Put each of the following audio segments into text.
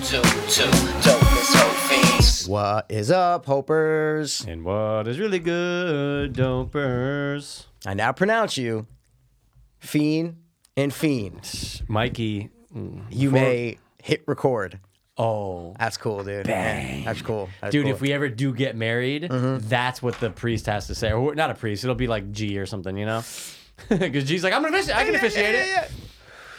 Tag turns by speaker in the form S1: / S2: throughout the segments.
S1: two, two, dope as whole fiends.
S2: What is up, Hopers?
S3: And what is really good, dopers?
S2: I now pronounce you Fiend and Fiend.
S3: Mikey.
S2: You may hit record.
S4: Oh.
S2: That's cool, dude. That's cool. That's
S4: Dude,
S2: cool. Mm-hmm.
S4: if we ever do get married, that's what the priest has to say. Or not a priest, it'll be like G or something, you know? Because G's like, I'm gonna officiate, I can officiate it.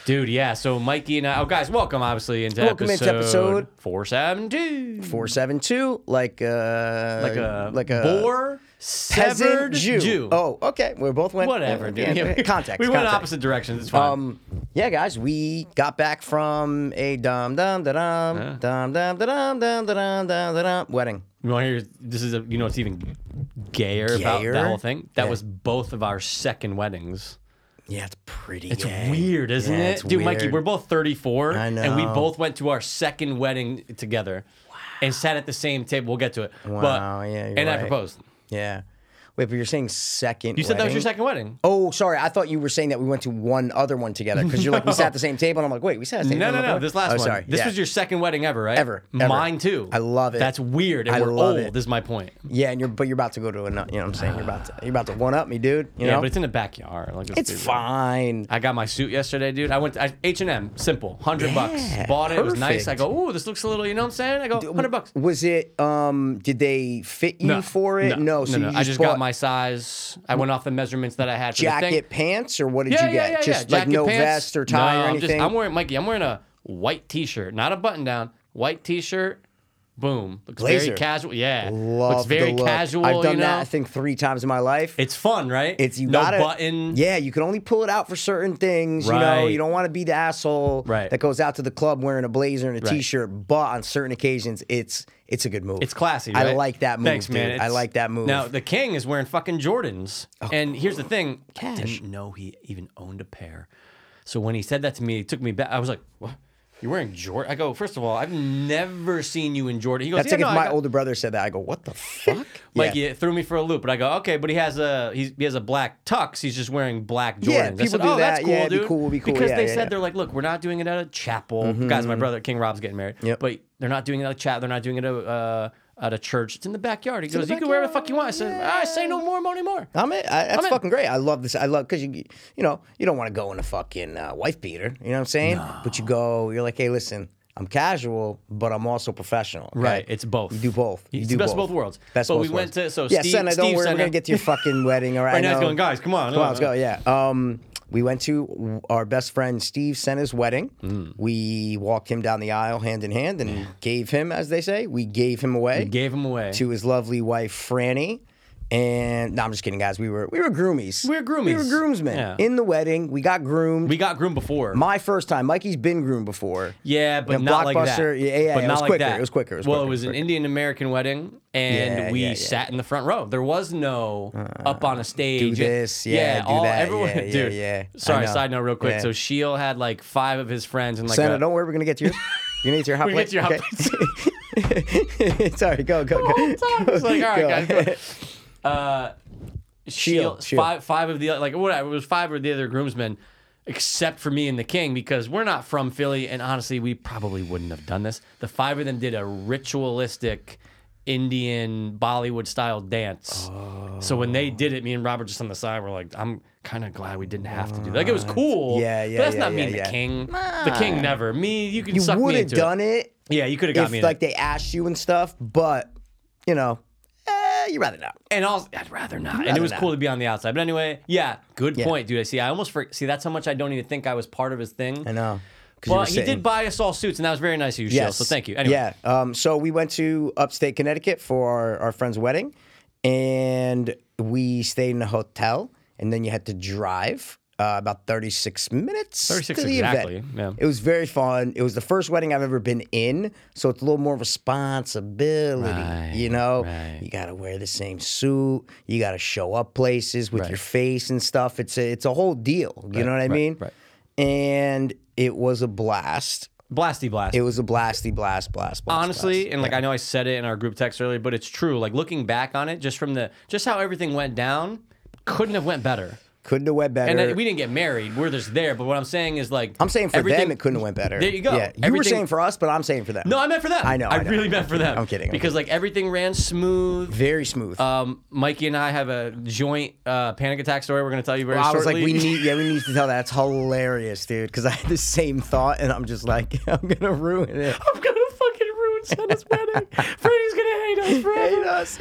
S4: Dude, yeah. So Mikey and I, oh guys, welcome obviously into
S2: Welcome into
S4: episode,
S2: episode-
S4: four seven two,
S2: four seven two, like a
S4: like a
S2: like a
S4: boar
S2: peasant
S4: severed
S2: Jew.
S4: Jew.
S2: Oh, okay. We both went
S4: whatever, dude.
S2: Yeah, context.
S4: We went
S2: context.
S4: opposite directions. It's fine.
S2: Um, yeah, guys, we got back from a dum dum da dum
S4: Yeah.
S2: dum dum da dum dum da dum dum da dum wedding.
S4: You want to hear? This is a, you know it's even gayer, about
S2: Gayer?
S4: the whole thing. That
S2: Yeah.
S4: was both of our second weddings.
S2: Yeah, it's pretty.
S4: It's weird, isn't
S2: Yeah,
S4: it,
S2: it's
S4: dude? Mikey,
S2: weird.
S4: we're both 34,
S2: I
S4: and we
S2: know.
S4: both went to our second wedding together, and sat at the same table. We'll get to it.
S2: Wow,
S4: But,
S2: yeah, you're
S4: and I
S2: right.
S4: proposed.
S2: Yeah. Wait, but you're saying second.
S4: You said that was your second wedding.
S2: Oh, sorry. I thought you were saying that we went to one other one together because you're like we sat at the same table, and I'm like, wait, we sat at the same
S4: No,
S2: table.
S4: no, no.
S2: before?
S4: This last
S2: oh,
S4: one.
S2: Sorry.
S4: This
S2: yeah.
S4: was your second wedding ever, right?
S2: Ever, ever.
S4: Mine too.
S2: I love it.
S4: That's weird. And
S2: I
S4: we're
S2: love
S4: old.
S2: it.
S4: This is my point.
S2: Yeah, and you're but you're about to go to another. You know what I'm saying? You're about to you're about to one up me, dude. You
S4: yeah,
S2: know.
S4: but it's in the backyard. Like, let's
S2: it's
S4: be real.
S2: fine.
S4: I got my suit yesterday, dude. I went to H and M, simple, hundred bucks. Bought it. It was nice. I
S2: perfect.
S4: go, ooh, this looks a little. You know what I'm saying? I go, hundred bucks.
S2: Was it? Um, did they fit you for it? No. so you just
S4: I just
S2: bought Mm.
S4: got my size. I went off the measurements that I had for the thing.
S2: jacket pants, or what did
S4: yeah,
S2: you
S4: yeah,
S2: get?
S4: yeah, yeah.
S2: just like
S4: Jacket
S2: no
S4: pants.
S2: vest or tie
S4: no,
S2: or
S4: I'm
S2: anything.
S4: Just, I'm wearing Mikey. I'm wearing a white T-shirt, not a button down. White T-shirt. Boom. Looks
S2: Blazer.
S4: very casual. Yeah.
S2: Love
S4: looks very
S2: the look.
S4: casual.
S2: I've done
S4: you know?
S2: that I think three times in my life.
S4: It's fun, right?
S2: It's you
S4: no
S2: gotta
S4: button.
S2: Yeah, you can only pull it out for certain things. You know,
S4: Right.
S2: you don't want to be the asshole
S4: Right.
S2: that goes out to the club wearing a blazer and a
S4: Right.
S2: shirt But on certain occasions, it's it's a good move.
S4: It's classy.
S2: I
S4: right?
S2: like that move,
S4: Thanks, man.
S2: dude. I
S4: It's-
S2: like that move. Oh,
S4: Now the king is wearing fucking Jordans, and here's the thing:
S2: Cash.
S4: I didn't know he even owned a pair. So when he said that to me, it took me back. I was like, "What? You're wearing Jordan?" I go, first of all, I've never seen you in Jordan." He goes,
S2: That's
S4: "Yeah,
S2: like
S4: no,
S2: if
S4: I
S2: my
S4: got-"
S2: older brother said that. I go, what the fuck?
S4: Mikey, it threw me for a loop, but I go, okay, but he has a he's, he has a black tux. He's just wearing black Jordans.
S2: Yeah,
S4: I
S2: people
S4: said,
S2: do
S4: oh, that's
S2: that.
S4: cool,
S2: Yeah, it'd be
S4: dude.
S2: cool, it'd be cool.
S4: Because
S2: Yeah,
S4: they
S2: yeah,
S4: said
S2: yeah. Mm-hmm,
S4: they're like, look, we're not doing it at a chapel. Guys, my brother King Rob's getting married.
S2: Yep.
S4: But they're not doing it at a chapel. They're not doing it at a, uh, at a church. It's in the backyard. He goes, you can wear whatever the fuck you want. I said, I say no more, no more.
S2: I'm it. I, that's
S4: I'm in.
S2: fucking great. I love this. I love because you, you know, you don't want to go in a fucking uh, wife beater. You know what I'm saying? But you go. You're like, hey, listen, I'm casual, but I'm also professional. okay?
S4: Right, it's both.
S2: You do both. You
S4: It's
S2: do
S4: the best of both worlds.
S2: Best.
S4: But
S2: of
S4: we
S2: both
S4: went
S2: worlds.
S4: to- so
S2: yeah,
S4: Steve-
S2: Senna, don't worry.
S4: Steve
S2: We're
S4: Senna-
S2: gonna get to your fucking wedding. All right. I
S4: Right now he's
S2: know.
S4: going, guys, come on.
S2: Come on, let's go. Yeah. Um, we went to our best friend Steve Senna's wedding.
S4: Mm.
S2: We walked him down the aisle hand in hand and gave him, as they say, we gave him away
S4: Gave him away.
S2: to his lovely wife Franny. And no, I'm just kidding, guys. We were we were groomies.
S4: We were groomies.
S2: We were groomsmen
S4: Yeah.
S2: in the wedding. We got groomed.
S4: we got groomed before.
S2: My first time. Mikey's been groomed before.
S4: Yeah, but
S2: And
S4: not like that.
S2: Blockbuster, yeah, yeah,
S4: but
S2: it
S4: not
S2: was
S4: like
S2: quicker,
S4: that.
S2: it was quicker, it was
S4: well,
S2: quicker,
S4: it
S2: it
S4: was
S2: was
S4: an Indian American wedding, and
S2: Yeah,
S4: we
S2: yeah, yeah.
S4: sat in the front row. There was no up on a stage.
S2: this, yeah, do that, yeah, yeah,
S4: dude.
S2: yeah. I
S4: Sorry,
S2: know.
S4: side note, real quick.
S2: Yeah.
S4: So Sheil had like five of his friends and like
S2: Senna,
S4: a-
S2: don't worry, we're gonna get to yours. You're gonna get to your hot
S4: We
S2: plate.
S4: get to your hot
S2: okay? Sorry, go, go, go.
S4: I was like, all
S2: Go.
S4: right, guys. Go. Uh, Shield,
S2: Shield.
S4: five, five of the like whatever it was five of the other groomsmen, except for me and the king because we're not from Philly, and honestly, we probably wouldn't have done this. The five of them did a ritualistic Indian Bollywood style dance. So when they did it, me and Robert just on the side were like, I'm kind of glad we didn't have to do that. Like it was cool.
S2: Yeah, yeah,
S4: But that's
S2: yeah,
S4: not me
S2: yeah,
S4: and the
S2: yeah.
S4: king. The king never. Me, you can
S2: You
S4: suck
S2: would
S4: me
S2: have
S4: into
S2: done
S4: it.
S2: it
S4: Yeah, you could have got
S2: if
S4: me. in it.
S2: like they asked you and stuff, but you know, eh, you'd rather not.
S4: And also, I'd rather not. and
S2: rather
S4: it was
S2: not.
S4: cool to be on the outside. But anyway, yeah, good
S2: Yeah.
S4: point, dude. I see. I almost for, see that's how much I don't even think I was part of his thing.
S2: I know. 'cause you were
S4: But he
S2: sitting-
S4: did buy us all suits, and that was very nice of you, Shiel. So thank you. Anyway,
S2: Yeah. Um, so we went to upstate Connecticut for our, our friend's wedding, and we stayed in a hotel, and then you had to drive uh, about 36 minutes.
S4: 36
S2: to the
S4: exactly,
S2: Event.
S4: yeah.
S2: It was very fun. It was the first wedding I've ever been in, so it's a little more responsibility.
S4: Right,
S2: you know,
S4: right.
S2: you got to wear the same suit. You got to show up places with
S4: Right.
S2: your face and stuff. It's a it's a whole deal. You know what I
S4: right,
S2: mean?
S4: right.
S2: And it was a blast.
S4: blasty blast.
S2: It was a blasty blast, blast, blast.
S4: Honestly,
S2: blast.
S4: and like I know I said it in our group text earlier, but it's true. Like looking back on it, just from the just how everything went down, couldn't have went better.
S2: Couldn't have went better.
S4: And then we didn't get married. We're just there. But what I'm saying is like
S2: I'm saying for
S4: everything-
S2: them, it couldn't have went better.
S4: There you go.
S2: Yeah, you were
S4: Everything-
S2: saying for us, but I'm saying for them.
S4: No, I meant for them.
S2: I know,
S4: I,
S2: I know.
S4: really meant for them.
S2: I'm kidding, I'm
S4: Because like everything ran smooth.
S2: very smooth.
S4: Um, Mikey and I have a joint uh, panic attack story. We're going to tell you very
S2: I was
S4: shortly.
S2: like, we need, yeah, we need to tell that. It's hilarious, dude. Because I had the same thought, and I'm just like, I'm gonna ruin it.
S4: I'm gonna fucking ruin Shannon's wedding. Freddie's gonna hate us forever.
S2: Hate us.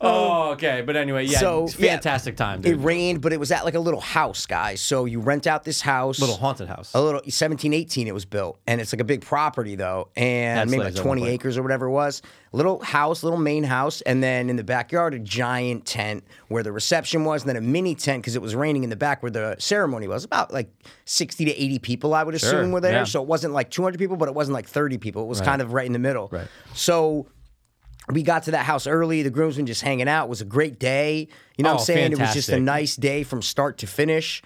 S4: Oh, okay. But anyway, yeah,
S2: So,
S4: it's
S2: yeah.
S4: fantastic time,
S2: It
S4: dude.
S2: rained, but it was at like a little house, guys. So you rent out this house,
S4: Little haunted house.
S2: a little 1718 it was built and it's like a big property though and
S4: That's
S2: maybe
S4: what I
S2: like
S4: was going
S2: 20
S4: for.
S2: acres or whatever it was little house little main house and then in the backyard a giant tent where the reception was and then a mini tent because it was raining in the back where the ceremony was about like 60 to 80 people i would assume were there
S4: yeah.
S2: so it wasn't like 200 people but it wasn't like 30 people it was kind of right in the middle
S4: Right.
S2: so we got to that house early. The groomsmen just hanging out. It was a great day. You know what
S4: Oh,
S2: I'm saying? It was just a
S4: fantastic.
S2: nice day from start to finish.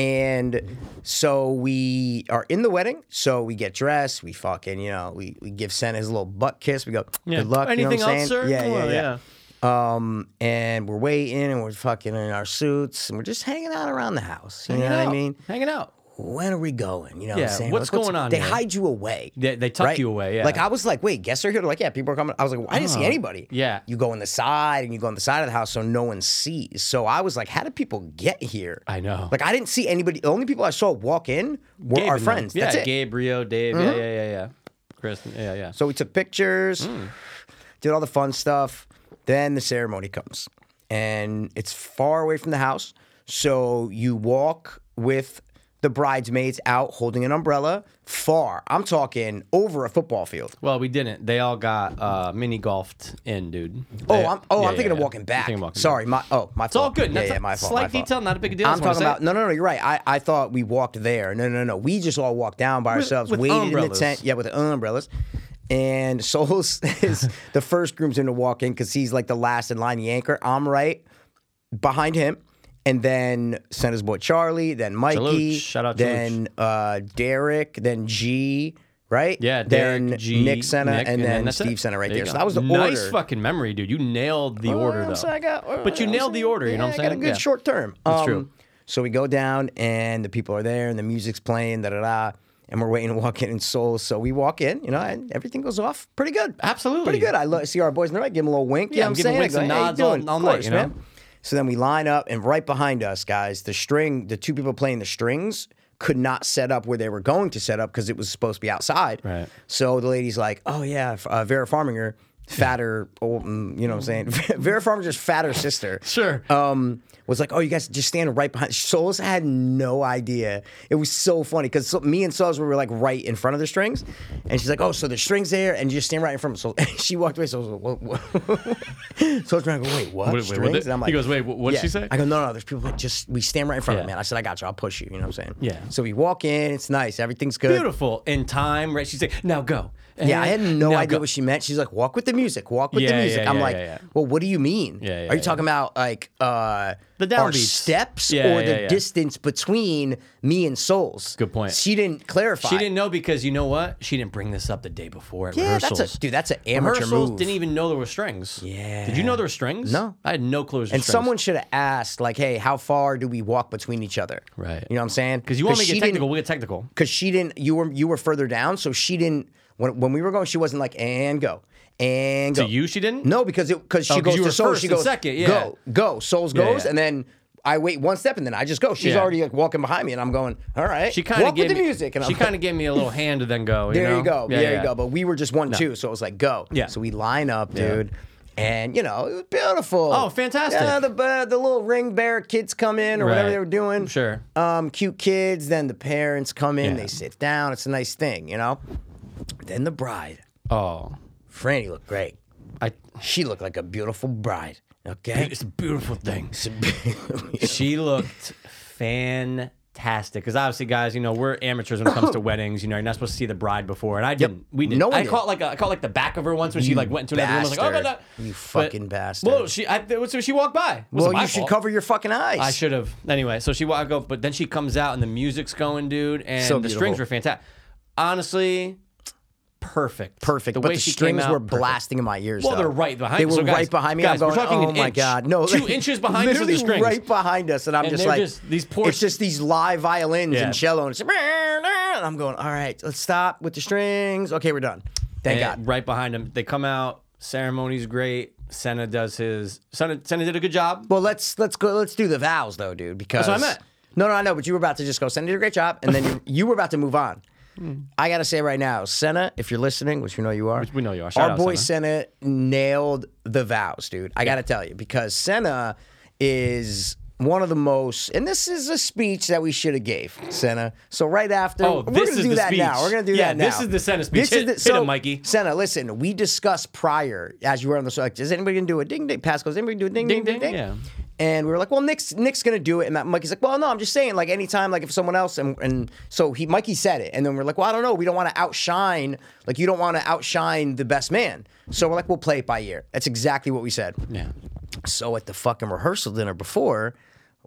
S2: And so we are in the wedding. So we get dressed. We fucking, you know, we, we give Santa his little butt kiss. We go, good luck.
S4: Anything
S2: you know what I'm saying?
S4: else, sir?
S2: Yeah, yeah,
S4: Well,
S2: yeah. Um, and we're waiting and we're fucking in our suits and we're just hanging out around the house. You know
S4: Hanging
S2: what I
S4: out.
S2: mean?
S4: Hanging out.
S2: When are we going? You know what
S4: Yeah,
S2: I'm saying?
S4: what's going on
S2: They
S4: here?
S2: hide you away.
S4: They, they tuck you away. Yeah. Oh,
S2: Like I was like, wait, guests are here. They're like, yeah, people are coming. I was like, well, I didn't see anybody.
S4: yeah.
S2: You go on the side and you go on the side of the house so no one sees. So I was like, how did people get here?
S4: I know.
S2: Like I didn't see anybody. The only people I saw walk in were
S4: Gabe
S2: our
S4: and them.
S2: friends.
S4: Yeah,
S2: That's it. Mm-hmm.
S4: Gabe, Rio, Dave. Yeah, yeah, yeah, yeah. Chris. Yeah, yeah.
S2: So we took pictures,
S4: Hmm.
S2: did all the fun stuff. Then the ceremony comes, and it's far away from the house. So you walk with the bridesmaids out holding an umbrella far. I'm talking over a football field.
S4: Well, we didn't. They all got uh, mini golfed in, dude.
S2: Oh,
S4: They-
S2: I'm, oh,
S4: yeah,
S2: I'm thinking
S4: yeah,
S2: of
S4: yeah.
S2: walking back.
S4: You're thinking of walking
S2: Sorry, my oh, my
S4: It's all
S2: fault.
S4: good.
S2: Yeah,
S4: That's
S2: yeah,
S4: a
S2: my fault.
S4: slight
S2: my fault.
S4: detail, not a big deal.
S2: I'm
S4: That's what I
S2: talking about
S4: said.
S2: no, no, no. You're right. I, I thought we walked there. No, no, no. We just all walked down by ourselves,
S4: with
S2: waited in the
S4: umbrellas.
S2: tent. Yeah, with the umbrellas. And Souls is the first groomsman to walk in because he's like the last in line, the anchor. I'm right behind him. And then sent his boy Charlie, then Mikey,
S4: Chalooch. Shout out Chalooch.
S2: then uh, Derek, then G, right?
S4: Yeah, Derek,
S2: then
S4: G,
S2: Nick Senna,
S4: Nick,
S2: and, then
S4: that's
S2: Steve
S4: it.
S2: Senna right
S4: you
S2: there. So
S4: go.
S2: that was the
S4: nice
S2: order.
S4: fucking memory, dude. You nailed the order
S2: Oh,
S4: though.
S2: so I got- oh,
S4: but you
S2: know
S4: nailed
S2: what
S4: the order. You
S2: Yeah,
S4: know what I'm saying?
S2: I got a good
S4: Yeah.
S2: short term. Um,
S4: That's true.
S2: So we go down, and the people are there, and the music's playing, da da da, and we're waiting to walk in in Seoul. So we walk in, you know, and everything goes off pretty good.
S4: Absolutely.
S2: pretty good. I lo- see our boys, and they're like, give them a little wink.
S4: Yeah,
S2: Yeah, I'm
S4: I'm giving
S2: saying,
S4: winks
S2: I go,
S4: and
S2: "Hey, how you
S4: nods all-
S2: doing?"
S4: all
S2: Of
S4: night,
S2: course,
S4: you know?
S2: man. So then we line up, and right behind us, guys, the string, the two people playing the strings could not set up where they were going to set up because it was supposed to be outside.
S4: Right.
S2: So the lady's like, "Oh yeah, f- uh, Vera Farminger, fatter, oh, mm, you know what I'm saying? Vera Farminger's fatter sister."
S4: Sure.
S2: Um, was like, "Oh, you guys just stand right behind." Souls had no idea. It was so funny because so, me and Souls we were like right in front of the strings, and she's like, "Oh, so the strings there," and you just stand right in front. So she walked away. So I was like, "What?" what? so I was like, "Wait, what?"
S4: Wait, wait, what
S2: strings?
S4: did- he goes, "Wait, wh- what'd she say?"
S2: I go, "No, no, there's people. Like, just we stand right in front of it,
S4: Yeah.
S2: man." I said, "I got you. I'll push you." You know what I'm saying?
S4: Yeah.
S2: So we walk in. It's nice. Everything's good.
S4: Beautiful in time, right? She's like, now go.
S2: Yeah, I had no
S4: Now
S2: idea
S4: go.
S2: what she meant. She's like, walk with the music, walk with
S4: Yeah,
S2: the music.
S4: yeah,
S2: I'm
S4: yeah,
S2: like,
S4: yeah, yeah.
S2: well, what do you mean?
S4: Yeah, yeah,
S2: Are you
S4: yeah.
S2: talking about like uh,
S4: The
S2: our
S4: downbeats.
S2: steps
S4: Yeah,
S2: or
S4: yeah,
S2: the
S4: yeah.
S2: distance between me and Souls?
S4: Good point.
S2: She didn't clarify.
S4: She didn't know because you know what? She didn't bring this up the day before at
S2: Yeah,
S4: rehearsals.
S2: that's a dude. That's an amateur
S4: rehearsals
S2: move.
S4: didn't even know there were strings.
S2: Yeah.
S4: Did you know there were strings?
S2: No.
S4: I had no clue. There was
S2: and
S4: strings.
S2: someone should have asked, like, hey, how far do we walk between each other?
S4: Right.
S2: You know what I'm saying?
S4: because you want me to
S2: she
S4: get
S2: didn't-
S4: technical, we get technical.
S2: because she didn't. You were you were further down, so she didn't. When, when we were going, she wasn't like and go and go.
S4: To you, she didn't.
S2: No, because it because she
S4: Oh, 'cause
S2: goes
S4: you
S2: to
S4: were
S2: Souls.
S4: first
S2: She
S4: and
S2: goes
S4: second, yeah.
S2: Go, go. Souls
S4: Yeah,
S2: goes,
S4: yeah.
S2: and then I wait one step, and then I just go. She's
S4: Yeah.
S2: already like walking behind me, and I'm going. All right,
S4: She kind of
S2: walk
S4: gave
S2: with the
S4: me,
S2: music, and
S4: she
S2: I'm
S4: kind of gave me a little hand to then go. You
S2: There
S4: know?
S2: you go.
S4: Yeah,
S2: there
S4: yeah.
S2: you go. But we were just one two, so it was like go.
S4: Yeah.
S2: So we line up, dude. And you know it was beautiful.
S4: Oh, fantastic.
S2: Yeah, the uh, the little ring bear kids come in or whatever
S4: Right.
S2: they were doing.
S4: Sure.
S2: Um, cute kids. Then the parents come in.
S4: Yeah.
S2: They sit down. It's a nice thing, you know. Then the bride,
S4: Oh,
S2: Franny, looked great.
S4: I.
S2: She looked like a beautiful bride. Okay.
S4: It's a beautiful thing. she looked fantastic. Because obviously, guys, you know we're amateurs when it comes to weddings. You know, you're not supposed to see the bride before, and I didn't. We didn't.
S2: No one
S4: I
S2: did.
S4: caught like a, I caught like the back of her once when she like went into another room. I was like,
S2: bastard.
S4: oh my god,
S2: You fucking bastard.
S4: Well, she I, it was- she walked by. It
S2: well,
S4: wasn't my
S2: you should
S4: fault.
S2: cover your fucking eyes.
S4: I should have. Anyway, so she walked up, but then she comes out and the music's going, dude, and
S2: So
S4: the
S2: beautiful.
S4: strings were fantastic. Honestly, perfect.
S2: perfect.
S4: The
S2: but
S4: way
S2: the
S4: she came
S2: strings
S4: out,
S2: were
S4: perfect.
S2: blasting in my ears.
S4: Well,
S2: though.
S4: they're right behind
S2: They
S4: us.
S2: were
S4: So, guys-
S2: right behind me.
S4: guys,
S2: I'm
S4: we're
S2: going,
S4: talking
S2: oh
S4: an
S2: my
S4: inch.
S2: god, no,
S4: Two inches behind us are the
S2: literally
S4: strings.
S2: right behind us, and I'm
S4: And
S2: just
S4: they're
S2: like,
S4: just- these poor-
S2: it's just these live violins
S4: Yeah.
S2: and cello, and, it's, and I'm going, all right, let's stop with the strings. Okay, we're done. Thank
S4: And
S2: God.
S4: Right behind them. They come out. Ceremony's great. Senna does his. Senna, Senna did a good job.
S2: Well, let's let's go. Let's do the vows though, dude. Because
S4: Um, what I meant.
S2: No, no, I know, but you were about to just go. Senna did a great job, and then you, you were about to move on.
S4: Hmm.
S2: I gotta say right now, Senna, if you're listening, which we know you are,
S4: we know you are. Shout
S2: Our
S4: out,
S2: boy Senna. nailed the vows, dude. I gotta tell you because Senna is one of the most, and this is a speech that we should have gave Senna. So right after,
S4: Oh,
S2: we're
S4: this
S2: gonna
S4: is
S2: do
S4: the
S2: that now.
S4: speech.
S2: We're gonna do
S4: Yeah,
S2: that now.
S4: this is the Senna speech. Hit- hit him, Mikey.
S2: Senna, listen, we discussed prior as you were on the show. Like, is anybody gonna do a ding ding? Pass goes, anybody do a ding ding ding
S4: Ding,
S2: ding?
S4: ding, yeah.
S2: And we were like, well, Nick's Nick's gonna do it, and that Mikey's like, well, no, I'm just saying, like anytime, like if someone else, and and so he Mikey said it, and then we're like, well, I don't know, we don't want to outshine, like you don't want to outshine the best man, so we're like, we'll play it by ear. That's exactly what we said.
S4: Yeah.
S2: So at the fucking rehearsal dinner before,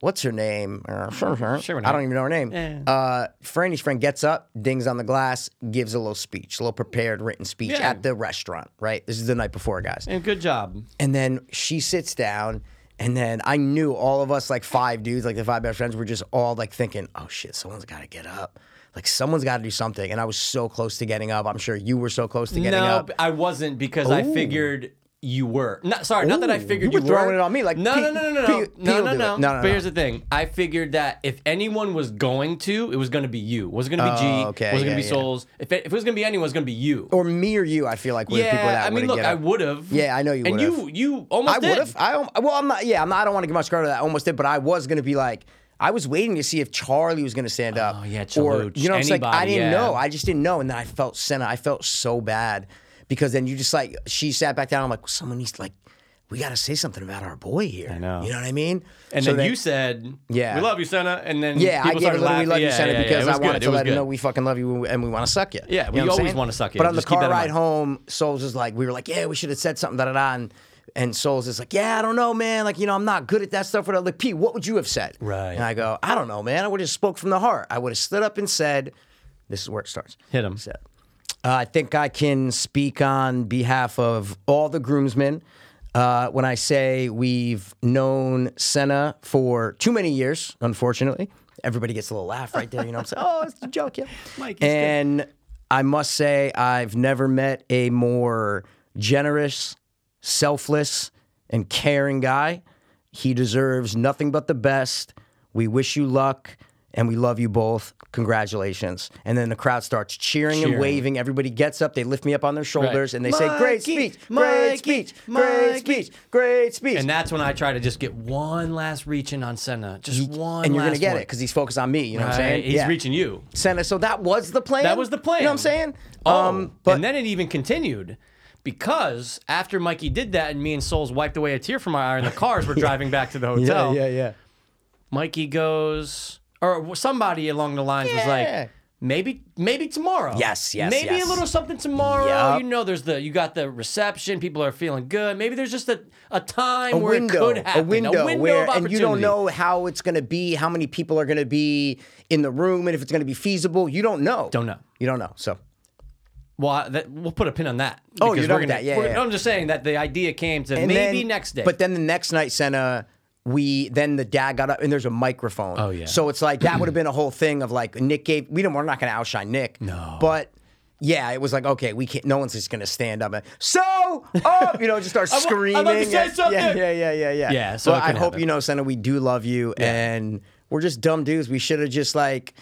S2: what's her name? Uh,
S4: Sure,
S2: I don't even know her name.
S4: Yeah.
S2: Uh, Franny's friend gets up, dings on the glass, gives a little speech, a little prepared written speech
S4: Yeah.
S2: at the restaurant. Right, this is the night before, guys.
S4: And good job.
S2: And then she sits down, and then I knew all of us, like five dudes, like the five best friends, were just all like thinking, oh shit, someone's got to get up. Like someone's got to do something. And I was so close to getting up. I'm sure you were so close to getting
S4: no,
S2: up.
S4: b- I wasn't because I
S2: Ooh.
S4: figured you were. Not sorry, not that I
S2: Ooh,
S4: figured
S2: you
S4: you
S2: were throwing
S4: were.
S2: it on me like
S4: no,
S2: Pete-
S4: no, no, no, no,
S2: Pete- Pete'll
S4: no,
S2: do
S4: no,
S2: it.
S4: no,
S2: No, no,
S4: But
S2: no.
S4: here's the thing: I figured that if anyone was going to, it was going to be you. It wasn't going to be G.
S2: Oh, okay,
S4: It wasn't
S2: yeah,
S4: going to
S2: yeah.
S4: be Souls. If it, if it was going to be anyone, it was going to be you.
S2: or me or you, I feel like were the
S4: yeah,
S2: people that
S4: I mean,
S2: wouldn't
S4: look,
S2: get
S4: I
S2: up.
S4: would have.
S2: Yeah, I know you
S4: And you,
S2: would've.
S4: you almost
S2: I
S4: did.
S2: would have. I om- well, I'm not. Yeah, I'm not, I don't want to give much credit. to that. I almost did, but I was going to be like, I was waiting to see if Charlie was going to stand up.
S4: Oh, yeah,
S2: or
S4: Chalooch.
S2: you know, what I'm saying? I
S4: Anybody,
S2: didn't
S4: yeah.
S2: know. I just didn't know, and then I felt Senna. I felt so bad because then you just like she sat back down. I'm like, someone needs to like, we got to say something about our boy here. I
S4: know.
S2: You know what I mean?
S4: And
S2: So
S4: then, you said,
S2: Yeah.
S4: "We love you, Senna." And then
S2: Yeah, I
S4: people
S2: gave a
S4: started
S2: little we
S4: laughing.
S2: love you
S4: Yeah,
S2: Senna
S4: yeah, yeah,
S2: because
S4: it
S2: I
S4: was good,
S2: wanted
S4: it
S2: to
S4: was
S2: let him
S4: good.
S2: know we fucking love you and we want to suck you.
S4: Yeah, we
S2: you know what I'm
S4: always
S2: saying?
S4: wanna suck ya.
S2: But on the
S4: Just keep that
S2: car
S4: in
S2: ride
S4: mind.
S2: home, Souls is like, we were like, yeah, we should have said something, da da da. And, and Souls is like, yeah, I don't know, man. Like, you know, I'm not good at that stuff. But like, Pete, what would you have said?
S4: Right.
S2: And I go, I don't know, man. I would have spoke from the heart. I would have stood up and said, this is where it starts.
S4: Hit 'em.
S2: Said, uh, I think I can speak on behalf of all the groomsmen uh, when I say we've known Senna for too many years, unfortunately. Everybody gets a little laugh right there. You know what I'm saying? Oh, it's a joke, yeah.
S4: Mike, he's
S2: and I must say, I've never met a more generous, selfless, and caring guy. He deserves nothing but the best. We wish you luck and we love you both. Congratulations. And then the crowd starts cheering, and
S4: Cheering.
S2: waving. Everybody gets up, they lift me up on their shoulders, and they say, Great
S4: Mikey,
S2: speech,
S4: Mikey,
S2: great speech, great
S4: Mikey."
S2: speech, great speech.
S4: And that's when I try to just get one last reach in on Senna, just one.
S2: And you're
S4: last
S2: gonna get
S4: one.
S2: it because he's focused on me. You know what I'm
S4: Right,
S2: saying?
S4: He's reaching you.
S2: Senna. So that was the plan.
S4: That was the plan.
S2: You know what I'm saying?
S4: Oh,
S2: Um, but
S4: and then it even continued because after Mikey did that and me and Souls wiped away a tear from our eye in the cars, we're driving back to the hotel.
S2: yeah.
S4: Mikey goes, or somebody along the lines was
S2: Yeah.
S4: like, maybe, maybe tomorrow.
S2: Yes, yes,
S4: Maybe
S2: yes.
S4: a little something tomorrow.
S2: Yup.
S4: You know, there's the you got the reception. People are feeling good. Maybe there's just a, a time
S2: A
S4: where
S2: window,
S4: it could happen.
S2: a window, where,
S4: of
S2: and you don't
S4: opportunity.
S2: know how it's going to be, how many people are going to be in the room, and if it's going to be feasible. You don't know.
S4: Don't know.
S2: You don't know. So
S4: Well, I- that, we'll put a pin on that.
S2: Oh,
S4: because
S2: you're done
S4: we're
S2: with
S4: gonna-
S2: that. Yeah,
S4: we're-
S2: yeah, yeah.
S4: I'm just saying that the idea came to
S2: And
S4: maybe
S2: then-
S4: next day.
S2: But then the next night, Senna, we then the dad got up and there's a microphone.
S4: Oh, yeah.
S2: So it's like that would have been a whole thing of like Nick gave. We don't. We're not going to outshine Nick. No. But. Yeah, it was like okay, we can't. No one's just gonna stand up. And, so up, you know, just start
S4: wa- I'd
S2: screaming.
S4: like to say something.
S2: Yeah, yeah, yeah, yeah, yeah.
S4: Yeah, so
S2: But
S4: it
S2: I
S4: couldn't
S2: hope
S4: happen.
S2: you know, Senna, we do love you, and we're just dumb dudes. We should have just like,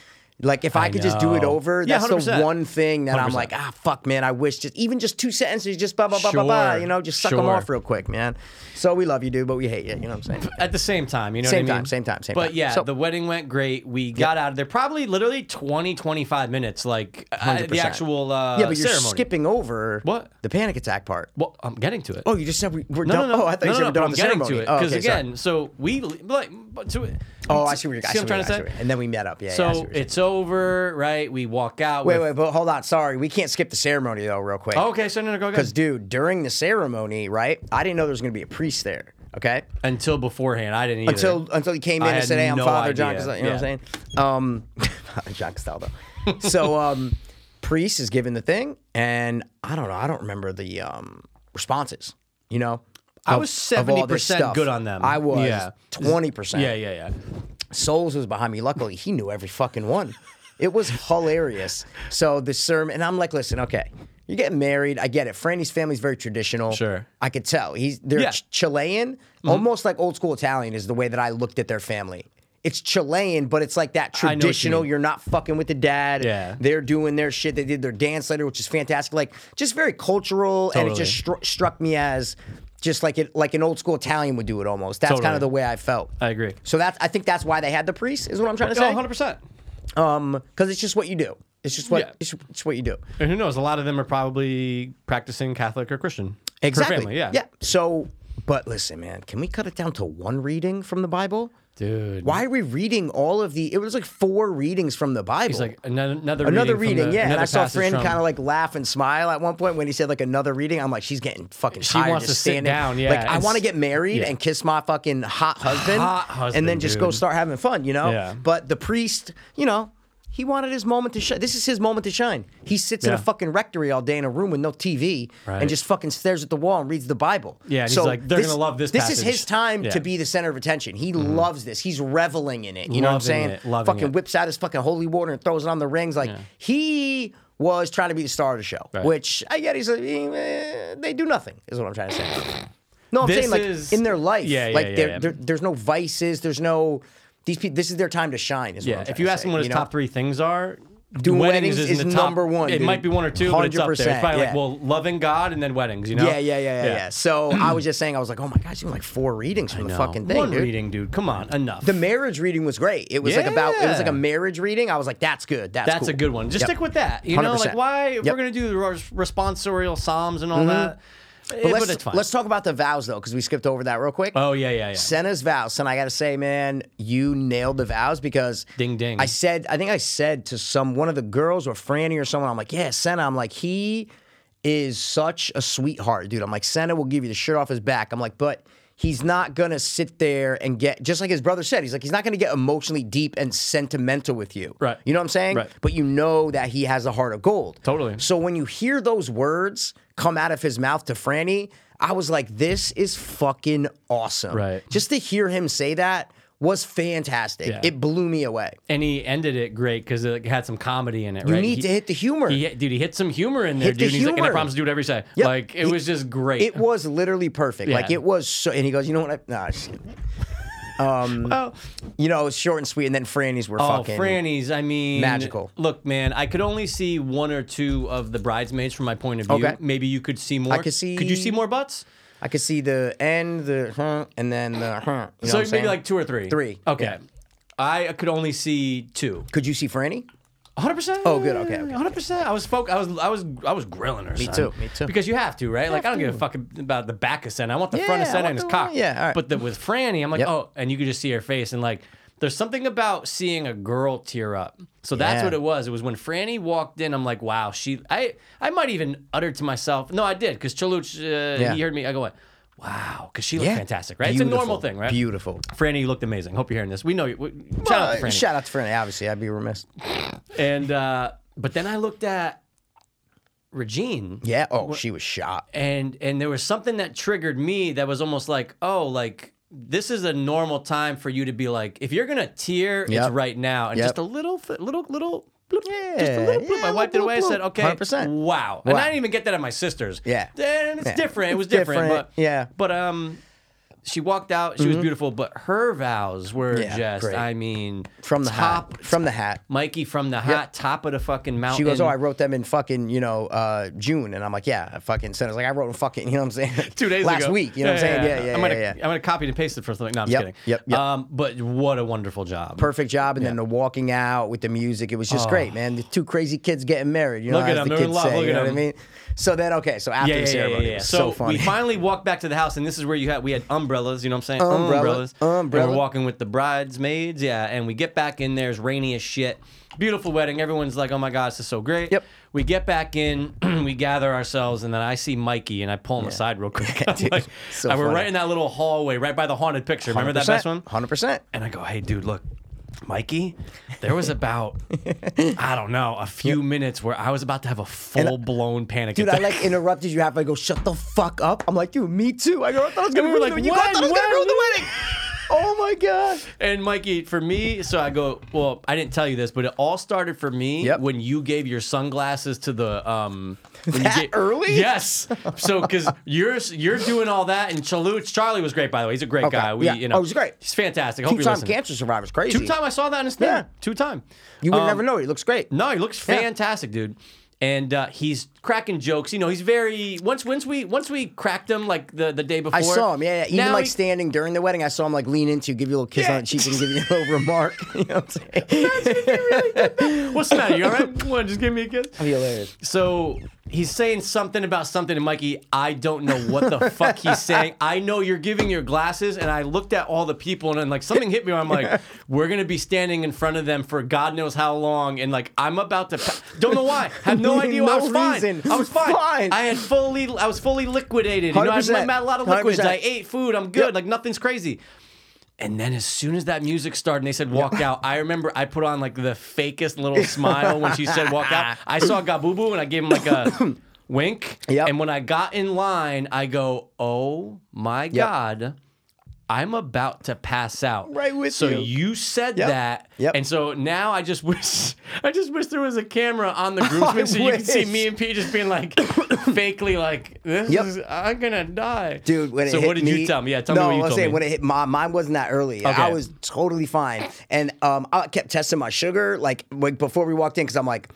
S2: like if I, could just do it
S4: know.
S2: over,
S4: Yeah,
S2: that's the
S4: 100%.
S2: one thing that i am
S4: 100%.
S2: like, ah, fuck, man, I wish just even just two sentences, just blah blah blah blah blah.
S4: Sure,
S2: You know, just suck them
S4: sure. Uh,
S2: off real quick, man. So we love you, dude, but we hate you. You know what I'm saying?
S4: at the same time, you know
S2: Same
S4: what I
S2: time,
S4: mean?
S2: same time, same
S4: but
S2: time.
S4: yeah,
S2: So-
S4: the wedding went great. We got out of there probably literally 20, 25 minutes, like uh, the
S2: 100%.
S4: actual uh,
S2: yeah, but you're
S4: ceremony.
S2: skipping over
S4: What?
S2: the panic attack part.
S4: Well, I'm getting to it.
S2: Oh, you just said we, we're
S4: no,
S2: done.
S4: no, no.
S2: Oh, I thought
S4: no,
S2: you
S4: no,
S2: said
S4: no,
S2: we're
S4: but
S2: done
S4: I'm
S2: with the
S4: getting
S2: ceremony.
S4: to it.
S2: Oh,
S4: Because
S2: okay, sorry.
S4: again, so we, like, but to,
S2: oh, I see what you're I
S4: See what I'm trying to
S2: I
S4: say?
S2: see what- And then we met up. Yeah. yeah, I see
S4: So
S2: what you're saying.
S4: it's over, right? We walk out.
S2: wait,
S4: with,
S2: wait, but hold on. Sorry, we can't skip the ceremony though, real quick.
S4: Okay, so no, no, go ahead.
S2: Because dude, during the ceremony, right? I didn't know there was gonna be a priest there. Okay.
S4: Until beforehand, I didn't either.
S2: until until he came in
S4: I
S2: and
S4: had
S2: said, "Hey, I'm
S4: no
S2: Father John
S4: idea.
S2: Costello." You know what I'm saying? Um, Father John Costello. so um, priest is given the thing, and I don't know. I don't remember the um, responses. You know,
S4: I
S2: of-
S4: was
S2: of all this
S4: 70%
S2: stuff.
S4: good on them.
S2: I was
S4: Yeah.
S2: twenty percent.
S4: Yeah, yeah, yeah.
S2: Souls was behind me. Luckily, he knew every fucking one. It was hilarious. So the sermon, and I'm like, listen, okay, you're getting married. I get it. Franny's family's very traditional.
S4: Sure.
S2: I could tell. He's they're
S4: Yeah. Mm-hmm.
S2: Ch- Chilean, almost like old school Italian is the way that I looked at their family. It's Chilean, but it's like that
S4: I know what you
S2: traditional.
S4: mean.
S2: you're not fucking with the dad.
S4: Yeah.
S2: They're doing their shit. They did their dance later, which is fantastic. Like just very cultural, and it
S4: Totally.
S2: just stru- struck me as just like it like an old school Italian would do it almost. That's kind
S4: Totally.
S2: of the way I felt.
S4: I agree.
S2: So that's I think that's why they had the priest is what I'm trying to
S4: No,
S2: say.
S4: 100%.
S2: Um, because it's just what you do. It's just what
S4: Yeah.
S2: it's, it's what you do.
S4: And who knows? A lot of them are probably practicing Catholic or Christian. Her
S2: Exactly.
S4: family, yeah.
S2: Yeah. So, but listen, man, can we cut it down to one reading from the Bible?
S4: Dude.
S2: Why are we reading all of the? It was like four readings from the Bible.
S4: He's like another another
S2: another
S4: reading, from
S2: reading,
S4: the-
S2: yeah. And
S4: another
S2: I saw
S4: passage
S2: Fran
S4: from-
S2: kind of like laugh and smile at one point when he said like another reading. I'm like, she's getting fucking
S4: She
S2: tired
S4: wants
S2: of
S4: to sit
S2: standing
S4: down, yeah,
S2: Like I
S4: and
S2: want to
S4: s-
S2: get married
S4: yeah.
S2: and kiss my fucking hot husband,
S4: Hot
S2: and then
S4: husband,
S2: just go
S4: dude.
S2: start having fun, you know.
S4: Yeah.
S2: But the priest, you know. He wanted his moment to shine. This is his moment to shine. He sits in a
S4: Yeah.
S2: fucking rectory all day in a room with no TV
S4: Right.
S2: and just fucking stares at the wall and reads the Bible.
S4: Yeah, and he's like, they're gonna love this
S2: This is
S4: passage.
S2: his time
S4: Yeah. Mm-hmm.
S2: to be the center of attention. He loves this. He's reveling in it. You know what I'm
S4: Loving
S2: saying?
S4: it, loving
S2: fucking
S4: it.
S2: whips out his fucking holy water and throws it on the rings. Like he was trying to be the star of the show,
S4: Right.
S2: which I get. He's like, eh, they do nothing, is what I'm trying to say. No, I'm
S4: This
S2: saying like
S4: is-
S2: in their life,
S4: Yeah, yeah,
S2: like
S4: yeah,
S2: there-
S4: yeah.
S2: there- there's no vices, there's no these people. This is their time to shine. Is what
S4: Yeah,
S2: I'm
S4: if
S2: trying
S4: you
S2: to
S4: ask
S2: say,
S4: him what his
S2: you know?
S4: top three things are,
S2: Doing
S4: weddings,
S2: weddings
S4: isn't
S2: is
S4: the top-
S2: number one,
S4: It
S2: dude.
S4: might be one or two, but it's up there. It's
S2: 100%,
S4: probably
S2: yeah.
S4: like well, loving God and then weddings. You know?
S2: Yeah, yeah, yeah, yeah, yeah. So I was just saying, I was like, oh my gosh, you like four readings from the
S4: No.
S2: fucking thing,
S4: One
S2: dude.
S4: reading, dude. Come on, enough.
S2: The marriage reading was great. It was like about it was like
S4: Yeah.
S2: a marriage reading. I was like, that's good. That's
S4: That's
S2: cool.
S4: a good one. Just
S2: Yep.
S4: stick with that. You know,
S2: 100%.
S4: like why if
S2: Yep. Mm-hmm.
S4: we're gonna do the res- responsorial psalms and all that. eh,
S2: But
S4: But,
S2: let's,
S4: it's fine.
S2: let's talk about the vows though, because we skipped over that real quick.
S4: oh yeah, yeah, yeah.
S2: Senna's vows. Senna, I gotta say, man, you nailed the vows because
S4: Ding, ding.
S2: I said, I think I said to some one of the girls or Franny or someone, I'm like, yeah, Senna. I'm like, he is such a sweetheart, dude. I'm like, Senna will give you the shirt off his back. I'm like, but he's not gonna sit there and get just like his brother said, he's like, he's not gonna get emotionally deep and sentimental with you.
S4: Right.
S2: You know what I'm saying?
S4: Right.
S2: But you know that he has a heart of gold.
S4: Totally.
S2: So when you hear those words come out of his mouth to Franny, I was like, this is fucking awesome.
S4: Right.
S2: Just to hear him say that was fantastic.
S4: Yeah.
S2: It blew me away.
S4: and he ended it great because it had some comedy in it.
S2: You
S4: right?
S2: need
S4: He-
S2: to hit the humor.
S4: He, dude, he hit some humor in there,
S2: Hit the
S4: dude. and he's like, and I
S2: humor.
S4: promise to do whatever you say.
S2: Yep.
S4: Like, it
S2: He-
S4: was just great.
S2: It was literally perfect. Like
S4: Yeah.
S2: it was so and he goes, you know what I nah, shit.
S4: oh,
S2: you know, it's short and sweet, and then Franny's were
S4: oh,
S2: fucking
S4: Franny's. I mean,
S2: magical.
S4: Look, man, I could only see one or two of the bridesmaids from my point of view.
S2: Okay.
S4: Maybe you could see more.
S2: could see-
S4: Could you see more butts?
S2: I could see the end, the huh, and then the huh. You know
S4: so
S2: what I'm
S4: maybe
S2: saying?
S4: like two or three.
S2: Three,
S4: Okay.
S2: yeah.
S4: I could only see two.
S2: Could you see Franny?
S4: 100. percent
S2: Oh, good, okay, okay.
S4: 100. percent I was folk. I was. I was. I was grilling her. Me
S2: too, me too.
S4: Because you have to, right? like I don't give a fuck about the back of Senna. I want the front of
S2: Yeah, I
S4: Senna
S2: want
S4: and his
S2: the-
S4: cock.
S2: yeah, all right.
S4: But the, with Franny, I'm like,
S2: Yep.
S4: oh, and you could just see her face and like. There's something about seeing a girl tear up. So that's
S2: Yeah.
S4: what it was. It was when Franny walked in. I'm like, wow, she. I I might even utter to myself. No, I did because Chaluch, uh,
S2: Yeah.
S4: he heard me. I go, wow, because she looked fantastic, right? It's a normal
S2: Beautiful,
S4: thing, right?
S2: Beautiful.
S4: Franny, you looked amazing. Hope you're hearing this. We know you. we- Shout out to
S2: Uh,
S4: Franny.
S2: shout out to Franny, obviously. I'd be remiss.
S4: And uh, but then I looked at Regine,
S2: Yeah. Oh, she was shot.
S4: and and there was something that triggered me that was almost like, oh, like this is a normal time for you to be like, if you're gonna tear,
S2: Yep.
S4: it's right now, and
S2: Yep.
S4: just a little, f- little, little. bloop, just
S2: Yeah,
S4: a little bloop.
S2: yeah,
S4: I wiped
S2: bloop,
S4: it away.
S2: bloop,
S4: I said, okay,
S2: 100%.
S4: wow. And
S2: Wow.
S4: I didn't even get that at my sister's.
S2: Yeah.
S4: And it's
S2: Yeah.
S4: different. It was
S2: It's
S4: different.
S2: different,
S4: But,
S2: yeah. Mm-hmm.
S4: But um, she walked out. She was beautiful. But her vows were
S2: Yeah,
S4: just,
S2: great.
S4: I mean,
S2: From the
S4: top,
S2: hat. From the hat.
S4: Mikey from the hot top of the fucking mountain.
S2: She goes, "Oh, I wrote them in fucking you know uh, June," and I'm like, "Yeah, I fucking said." I was like, "I wrote them fucking," you know what I'm saying?
S4: two days
S2: last
S4: ago.
S2: week. You know what I'm saying? Yeah, yeah,
S4: I'm
S2: yeah,
S4: gonna,
S2: yeah.
S4: I'm gonna copy and paste it for something. No, I'm
S2: Yep,
S4: just kidding.
S2: yep, yep.
S4: Um, but what a wonderful job.
S2: Perfect job, and then the walking out with the music, it was just great, man. The two crazy kids getting married, you know,
S4: Oh. Look
S2: as
S4: at them,
S2: the
S4: they're in
S2: kids
S4: love,
S2: say,
S4: look
S2: you
S4: at
S2: know what I
S4: them.
S2: mean? So then, okay, so after
S4: Yeah, yeah,
S2: the
S4: yeah, yeah,
S2: ceremony, it
S4: yeah.
S2: was
S4: So,
S2: so, funny.
S4: we finally walked back to the house, and this is where you had we had umbrellas. You know what I'm saying?
S2: Umbrella,
S4: And
S2: umbrella.
S4: we're walking with the bridesmaids. Yeah, and we get back in there. It's rainy as shit. Beautiful wedding. Everyone's like, "Oh my god, this is so great."
S2: Yep.
S4: We get back in, we gather ourselves, and then I see Mikey, and I pull him aside real quick. I'm
S2: Dude,
S4: like-
S2: so
S4: and we're
S2: funny.
S4: right in that little hallway, right by the haunted picture. Remember that best one?
S2: Hundred percent.
S4: And I go, hey, dude, look, Mikey, there was about I don't know a few minutes where I was about to have a full blown panic
S2: Dude, I
S4: attack.
S2: like interrupted you halfway. I go, shut the fuck up. I'm like, dude, me too. I go, I thought I was gonna
S4: we were
S2: ruin
S4: like,
S2: the you go, I thought I was
S4: when,
S2: gonna ruin the wedding. Oh my god.
S4: and Mikey, for me, so I go. Well, I didn't tell you this, but it all started for me
S2: Yep.
S4: when you gave your sunglasses to the um. When
S2: That
S4: you gave,
S2: early?
S4: Yes. So because you're you're doing all that, and Chaluch Charlie was great by the way. He's a great
S2: Okay,
S4: guy. We,
S2: yeah.
S4: you know,
S2: Oh, he's great.
S4: He's fantastic. Hope
S2: Two
S4: you
S2: time
S4: listen.
S2: cancer survivors, crazy.
S4: Two time I saw that in his thing.
S2: Yeah.
S4: Two time.
S2: You would
S4: Um,
S2: never know. He looks great.
S4: No, he looks
S2: Yeah.
S4: fantastic, dude. And uh, he's cracking jokes. You know, he's very once once we once we cracked him like the, the day before.
S2: I saw him, yeah. yeah. Even
S4: now
S2: like
S4: he-
S2: standing during the wedding, I saw him like lean into you, give you a little kiss
S4: Yeah.
S2: on the cheek, and give you a little remark. You know what I'm saying?
S4: What's the matter? You all right? What, just give me a kiss.
S2: That'd be hilarious.
S4: So he's saying something about something, and Mikey, I don't know what the fuck he's saying. I know you're giving your glasses, and I looked at all the people, and then like something hit me. where I'm like, we're gonna be standing in front of them for God knows how long, and like I'm about to, pa- don't know why, have no idea. I
S2: No
S4: was
S2: reason.
S4: fine. I was fine.
S2: Fine.
S4: I had fully, I was fully liquidated. You know, I had
S2: 100%.
S4: a lot of liquids. I
S2: 100%.
S4: ate food. I'm good. Like nothing's crazy. And then as soon as that music started and they said walk out, I remember I put on like the fakest little smile when she said walk out. I saw Gabubu and I gave him like a wink.
S2: Yep.
S4: And when I got in line, I go, oh my God. I'm about to pass out.
S2: Right with
S4: so
S2: you.
S4: you said
S2: Yep.
S4: that,
S2: Yep.
S4: and so now I just wish, I just wish there was a camera on the groomsmen so you could see
S2: wish.
S4: me and P just being like, fakely like, this
S2: Yep.
S4: is, I'm gonna die,
S2: Dude, when it
S4: so
S2: hit
S4: what did
S2: me-
S4: you tell me? Yeah, tell
S2: no,
S4: me what you
S2: I was
S4: told
S2: saying,
S4: me.
S2: when it hit my mine wasn't that early. I
S4: Okay.
S2: was totally fine, and um, I kept testing my sugar like like before we walked in because I'm like.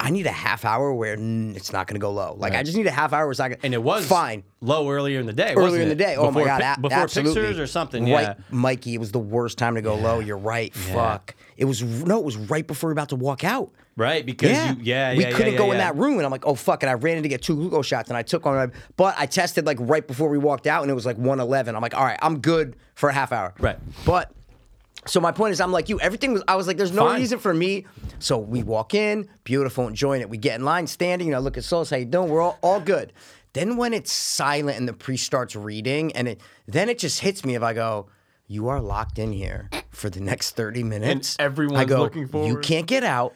S2: I need a half hour where mm, it's not going to go low. Like I just need a half hour. Where it's not gonna,
S4: And it was
S2: fine.
S4: low earlier in the day.
S2: earlier
S4: wasn't
S2: in the
S4: it?
S2: day. Oh
S4: Before
S2: my god,
S4: pi-
S2: a-
S4: before
S2: absolutely.
S4: Pictures or something.
S2: Right,
S4: Yeah.
S2: Mikey, it was the worst time to go low. You're right. Fuck. It was no, it was right before we were about to walk out.
S4: Right. Because you, yeah, yeah.
S2: we
S4: yeah,
S2: couldn't
S4: yeah,
S2: go in
S4: yeah.
S2: that room, and I'm like, oh fuck, and I ran in to get two glucose shots, and I took one, but I tested like right before we walked out, and it was like 111. I'm like, all right, I'm good for a half hour.
S4: Right.
S2: but. So my point is, I'm like you. Everything was. I was like, there's no
S4: Fine.
S2: reason for me. So we walk in, beautiful, enjoying it. We get in line, standing. And I look at Solis, how you doing? We're all, all good. Then when it's silent and the priest starts reading, and it then it just hits me if I go, you are locked in here for the next 30 minutes.
S4: everyone's
S2: I go,
S4: looking
S2: You
S4: forward."
S2: can't get out.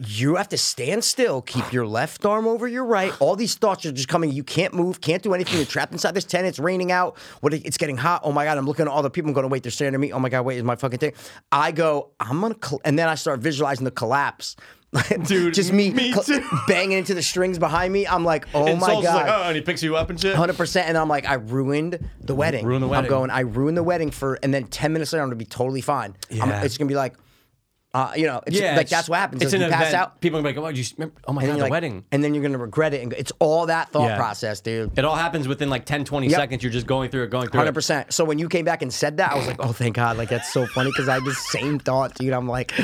S2: You have to stand still, keep your left arm over your right. All these thoughts are just coming. You can't move, can't do anything. You're trapped inside this tent. It's raining out. What? It's getting hot. Oh my god! I'm looking at all the people. I'm going to wait. They're staring at me. Oh my god! Wait, is my fucking thing? I go. I'm gonna, col and then I start visualizing the collapse.
S4: Dude,
S2: just me,
S4: me
S2: col-
S4: too.
S2: banging into the strings behind me. I'm like, oh
S4: And
S2: my
S4: Saul's just
S2: god!
S4: like, oh, and he picks you up and shit.
S2: Hundred percent, and I'm like, I ruined the wedding.
S4: Ruined the
S2: I'm
S4: wedding.
S2: going. I ruined the wedding for, and then ten minutes later, I'm gonna be totally fine. I'm-
S4: Yeah.
S2: it's gonna be like, uh, you know, it's
S4: Yeah.
S2: like
S4: it's-
S2: that's what happens.
S4: It's
S2: It's
S4: an
S2: you pass
S4: event.
S2: out,
S4: People are gonna be like, oh, you s- remember- oh my
S2: and
S4: god,
S2: you're
S4: the
S2: like-
S4: wedding.
S2: and then you're gonna regret it. And it's all that thought
S4: Yeah.
S2: process, dude.
S4: It all happens within like 10, 20
S2: Yep.
S4: seconds. You're just going through it, going through
S2: Hundred
S4: it.
S2: percent. So when you came back and said that, I was like, oh, thank God. Like that's so funny because I had the same thought, dude. I'm like,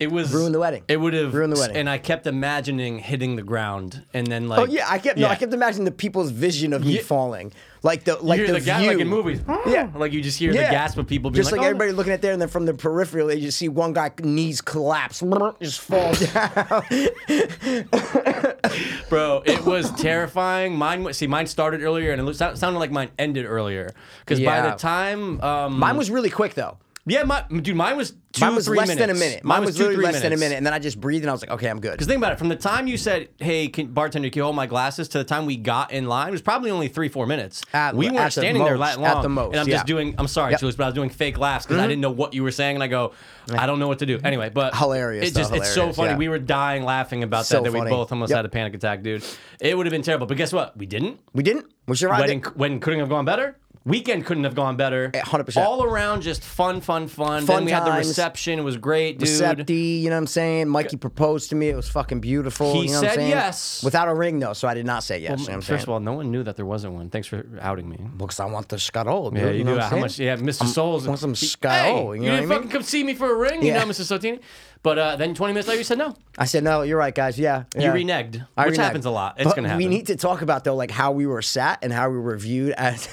S4: It was
S2: Ruined the wedding.
S4: It would have
S2: Ruined the wedding.
S4: And I kept imagining hitting the ground, and then like,
S2: oh yeah, I kept, no, I kept imagining the people's vision of me
S4: Yeah.
S2: falling, like the like
S4: you
S2: the
S4: hear the, ga-
S2: view.
S4: like in movies.
S2: Yeah.
S4: like you just hear the gasp of people being
S2: just like,
S4: oh,
S2: everybody looking at there, and then from the peripheral, you just see one guy knees collapse, just fall down.
S4: Bro, it was terrifying. Mine was see, mine started earlier, and it looked, sound- sounded like mine ended earlier. Because by
S2: Yeah.
S4: the time, um,
S2: Mine was really quick though.
S4: yeah, my, dude, mine was two,
S2: Mine was
S4: three
S2: less
S4: minutes.
S2: than a minute. Mine, was, literally less than a minute, and then I just breathed, and I was like, okay, I'm good.
S4: Because think about it, from the time you said, "Hey, can, bartender, can you hold my glasses?" to the time we got in line, it was probably only three, four minutes.
S2: At-
S4: we weren't
S2: at the
S4: standing there
S2: most,
S4: that long.
S2: at the most,
S4: and I'm
S2: yeah.
S4: just doing. I'm sorry,
S2: Yep. Mm-hmm.
S4: Julius, but I was doing fake laughs because I didn't know what you were saying, and I go, I don't know what to do. Anyway, but
S2: Hilarious,
S4: It just
S2: though,
S4: it's so
S2: hilarious,
S4: funny.
S2: yeah.
S4: We were dying laughing about
S2: So
S4: that. That we
S2: funny.
S4: both almost
S2: Yep.
S4: had a panic attack, dude. It would have been terrible. But guess what? We didn't
S2: we didn't. We survived.
S4: wedding
S2: it.
S4: when couldn't have gone better. Weekend couldn't have gone better.
S2: 100%.
S4: All around, just fun, fun,
S2: Fun
S4: fun. then we had the
S2: times.
S4: reception. It was great, dude.
S2: Septi, you know what I'm saying? Mikey proposed to me. It was fucking beautiful.
S4: He
S2: you know what I'm
S4: said
S2: saying?
S4: yes.
S2: Without a ring, though, so I did not say yes. you know what I'm
S4: First of
S2: saying?
S4: all, no one knew that there wasn't one. Thanks for outing me.
S2: Because I want the scarole, dude.
S4: Yeah, you
S2: know
S4: do.
S2: what I'm
S4: How
S2: saying?
S4: much? Yeah, mister Souls.
S2: want some Sky
S4: Hey,
S2: O, you
S4: you
S2: know
S4: didn't
S2: what I
S4: fucking come see me for a ring, you
S2: Yeah.
S4: know, Mr. Sotini. But uh, then 20 minutes later, you said no.
S2: I said, no, you're right, guys. Yeah. yeah.
S4: reneged,
S2: I
S4: which
S2: reneged.
S4: happens a lot. It's
S2: But
S4: gonna
S2: We
S4: happen.
S2: need to talk about, though, like how we were sat and how we were viewed as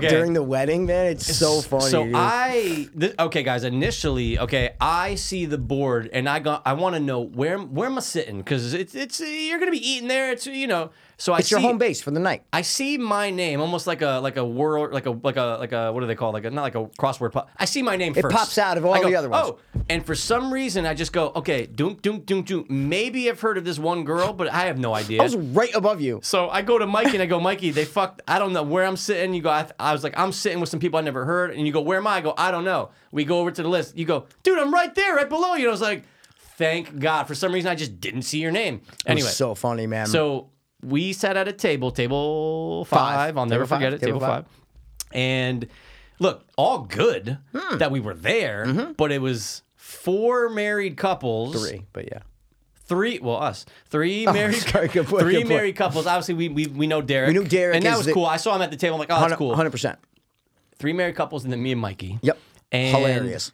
S2: during the wedding, man. It's, so funny.
S4: So
S2: dude.
S4: I, th- okay, guys. Initially, okay, I see the board and I go. I want to know where where am I sitting because it's it's you're gonna be eating there. It's you know. So I
S2: It's your
S4: see-
S2: home base for the night.
S4: I see my name almost like a like a world like a like a like a what do they call like a not like a crossword pop. I see my name
S2: It
S4: first.
S2: pops out of all
S4: I go,
S2: the other ones.
S4: Oh, and for some reason I just go okay, doom doom doom doom. Maybe I've heard of this one girl, but I have no idea.
S2: I was right above you.
S4: So I go to Mikey and I go, Mikey, they fucked. I don't know where I'm sitting. You go, I, th- I was like, I'm sitting with some people I never heard. And you go, where am I? I go, I don't know. We go over to the list. You go, dude, I'm right there, right below you. And I was like, thank God. For some reason, I just didn't see your name. Anyway,
S2: It's so funny, man.
S4: so we sat at a table, table five. I'll never
S2: Table five,
S4: forget it,
S2: table
S4: table five. And look, all good
S2: Hmm.
S4: that we were there, but it was four married couples
S2: Mm-hmm. three, but yeah.
S4: three well us three married
S2: sorry, good point,
S4: three
S2: good point.
S4: married couples obviously we, we we know Derek
S2: We knew Derek
S4: and that
S2: is
S4: was
S2: the-
S4: cool I saw him at the table I'm like oh that's cool
S2: 100%.
S4: three married couples and then me and Mikey
S2: Yep.
S4: and
S2: Hilarious.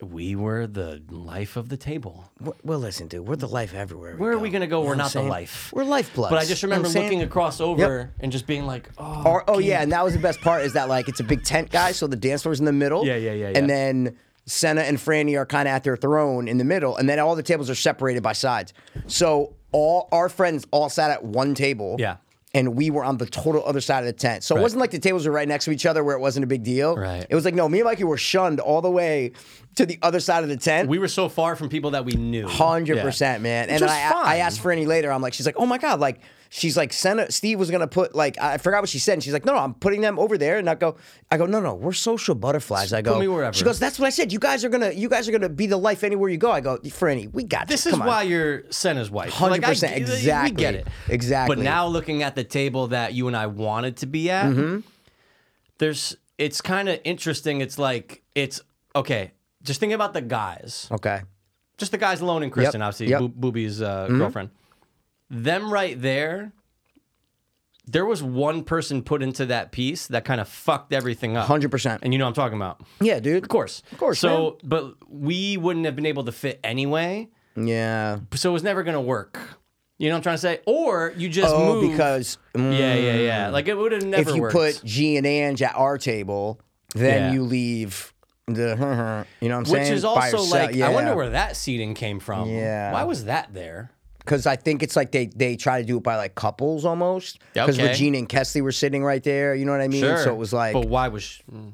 S4: we were the life of the table
S2: W- Well, listen, dude, we're the life everywhere.
S4: where are we gonna go
S2: You know
S4: we're
S2: what I'm
S4: not the
S2: saying?
S4: life
S2: We're lifebloods.
S4: but I just
S2: You know what
S4: remember
S2: I'm
S4: looking
S2: saying?
S4: across over and just being like oh
S2: Or, oh yeah, and that was the best part is that like it's a big tent, guys. So the dance floor's in the middle.
S4: Yeah, yeah, yeah, yeah.
S2: And then Senna and Franny are kind of at their throne in the middle, and then all the tables are separated by sides. So all our friends all sat at one table.
S4: Yeah.
S2: And we were on the total other side of the tent. So it wasn't like the tables were right next to each other where it wasn't a big deal.
S4: Right.
S2: It was like, no, me and Mikey were shunned all the way to the other side of the tent.
S4: we were so far from people that we knew
S2: Hundred
S4: Yeah.
S2: percent, man. And
S4: Which
S2: then
S4: was
S2: I,
S4: fine.
S2: I asked Franny later. I'm like, she's like, oh my god, like she's like, Senna, Steve was gonna put like I forgot what she said. And she's like, no, no, I'm putting them over there. And I go, I go, no, no, we're social butterflies. I go,
S4: me wherever.
S2: She goes, that's what I said. You guys are gonna, you guys are gonna be the life anywhere you go. I go, Franny, we got
S4: This
S2: Come
S4: is
S2: on.
S4: why you're Senna's wife.
S2: 100%,
S4: I-
S2: exactly,
S4: We get it.
S2: exactly.
S4: But now looking at the table that you and I wanted to be at,
S2: Mm-hmm.
S4: there's it's kind of interesting. It's like it's okay. Just think about the guys.
S2: Okay.
S4: Just the guys alone and Kristen,
S2: Yep,
S4: obviously,
S2: yep. Mm-hmm.
S4: Bo- Booby's uh, girlfriend. Them right there. There was one person put into that piece that kind of fucked everything up.
S2: 100%.
S4: And you know what I'm talking about.
S2: Yeah, dude.
S4: Of course.
S2: Of course,
S4: So, but we wouldn't have been able to fit anyway
S2: Yeah.
S4: so it was never gonna work. You know what I'm trying to say? Or you just
S2: Oh,
S4: move
S2: because mm,
S4: yeah, yeah, yeah. Like it would have never
S2: if you
S4: worked.
S2: put G and Ange at our table, then
S4: Yeah.
S2: you leave the, you know what I'm
S4: which
S2: saying?
S4: is
S2: By
S4: also
S2: yourself.
S4: like
S2: Yeah.
S4: I wonder where that seating came from.
S2: Yeah.
S4: Why was that there?
S2: because I think it's like they they try to do it by like couples almost. Because
S4: Okay.
S2: Regina and Kesley were sitting right there, you know what I mean? So it was like
S4: But why was mm,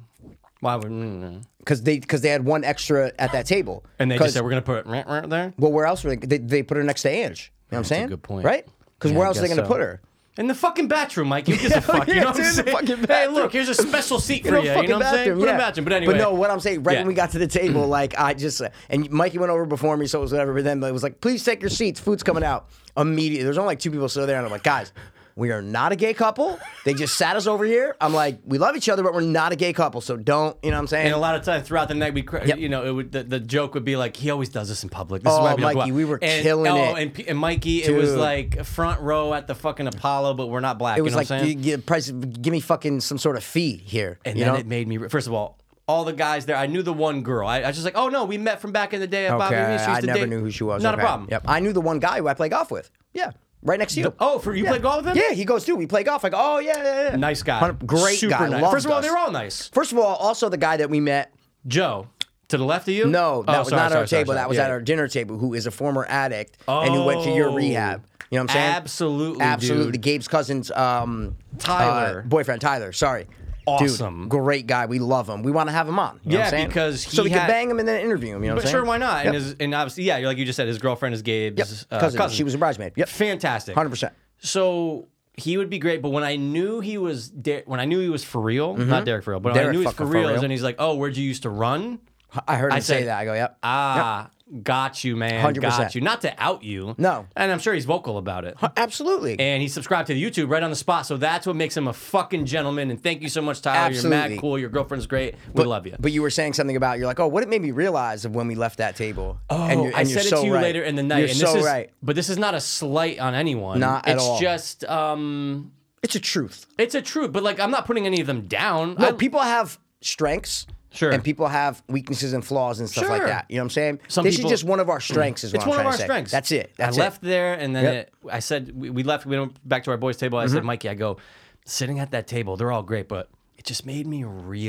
S4: why would mm,
S2: because they because they had one extra at that table,
S4: and they just
S2: 'Cause-
S4: said we're gonna put rent rent there?
S2: well, where else were they? They, they put her next to Ange. You know what I'm saying?
S4: good point.
S2: right? Because
S4: Yeah,
S2: where
S4: I
S2: else are they
S4: guess
S2: going to
S4: so.
S2: put her?
S4: In the fucking bathroom, Mike. You give a fuck. You
S2: Yeah,
S4: know
S2: it's
S4: what I'm
S2: in the
S4: saying?
S2: fucking
S4: Hey,
S2: bathroom.
S4: look, here's a special seat
S2: In
S4: for
S2: a
S4: you. You
S2: fucking
S4: know what I'm saying?
S2: bathroom,
S4: Put it in
S2: yeah.
S4: a bathroom. But anyway,
S2: no, what I'm saying, right
S4: Yeah.
S2: when
S4: Mm-hmm.
S2: we got to the table, like I just and Mikey went over before me, so it was whatever. But then it was like, please take your seats. Food's coming out immediately. There's only like two people still there, and I'm like, guys, we are not a gay couple. They just sat us over here. I'm like, we love each other, but we're not a gay couple, so don't. You know what I'm saying?
S4: And a lot of times throughout the night, we, cr you know, it would the, the joke would be like, he always does this in public. This
S2: Oh,
S4: is why we don't go
S2: Mikey,
S4: out."
S2: we were
S4: and,
S2: killing
S4: oh,
S2: it.
S4: And, P- and Mikey, it was
S2: Dude.
S4: like front row at the fucking Apollo, but we're not black.
S2: it was
S4: you know
S2: like,
S4: what I'm saying?
S2: you, you- price, give me fucking some sort of fee here.
S4: and
S2: you
S4: then
S2: know?
S4: it made me. re- First of all, all the guys there, I knew the one girl. I, I was just like, oh no, we met from back in the day at Bobby Reese. She
S2: I
S4: used to
S2: never
S4: date-
S2: knew who she was.
S4: Not
S2: Okay.
S4: a problem.
S2: Yep, I knew the one guy who I play golf with. Yeah, right next to you.
S4: Oh, for you
S2: Yeah.
S4: play golf with him?
S2: Yeah, he goes too. We play golf. I go, oh yeah, yeah, yeah.
S4: Nice guy.
S2: Hundred- great
S4: Super
S2: guy.
S4: Nice.
S2: Loved
S4: First of all,
S2: us.
S4: they were all nice.
S2: First of all, also the guy that we met.
S4: Joe, to the left of you?
S2: No, that
S4: Oh,
S2: was
S4: sorry,
S2: not at
S4: sorry,
S2: our
S4: sorry,
S2: table.
S4: sorry.
S2: That was
S4: Yeah.
S2: at our dinner table. Who is a former addict and who went to your
S4: Oh.
S2: rehab. You know what I'm saying?
S4: Absolutely,
S2: absolutely.
S4: dude.
S2: Gabe's cousin's um,
S4: Tyler.
S2: uh, boyfriend Tyler. Sorry.
S4: Awesome.
S2: Dude, great guy. We love him. We want to have him on. You know what
S4: Yeah,
S2: I'm saying?
S4: because
S2: so
S4: he
S2: we can
S4: had-
S2: bang him and then interview him. You know what
S4: But
S2: I'm
S4: sure,
S2: saying?
S4: why not?
S2: Yep.
S4: And, his, and obviously, yeah, like you just said, his girlfriend is Gabe's uh,
S2: cousin.
S4: cousin.
S2: She was a bridesmaid. Yep.
S4: fantastic,
S2: Hundred percent.
S4: So he would be great, but when I knew he was Der- when I knew he was for real, not Derek for real, but when
S2: Derek
S4: I knew he was
S2: Mm-hmm. fucking
S4: for
S2: for
S4: real,
S2: real.
S4: and he's like, "Oh, where'd you used to run?"
S2: I heard him
S4: I
S2: say
S4: said-
S2: that. I go, yep.
S4: Ah, got you, man.
S2: 100%.
S4: Got you. Not to out you,
S2: No.
S4: and I'm sure he's vocal about it.
S2: Absolutely.
S4: And he subscribed to the YouTube right on the spot, so that's what makes him a fucking gentleman. And thank you so much, Tyler. You're
S2: Absolutely.
S4: mad cool. Your girlfriend's great. We love you.
S2: But you were saying something about you're like, oh, what it made me realize of when we left that table. Oh, and you're,
S4: I
S2: and you're
S4: said it
S2: so
S4: to you
S2: right.
S4: later in the night.
S2: You're
S4: and
S2: so
S4: this is,
S2: right.
S4: But this is not a slight on anyone.
S2: Not at
S4: it's
S2: all.
S4: just um,
S2: It's a truth.
S4: it's a truth. But like, I'm not putting any of them down.
S2: No,
S4: I-
S2: people have strengths.
S4: Sure.
S2: And people have weaknesses and flaws and stuff like
S4: Sure.
S2: that. You know what I'm saying?
S4: Some
S2: this
S4: people- Mm.
S2: is just one of our strengths. Is what
S4: it's
S2: I'm
S4: one of
S2: trying
S4: our
S2: to say.
S4: strengths.
S2: That's it. That's
S4: I
S2: it.
S4: left there, and then
S2: Yep. Mm-hmm.
S4: it, I said we, we left. We went back to our boys' table. I said, Mikey, I go sitting at that table. They're all great, but it just made me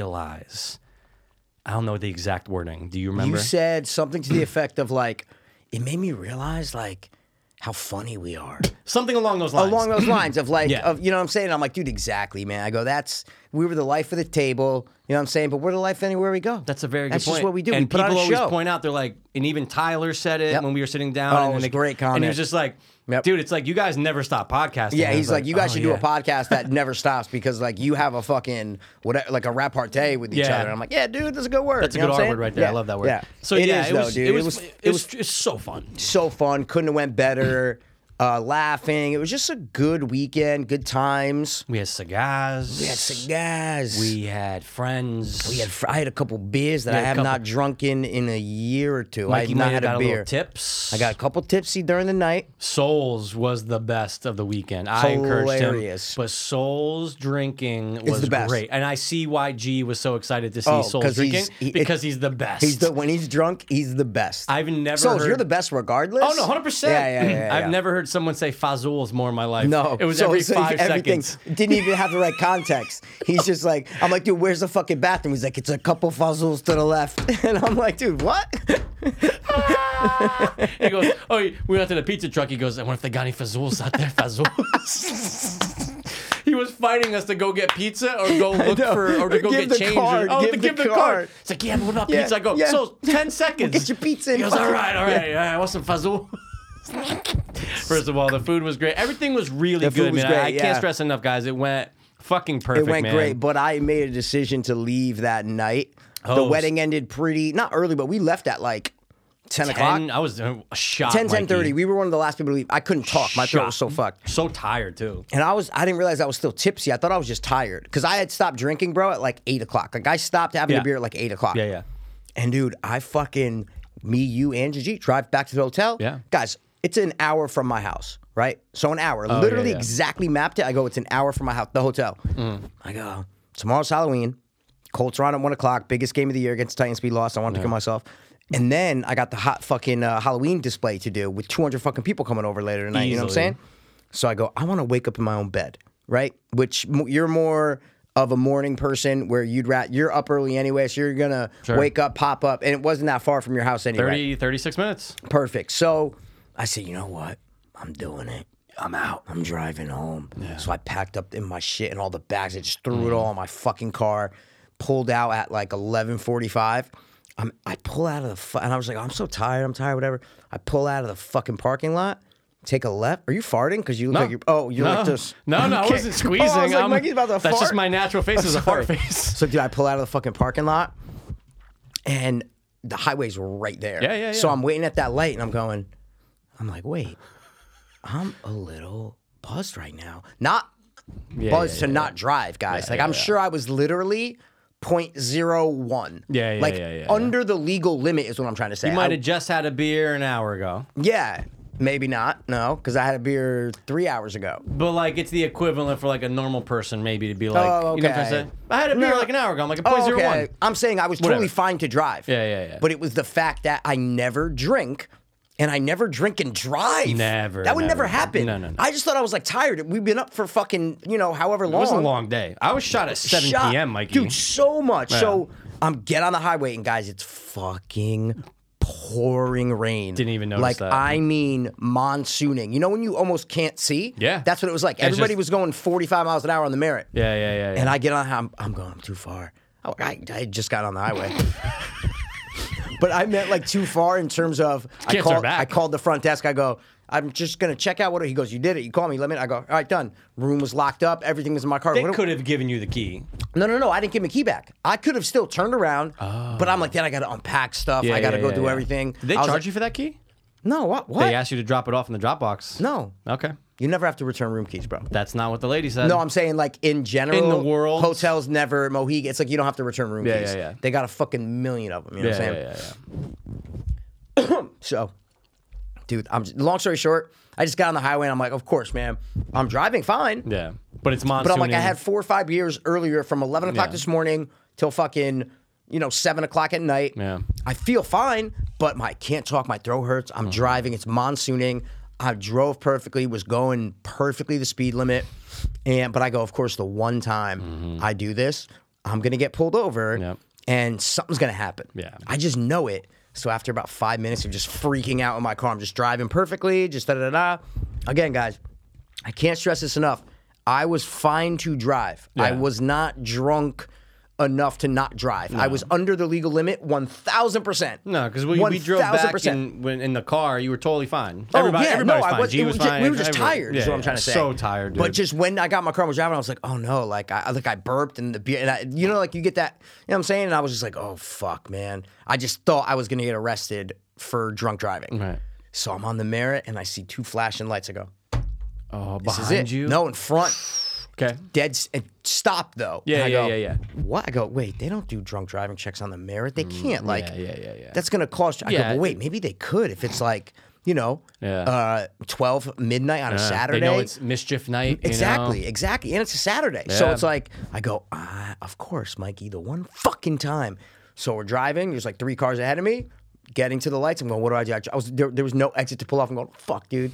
S4: realize. I don't know the exact wording. Do you remember?
S2: You said something to the effect of like, it made me realize like how funny we are.
S4: Something along those lines.
S2: Along those lines of like,
S4: Yeah.
S2: of, you know what I'm saying? I'm like, dude, exactly, man. I go, that's, we were the life of the table. You know what I'm saying? But we're the life anywhere we go.
S4: That's a very good
S2: That's
S4: point.
S2: just what we do.
S4: And
S2: we put on
S4: people
S2: a
S4: always
S2: show.
S4: point out they're like, and even Tyler said it
S2: Yep.
S4: when we were sitting down.
S2: Oh,
S4: and
S2: it was
S4: then
S2: a great
S4: And
S2: comment.
S4: he was just like,
S2: Yep.
S4: dude, it's like you guys never stop podcasting.
S2: Yeah,
S4: And I
S2: he's
S4: was
S2: like, you guys
S4: oh,
S2: should do a
S4: yeah.
S2: podcast that never stops because like you have a fucking whatever, like a repartee with each
S4: Yeah.
S2: other. And I'm like, yeah, dude, that's a good word.
S4: That's a
S2: You know
S4: good
S2: what I'm
S4: R word
S2: saying?
S4: right there. I
S2: Yeah.
S4: love that word.
S2: Yeah,
S4: So
S2: It
S4: yeah,
S2: is,
S4: it was,
S2: though, dude.
S4: It was, it was,
S2: it was
S4: it's so fun.
S2: so fun. Couldn't have went better. Uh, laughing. It was just a good weekend. Good times.
S4: We had cigars.
S2: We had cigars.
S4: We had friends.
S2: We had. fr- I had a couple beers that
S4: We
S2: I
S4: had a
S2: have
S4: couple-
S2: not drunk in in a year or two. I
S4: Mikey
S2: have not
S4: might have
S2: had
S4: got
S2: a
S4: little
S2: beer.
S4: tips.
S2: I got a couple tipsy during the night.
S4: Souls was the best of the weekend. I encouraged him,
S2: Hilarious.
S4: but Souls drinking was
S2: the best.
S4: great, and I see why G was so excited to see
S2: Oh,
S4: Souls
S2: 'cause he's-
S4: drinking
S2: he- it-
S4: because he's the best.
S2: He's the when he's drunk, he's the best.
S4: I've never
S2: Souls,
S4: heard,
S2: you're the best regardless.
S4: Oh no, hundred percent.
S2: Yeah, yeah, yeah. yeah,
S4: I've
S2: yeah.
S4: never heard someone say Fazul's more in my life.
S2: No,
S4: it was
S2: so
S4: every
S2: it's like
S4: five
S2: everything-
S4: seconds.
S2: Didn't even have the right context. He's just like, I'm like, dude, where's the fucking bathroom? He's like, it's a couple fuzzles to the left, and I'm like, dude, what?
S4: He goes, "Oh, we went out to the pizza truck." He goes, "I wonder if they got any Fazul's out there, Fazul's." he was fighting us to go get pizza or go look
S2: know.
S4: for or to go
S2: Give
S4: get
S2: the
S4: change.
S2: card,
S4: or, oh,
S2: give
S4: to
S2: the
S4: give the
S2: card.
S4: card. It's like, yeah, but what about
S2: Yeah,
S4: pizza? I go,
S2: yeah.
S4: so ten seconds.
S2: Get your pizza.
S4: He
S2: and
S4: goes, all
S2: fucking-
S4: right, all right, all right. I want some Fazul. First of all, the food was great. Everything was really
S2: The food
S4: good,
S2: was
S4: man. I,
S2: great,
S4: I
S2: yeah.
S4: can't stress enough, guys. It went fucking perfect.
S2: It went
S4: man.
S2: great, but I made a decision to leave that night. The
S4: Oh, s-
S2: wedding ended pretty not early, but we left at like 10, o'clock.
S4: 10, I was uh, shot.
S2: 10,
S4: Mikey.
S2: 10:30. We were one of the last people to leave. I couldn't talk. My throat
S4: Shot.
S2: was so fucked.
S4: So tired too.
S2: And I was I didn't realize I was still tipsy. I thought I was just tired. Because I had stopped drinking, bro, at like eight o'clock. Like I stopped having
S4: Yeah.
S2: a beer at like eight o'clock.
S4: Yeah, yeah.
S2: And dude, I fucking me, you, and Gigi drive back to the hotel.
S4: Yeah.
S2: Guys, it's an hour from my house, right? So an hour. literally
S4: Oh, yeah. Mm.
S2: exactly mapped it. I go, it's an hour from my house, the hotel. I go, tomorrow's Halloween. Colts are on at one o'clock. Biggest game of the year against the Titans. We lost. I wanted to kill myself. And then I got the hot fucking uh, Halloween display to do with 200 fucking people coming over later tonight. You know what I'm
S4: Easily.
S2: saying? So I go, I want to wake up in my own bed, right? Which m- you're more of a morning person where you'd rat you're up early anyway, so you're gonna wake up, pop up, and it wasn't that far from your house anyway.
S4: 30, 36 minutes.
S2: Perfect. So I said, you know what? I'm doing it. I'm out. I'm driving home. So I packed up in my shit and all the bags. I just threw
S4: Mm.
S2: it all in my fucking car. Pulled out at like 11:45. I'm, I pull out of the fu- and I was like, I'm so tired. I'm tired. Whatever. I pull out of the fucking parking lot. Take a left. Are you farting? Because you look like you're. Oh, you're
S4: no.
S2: like this.
S4: No, no, I
S2: Okay.
S4: wasn't squeezing.
S2: Oh, I was like,
S4: I'm-
S2: Mikey's about to
S4: that's
S2: fart.
S4: just my natural face is a fart
S2: Sorry.
S4: face.
S2: So, dude, I pull out of the fucking parking lot, and the highway's right there.
S4: Yeah, yeah,
S2: So
S4: yeah.
S2: I'm waiting at that light, and I'm going. I'm like, wait, I'm a little buzzed right now. Not
S4: Yeah,
S2: buzzed
S4: yeah,
S2: to not drive, guys. like,
S4: yeah,
S2: I'm
S4: yeah.
S2: sure I was literally. 0.01.
S4: Yeah, yeah,
S2: Like
S4: yeah, yeah, yeah.
S2: under the legal limit is what I'm trying to say.
S4: You
S2: I-
S4: might have just had a beer an hour ago,
S2: yeah, maybe not. No, because I had a beer three hours ago.
S4: but like it's the equivalent for like a normal person maybe to be like,
S2: Oh,
S4: you know what I'm trying
S2: okay.
S4: to say? I had a beer
S2: No.
S4: like an hour ago. I'm like a point
S2: Oh,
S4: zero
S2: okay.
S4: one.
S2: I'm saying I was totally
S4: Whatever.
S2: fine to drive.
S4: Yeah, yeah, yeah.
S2: But it was the fact that I never drink. And I never drink and drive.
S4: Never,
S2: That would never,
S4: never.
S2: happen.
S4: No, no, no.
S2: I just thought I was like tired. We've been up for fucking, you know, however long.
S4: It was a long day. I was shot at 7
S2: Oh. Shot-
S4: p.m. Mikey.
S2: Dude, so much. So I'm get on the highway and guys, it's fucking pouring rain.
S4: Didn't even notice
S2: Like
S4: that.
S2: I mean monsooning. You know when you almost can't see?
S4: Yeah.
S2: That's what it was like.
S4: It's
S2: Everybody
S4: just-
S2: was going 45 miles an hour on the merit.
S4: yeah, yeah, yeah. yeah.
S2: And I get on, I'm, I'm going too far. Oh, I, I just got on the highway. but I meant like too far in terms of I
S4: Can't turn
S2: called,
S4: back.
S2: I called the front desk. I go, I'm just going to check out what he goes, You did it. You call me. Let me. I go, All right, done. Room was locked up. Everything was in my car.
S4: they
S2: What do-
S4: could have given you the key.
S2: no, no, no. I didn't give him a key back. I could have still turned around, but I'm like, then I got to unpack stuff. I got to
S4: Oh. yeah,
S2: go
S4: yeah,
S2: do
S4: yeah.
S2: everything.
S4: Did they
S2: I was
S4: charge
S2: like,
S4: you for that key?
S2: No, what? What?
S4: They asked you to drop it off in the Dropbox.
S2: no.
S4: Okay.
S2: You never have to return room keys, bro.
S4: That's not what the lady said.
S2: No, I'm saying like in general,
S4: In the world?
S2: hotels never Mohegan. It's like you don't have to return room
S4: Yeah,
S2: keys.
S4: yeah, yeah.
S2: They got a fucking million of them. You know
S4: yeah,
S2: what I'm
S4: yeah,
S2: saying?
S4: yeah, yeah.
S2: So, dude, I'm long story short, I just got on the highway and I'm like, of course, man, I'm driving fine.
S4: Yeah. But it's monsoon.
S2: But I'm like, I had four or five years earlier from 11 o'clock
S4: Yeah.
S2: this morning till fucking, you know, seven o'clock at night.
S4: Yeah.
S2: I feel fine, but my I can't talk. My throat hurts. I'm driving. It's monsooning. I drove perfectly, was going perfectly the speed limit. And, but I go, of course, the one time I do this, I'm going to get pulled over
S4: Mm-hmm. Yep.
S2: and something's going to happen.
S4: Yeah.
S2: I just know it. So after about five minutes of just freaking out in my car, I'm just driving perfectly, just da da da da. Again, guys, I can't stress this enough. I was fine to drive. I
S4: Yeah.
S2: was not drunk enough to not drive. I was under the legal limit 1000%.
S4: No, because we, we drove back
S2: 1000%.
S4: in, when, in the car. You were totally fine.
S2: Oh,
S4: Everybody,
S2: yeah,
S4: everybody
S2: no,
S4: was
S2: I
S4: fine.
S2: was,
S4: G
S2: it
S4: was
S2: was ju-
S4: fine.
S2: we were just
S4: Everybody-
S2: tired.
S4: Yeah,
S2: is what I'm trying to say.
S4: So tired.
S2: But
S4: dude.
S2: just when I got my car and was driving, I was like, oh no, like I like I burped and the beer, and I, you know, like you get that. You know what I'm saying? And I was just like, oh fuck, man. I just thought I was gonna get arrested for drunk driving.
S4: Right.
S2: So I'm on the merit and I see two flashing lights. I go,
S4: oh,
S2: this
S4: behind
S2: is it.
S4: you.
S2: No, in front.
S4: Okay. Uh,
S2: Dead s- and stop though.
S4: Yeah,
S2: And I
S4: yeah,
S2: go,
S4: yeah, yeah.
S2: What? I go, wait, they don't do drunk driving checks on the merit. They can't. Like,
S4: Mm, yeah, yeah, yeah, yeah.
S2: that's gonna cost. I
S4: Yeah.
S2: go, but wait, maybe they could if it's like, you know,
S4: Yeah.
S2: uh, twelve midnight on a
S4: Uh,
S2: Saturday.
S4: They know it's mischief night. you know?
S2: Exactly, exactly. And it's a Saturday. So
S4: Yeah.
S2: it's like, I go, ah, of course, Mikey, the one fucking time. So we're driving. There's like three cars ahead of me. Getting to the lights. I'm going, what do I do? I was, there, there was no exit to pull off. I'm going, fuck, dude.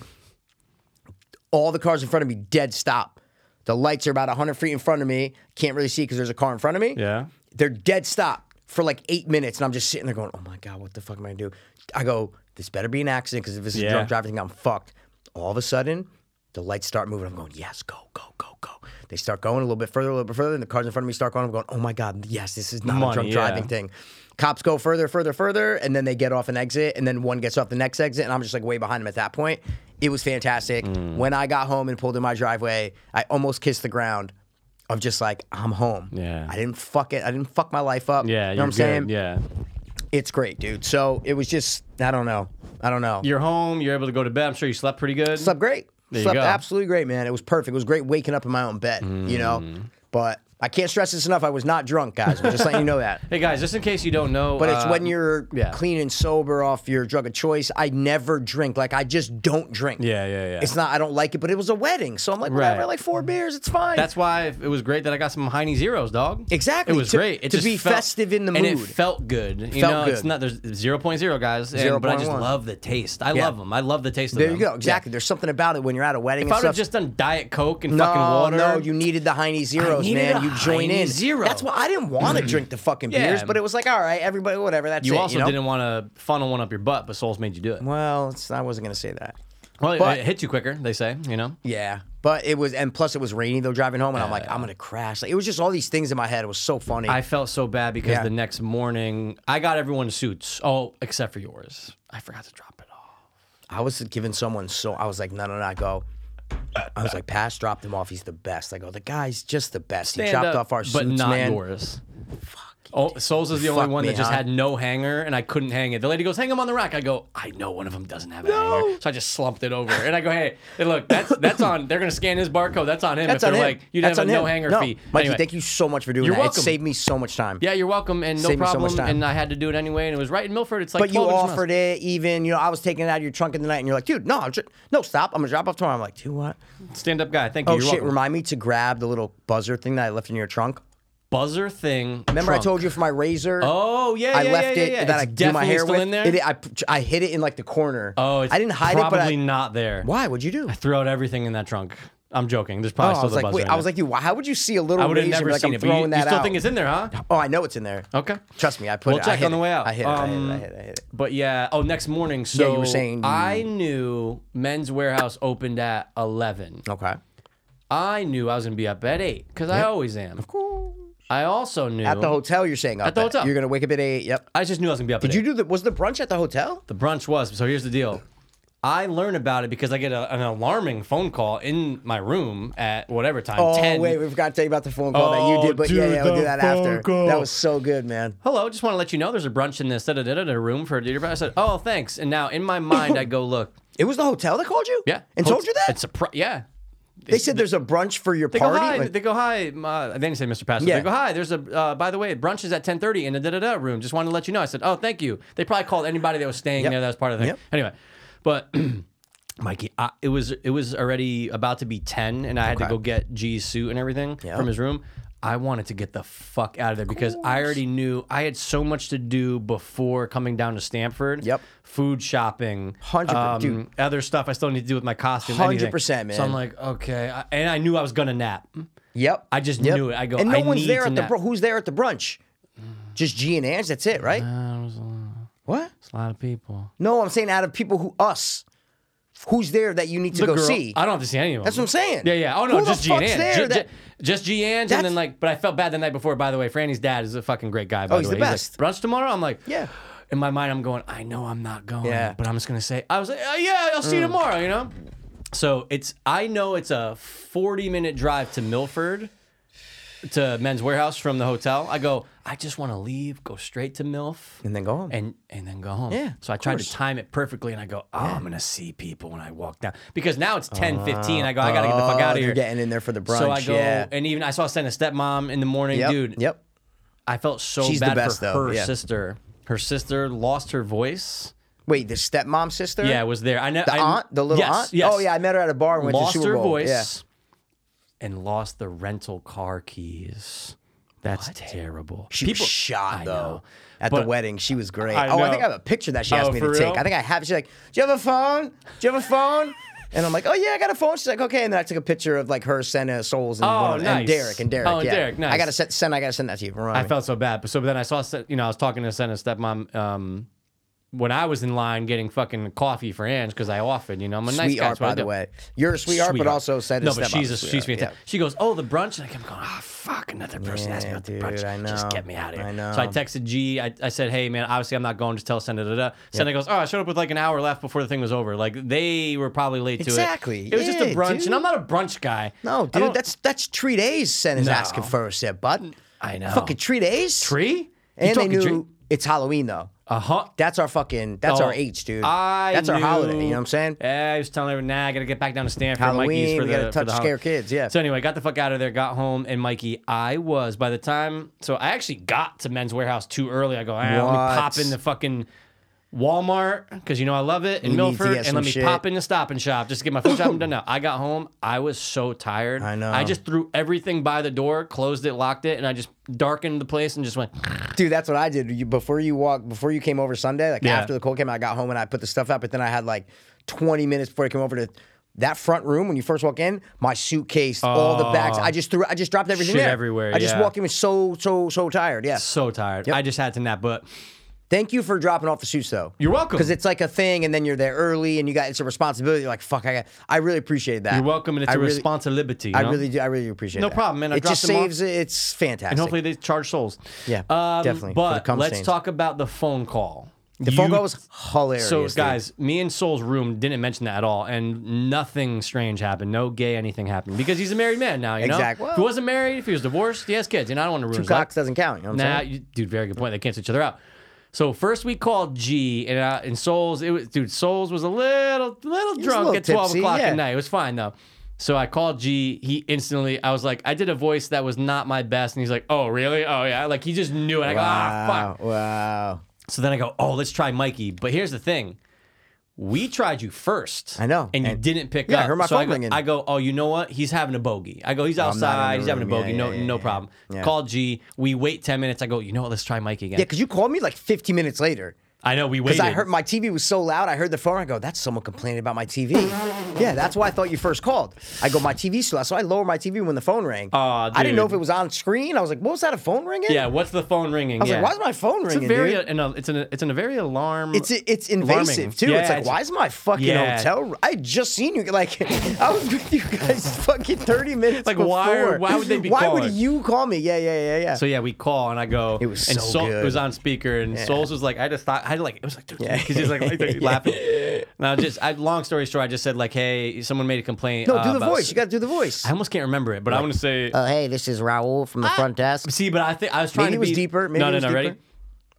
S2: All the cars in front of me dead stop. The lights are about 100 feet in front of me. Can't really see because there's a car in front of me.
S4: Yeah.
S2: They're dead stop for like eight minutes. And I'm just sitting there going, oh my God, what the fuck am I going to do? I go, this better be an accident because if this is
S4: Yeah.
S2: drunk driving, I'm fucked. All of a sudden, the lights start moving. I'm going, yes, go, go, go, go. They start going a little bit further, a little bit further. And the cars in front of me start going. I'm going, oh my God, yes, this is not
S4: Money,
S2: a drunk
S4: yeah.
S2: driving thing. Cops go further, further, further. And then they get off an exit. And then one gets off the next exit. And I'm just like way behind them at that point. It was fantastic.
S4: Mm.
S2: When I got home and pulled in my driveway, I almost kissed the ground of just like, I'm home.
S4: Yeah.
S2: I didn't fuck it. I didn't fuck my life up.
S4: Yeah.
S2: You know
S4: You're
S2: what I'm
S4: good.
S2: saying?
S4: Yeah.
S2: It's great, dude. So it was just, I don't know. I don't know.
S4: You're home. You're able to go to bed. I'm sure you slept pretty good.
S2: Slept great.
S4: There you
S2: Slept
S4: go.
S2: absolutely great, man. It was perfect. It was great waking up in my own bed, you know?
S4: Mm.
S2: But I can't stress this enough. I was not drunk, guys. I'm just letting you know that.
S4: Hey guys, just in case you don't know,
S2: But it's
S4: uh,
S2: when you're
S4: yeah.
S2: clean and sober off your drug of choice. I never drink. Like, I just don't drink.
S4: Yeah, yeah, yeah.
S2: It's not, I don't like it, but it was a wedding. So I'm like, whatever,
S4: Right. Mm-hmm.
S2: I like four beers. It's fine.
S4: That's why it was great that I got some Heine zeros, dog.
S2: Exactly.
S4: It was
S2: To-
S4: great. It
S2: to
S4: just
S2: be
S4: felt-
S2: festive in the
S4: and
S2: mood.
S4: it felt good. You
S2: Felt
S4: know, it's
S2: good.
S4: not there's 0.0 guys, and, but I just
S2: 0.1.
S4: love the taste. I
S2: Yeah.
S4: love them. I love the taste of
S2: there
S4: them.
S2: you go. Exactly. There's something about it when you're at a wedding
S4: If I
S2: and
S4: would have
S2: stuff.
S4: just done Diet Coke and
S2: no,
S4: fucking water,
S2: no, you needed the Heine zeros,
S4: needed
S2: man.
S4: a
S2: You join
S4: Heine
S2: in.
S4: Zero. Mm-hmm.
S2: That's why I didn't want to drink the fucking
S4: Yeah.
S2: beers, but it was like, all right, everybody, whatever. That's
S4: you
S2: it.
S4: also
S2: you know?
S4: didn't want to funnel one up your butt, but Souls made you do it.
S2: Well, it's, I wasn't gonna say that.
S4: Well, it-
S2: but-
S4: it hits you quicker. They say, you know.
S2: Yeah, but it was, and plus it was rainy though driving home, and I'm like, I'm gonna crash. Like it was just all these things in my head. It was so funny.
S4: I felt so bad because
S2: Yeah.
S4: the next morning I got everyone's suits. Oh, except for yours. I forgot to drop it off.
S2: I was giving someone so I was like, no, no, no. I go. I was like, Pass dropped him off. He's the best. I go, the guy's just the best. he
S4: Stand
S2: dropped
S4: up,
S2: off our
S4: but
S2: suits,
S4: not
S2: man.
S4: yours. Oh, Souls is the only
S2: Fuck
S4: one
S2: me,
S4: that just
S2: huh?
S4: had no hanger, and I couldn't hang it. The lady goes, "Hang him on the rack." I go, "I know one of them doesn't have a hanger," so I just slumped it over. And I go, "Hey, hey, look, that's that's on. They're gonna scan his barcode. That's on him.
S2: That's
S4: if
S2: on
S4: they're
S2: him.
S4: like, you didn't
S2: That's
S4: have a
S2: on him.
S4: no hanger
S2: no.
S4: fee."
S2: Mikey,
S4: Anyway,
S2: thank you so much for doing
S4: You're
S2: that.
S4: welcome.
S2: It saved me so much time.
S4: Yeah, you're welcome, and no
S2: Saved me so
S4: problem.
S2: much time.
S4: and I had to do it anyway, and it was right in Milford. It's like,
S2: But you
S4: 12 inch miles.
S2: offered it, even you know. I was taking it out of your trunk in the night, and you're like, "Dude, no, I'm just, no, stop! I'm gonna drop off tomorrow." I'm like, "Dude, what?
S4: stand up guy. Thank you.
S2: Oh
S4: you're
S2: shit!
S4: welcome.
S2: Remind me to grab the little buzzer thing that I left in your trunk.
S4: Buzzer thing.
S2: Remember,
S4: trunk.
S2: I told you for my razor.
S4: Oh yeah,
S2: I
S4: yeah,
S2: left
S4: yeah,
S2: it
S4: yeah, yeah.
S2: that
S4: It's
S2: I do my
S4: definitely
S2: hair
S4: still
S2: with.
S4: in there.
S2: It, I I hid it in like the corner.
S4: oh, it's
S2: I didn't hide it, but
S4: probably
S2: I,
S4: not there.
S2: why? What'd you do?
S4: I threw out everything in that trunk. I'm joking. There's
S2: Oh,
S4: probably
S2: I
S4: still
S2: was
S4: the
S2: like,
S4: buzzer.
S2: wait,
S4: in
S2: I
S4: there.
S2: was like, you. How would you see a little
S4: I would
S2: razor?
S4: have
S2: and
S4: never
S2: be like,
S4: seen
S2: I'm
S4: it, but you,
S2: throwing
S4: you
S2: that
S4: still
S2: out.
S4: think it's in there, huh?
S2: oh, I know it's in there.
S4: Okay.
S2: Trust me, I put
S4: We'll
S2: it. I
S4: check
S2: hid
S4: on the
S2: it.
S4: way out.
S2: I hit it. I hit it.
S4: Um,
S2: I hit it. I hit it.
S4: But yeah, oh, next morning. So
S2: Yeah, you were saying you-
S4: I knew Men's Warehouse opened at 11.
S2: Okay.
S4: I knew I was going to be up at 8 because I always am. Of course. I also knew.
S2: At the hotel, you're saying. At
S4: the hotel.
S2: you're gonna wake up at eight. Yep.
S4: I just knew I was going to be up
S2: Did
S4: at 8.
S2: you do the? Was the brunch at the hotel?
S4: The brunch was. So here's the deal. I learn about it because I get a, an alarming phone call in my room at whatever time.
S2: Oh
S4: 10.
S2: wait, we forgot to tell you about the phone call that
S4: Oh,
S2: you did, but yeah,
S4: dude,
S2: yeah, we'll
S4: the
S2: do that
S4: phone
S2: after.
S4: call.
S2: That was so good, man.
S4: hello, just want to let you know there's a brunch in this da da da da room for your I said, oh, thanks. And now in my mind, I go, look,
S2: It was the hotel that called you,
S4: yeah.
S2: and told you that.
S4: It's a pro- yeah.
S2: they said there's a brunch for your
S4: They
S2: party.
S4: go hi.
S2: Like,
S4: they go hi. Uh, they didn't say Mr. Pastor.
S2: Yeah.
S4: They go hi. There's a. Uh, by the way, brunch is at 10:30 in the da da da room. Just wanted to let you know. I said, oh, thank you. They probably called anybody that was staying
S2: Yep.
S4: there. That was part of the thing.
S2: Yep.
S4: Anyway, but Mikey, I, it was it was already about to be 10, and I had to
S2: Okay.
S4: go get G's suit and everything
S2: Yeah.
S4: from his room. I wanted to get the fuck out of there because I already knew I had so much to do before coming down to Stanford.
S2: Yep.
S4: Food shopping, um,
S2: Hundred per- dude.
S4: other stuff I still need to do with my costume. anything.
S2: 100%,
S4: So I'm
S2: man.
S4: like, okay, I, and I knew I was gonna nap.
S2: yep.
S4: I just knew it. I go,
S2: and no
S4: "I
S2: one's
S4: need
S2: there
S4: to
S2: at the
S4: nap."
S2: bro- who's there at the brunch? Just G and Ange. That's it, right? What?
S4: It's a lot of people.
S2: No, I'm saying out of people who us, who's there that you need to
S4: The
S2: go
S4: girl-
S2: see?
S4: I don't have to see any of them.
S2: That's what I'm saying.
S4: Yeah, yeah. Oh no,
S2: Who the
S4: just G
S2: fuck's
S4: and
S2: there
S4: Ann.
S2: that-
S4: Just G and
S2: That's-
S4: and then like, but I felt bad the night before. By the way, Franny's dad is a fucking great guy. By
S2: Oh, he's
S4: the way,
S2: the best.
S4: like, brunch tomorrow. I'm like,
S2: Yeah.
S4: In my mind, I'm going. I know I'm not going.
S2: Yeah. Mm.
S4: But I'm just gonna say. I was like, oh, yeah, I'll see you tomorrow. You know. So it's. I know it's a 40 minute drive to Milford. To Men's Warehouse from the hotel, I go. I just want to leave, go straight to Milf,
S2: and then go home.
S4: and and then go home.
S2: Yeah,
S4: So I
S2: of
S4: tried
S2: course.
S4: to time it perfectly, and I go, oh, I'm gonna see people when I walk down because now it's 10, 15. I go, I gotta get the fuck out
S2: Oh,
S4: of
S2: You're
S4: here.
S2: getting in there for the brunch.
S4: so I go,
S2: yeah.
S4: and even I saw send a stepmom in the morning,
S2: Yep,
S4: dude.
S2: Yep.
S4: I felt so
S2: She's the
S4: bad
S2: best,
S4: for
S2: though,
S4: her
S2: yeah.
S4: sister. Her sister lost her voice.
S2: Wait, the stepmom sister?
S4: Yeah, it was there. I know
S2: The aunt, the little
S4: yes,
S2: aunt.
S4: Yes.
S2: Oh yeah, I met her at a bar and went
S4: lost
S2: to Super
S4: her
S2: Bowl.
S4: voice
S2: Yeah.
S4: and lost the rental car keys. That's terrible.
S2: She was shot
S4: I
S2: though
S4: know.
S2: at the
S4: But-
S2: wedding. She was great.
S4: I
S2: oh, I
S4: know.
S2: think I have a picture that she asked
S4: Oh,
S2: me to
S4: for
S2: take.
S4: real?
S2: I think I have. She's like, "Do you have a phone? Do you have a phone?" And I'm like, "Oh yeah, I got a phone." She's like, "Okay." And then I took a picture of like her, Senna, Souls, and,
S4: Oh,
S2: one of- and
S4: nice.
S2: Derek and Derek.
S4: Oh, and
S2: yeah.
S4: Derek, nice.
S2: I gotta send. Senna, I gotta send that to you. Remind
S4: I
S2: me.
S4: felt so bad. But so then I saw, you know, I was talking to Senna's stepmom um, when I was in line getting fucking coffee for Ange because I offered, you know, I'm a nice guy.
S2: sweetheart,
S4: that's what I
S2: by the
S4: do.
S2: way. You're a sweetheart, but also said
S4: no,
S2: his
S4: but
S2: stepmom
S4: she's a,
S2: sweetheart.
S4: she's
S2: Yeah.
S4: fantastic. She goes, oh, the brunch, and I kept going, ah, fuck, another person asked me
S2: Yeah,
S4: about
S2: dude,
S4: the brunch.
S2: I
S4: Just
S2: know.
S4: get me out of here.
S2: I
S4: So I
S2: know.
S4: texted G. I, I said, hey man, obviously I'm not going. Just tell Senna da da da. Senna goes, oh, I showed up with like an hour left before the thing was over. Like they were probably late to
S2: Exactly.
S4: it. It was just
S2: Yeah,
S4: a brunch,
S2: dude.
S4: and I'm not a brunch guy.
S2: No,
S4: I
S2: dude,
S4: don't-
S2: that's that's three days. Senna's
S4: No.
S2: asking for a sip, bud.
S4: I know.
S2: Fucking three days.
S4: tree. You
S2: And they
S4: talking
S2: knew
S4: tree? Uh-huh.
S2: it's Halloween though.
S4: a huh.
S2: That's our fucking. That's
S4: Oh,
S2: our H, dude.
S4: I
S2: that's our
S4: knew-
S2: holiday. You know what I'm saying?
S4: Yeah, I was telling her, nah, I gotta get back down to Stanford. Mikey's
S2: Halloween,
S4: for
S2: we
S4: the,
S2: gotta
S4: for the
S2: touch
S4: hol-
S2: scare kids, yeah.
S4: So anyway, got the fuck out of there, got home, and Mikey, I was by the time. So I actually got to Men's Warehouse too early. I go, ah, let me
S2: What?
S4: pop in the fucking. Walmart, because you know I love it in
S2: You need to
S4: Milford,
S2: get
S4: and
S2: some
S4: let me
S2: shit.
S4: pop in the Stop and Shop just to get my food shopping done. Now I got home, I was so tired.
S2: I know.
S4: I just threw everything by the door, closed it, locked it, and I just darkened the place and just went.
S2: Dude, that's what I did. You, before you walk, before you came over Sunday, like
S4: Yeah.
S2: after the cold came, I got home and I put the stuff out. But then I had like 20 minutes before I came over to that front room when you first walk in. My suitcase, all the bags, I just threw, I just dropped everything
S4: Oh. Shit
S2: there.
S4: everywhere,
S2: I just
S4: yeah.
S2: walked in was so so so tired. Yeah.
S4: So tired. I just had to nap, but
S2: Thank you for dropping off the suits though.
S4: You're welcome.
S2: Because it's like a thing, and then you're there early, and you got it's a responsibility. You're like fuck, I got. I really appreciate that.
S4: you're welcome, and it's
S2: I
S4: a
S2: really-
S4: responsibility. you
S2: I
S4: know?
S2: really do. I really appreciate
S4: No
S2: that.
S4: problem, man. I
S2: it just
S4: dropped them off.
S2: saves it. It's fantastic.
S4: And hopefully they charge souls.
S2: Yeah,
S4: Um,
S2: definitely, for the
S4: But
S2: cum
S4: let's
S2: stains.
S4: talk about the phone call.
S2: the phone call was hilarious.
S4: So,
S2: dude.
S4: guys, me and Soul's room didn't mention that at all, and nothing strange happened. No gay anything happened because he's a married man now. You know,
S2: Exact-
S4: if he wasn't married, if he was divorced, he has kids. You know, I don't want to ruin
S2: two
S4: his life.
S2: cocks doesn't count. You know what I'm
S4: Nah,
S2: saying?
S4: you, dude, very good point. They cancel each other out. So first we called G and uh, and Souls. It was dude. Souls was a little little
S2: a
S4: drunk
S2: little
S4: at twelve
S2: tipsy,
S4: o'clock
S2: yeah.
S4: at night. It was fine though. So I called G. He instantly. I was like, I did a voice that was not my best, and he's like, Oh really? Oh yeah. Like he just knew it. I go, Ah
S2: Wow,
S4: fuck.
S2: wow.
S4: So then I go, Oh, let's try Mikey. But here's the thing. We tried you first.
S2: I know.
S4: and you
S2: And-
S4: didn't pick
S2: Yeah, I
S4: up.
S2: heard my
S4: so I
S2: phone
S4: go,
S2: ringing. Oh,
S4: I go, oh, you know what? He's having a bogey. I go, he's
S2: I'm not in
S4: outside.
S2: the
S4: He's having a
S2: room. Yeah,
S4: bogey.
S2: yeah,
S4: no,
S2: yeah,
S4: no
S2: yeah.
S4: problem.
S2: Yeah.
S4: Call G. We wait ten minutes. I go, you know what? Let's try Mikey again.
S2: Yeah, because you called me like 15 minutes later.
S4: I know we
S2: Because
S4: waited.
S2: I heard my TV was so loud, I heard the phone. I go, that's someone complaining about my TV. yeah, that's why I thought you first called. I go, my TV's so loud. So I lowered my TV when the phone rang.
S4: Aw,
S2: I didn't know if
S4: dude.
S2: it was on screen. I was like, what was that, a phone ringing?
S4: yeah, what's the phone ringing?
S2: I was like, why is my phone
S4: it's
S2: ringing,
S4: A very,
S2: dude?
S4: an- uh, it's, an, it's an, a very alarm.
S2: It's it's invasive
S4: alarming.
S2: too.
S4: Yeah,
S2: it's like, why is my fucking
S4: Yeah.
S2: hotel? room- I just seen you. Like, I was with you guys fucking thirty minutes.
S4: Like, why are-
S2: before.
S4: why would they be
S2: Why would
S4: calling?
S2: you call me? Yeah, yeah, yeah, yeah.
S4: So yeah, we call and I go. It
S2: was
S4: and
S2: so
S4: Soul-
S2: good.
S4: It was on speaker and Souls was like, I just thought I had like it was like dude,
S2: Yeah.
S4: because he's like, like,
S2: Yeah.
S4: laughing. And I was just, I long story short, I just said like, hey, someone made a complaint.
S2: no,
S4: uh,
S2: do the
S4: about-
S2: voice. You got to do the voice.
S4: I almost can't remember it, but I want to say
S2: Oh, hey, this is Raul from the
S4: Ah!
S2: front desk.
S4: See, but I think I was trying
S2: Maybe
S4: to
S2: it was
S4: be
S2: deeper, maybe
S4: no,
S2: it
S4: no,
S2: was
S4: no.
S2: deeper.
S4: Ready?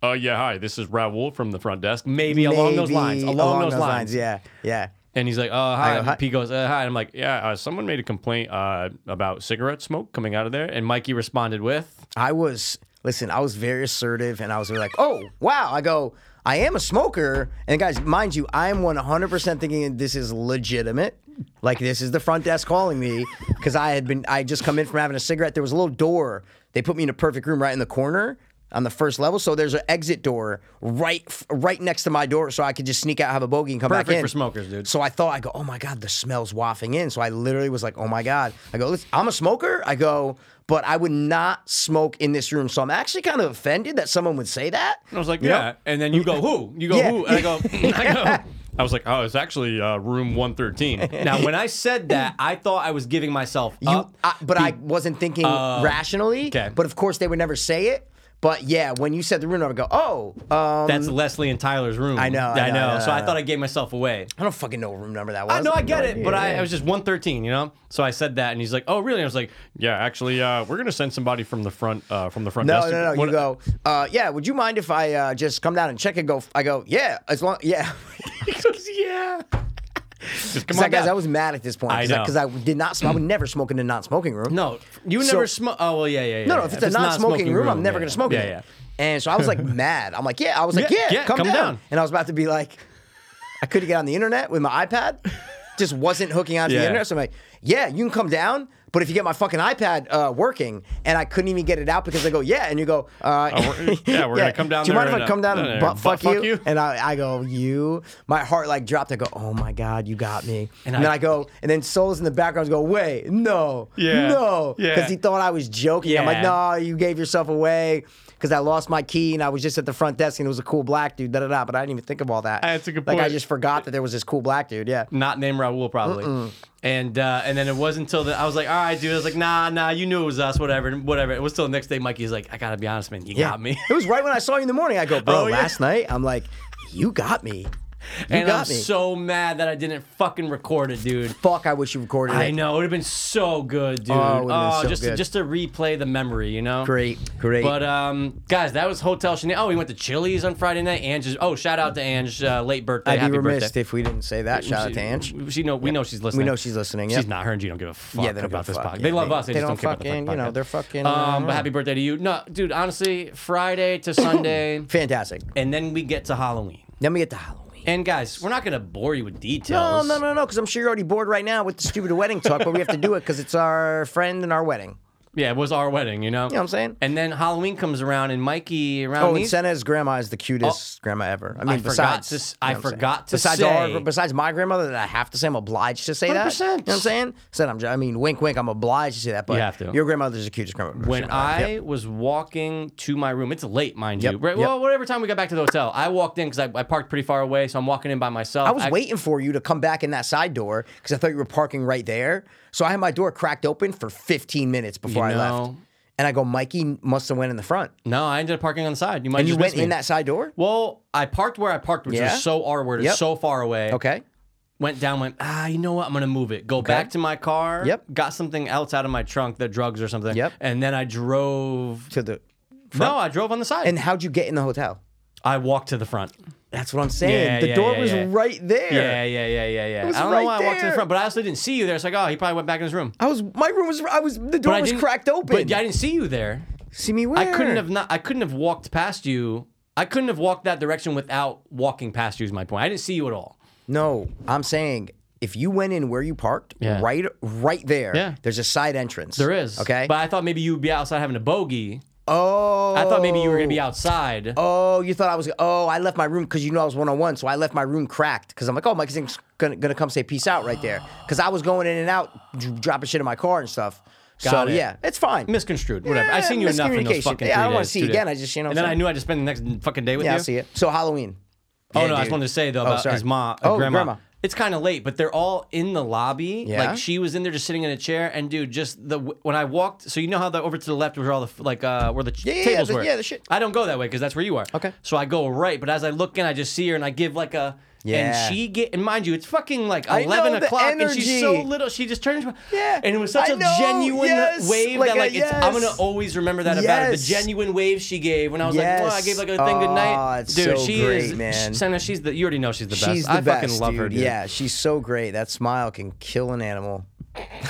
S4: Oh yeah, hi. This is Raoul from the front desk. Maybe, along those
S2: Maybe
S4: lines. Along, those, lines.
S2: Yeah, yeah.
S4: And he's like, "Oh
S2: I
S4: hi."
S2: go, "Hi."
S4: P goes, uh, "Hi." And I'm like, "Yeah." Uh, someone made a complaint uh, about cigarette smoke coming out of there, and Mikey responded with,
S2: I was listen. I was very assertive, and I was like, "Oh wow!" I go, "I am a smoker," and guys, mind you, I am one hundred percent thinking this is legitimate. Like this is the front desk calling me because I had been I had just come in from having a cigarette. There was a little door. They put me in a perfect room right in the corner. on the first level. So there's an exit door right f- right next to my door, so I could just sneak out, have a bogey, and come back
S4: Perfect
S2: in.
S4: for smokers, dude.
S2: So I thought I go, oh my god, the smell's wafting in. So I literally was like, oh my god. I go, "Listen, I'm a smoker. I go, but I would not smoke in this room. So I'm actually kind of offended that someone would say that.
S4: I was like,
S2: You know?
S4: yeah. And then you go, who? You go,
S2: Yeah.
S4: who? And I go, I go. I was like, oh, it's actually uh, room 113. Now, when I said that, I thought I was giving myself
S2: You,
S4: up.
S2: I, but I wasn't thinking rationally.
S4: uh, okay.
S2: But of course, they would never say it. But yeah, when you said the room, I would go, oh, um,
S4: That's Leslie and Tyler's room.
S2: I know, I
S4: I know.
S2: know, I know,
S4: so
S2: I
S4: I,
S2: know.
S4: thought I gave myself away.
S2: I don't fucking know what room number that was.
S4: I know I get it, but I,
S2: Yeah.
S4: I was just 113, you know? So I said that, and he's like, oh, really? And I was like, yeah, actually, uh, we're going to send somebody from the front uh, from the front
S2: No,
S4: desk.
S2: no, no.
S4: What-
S2: You go. Uh, yeah. Would you mind if I uh, just come down and check and go? I go. Yeah. As long. Yeah.
S4: He goes, yeah. Just come
S2: Because
S4: on
S2: I, guess
S4: down.
S2: I was mad at this point.
S4: I know.
S2: Because I, did not. sm- I would never smoke in a non-smoking room.
S4: No, you
S2: So-
S4: never smoke. Oh well, yeah, yeah, yeah.
S2: No, no.
S4: yeah.
S2: If it's a non-smoking, room, I'm never
S4: yeah,
S2: gonna smoke
S4: Yeah,
S2: in it.
S4: yeah.
S2: And so I was like mad. I'm like, yeah. I was like,
S4: Yeah,
S2: yeah.
S4: yeah,
S2: come,
S4: come
S2: down.
S4: down.
S2: And I was about to be like, I couldn't get on the internet with my iPad. Just wasn't hooking onto
S4: Yeah.
S2: the internet. So I'm like, yeah, you can come down. But if you get my fucking iPad uh, working, and I couldn't even get it out because I go, yeah, and you go, uh,
S4: Oh, we're- yeah, we're gonna come down
S2: Do you
S4: there
S2: mind if
S4: and,
S2: I
S4: uh,
S2: come down
S4: no,
S2: and
S4: no, no,
S2: butt, fuck, you?
S4: you?
S2: And I, I go, you. My heart like dropped. I go, oh my god, you got me. And, then
S4: I-
S2: I go, and then Souls in the background go, wait, no,
S4: Yeah.
S2: no,
S4: Yeah.
S2: he thought I was joking. I'm like, no,
S4: Yeah.
S2: you gave yourself away because I lost my key and I was just at the front desk and it was a cool black dude. Da da da. But I didn't even think of all that.
S4: That's Ah, a good
S2: Like I
S4: point.
S2: just forgot that there was this cool black dude. Yeah.
S4: Not named Raul probably. And uh, and then it wasn't until the, I was like, all right, dude. I was like, nah, nah. You knew it was us. Whatever, whatever. It was till the next day. Mikey's like, I gotta be honest, man. You
S2: Yeah.
S4: got me.
S2: it was right when I saw you in the morning. I go, bro.
S4: Oh, yeah.
S2: Last night, I'm like, you got me. You
S4: and
S2: got
S4: I'm
S2: me.
S4: so mad that I didn't fucking record it, dude.
S2: Fuck, I wish you recorded it.
S4: I know it would have been so good, dude.
S2: Oh, it would've been so
S4: just To,
S2: good.
S4: just to replay the memory, you know.
S2: Great, great.
S4: But um, guys, that was Hotel Chanel. Oh, we went to Chili's on Friday night. Ange, oh, shout out to Ange, uh, late birthday,
S2: I'd
S4: happy
S2: be remiss
S4: birthday.
S2: if we didn't say that. Shout out to Ange.
S4: She, she know we know she's listening.
S2: know she's listening,
S4: She's
S2: yep.
S4: not her, and you don't give a fuck
S2: Yeah, they don't
S4: about
S2: give a
S4: this
S2: fuck,
S4: podcast.
S2: yeah.
S4: They love
S2: They-
S4: us. They,
S2: they
S4: just
S2: don't
S4: don't, care about the
S2: fucking, you know, they're fucking, uh, I
S4: Um,
S2: don't
S4: but
S2: know.
S4: happy birthday to you. No, dude. Honestly, Friday to Sunday,
S2: Fantastic.
S4: and then we get to Halloween.
S2: Then we get to Halloween.
S4: And guys, we're not gonna bore you with
S2: No,
S4: details.
S2: no, no, no, because I'm sure you're already bored right now with the stupid wedding talk, but we have to do it because it's our friend and our wedding.
S4: Yeah, it was our wedding, you know. You
S2: know what I'm saying?
S4: And then Halloween comes around, and Mikey around
S2: Oh, and
S4: these.
S2: Senna's grandma is the cutest grandma ever. I mean,
S4: Oh, forgot
S2: besides,
S4: to s-
S2: you know
S4: I
S2: what I'm saying?
S4: forgot to
S2: besides
S4: say-
S2: our, besides my grandmother that I have to say, I'm obliged to say that.
S4: 100%.
S2: You know what I'm saying? Said I'm, j- I mean, wink, wink. I'm obliged to say that, but
S4: You have to.
S2: your grandmother's the cutest grandma. I've ever
S4: when
S2: seen in my life.
S4: I
S2: Yep.
S4: was walking to my room, it's late, mind you.
S2: Yep,
S4: Right,
S2: yep.
S4: Well, whatever time we got back to the hotel, I walked in because I, I parked pretty far away, so I'm walking in by myself.
S2: I was waiting for you to come back in that side door because I thought you were parking right there. So I had my door cracked open for 15 minutes before I left,
S4: know-
S2: and I go, Mikey must have went in the front,
S4: No, I ended up parking on the side. You might
S2: and you
S4: just
S2: went
S4: miss me.
S2: in that side door.
S4: Well, I parked where I parked, which
S2: Yeah.
S4: was so R worded,
S2: Yep.
S4: so far away.
S2: Okay.
S4: Went down, went, ah, you know what? I'm going to move it. Go back to my car.
S2: Yep.
S4: Got something else out of my trunk, the drugs or something.
S2: Yep.
S4: And then I drove.
S2: to the
S4: No, I drove on the side.
S2: and how'd you get in the hotel?
S4: I walked to the front.
S2: That's what I'm saying.
S4: Yeah,
S2: the
S4: yeah,
S2: door
S4: yeah,
S2: was
S4: yeah.
S2: right there.
S4: Yeah, yeah, yeah, yeah, yeah. I
S2: was
S4: don't know
S2: right
S4: why I walked to the
S2: there.
S4: front, but I also didn't see you there. It's like, oh, he probably went back in his room.
S2: I was my room was I was the door
S4: I
S2: was
S4: didn't-
S2: cracked open.
S4: But I didn't see you there.
S2: See me where?
S4: I couldn't have not. I couldn't have walked past you. I couldn't have walked that direction without walking past you. Is my point. I didn't see you at all.
S2: No, I'm saying if you went in where you parked,
S4: Yeah.
S2: right right there,
S4: Yeah.
S2: there's a side entrance.
S4: There is.
S2: Okay.
S4: But I thought maybe you would be outside having a bogey.
S2: oh
S4: I thought maybe you were gonna be outside.
S2: Oh, you thought I was oh, I left my room because you know I was one on one, so I left my room cracked because I'm like, oh Mike's gonna gonna come say peace out right there. Cause I was going in and out, d- dropping shit in my car and stuff. so
S4: Got it.
S2: yeah, it's fine.
S4: Misconstrued. Whatever. I
S2: Yeah,
S4: seen you enough in those
S2: miscommunication.
S4: fucking.
S2: Yeah,
S4: three
S2: I don't wanna
S4: days,
S2: see
S4: two
S2: you again.
S4: days.
S2: I just- you know what
S4: And
S2: I'm
S4: then I
S2: saying?
S4: knew I would spend the next fucking day with
S2: Yeah,
S4: you.
S2: I see it. So Halloween.
S4: Oh
S2: Yeah,
S4: no, I just
S2: dude.
S4: wanted to say though
S2: Oh,
S4: about
S2: sorry.
S4: his mom,
S2: Oh,
S4: grandma.
S2: grandma.
S4: It's kind of late, but they're all in the lobby.
S2: Yeah.
S4: Like she was in there just sitting in a chair, and dude, just the when I walked, so you know how the over to the left where all the like uh where the ch-
S2: Yeah, yeah, yeah,
S4: tables
S2: the-
S4: were.
S2: yeah, the shit.
S4: I don't go that way because that's where you are.
S2: Okay.
S4: So I go right, but as I look in, I just see her and I give like a.
S2: Yeah.
S4: And she get and mind you, it's fucking like
S2: I know
S4: eleven
S2: the
S4: o'clock, and she's so
S2: energy.
S4: little. She just turns.
S2: Yeah.
S4: And it was such
S2: I
S4: a
S2: know,
S4: genuine
S2: yes,
S4: wave
S2: like
S4: that
S2: a
S4: like it's, I'm
S2: yes.
S4: gonna always remember that about it. The
S2: Yes.
S4: genuine wave she gave when I was like, well, I
S2: Yes.
S4: gave like a thing good night.
S2: Oh, it's
S4: Dude,
S2: so
S4: she is
S2: great, man.
S4: she- Senna, she's the you already know she's the best.
S2: She's the
S4: I
S2: best.
S4: fucking love
S2: dude.
S4: her, dude.
S2: Yeah, she's so great. That smile can kill an animal.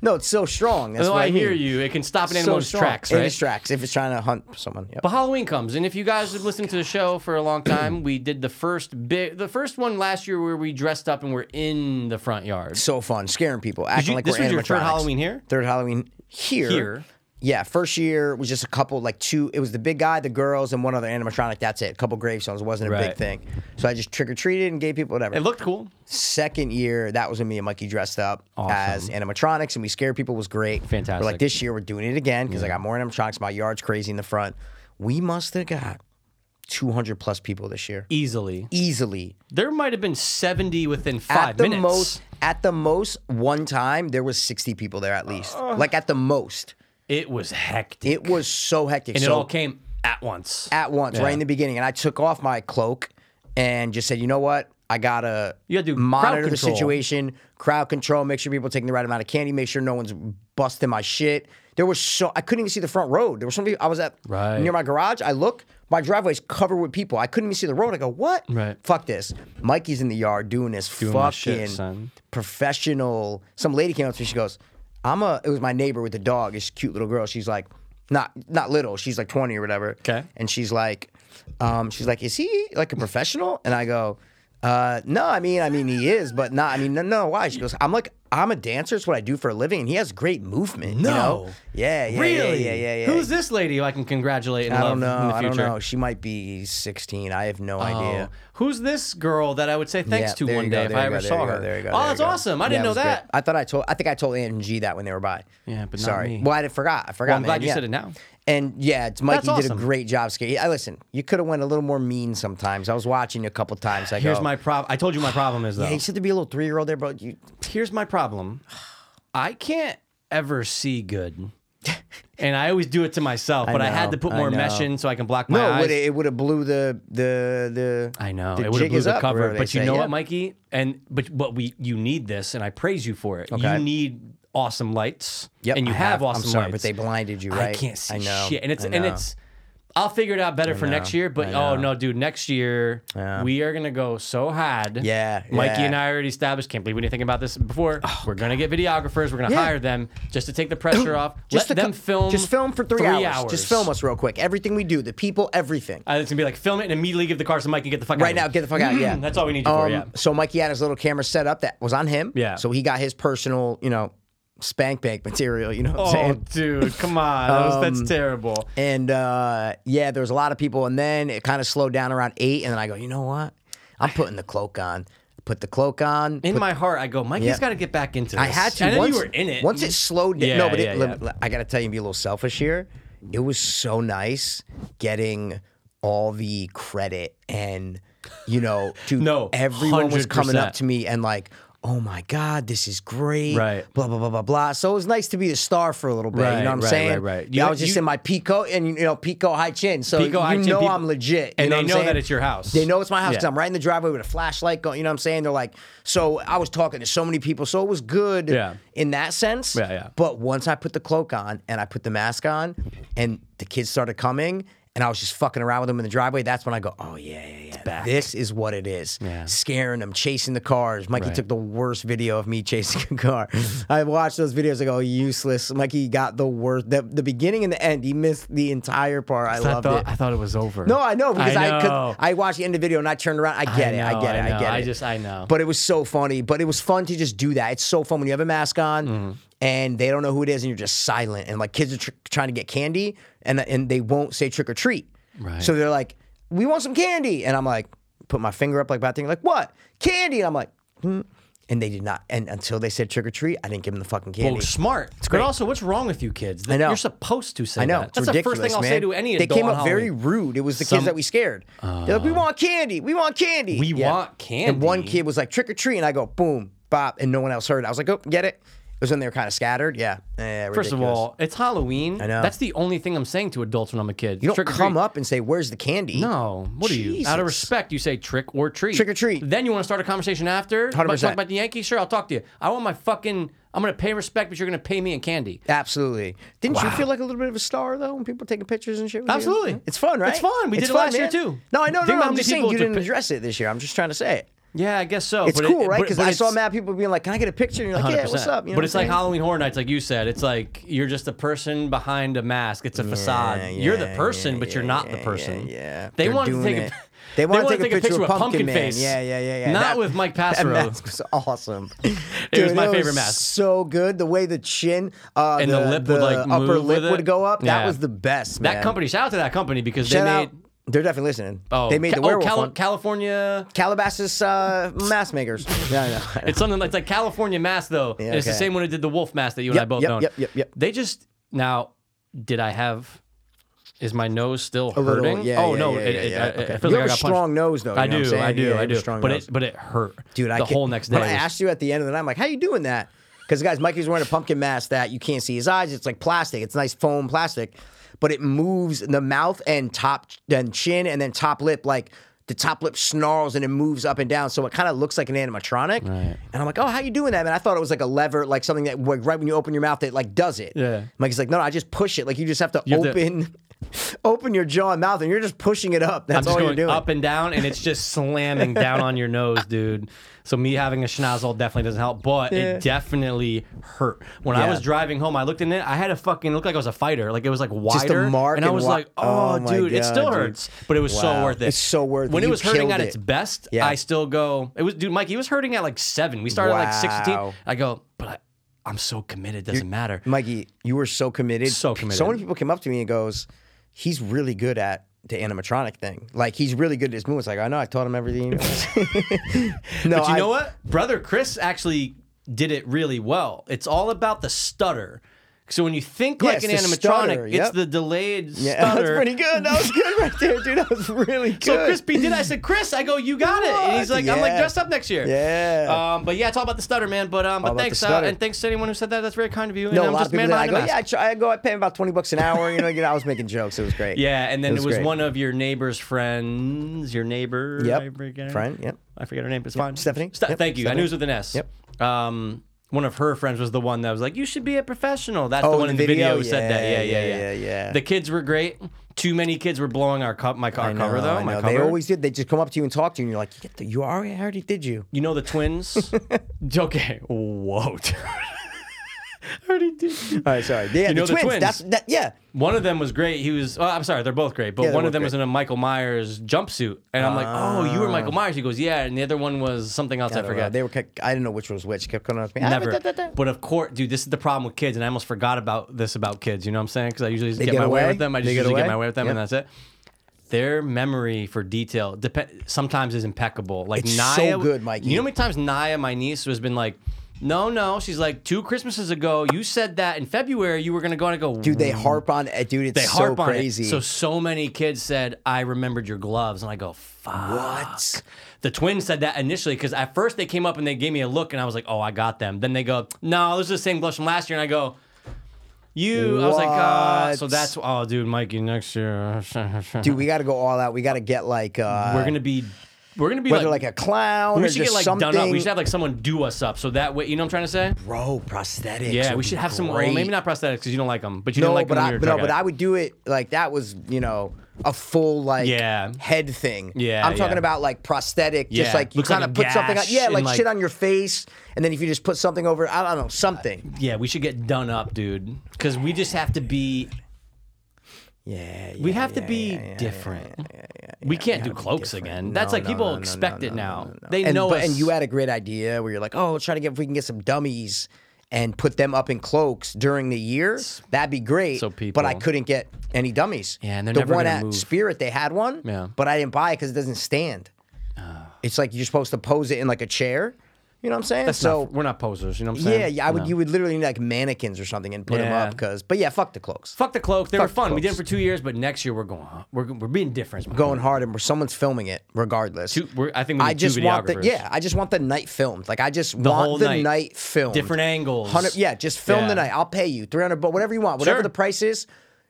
S2: no, it's so strong. That's
S4: Though
S2: what
S4: I,
S2: I,
S4: hear
S2: mean.
S4: you, it can stop an
S2: So
S4: animal in its
S2: strong.
S4: tracks,
S2: In
S4: right?
S2: its tracks, if it's trying to hunt someone. Yep.
S4: but Halloween comes, and if you guys have listened to the show for a long time, we did the first big, the first one last year where we dressed up and we're in the front yard.
S2: So fun, scaring people, acting
S4: you-
S2: like
S4: this
S2: we're
S4: was your third
S2: animatronics.
S4: Halloween here?
S2: Third Halloween here.
S4: Here.
S2: Yeah, first year was just a couple, like two. It was the big guy, the girls, and one other animatronic. That's it. A couple gravestones. It wasn't a big
S4: Right.
S2: thing. So I just trick or treated and gave people whatever.
S4: It looked cool.
S2: Second year, that was when me and Mikey dressed up
S4: Awesome.
S2: as animatronics, and we scared people. Was great. We're
S4: Fantastic.
S2: like this year, we're doing it again because I got more animatronics. My yard's crazy in the front. We must have got 200 plus people this year,
S4: Easily.
S2: easily.
S4: There might have been 70 within five
S2: at the
S4: minutes.
S2: most, at the most, one time there was 60 people there at least. like at the most,
S4: it was hectic.
S2: it was so hectic.
S4: and
S2: so
S4: it all came at once.
S2: at once,
S4: Yeah.
S2: right in the beginning. And I took off my cloak and just said, you know what? I gotta
S4: You gotta do crowd
S2: monitor the
S4: control.
S2: situation, crowd control, make sure people are taking the right amount of candy, make sure no one's busting my shit. There was so I couldn't even see the front road. There was somebody I was at
S4: Right.
S2: near my garage. I look, my driveway's covered with people. I couldn't even see the road. I go, what?
S4: Right.
S2: Fuck this. Mikey's in the yard doing this
S4: my
S2: fucking
S4: shit, son.
S2: professional. Some lady came up to me. She goes, "I'm a." It was my neighbor with the dog. It's a cute little girl. She's like, not not little. She's like 20 or whatever.
S4: Okay.
S2: And she's like, um, she's like, "Is he like a professional?" And I go, uh, "No, I mean, I mean, he is, but not. I mean, no, no. Why?" She goes, "I'm like, I'm a dancer. It's what I do for a living, and he has great movement. you know?
S4: No.
S2: Yeah. Yeah.
S4: really?
S2: Yeah. Yeah. Yeah.
S4: Who's this lady who I can congratulate and
S2: I
S4: love
S2: don't know.
S4: in the
S2: I don't
S4: future?
S2: know. She might be 16. I have no
S4: Oh.
S2: idea.
S4: Who's this girl that I would say thanks
S2: Yeah,
S4: to
S2: there
S4: one
S2: you go,
S4: day if
S2: there
S4: I
S2: you go,
S4: ever
S2: there
S4: saw
S2: you go,
S4: her?
S2: there you go,
S4: oh,
S2: there
S4: that's
S2: you go.
S4: awesome. I
S2: Yeah,
S4: didn't
S2: it
S4: know
S2: was great.
S4: that.
S2: I thought I told. I think I told Ann and G that when they were by.
S4: Yeah, but not
S2: sorry.
S4: me.
S2: Well, I did- forgot. I forgot.
S4: Well, I'm
S2: man.
S4: glad you
S2: Yeah.
S4: said it now.
S2: And yeah, it's Mikey
S4: That's
S2: did a
S4: awesome.
S2: great job. Scary. I listen. You could have went a little more mean sometimes. I was watching you a couple times. I
S4: Here's
S2: go,
S4: my problem. I told you my problem is though.
S2: Yeah, you said to be a little three year old there, bro. You,
S4: here's my problem. I can't ever see good. And I always do it to myself, but I, had
S2: know,
S4: to put
S2: I
S4: more
S2: know.
S4: mesh in so I can block my
S2: no, it
S4: eyes.
S2: would it would have blew the the the.
S4: I know
S2: the
S4: it would have
S2: jig
S4: blew
S2: is
S4: the
S2: up,
S4: cover,
S2: whatever they
S4: but you
S2: say.
S4: know
S2: Yeah.
S4: what, Mikey, and but but we you need this, and I praise you for it.
S2: Okay.
S4: You need awesome lights,
S2: Yep,
S4: and you
S2: I
S4: have,
S2: I'm
S4: awesome
S2: sorry,
S4: lights.
S2: but they blinded you, right?
S4: I can't see
S2: I know,
S4: shit, and it's
S2: I
S4: and
S2: know.
S4: it's. I'll figure it out better for next
S2: know,
S4: year, but
S2: I
S4: oh
S2: know.
S4: no, dude, next year we are gonna go so hard.
S2: Yeah,
S4: Mikey
S2: yeah. Oh,
S4: and I already established. Can't believe we didn't think about this before. we're gonna get videographers. We're gonna
S2: Yeah.
S4: hire them just to take the pressure off.
S2: Just
S4: Let
S2: to
S4: them
S2: co-
S4: film.
S2: Just film for three, hours. Just film us real quick. Everything we do, the people, everything.
S4: Uh, it's gonna be like film it and immediately give the cars to Mike and get the fuck
S2: Right
S4: out
S2: now,
S4: of
S2: get the fuck out. Yeah,
S4: Mm-hmm.
S2: Um,
S4: That's all we need you for. Yeah.
S2: So Mikey had his little camera set up that was on him.
S4: Yeah.
S2: So he got his personal, you know, spank bank material. You know what I'm saying?
S4: Oh, dude, come on. That was-
S2: Um,
S4: that's terrible.
S2: And uh, yeah, there was a lot of people, and then it kind of slowed down around eight. And then I go, you know what? I'm putting the cloak on. Put the cloak on.
S4: In
S2: put-
S4: my heart, I go, Mikey's
S2: Yeah.
S4: got to get back into this.
S2: I had to.
S4: And
S2: once,
S4: you were in it.
S2: Once it slowed down.
S4: Yeah,
S2: no, but
S4: yeah,
S2: it, let-
S4: yeah.
S2: let- I got to tell you, be a little selfish here. It was so nice getting all the credit and, you know, dude,
S4: No,
S2: everyone was coming up
S4: 100%.
S2: to me and like, oh my God, this is great.
S4: Right.
S2: Blah, blah, blah, blah, blah. So it was nice to be the star for a little bit.
S4: Right,
S2: you know what I'm
S4: right,
S2: saying?
S4: right, right.
S2: Yeah,
S4: You-
S2: I was just
S4: you-
S2: in my Pico and, you know, Pico high chin. So
S4: Pico
S2: you
S4: high chin,
S2: know
S4: people-
S2: I'm legit. You
S4: and
S2: know
S4: they
S2: what I'm
S4: know
S2: saying?
S4: that it's your house.
S2: They know it's my house because
S4: Yeah.
S2: I'm right in the driveway with a flashlight going. You know what I'm saying? They're like, so I was talking to so many people, so it was good
S4: Yeah.
S2: in that sense.
S4: Yeah, yeah.
S2: But once I put the cloak on and I put the mask on, and the kids started coming, and I was just fucking around with them in the driveway. That's when I go, oh yeah, yeah, yeah.
S4: back.
S2: This is what it is.
S4: Yeah.
S2: Scaring them, chasing the cars. Mikey
S4: Right.
S2: took the worst video of me chasing a car. I watched those videos. I go, useless. Mikey got the worst. The, the beginning and the end. He missed the entire part. I
S4: I
S2: loved
S4: thought,
S2: it.
S4: I thought it was over.
S2: No, I know because I
S4: know.
S2: could, I watched the end of the video and I turned around. I get it. I
S4: know,
S2: get it. I,
S4: know.
S2: get it.
S4: I just, I know.
S2: But it was so funny. But it was fun to just do that. It's so fun when you have a mask on
S4: Mm-hmm.
S2: and they don't know who it is and you're just silent and like kids are tr- trying to get candy and and they won't say trick or treat.
S4: Right.
S2: So they're like, "We want some candy," and I'm like, put my finger up like bad thing, like what candy? And I'm like, hmm. and they did not. And until they said trick or treat, I didn't give them the fucking candy.
S4: Well, smart.
S2: great.
S4: But also, what's wrong with you kids?
S2: know.
S4: You're supposed to say
S2: I know.
S4: that.
S2: It's
S4: That's
S2: ridiculous,
S4: the first thing I'll
S2: man.
S4: say to any
S2: They
S4: adult.
S2: came
S4: on
S2: up very
S4: Halloween.
S2: rude. It was the
S4: Some-
S2: kids that we scared. They're like, we want candy. We want candy.
S4: We want
S2: And one
S4: candy.
S2: kid was like, trick or treat. And I go, boom, bop. And no one else heard. I was like, oh, get it. It was when they were kind of scattered. Yeah. Eh,
S4: First of
S2: ridiculous.
S4: all, it's Halloween. I
S2: know.
S4: That's the only thing I'm saying to adults when I'm a kid.
S2: you don't
S4: Trick or
S2: come
S4: treat.
S2: up and say, where's the candy?
S4: No, what are you? Out of
S2: Jesus.
S4: respect, you say trick or treat.
S2: Trick or treat.
S4: Then you want to start a conversation after.
S2: 100%.
S4: Talk about the Yankees? Sure, I'll talk to you. I want my fucking. I'm gonna pay respect, but you're gonna pay me in candy.
S2: Absolutely. Didn't you feel like a little bit of a star though when people taking pictures and shit? With you?
S4: Absolutely.
S2: It's fun, right?
S4: It's fun. We did it last year, too.
S2: No, I know. no,
S4: Think about
S2: no,
S4: how
S2: I'm
S4: many
S2: just saying
S4: people
S2: you
S4: took
S2: didn't
S4: pic-
S2: address it this year. I'm just trying to say it.
S4: Yeah, I guess so.
S2: It's
S4: but
S2: cool,
S4: it,
S2: right?
S4: but-
S2: Because
S4: but
S2: I saw
S4: it's-
S2: mad people being like, "Can I get a picture?" And you're like, "Yeah,
S4: 100%.
S2: what's up?" You know
S4: but
S2: what
S4: it's
S2: I'm
S4: like
S2: saying?
S4: Halloween Horror Nights, like you said. It's like you're just a person behind a mask. It's a facade.
S2: Yeah,
S4: you're the
S2: yeah,
S4: person,
S2: yeah,
S4: but you're
S2: yeah,
S4: not
S2: yeah,
S4: the
S2: yeah,
S4: person.
S2: yeah.
S4: They
S2: They're
S4: want to
S2: doing
S4: take a,
S2: it. They wanna
S4: wanna
S2: take a picture with Pumpkin Man.
S4: Face.
S2: Yeah, yeah, yeah, yeah.
S4: Not
S2: That-
S4: with Mike
S2: That
S4: Passero.
S2: mask was awesome. Dude,
S4: was my
S2: it
S4: favorite mask.
S2: So good. The way the chin uh,
S4: And the lip would, like,
S2: upper
S4: move
S2: lip
S4: with it.
S2: would go up.
S4: Yeah.
S2: That was the best.
S4: that
S2: man.
S4: company. Shout out to that company because
S2: Shout
S4: they made.
S2: out. They're definitely listening.
S4: Oh,
S2: they made
S4: Ca-
S2: the
S4: oh,
S2: werewolf
S4: Cali-
S2: one.
S4: California.
S2: Calabasas uh, mask makers. Yeah, I know. I know.
S4: It's something it's like California mask though. and It's the
S2: okay.
S4: same one that did the wolf mask that you and I
S2: Yep,
S4: both
S2: yep,
S4: know.
S2: yep, yep, yep.
S4: They just now did I have is my nose still hurting?
S2: little, yeah,
S4: oh
S2: yeah,
S4: no,
S2: yeah,
S4: it,
S2: yeah,
S4: it,
S2: yeah,
S4: I- it
S2: okay.
S4: feels
S2: You
S4: like
S2: have
S4: I
S2: a
S4: got
S2: strong
S4: punched.
S2: nose, though, you
S4: I
S2: know what
S4: do,
S2: I'm saying?
S4: I do,
S2: Yeah, you
S4: I
S2: have a
S4: do.
S2: strong
S4: but
S2: nose.
S4: it but it hurt.
S2: Dude, I
S4: the
S2: can't-
S4: whole next day.
S2: When I
S4: was-
S2: asked you at the end of the night, I'm like, "How you doing that?" Because guys, Mikey's wearing a pumpkin mask that you can't see his eyes. It's like plastic. It's nice foam plastic, but it moves the mouth and top and chin and then top lip. Like the top lip snarls and it moves up and down, so it kind of looks like an animatronic.
S4: Right.
S2: And I'm like, "Oh, how you doing that?" man? I thought it was like a lever, like something that like, right when you open your mouth, it like does it.
S4: Yeah.
S2: Mikey's like, "No, no, I just push it. Like you just have to
S4: have to-
S2: open." Open your jaw and mouth, and you're just pushing it up. That's
S4: I'm just
S2: all
S4: going
S2: you're doing.
S4: up and down, and it's just slamming down on your nose, dude. So me having a schnozzle definitely doesn't help, but
S2: Yeah.
S4: it definitely hurt. When I
S2: Yeah.
S4: was driving home, I looked in it. I had a fucking looked like I was a fighter. Like it was like wider,
S2: mark
S4: and I
S2: and
S4: was
S2: wa-
S4: like, oh,
S2: Oh my
S4: dude, it still
S2: God, dude.
S4: hurts, but it was so
S2: Wow.
S4: worth it.
S2: It's so worth it.
S4: When it
S2: You
S4: was hurting
S2: killed
S4: at
S2: it.
S4: its best,
S2: Yeah.
S4: I still go. It was dude, Mike. He was hurting at like seven. We started at like sixteen.
S2: Wow.
S4: I go, but I, I'm so committed. Doesn't matter.
S2: Mikey, you were so committed.
S4: So committed.
S2: So many people came up to me and goes, "He's really good at the animatronic thing. Like he's really good at his movements. Like I know, I taught him everything." no,
S4: But you
S2: I-
S4: know what? Brother Chris actually did it really well. It's all about the stutter. So when you think like
S2: Yes,
S4: an
S2: the
S4: animatronic,
S2: stutter,
S4: it's
S2: yep.
S4: the delayed
S2: Yeah,
S4: stutter.
S2: that's pretty good. That was good right there, dude. That was really good.
S4: So Chris P did. it. I said, Chris, I go, you got it. And he's like, I'm like
S2: Yeah.
S4: dressed up next year.
S2: Yeah.
S4: Um, but yeah, it's all about the stutter, man. But um, but
S2: about the
S4: thanks, uh,
S2: stutter.
S4: and thanks to anyone who said that. That's very kind of you. And
S2: no, a
S4: I'm
S2: lot
S4: just
S2: of people
S4: man
S2: that I
S4: behind
S2: go,
S4: the
S2: yeah,
S4: mask.
S2: I, try, I go, I pay him about twenty bucks an hour. You know, you know, I was making jokes. It was great.
S4: Yeah, and then
S2: It
S4: it was,
S2: was great.
S4: one of your neighbor's friends, your neighbor. I forget
S2: Yep.
S4: her-
S2: Friend. Yep.
S4: I forget her name. but It's fine.
S2: Stephanie.
S4: Ste-
S2: Yep,
S4: Thank you. I
S2: Stephanie.
S4: knew it was with an S.
S2: Yep.
S4: Um, one of her friends was the one that was like, "You should be a professional." That's the
S2: Oh,
S4: one
S2: the
S4: in the video,
S2: video?
S4: who said
S2: Yeah,
S4: that. Yeah, yeah, yeah,
S2: yeah, yeah, yeah.
S4: The kids were great. Too many kids were blowing our co- my car
S2: I know,
S4: cover though.
S2: I
S4: My
S2: know.
S4: cover.
S2: They always did. They just come up to you and talk to you, and you're like, "Get the- "You already, I already did you."
S4: You know the twins. okay. Whoa. Dude. I already did.
S2: All right, sorry. Yeah,
S4: You know the
S2: twins.
S4: twins.
S2: That's that. Yeah.
S4: One of them was great. He was. Oh, I'm sorry, they're both great. But
S2: they're
S4: one of
S2: both
S4: them was in
S2: great. Ah.
S4: a Michael Myers jumpsuit, and I'm like, "Oh, you were Michael Myers." He goes, "Yeah," and the other one was something else. I,
S2: don't know.
S4: forgot.
S2: They were. kept- I didn't know which was which. Kept coming up to me. "Ah,
S4: Never.
S2: da, da, da."
S4: But of course, dude, this is the problem with kids, and I almost forgot about this about kids. You know what I'm saying? Because I usually just get,
S2: get
S4: my way
S2: away?
S4: with them. I just
S2: They get
S4: usually get
S2: away?
S4: my way with them, and
S2: Yep.
S4: that's it. Their memory for detail depend sometimes is impeccable. Like
S2: It's so
S4: Naya,
S2: good, Mikey.
S4: You know how many times Naya, my niece, has been like, "No, no," she's like, two Christmases ago, you said that in February you were gonna go and I go,
S2: Dude, they harp on it. Dude, it's
S4: Mm. they harp
S2: so
S4: on
S2: crazy.
S4: it. So so many kids said, "I remembered your gloves," and I go, "Fuck."
S2: What?
S4: The twins said that initially because at first they came up and they gave me a look, and I was like, "Oh, I got them." Then they go, "No, this is the same gloves from last year," and I go. You, I was like, ah,
S2: What?
S4: so that's oh, dude, Mikey, next year,
S2: dude, we got to go all out. We got to get like uh,
S4: we're gonna be, we're gonna be
S2: whether
S4: like,
S2: like, a clown
S4: we
S2: or
S4: should
S2: just
S4: get like
S2: something.
S4: done up. We should have like someone do us up, so that way, you know what I'm trying to say?
S2: bro prosthetics.
S4: Yeah,
S2: would
S4: we
S2: be
S4: should have some. Well,
S2: great.
S4: maybe not prosthetics because you don't like them, but you
S2: No,
S4: don't like
S2: but
S4: them. when
S2: I,
S4: you're a
S2: but no,
S4: drug
S2: but
S4: addict.
S2: I would do it like that was you know a full like
S4: Yeah.
S2: head thing.
S4: Yeah,
S2: I'm talking
S4: yeah.
S2: about like prosthetic,
S4: Yeah,
S2: just like you
S4: looks like
S2: kind of
S4: a
S2: put something. On,
S4: gash
S2: yeah,
S4: and,
S2: like,
S4: like-
S2: shit on your face, and then if you just put something over, I don't know, something.
S4: Yeah, we should get done up, dude. Because we just have to be.
S2: Yeah,
S4: We
S2: yeah,
S4: have to
S2: yeah,
S4: be
S2: yeah, yeah, yeah.
S4: different. we can't do cloaks
S2: different.
S4: again.
S2: No,
S4: That's like
S2: no,
S4: people
S2: no, no,
S4: expect
S2: no,
S4: it
S2: no,
S4: now.
S2: no, no, no.
S4: They
S2: and,
S4: know
S2: but-
S4: us.
S2: And you had a great idea where you're like, oh, let's try to get if we can get some dummies and put them up in cloaks during the year. That'd be great.
S4: So
S2: but I
S4: people-
S2: couldn't get any dummies.
S4: Yeah, and they're
S2: the
S4: never
S2: one
S4: gonna
S2: at
S4: move.
S2: Spirit they had one.
S4: Yeah. Ah.
S2: but I didn't buy it because it doesn't stand. It's like you're supposed to pose it in like a chair. You know what I'm saying?
S4: That's
S2: so.
S4: not- we're not posers. You know what I'm saying?
S2: yeah, yeah, I would.
S4: No.
S2: You would literally need like mannequins or something and put them
S4: Yeah.
S2: up because. But yeah, fuck the cloaks.
S4: Fuck the cloak. They were
S2: the
S4: fun. We did it
S2: cloaks.
S4: for two years, but next year we're going. We're, we're being different. We're
S2: going hard and someone's filming it regardless.
S4: Two, we're, I think we need
S2: I just
S4: two
S2: want the
S4: videographers.
S2: yeah. I just want the night filmed. Like I just
S4: whole
S2: want the
S4: night.
S2: night, filmed.
S4: Different angles.
S2: Hundred, yeah, just film
S4: Yeah.
S2: the night. I'll pay you three hundred, but whatever you want, whatever
S4: Sure.
S2: the price is.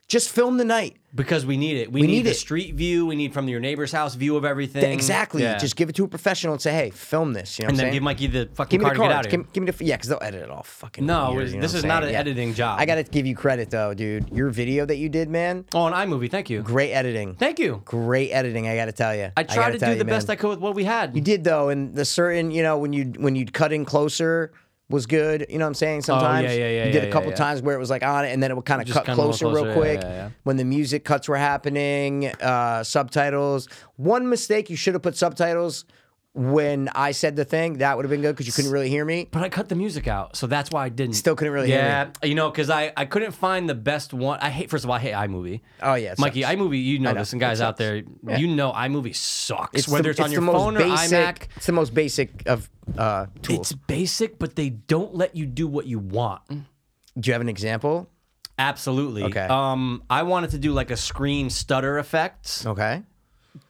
S2: Just film the night.
S4: because we need it. We, need,
S2: need
S4: the
S2: it.
S4: street view. We need from your neighbor's house view of everything.
S2: Exactly.
S4: Yeah.
S2: Just give it to a professional and say, hey, film this. You know what I'm
S4: and then
S2: saying?
S4: give Mikey the
S2: Give
S4: fucking
S2: me
S4: car
S2: the
S4: to get out
S2: cards.
S4: of here.
S2: Give, give me the yeah, because they'll edit it all. Fucking
S4: No,
S2: weird,
S4: it's-
S2: you know
S4: this
S2: what
S4: is
S2: I'm
S4: not
S2: saying?
S4: an
S2: Yeah.
S4: editing job.
S2: I gotta give you credit though, dude. Your video that you did, man,
S4: oh, an iMovie. Thank you.
S2: great editing.
S4: Thank you.
S2: Great editing. I gotta tell you.
S4: I tried to do the best I could with what we had.
S2: You did though, and the certain you know when you when you'd cut in closer was good. You know what I'm saying? Sometimes
S4: Oh, yeah, yeah,
S2: you did
S4: yeah,
S2: a couple
S4: yeah.
S2: times where it was like on it, and then it would kind of
S4: Just
S2: cut
S4: kinda a little
S2: closer, real
S4: closer, yeah,
S2: quick
S4: yeah, yeah.
S2: when the music cuts were happening. Uh, subtitles. One mistake you should have put subtitles when I said the thing. That would have been good because you couldn't really hear me.
S4: but I cut the music out, so that's why I didn't.
S2: Still couldn't really hear
S4: yeah, you know, because I, I couldn't find the best one. I hate first of all, I hate iMovie.
S2: Oh, yeah, it
S4: Mikey,
S2: sucks.
S4: iMovie. You know,
S2: know,
S4: this, and
S2: it
S4: guys out
S2: sucks.
S4: there, you know, iMovie sucks. Whether
S2: the-
S4: it's on
S2: the
S4: your
S2: most
S4: phone or
S2: basic,
S4: iMac,
S2: It's the most basic of uh, tools.
S4: it's basic, but they don't let you do what you want.
S2: Do you have an example?
S4: Absolutely.
S2: Mm. Okay.
S4: Um, I wanted to do like a screen stutter effect.
S2: Okay.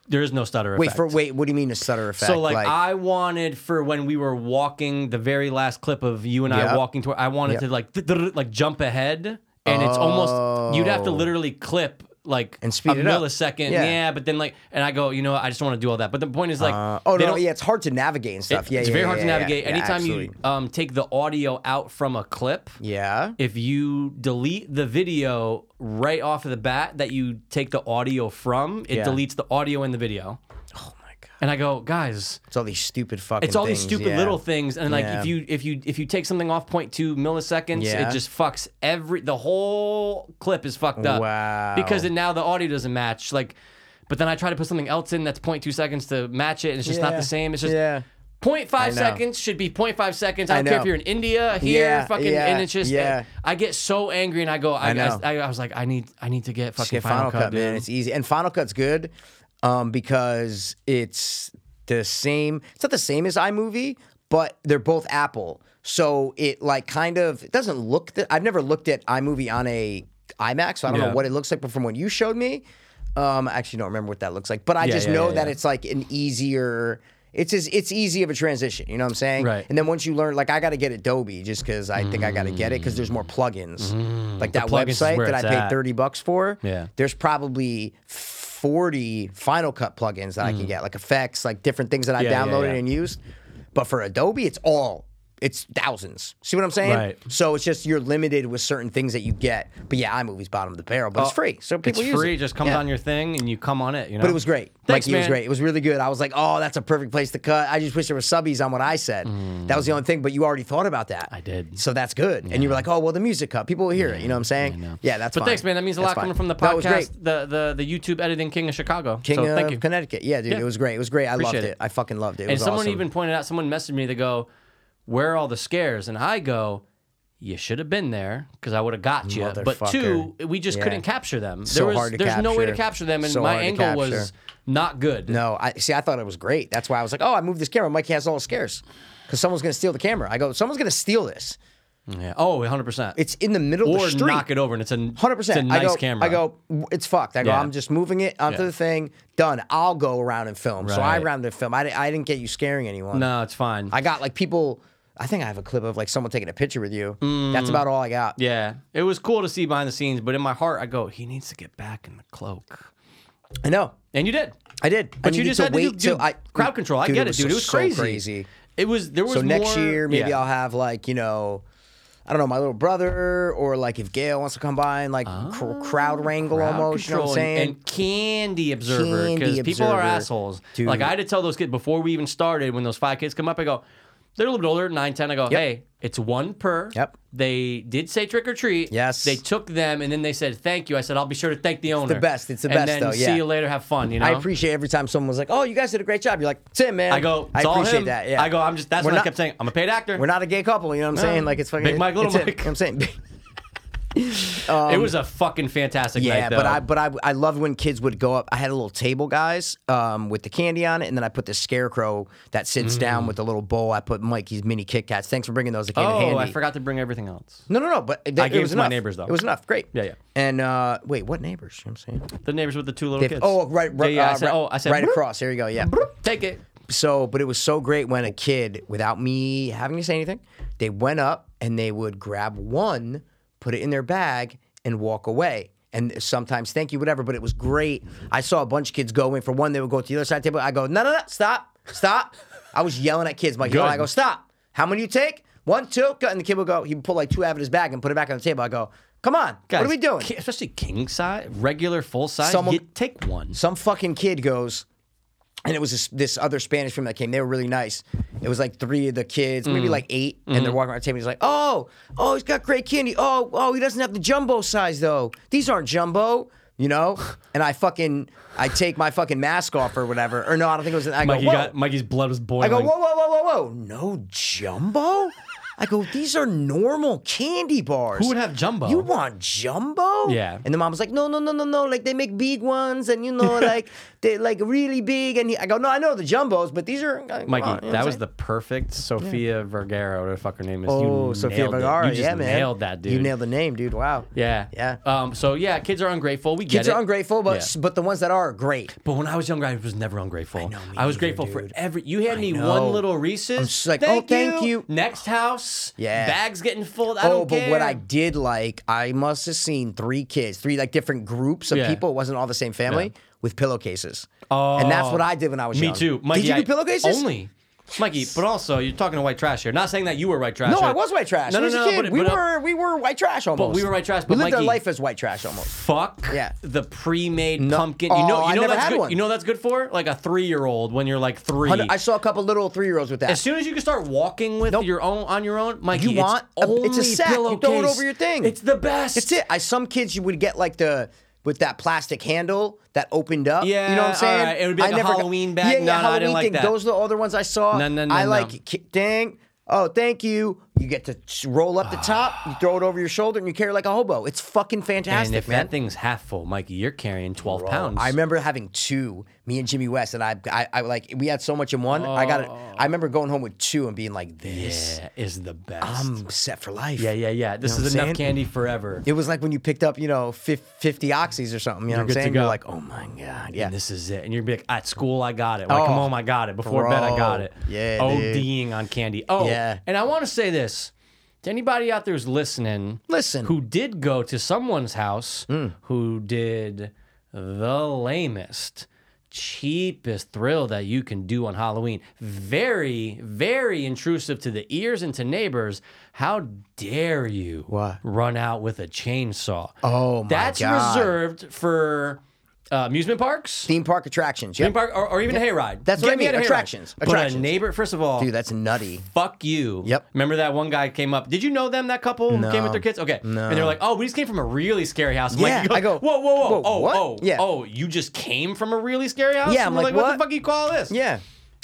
S4: There is no stutter
S2: Wait
S4: effect.
S2: for wait. What do you mean a stutter effect?
S4: So like, I wanted for when we were walking, the very last clip of you and I
S2: Yep.
S4: walking toward, I wanted
S2: Yep.
S4: to like th- like jump ahead, and it's almost you'd have to
S2: Oh.
S4: literally clip like
S2: And speed
S4: a
S2: it up.
S4: millisecond. Yeah.
S2: Yeah.
S4: but then like, and I go, you know, what, I just want to do all that. But the point is like,
S2: Uh, oh
S4: they
S2: no,
S4: don't-
S2: yeah, it's hard to navigate and stuff. yeah,
S4: it's
S2: yeah,
S4: very
S2: yeah,
S4: hard to
S2: yeah,
S4: navigate.
S2: yeah,
S4: Anytime you
S2: absolutely.
S4: um take the audio out from a clip,
S2: Yeah.
S4: if you delete the video right off of the bat that you take the audio from, it
S2: Yeah.
S4: deletes the audio and the video.
S2: Oh my god.
S4: And I go, guys,
S2: It's all these stupid fucking.
S4: it's all these
S2: things,
S4: stupid
S2: yeah.
S4: little things. And like
S2: Yeah.
S4: if you if you if you take something off 0.2 milliseconds,
S2: Yeah.
S4: it just fucks every the whole clip is fucked up.
S2: Wow.
S4: Because then now the audio doesn't match. Like but then I try to put something else in that's 0.2 seconds to match it, and it's just not
S2: Yeah.
S4: the same. It's just
S2: Yeah.
S4: 0.5
S2: know.
S4: seconds should be 0.5 seconds.
S2: I
S4: I don't care
S2: know.
S4: if you're in India, here,
S2: Yeah,
S4: fucking,
S2: yeah,
S4: and it's just,
S2: yeah.
S4: I get so angry and I go, I,
S2: I know.
S4: I, I was like, I need, I need to get fucking
S2: Get
S4: Final, Cut,
S2: man.
S4: dude.
S2: It's easy, and Final Cut's good um, because it's the same. It's not the same as iMovie, but they're both Apple, so it like kind of it doesn't look. That, I've never looked at iMovie on a iMac, so I don't
S4: Yeah.
S2: know what it looks like. But from what you showed me, um, I actually don't remember what that looks like. But I
S4: Yeah,
S2: just
S4: yeah,
S2: know
S4: yeah,
S2: that
S4: yeah.
S2: it's like an easier. It's as, it's easy of a transition, you know what I'm saying?
S4: Right.
S2: And then once you learn, like I got to get Adobe just because I think I got to get it because there's more plugins, like that
S4: Mm, plugins is
S2: website
S4: where
S2: that I
S4: it's
S2: paid
S4: at.
S2: thirty. 30 bucks for.
S4: Yeah.
S2: There's probably 40 Final Cut plugins that I can get, like effects, like different things that I
S4: Mm. Yeah, yeah,
S2: downloaded
S4: yeah.
S2: and used. But for Adobe, it's all it's thousands. See what I'm saying?
S4: Right.
S2: So it's just you're limited with certain things that you get. But yeah, iMovie's bottom of the barrel, but it's free. So people
S4: Oh, it's
S2: use
S4: free.
S2: it.
S4: It just comes
S2: Yeah.
S4: on your thing and you come on it. You know,
S2: But it was great.
S4: Thanks,
S2: Mikey, it was
S4: man.
S2: great. It was really good. I was like, oh, that's a perfect place to cut. I just wish there were subbies on what I said. That was the only thing, but you already thought about that. I
S4: Mm. did.
S2: So that's good. And you were like, oh, well, the music cut. People will hear it. You know what I'm saying? Yeah, that's
S4: But
S2: fine.
S4: thanks, man. That means a
S2: That's
S4: lot coming
S2: fine.
S4: from the
S2: That was great.
S4: podcast, the, the the YouTube editing king of Chicago.
S2: King
S4: so
S2: of
S4: thank you.
S2: Connecticut. Yeah, dude,
S4: Yeah.
S2: it was great. It was great. I
S4: Appreciate
S2: loved it.
S4: it.
S2: I fucking loved it. it
S4: and
S2: was
S4: someone
S2: awesome.
S4: even pointed out, someone messaged me. They go, "Where are all the scares?" And I go. You should have been there because I would have got you. But two, we just
S2: Yeah.
S4: couldn't capture them.
S2: So
S4: there was,
S2: hard to
S4: there's no way to
S2: capture.
S4: capture them, and
S2: So
S4: my
S2: hard to
S4: angle was not good.
S2: No, I see. I thought it was great. That's why I was like, oh, I moved this camera. Mikey has all the scares because someone's gonna steal the camera. I go, someone's gonna steal this.
S4: Yeah. Oh, 100 percent.
S2: It's in the middle
S4: or
S2: of the street.
S4: knock it over, and it's a
S2: Hundred
S4: It's a
S2: percent.
S4: nice
S2: I go,
S4: camera.
S2: I go. "W- It's fucked. I go.
S4: Yeah.
S2: I'm just moving it onto
S4: Yeah.
S2: the thing. Done. I'll go around and film. So I
S4: Right.
S2: rounded and film. I, di- I didn't get you scaring anyone.
S4: No, it's fine.
S2: I got like people. I think I have a clip of like someone taking a picture with you. That's about all I got.
S4: Mm. yeah, it was cool to see behind the scenes, but in my heart, I go, he needs to get back in the cloak,
S2: I know.
S4: and you did.
S2: I did. I
S4: But you
S2: needed
S4: just had to do,
S2: wait till
S4: dude,
S2: I
S4: crowd control. I
S2: Dude,
S4: get it, dude. It was
S2: so
S4: crazy.
S2: crazy.
S4: It was there was
S2: So next
S4: more-
S2: year, maybe
S4: yeah.
S2: I'll have like you know, I don't know, my little brother, or like if Gail wants to come by and like cr- crowd wrangle
S4: Ah, Crowd
S2: almost. You know what I'm
S4: control and-
S2: saying?
S4: And candy observer because
S2: Candy
S4: people are
S2: observer.
S4: assholes.
S2: Dude.
S4: Like I had to tell those kids before we even started when those five kids come up, I go, they're a little bit older, nine, ten. I go, hey, it's one per.
S2: Yep.
S4: They did say trick or treat.
S2: Yes.
S4: They took them and then they said thank you. I said I'll be sure to thank the owner.
S2: best. It's the
S4: and
S2: best,
S4: Then
S2: though, yeah.
S4: See you later. Have fun. You know.
S2: I appreciate every time someone was like, "Oh, you guys did a great job." You're like, "Tim, man."
S4: I go.
S2: I
S4: It's all
S2: appreciate
S4: him.
S2: that. Yeah.
S4: I go. I'm just. That's
S2: We're
S4: what I
S2: not-
S4: kept saying. I'm a paid actor.
S2: We're not a gay couple. You know what I'm saying? Like it's fucking
S4: Big Mike, Little
S2: it's him.
S4: Mike.
S2: You know what I'm saying.
S4: it was a fucking fantastic
S2: um, Yeah,
S4: night. Though.
S2: but I but I I love when kids would go up. I had a little table, guys, um, with the candy on it, and then I put the scarecrow that
S4: Mm.
S2: sits down with the little bowl. I put Mikey's mini Kit Kats. Thanks for bringing those. They came in
S4: Oh,
S2: handy.
S4: I forgot to bring everything else.
S2: No, no, no. But it, I
S4: gave it
S2: was
S4: to my
S2: enough.
S4: neighbors, though.
S2: It was enough. Great.
S4: Yeah, yeah.
S2: And uh, wait, what neighbors? You know what I'm saying?
S4: The neighbors with the two little
S2: If-
S4: kids.
S2: oh, right, right.
S4: Yeah, yeah, I
S2: uh,
S4: said-
S2: right,
S4: oh, I said,
S2: right
S4: "Broop."
S2: across. There you go. Yeah.
S4: Take it.
S2: So, but it was so great when a kid, without me having to say anything, they went up and they would grab one, put it in their bag, and walk away. and sometimes thank you, whatever. But it was great. I saw a bunch of kids go in for one, they would go to the other side of the table. I go, no, no, no, stop, stop. I was yelling at kids, like, you know,
S4: Good.
S2: I go, stop. How many you take? One, two, go. and the kid would go. He would pull like two out of his bag and put it back on the table. I go, come on, what are we doing?
S4: ki- Especially king size, regular full size.
S2: Someone-
S4: you take one.
S2: some fucking kid goes, and it was this, this other Spanish family that came. They were really nice. It was like three of the kids, maybe like 8 and they're walking around the table. He's like, "Oh, oh, he's got great candy. Oh, oh, he doesn't have the jumbo size though. These aren't jumbo." You know, and I fucking I take my fucking mask off or whatever, or no, I don't think it was. I go,
S4: Mikey
S2: "Whoa."
S4: got, Mikey's blood was
S2: I
S4: boiling.
S2: go, whoa, whoa, whoa, whoa, whoa, no jumbo. I go, these are normal candy bars.
S4: Who would have jumbo?
S2: You want jumbo?
S4: Yeah.
S2: And the mom was like, no, no, no, no, no. Like they make big ones, and you know, like they like really big. And he, I go, no, I know the jumbos, but these are like,
S4: Mikey,
S2: come on," you know what
S4: that
S2: I'm
S4: was
S2: saying?
S4: the perfect Sophia Vergara, whatever the fuck her name is.
S2: Oh,
S4: you
S2: Sofia
S4: nailed it.
S2: Vergara,
S4: You just
S2: yeah, man,
S4: nailed that, dude.
S2: You nailed the name, dude. Wow.
S4: Yeah.
S2: Yeah.
S4: Um, so yeah, kids are ungrateful. We
S2: Kids
S4: get it.
S2: are ungrateful, but
S4: Yeah.
S2: but the ones that are are great.
S4: But when I was younger, I was never ungrateful. I,
S2: me
S4: was
S2: neither,
S4: grateful for
S2: dude.
S4: every. You had me
S2: know.
S4: one little Reese's.
S2: just like, oh, thank you.
S4: Next house.
S2: Yeah.
S4: Bags getting full. I
S2: oh,
S4: don't
S2: but
S4: care.
S2: what I did like, I must have seen three kids, three like different groups of
S4: Yeah.
S2: people. It wasn't all the same family with pillowcases. and that's
S4: Oh.
S2: what I did when I was
S4: Me
S2: young.
S4: too. Mikey,
S2: did you do
S4: I-
S2: pillowcases?
S4: Only. Mikey, but also you're talking to white trash here. Not saying that you were white trash.
S2: No,
S4: or-
S2: I was white trash.
S4: No, no,
S2: As a
S4: no.
S2: kid,
S4: but,
S2: we
S4: but, uh,
S2: were we were white trash almost.
S4: we were white trash,
S2: We
S4: but
S2: lived our
S4: Mikey-
S2: life as white trash almost.
S4: Fuck
S2: Yeah.
S4: the pre-made
S2: No-
S4: pumpkin. You know,
S2: Oh, I
S4: you know
S2: never
S4: that's
S2: had
S4: good.
S2: one.
S4: You know that's good for like a three-year-old when you're like three.
S2: Hundred- I saw a couple little three year olds with that.
S4: As soon as you can start walking with your own on your own, Mikey,
S2: You
S4: it's
S2: want a-
S4: only
S2: it's a sack. You throw it
S4: pillowcase.
S2: over your thing.
S4: It's the best.
S2: That's it. I some kids you would get like the with that plastic handle that opened up. you know what
S4: Yeah,
S2: I'm saying?
S4: alright. It would be like
S2: I
S4: a
S2: never got-
S4: Halloween bag.
S2: Yeah,
S4: No,
S2: yeah,
S4: no, I
S2: Halloween
S4: didn't like
S2: thing.
S4: that.
S2: Those are the other ones I saw.
S4: No, no, no,
S2: I
S4: no.
S2: like ki- dang. Oh, thank you. You get to ch- roll up the top. You throw it over your shoulder and you carry like a hobo. It's fucking fantastic,
S4: And if
S2: man.
S4: that thing's half full, Mikey, you're carrying 12 pounds.
S2: I remember having two. Me and Jimmy West, and I, I, I like we had so much in one. I got it.
S4: Oh.
S2: I remember going home with two and being like, "This,
S4: yeah, is the best.
S2: I'm set for life."
S4: yeah, yeah, yeah. This
S2: You know what
S4: is
S2: I'm
S4: enough
S2: saying?
S4: candy forever.
S2: It was like when you picked up, you know, fif- fifty oxys or something. You know what I'm
S4: good to
S2: saying? You're
S4: go.
S2: like, "Oh my god, yeah."
S4: And this is it. And you're gonna be like, at school, I got it. When I come
S2: Oh,
S4: home, I got it. Before bed, I got
S2: bro.
S4: it.
S2: Yeah, dude.
S4: ODing on candy. Oh,
S2: Yeah.
S4: and I want to say this to anybody out there who's listening.
S2: Listen. Hmm.
S4: Who did go to someone's house who did the lamest, cheapest thrill that you can do on Halloween. Very, very intrusive to the ears and to neighbors. How dare you
S2: What?
S4: run out with a chainsaw?
S2: Oh my
S4: That's
S2: God.
S4: reserved for uh, amusement parks.
S2: Theme park attractions. Yeah.
S4: Theme park or, or even a hayride.
S2: That's what
S4: Get
S2: I
S4: me
S2: mean,
S4: at a hayride.
S2: attractions,
S4: But a
S2: attractions.
S4: neighbor, first of all,
S2: dude, that's nutty.
S4: fuck you.
S2: Yep.
S4: Remember that one guy came up. Did you know them? That couple who came with their kids. Okay. No. And they're like, oh, we just came from a really scary house. I'm
S2: Yeah,
S4: Like, you
S2: I go,
S4: whoa, whoa, whoa,
S2: whoa,
S4: oh,
S2: what?
S4: oh,
S2: Yeah.
S4: oh, you just came from a really scary house.
S2: Yeah,
S4: And
S2: I'm
S4: we're
S2: like,
S4: what?
S2: what?
S4: the fuck you call this?
S2: Yeah.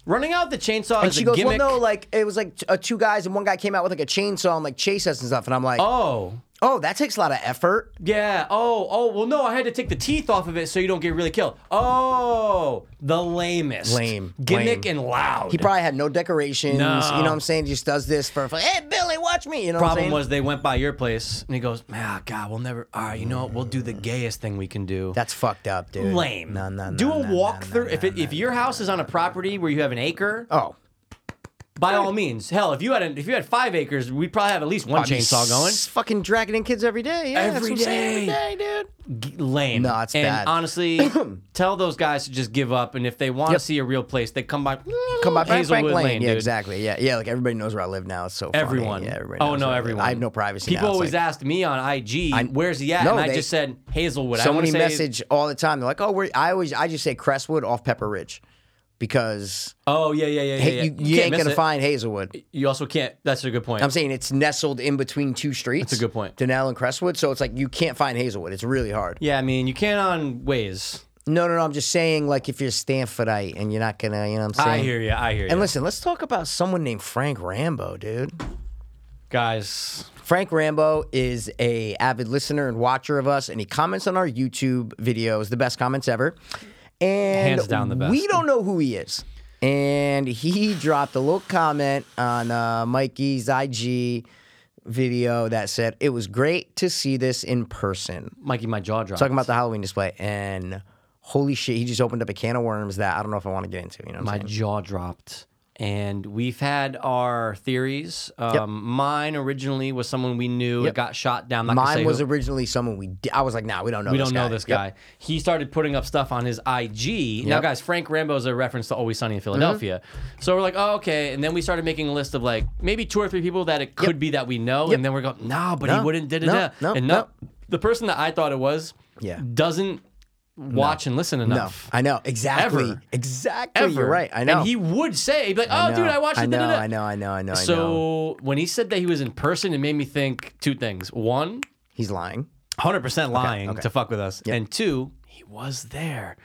S4: Running out the chainsaw
S2: And
S4: is
S2: she
S4: a
S2: goes,
S4: gimmick.
S2: "Well, no, like it was like t- uh, two guys and one guy came out with like a chainsaw and like chase us and stuff." And I'm like, "Oh,
S4: Oh.
S2: that takes a lot of effort."
S4: Yeah. Oh, oh, well, no, I had to take the teeth off of it so you don't get really killed. Oh, the lamest.
S2: Lame,
S4: Gimmick
S2: lame.
S4: and loud.
S2: He probably had no decorations.
S4: No.
S2: You know what I'm saying? Just does this for, for hey Billy, watch me. You know what I'm
S4: problem
S2: saying?
S4: was they went by your place and he goes, ah, God, we'll never. All right, you know what? We'll do the gayest thing we can do.
S2: That's fucked up, dude.
S4: lame.
S2: No, no, no.
S4: do a
S2: no, no,
S4: walkthrough.
S2: no,
S4: if
S2: no,
S4: it, if your house is on a property where you have an acre,
S2: no. oh,
S4: by all means, hell, if you had an, if you had five acres, we'd probably have at least one
S2: I'd be
S4: chainsaw going.
S2: s- Fucking dragging in kids every day. Yeah,
S4: Every
S2: that's what I'm saying,
S4: day.
S2: every day, dude.
S4: G- Lame.
S2: No, it's
S4: and
S2: bad.
S4: honestly, tell those guys to just give up. And if they want to
S2: Yep.
S4: see a real place, they come by.
S2: Come by Bank
S4: Hazelwood
S2: Bank Lane. Yeah,
S4: dude.
S2: exactly. Yeah, yeah. Like everybody knows where I live now. It's so funny.
S4: Everyone.
S2: Yeah, everybody.
S4: oh
S2: knows
S4: no,
S2: where I live.
S4: everyone.
S2: I have no privacy.
S4: People
S2: now. It's
S4: always
S2: like,
S4: asked me on IG, "Where's he at?"
S2: No,
S4: and I
S2: they-
S4: just said Hazelwood. I
S2: So
S4: wanna
S2: many
S4: say,
S2: message all the time. They're like, "Oh, where?" I always, I just say Crestwood off Pepper Ridge, because
S4: Oh yeah, yeah, yeah, yeah.
S2: hey,
S4: yeah.
S2: you, you,
S4: can't
S2: ain't
S4: miss
S2: gonna
S4: it.
S2: find Hazelwood.
S4: You also can't. That's a good point.
S2: I'm saying it's nestled in between two streets.
S4: That's a good point.
S2: Denell and Crestwood. So it's like you can't find Hazelwood. It's really hard.
S4: yeah, I mean, you can't on ways.
S2: No, no, no. I'm just saying, like, if you're Stanfordite and you're not gonna, you know, what I'm
S4: I
S2: saying.
S4: hear you. I hear you.
S2: And listen, let's talk about someone named Frank Rambo, dude.
S4: guys,
S2: Frank Rambo is a avid listener and watcher of us, and he comments on our YouTube videos, the best comments ever. And
S4: Hands down the best.
S2: we don't know who he is. And he dropped a little comment on uh, Mikey's IG video that said, It was great to see this in person.
S4: Mikey, my jaw dropped.
S2: Talking about the Halloween display. And holy shit, he just opened up a can of worms that I don't know if I want to get into. You know what I'm
S4: my
S2: saying?
S4: jaw dropped, and we've had our theories. Um, Mine originally was someone we knew
S2: Yep.
S4: that got shot down. I'm not gonna
S2: Mine
S4: say
S2: was
S4: who-
S2: originally someone we. Di- I was like, nah, we don't know.
S4: we
S2: this
S4: don't
S2: guy.
S4: know this
S2: Yep.
S4: guy. He started putting up stuff on his IG. Now,
S2: Yep. Mm-hmm.
S4: guys, Frank Rambo is a reference to Always Sunny in Philadelphia. So we're like, oh, okay. And then we started making a list of like maybe two or three people that it could be that we know.
S2: Yep.
S4: And then we're going, no, but he
S2: No,
S4: wouldn't. Da, da,
S2: no,
S4: da.
S2: no,
S4: and
S2: no.
S4: the person that I thought it was
S2: Yeah.
S4: doesn't watch and listen
S2: No,
S4: enough.
S2: I know exactly.
S4: Ever.
S2: Exactly.
S4: Ever.
S2: You're right. I know.
S4: And he would say, he'd be like, oh,
S2: I know.
S4: dude, I watched
S2: I
S4: it. da,
S2: know.
S4: da, da.
S2: I know. I know. I know. I know.
S4: So when he said that he was in person, it made me think two things. One,
S2: he's lying.
S4: hundred percent lying
S2: okay.
S4: to fuck with us, and two, he was there.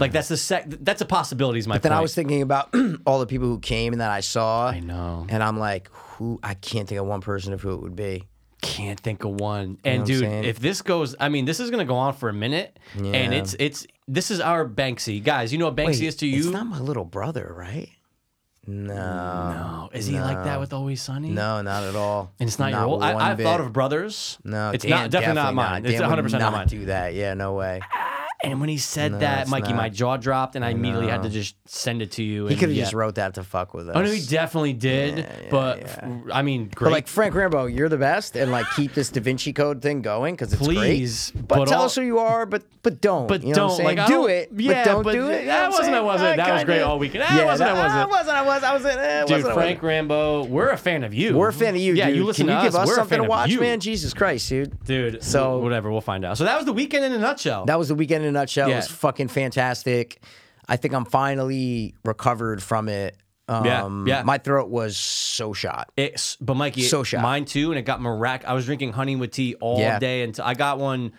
S4: Like that's the sec. That's a possibility. Is my
S2: Then
S4: point.
S2: I was thinking about all the people who came and that I saw. I
S4: know.
S2: And I'm like, who? I can't think of one person of who it would be.
S4: can't think of one. And
S2: what I'm
S4: dude,
S2: saying?
S4: if this goes, I mean, this is gonna go on for a minute, and it's it's this is our Banksy, guys. You know what Banksy is to
S2: It's
S4: you?
S2: not my little brother, right? No.
S4: no, is he like that with Always Sunny?
S2: No, not at all.
S4: and it's not, your role.
S2: one
S4: I, I've
S2: bit.
S4: thought of brothers.
S2: No,
S4: it's
S2: Dan
S4: not definitely, not mine.
S2: Dan
S4: It's
S2: would
S4: one hundred percent not mine.
S2: Do that? Yeah, no way.
S4: And when he said that,
S2: it's
S4: Mikey,
S2: not.
S4: my jaw dropped, and I immediately had to just send it to you.
S2: He could have just wrote that to fuck with us.
S4: Oh no, he definitely did. but I mean, great.
S2: But like Frank Rambo, you're the best, and like keep this Da Vinci Code thing going because it's
S4: Please,
S2: great. But,
S4: but
S2: tell
S4: all-
S2: us who you are, but but don't.
S4: But
S2: you know
S4: don't
S2: what I'm saying?
S4: like, I
S2: do
S4: don't-
S2: it.
S4: yeah,
S2: but don't
S4: but
S2: do it. you know
S4: that
S2: what I'm
S4: wasn't,
S2: saying?
S4: I wasn't,
S2: Ah,
S4: that was
S2: kinda.
S4: great all weekend. Ah,
S2: Yeah,
S4: I wasn't, I
S2: that- ah, I
S4: wasn't.
S2: wasn't. I was. I was. I was.
S4: Dude,
S2: I
S4: Frank Rambo, we're a fan of you.
S2: We're a fan of you.
S4: Yeah,
S2: dude.
S4: you listen
S2: Can
S4: to
S2: you give us
S4: we're a
S2: something
S4: fan
S2: to
S4: of
S2: watch,
S4: you.
S2: man? Jesus Christ, dude.
S4: Dude,
S2: So-
S4: so whatever, we'll find out. So that was the weekend in a nutshell.
S2: That was the weekend in a nutshell. It was
S4: Yeah.
S2: fucking fantastic. I think I'm finally recovered from it.
S4: Yeah,
S2: Um,
S4: yeah.
S2: My throat was so shot.
S4: It's, but Mikey,
S2: So shocked.
S4: mine too, and it got mirac. I was drinking honey with tea all
S2: Yeah.
S4: day until I got one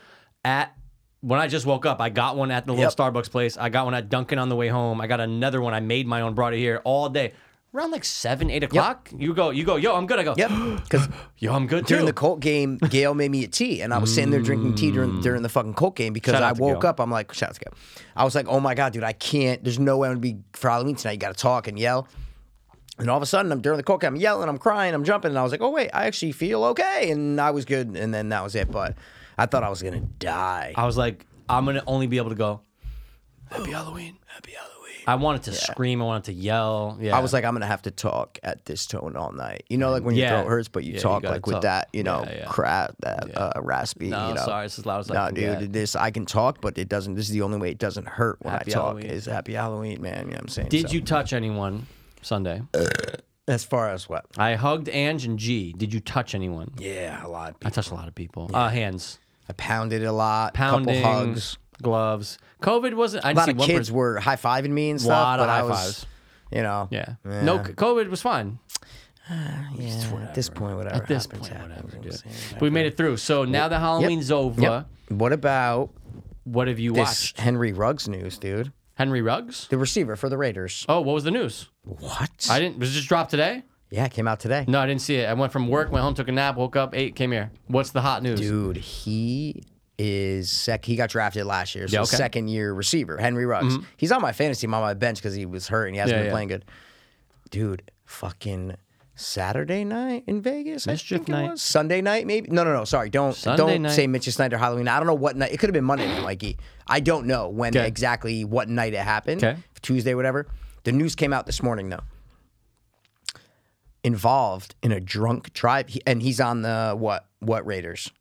S4: at when I just woke up. I got one at the little
S2: Yep.
S4: Starbucks place. I got one at Dunkin' on the way home. I got another one. I made my own, brought it here all day. Around like seven, eight o'clock, you go, you go, yo, I'm good. I go,
S2: Yep. Because
S4: yo, I'm good too.
S2: during the Colt game, Gail made me a tea, and I was sitting there drinking tea during during the fucking Colt game because
S4: Mm. Shout out
S2: I
S4: to
S2: woke
S4: Gail.
S2: up. I'm like, shout out to Gail. I was like, oh my god, dude, I can't. There's no way I'm gonna be for Halloween tonight. You gotta talk and yell. And all of a sudden, I'm during the Colt game. I'm yelling, I'm crying, I'm jumping, and I was like, oh wait, I actually feel okay, and I was good. And then that was it. But I thought I was gonna die.
S4: I was like, I'm gonna only be able to go. Happy Halloween. Happy Halloween. I wanted to scream. I wanted to yell. Yeah.
S2: I was like, I'm gonna have to talk at this tone all night. You know, like when your
S4: Yeah.
S2: throat hurts, but you
S4: Yeah, you
S2: talk
S4: gotta
S2: like with
S4: talk.
S2: that, you know,
S4: Yeah, yeah.
S2: crap, that uh, raspy.
S4: no,
S2: you know.
S4: sorry, it's as loud as I
S2: No,
S4: can
S2: dude,
S4: get.
S2: this I can talk, but it doesn't. This is the only way it doesn't hurt when
S4: Happy
S2: I talk.
S4: Halloween.
S2: Is Happy Halloween, man. You know what I'm saying?
S4: Did
S2: So, Uh,
S4: you touch anyone Sunday?
S2: As far as what?
S4: I hugged Ange and G. Did you touch anyone?
S2: Yeah, a lot. Of
S4: I
S2: people.
S4: touched a lot of people. Uh, hands,
S2: I pounded a lot.
S4: pounding,
S2: Couple hugs.
S4: gloves. COVID wasn't. I
S2: A
S4: didn't
S2: lot
S4: see
S2: of
S4: one
S2: kids
S4: person.
S2: were high fiving me and stuff.
S4: Lot of
S2: but I
S4: high
S2: was,
S4: fives.
S2: You know.
S4: Yeah. No, c- COVID was fine.
S2: yeah, At this point, whatever.
S4: At this
S2: happens,
S4: point,
S2: happens,
S4: whatever,
S2: you know
S4: dude.
S2: what I'm saying?
S4: But we made it through. So now that Halloween's over,
S2: Yep. What about
S4: what have you
S2: this
S4: watched?
S2: Henry Ruggs news, dude?
S4: Henry Ruggs?
S2: The receiver for the Raiders.
S4: Oh, what was the news?
S2: What?
S4: I didn't. Was it just dropped today?
S2: yeah, it came out today.
S4: No, I didn't see it. I went from work, went home, took a nap, woke up, ate, came here. What's the hot news?
S2: Dude, he is sec. He got drafted last year, so
S4: Yeah, okay. Mm-hmm.
S2: second year receiver, Henry Ruggs. He's on my fantasy, team on my bench because he was hurt and he hasn't
S4: Yeah,
S2: been
S4: yeah.
S2: playing good. Dude, fucking Saturday night in Vegas,
S4: Mischief
S2: I think it
S4: night.
S2: was Sunday night, maybe. No, no, no. Sorry, don't
S4: Sunday
S2: don't
S4: night.
S2: say Mitch's night or Halloween. I don't know what night. It could have been Monday, night, Mikey. I don't know when
S4: 'Kay.
S2: exactly what night it happened.
S4: 'Kay.
S2: Tuesday, whatever. The news came out this morning though involved in a drunk drive, he, and he's on the what what Raiders?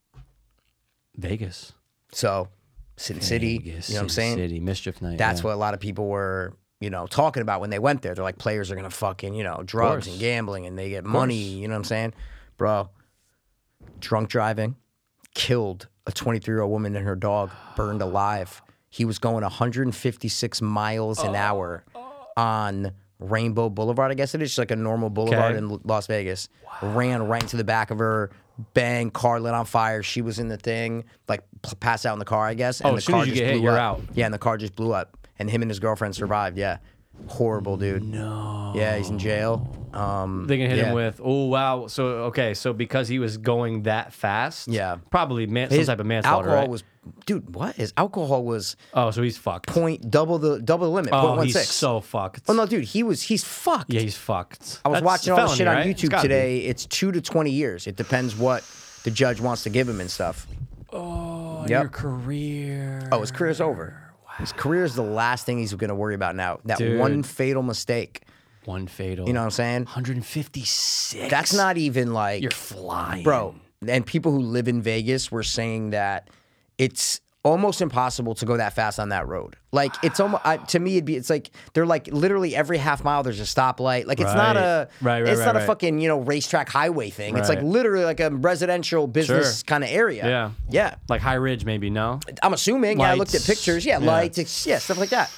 S4: Vegas.
S2: So, Sin City,
S4: Vegas,
S2: you know what I'm
S4: Sin
S2: saying?
S4: City, Mischief Night.
S2: That's
S4: yeah.
S2: what a lot of people were, you know, talking about when they went there. They're like, players are gonna fucking, you know, drugs and
S4: course.
S2: gambling, and they get money. You know what I'm saying, bro? Drunk driving killed a 23 year old woman and her dog, burned alive. He was going 156 miles
S4: Oh.
S2: an hour on Rainbow Boulevard. I guess it is just like a normal boulevard
S4: Okay.
S2: in L- Las Vegas. Ran right into the back of her. Bang! Car lit on fire. She was in the thing, like p- passed out in the car, I guess. And
S4: Oh,
S2: the
S4: as soon
S2: car
S4: as you
S2: just
S4: get hit,
S2: blew
S4: you're
S2: up.
S4: out.
S2: Yeah, and the car just blew up, and him and his girlfriend survived. Yeah, horrible dude. No. Yeah, he's in jail. Um,
S4: They can hit
S2: yeah.
S4: him with, oh wow, so okay, so because he was going that fast,
S2: Yeah.
S4: probably man, some
S2: His
S4: type of manslaughter,
S2: alcohol
S4: right?
S2: was, dude. What his alcohol was
S4: oh, so he's fucked.
S2: point double the double the limit.
S4: oh,
S2: 0.16.
S4: he's so fucked.
S2: Well, no, dude, he was he's fucked.
S4: yeah, he's fucked.
S2: I was
S4: That's
S2: watching all
S4: felony,
S2: the shit
S4: right?
S2: on
S4: It's
S2: YouTube
S4: gotta be.
S2: today. It's two to twenty years. It depends what the judge wants to give him and stuff.
S4: Oh,
S2: Yep.
S4: your career.
S2: Oh, his career's over. His career is the last thing he's going to worry about now. That
S4: Dude.
S2: one fatal mistake.
S4: One fatal.
S2: You know what I'm saying?
S4: 156.
S2: That's not even like
S4: You're flying,
S2: bro. And people who live in Vegas were saying that it's almost impossible to go that fast on that road. Like it's almost I, to me, it'd be it's like they're like literally every half mile there's a stoplight. Like it's not
S4: Right.
S2: a
S4: Right, right,
S2: it's
S4: right,
S2: not a
S4: right.
S2: fucking you know racetrack highway thing. It's like
S4: Right.
S2: literally like a residential business
S4: Sure.
S2: kind of area.
S4: Yeah.
S2: yeah.
S4: Like High Ridge, maybe no.
S2: I'm assuming. Yeah, I looked at
S4: Lights.
S2: pictures. Yeah,
S4: Yeah.
S2: lights. it's- Yeah, stuff like that.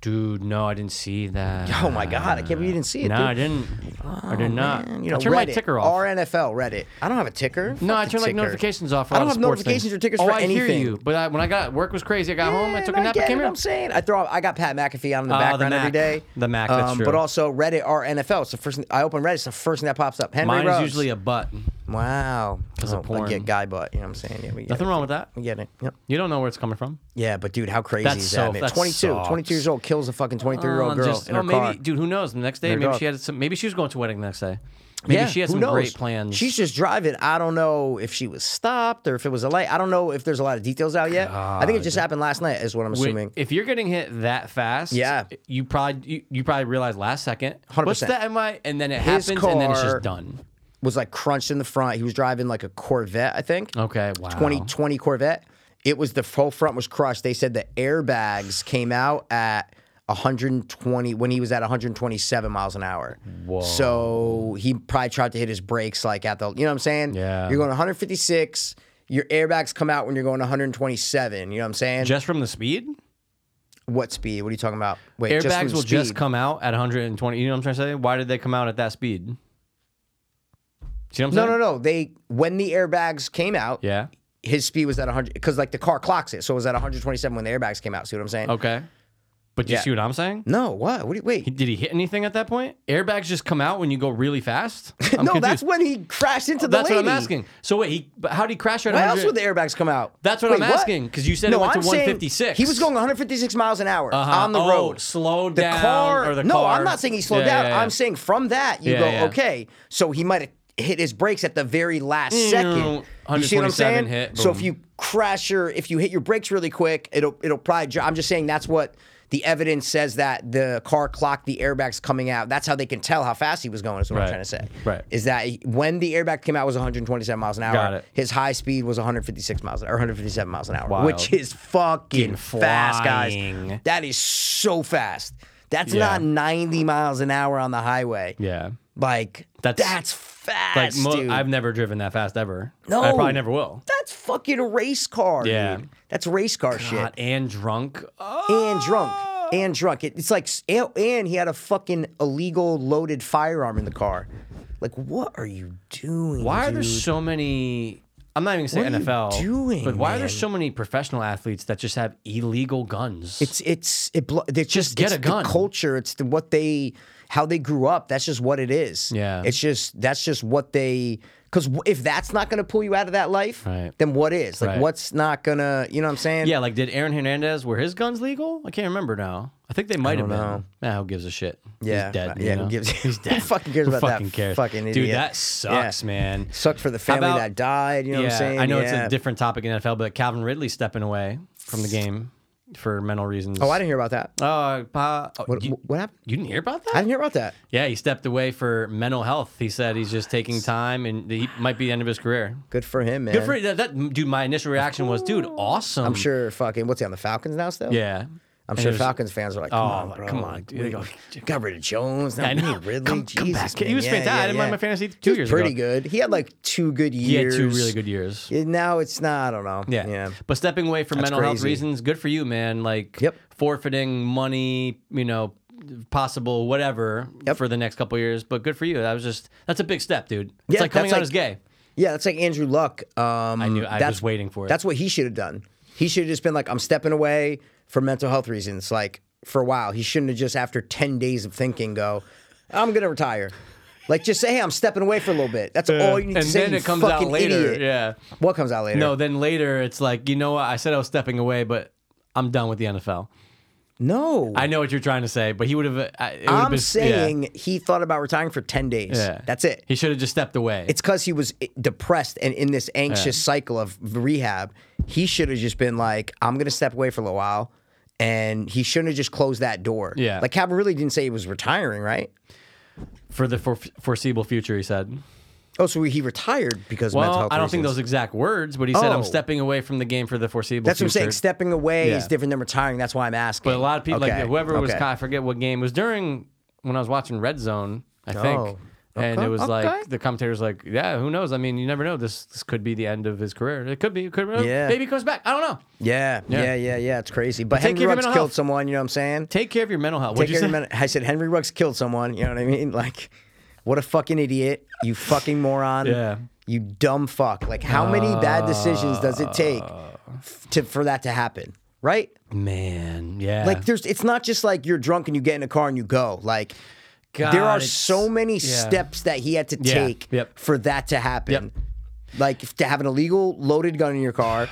S4: Dude, no, I didn't see that.
S2: Oh my god, I can't believe you didn't see it.
S4: No,
S2: dude. Oh,
S4: I didn't. I did not.
S2: Man, you know,
S4: I turned
S2: Reddit,
S4: my ticker off.
S2: RNFL Reddit. I don't have a ticker.
S4: no,
S2: Fuck
S4: I
S2: the
S4: turned like
S2: ticker.
S4: notifications off. For
S2: I
S4: all
S2: don't
S4: the
S2: have
S4: sports
S2: notifications
S4: things.
S2: or tickers
S4: oh,
S2: for
S4: I hear
S2: anything.
S4: you. But I, when I got work was crazy. I got home. I took a
S2: And
S4: nap.
S2: get
S4: I
S2: it,
S4: came in.
S2: I'm saying I throw I got Pat McAfee on in the
S4: Oh, the
S2: background every
S4: Mac.
S2: day. Um,
S4: The Mac, that's true.
S2: But also Reddit RNFL. It's the first thing- I open Reddit. It's the first thing that pops up. Henry
S4: Mine
S2: Ruggs.
S4: is usually a butt.
S2: wow. Because
S4: of porn.
S2: get guy butt. You know what I'm saying? Yeah, we get
S4: Nothing
S2: it.
S4: wrong with that.
S2: We get it. Yep.
S4: You don't know where it's coming from.
S2: Yeah, but dude, how crazy
S4: That's
S2: is
S4: so-
S2: that? Man?
S4: that
S2: 22,
S4: sucks.
S2: 22 years old kills a fucking 23 year
S4: Oh,
S2: old girl
S4: just-
S2: in her
S4: oh, maybe,
S2: car.
S4: dude. Who knows? The next day,
S2: her
S4: maybe
S2: dog.
S4: she had some. Maybe she was going to a wedding the next day. Maybe
S2: Yeah,
S4: she had
S2: who
S4: some
S2: knows?
S4: great plans.
S2: She's just driving. I don't know if she was stopped or if it was a light. I don't know if there's a lot of details out yet. I think it just happened last night, is what I'm
S4: Wait,
S2: assuming.
S4: If you're getting hit that fast,
S2: Yeah.
S4: you probably you, you probably realize last second,
S2: 100%.
S4: what's that? Am I? And then it
S2: His
S4: happens, and then it's
S2: car-
S4: just done.
S2: was like crunched in the front. He was driving like a Corvette, I think.
S4: Okay, wow.
S2: 2020 Corvette. It was the whole front was crushed. They said the airbags came out at 120 when he was at 127 miles an hour. Whoa. So he probably tried to hit his brakes like at the, you know what I'm saying?
S4: Yeah.
S2: You're going 156. Your airbags come out when you're going 127. You know what I'm saying?
S4: Just from the speed,
S2: what speed? What are you talking about? Wait,
S4: airbags
S2: just from
S4: will just
S2: speed.
S4: come out at 120. You know what I'm trying to say? Why did they come out at that speed? See what I'm
S2: No,
S4: saying?
S2: no, no. They when the airbags came out,
S4: Yeah.
S2: his speed was at 100 because like the car clocks it, so it was at 127 when the airbags came out. See what I'm saying?
S4: Okay. But do you
S2: Yeah.
S4: see what I'm saying?
S2: No, what? What? Do you, wait,
S4: Did he hit anything at that point? Airbags just come out when you go really fast.
S2: no,
S4: I'm
S2: that's
S4: confused.
S2: when he crashed into the
S4: that's
S2: lady.
S4: what I'm asking. So wait, he but how did he crash at
S2: Why
S4: 100?
S2: else would the airbags come out?
S4: That's what
S2: Wait,
S4: I'm asking, 'cause you said it
S2: no,
S4: went to
S2: I'm saying
S4: 156.
S2: He was going 156 miles an hour
S4: Uh-huh.
S2: on the
S4: Oh,
S2: road.
S4: slow
S2: The
S4: down
S2: car.
S4: or the
S2: no,
S4: car.
S2: I'm not saying he slowed
S4: Yeah,
S2: down.
S4: yeah, yeah.
S2: I'm saying from that you
S4: Yeah,
S2: go
S4: yeah.
S2: okay. So he might have hit his brakes at the very last
S4: Mm,
S2: second. You see what I'm
S4: 127
S2: saying?
S4: hit,
S2: so if
S4: boom.
S2: you crash your, if you hit your brakes really quick, it'll it'll probably. dri- I'm just saying that's what. The evidence says that the car clocked the airbags coming out. That's how they can tell how fast he was going. Is what I'm
S4: Right.
S2: trying to say.
S4: Right.
S2: Is that he- when the airbag came out was 127 miles an hour.
S4: Got it.
S2: His high speed was 156 miles or 157 miles an hour,
S4: Wild.
S2: which is fucking
S4: Getting
S2: fast, guys.
S4: flying.
S2: That is so fast. That's
S4: Yeah.
S2: not 90 miles an hour on the highway.
S4: Yeah.
S2: Like that's,
S4: That's- Like
S2: fast,
S4: mo-
S2: dude.
S4: I've never driven that fast ever.
S2: No.
S4: I probably never will.
S2: that's fucking a race car.
S4: Yeah.
S2: dude. That's race car shit.
S4: Hot and drunk. Oh,
S2: and drunk and drunk. It, it's like s- and, and he had a fucking illegal loaded firearm in the car. Like what are you doing?
S4: why are there
S2: dude?
S4: so many? I'm not even gonna
S2: What are
S4: say
S2: you
S4: NFL.
S2: doing,
S4: but why are there
S2: man?
S4: so many professional athletes that just have illegal guns?
S2: It's it's it. Blo- it's just
S4: get
S2: it's
S4: a gun.
S2: The culture. It's the, what they how they grew up. That's just what it is.
S4: Yeah.
S2: It's just that's just what they. Because if that's not going to pull you out of that life,
S4: Right.
S2: then what is? Like
S4: Right.
S2: what's not gonna? You know what I'm saying?
S4: yeah, like did Aaron Hernandez were his guns legal? I can't remember now. I think they might have been.
S2: know.
S4: Nah, who gives a shit?
S2: Yeah. uh,
S4: he's dead.
S2: Yeah.
S4: you know?
S2: Who gives?
S4: He's dead.
S2: Who fucking cares
S4: Who
S2: about
S4: fucking
S2: that?
S4: Cares?
S2: Fucking idiot.
S4: Dude, that sucks,
S2: Yeah.
S4: man.
S2: Sucked for the family
S4: about-
S2: that died. You know what I'm saying?
S4: I know
S2: Yeah.
S4: it's a different topic in NFL, but Calvin Ridley stepping away from the game for mental reasons.
S2: Oh, I didn't hear about that.
S4: Oh, pa, oh,
S2: What,
S4: you,
S2: what happened?
S4: you didn't hear about
S2: I
S4: that?
S2: didn't hear about that.
S4: Yeah, he stepped away for mental health. He said he's just taking time, and he might be the end of his career.
S2: Good for him, man.
S4: Good for that, that dude. My initial reaction was, dude, awesome.
S2: I'm sure. Fucking what's he on the Falcons now? Still?
S4: Yeah,
S2: I'm
S4: And
S2: sure
S4: it was-
S2: Falcons fans are like, come
S4: Oh,
S2: on,
S4: like,
S2: bro.
S4: come on, dude.
S2: We
S4: Go-
S2: got rid of Jones. Now
S4: I
S2: we
S4: know.
S2: need Ridley.
S4: Come- come
S2: Jesus,
S4: back. He
S2: man.
S4: was
S2: Yeah,
S4: fantastic. I
S2: yeah,
S4: didn't mind
S2: yeah.
S4: my fantasy
S2: He
S4: two
S2: was
S4: years
S2: pretty
S4: ago.
S2: good. He had like two good
S4: he had
S2: years.
S4: two really good years.
S2: Yeah, Now it's not. I don't know.
S4: Yeah.
S2: yeah.
S4: But stepping away for mental health
S2: crazy.
S4: reasons, good for you, man. Like
S2: Yep.
S4: forfeiting money, you know, possible whatever
S2: Yep.
S4: for the next couple years. But good for you. That was just that's a big step, dude. It's
S2: Yeah,
S4: like coming
S2: that's
S4: out as gay.
S2: Yeah, that's like Andrew Luck. Um, I
S4: knew- I was waiting for it.
S2: That's what he should have done. He should have just been like, I'm stepping away for mental health reasons. Like for a while, he shouldn't have just after ten days of thinking go, I'm gonna retire. Like just say, hey, I'm stepping away for a little bit. That's all you need
S4: and
S2: to say.
S4: then
S2: you
S4: it comes out
S2: fucking
S4: later.
S2: idiot.
S4: Yeah.
S2: What comes out later?
S4: No, then later it's like, you know what? I said I was stepping away, but I'm done with the NFL.
S2: no.
S4: I know what you're trying to say, but he uh, would have.
S2: I'm saying he thought about retiring for ten days. That's it.
S4: He should have just stepped away.
S2: it's because he was eh, depressed and in this anxious cycle of rehab. He should have just been like, I'm going to step away for a little while and he shouldn't have just closed that door.
S4: Yeah.
S2: like Cabra really didn't say he was retiring, right?
S4: for the for- foreseeable future. He said,
S2: Oh, so he retired because of mental
S4: "Well,
S2: health
S4: I don't think
S2: reasons.
S4: those exact words, but he said
S2: Oh.
S4: I'm stepping away from the game for the foreseeable."
S2: That's what I'm
S4: future.
S2: saying. Stepping away
S4: Yeah.
S2: is different than retiring. That's why I'm asking.
S4: But a lot of people,
S2: Okay,
S4: like whoever was,
S2: okay.
S4: caught, I forget what game it was during when I was watching Red Zone, I think.
S2: Oh,
S4: And
S2: okay,
S4: it was
S2: okay.
S4: like the commentator's like, yeah, who knows? I mean, you never know. This this could be the end of his career. It could be. It could.
S2: Yeah.
S4: Maybe he comes back. I don't know.
S2: Yeah, yeah,
S4: Yeah.
S2: yeah, yeah. It's crazy. But
S4: take
S2: Henry
S4: care of your
S2: Ruggs
S4: mental
S2: killed
S4: health.
S2: someone. You know what I'm saying?
S4: Take care of your mental health. What'd
S2: Take
S4: you
S2: care of
S4: say?
S2: your men- I said Henry Ruggs killed someone. You know what I mean? Like, what a fucking idiot! You fucking moron!
S4: Yeah.
S2: You dumb fuck! Like, how many bad decisions does it take f- to for that to happen? Right?
S4: Man, yeah.
S2: Like, there's. It's not just like you're drunk and you get in a car and you go. Like,
S4: God,
S2: there are
S4: it's-
S2: so many
S4: yeah.
S2: steps that he had to
S4: Yeah,
S2: take
S4: yep.
S2: for that to happen. Like if- to have an illegal loaded gun in your car,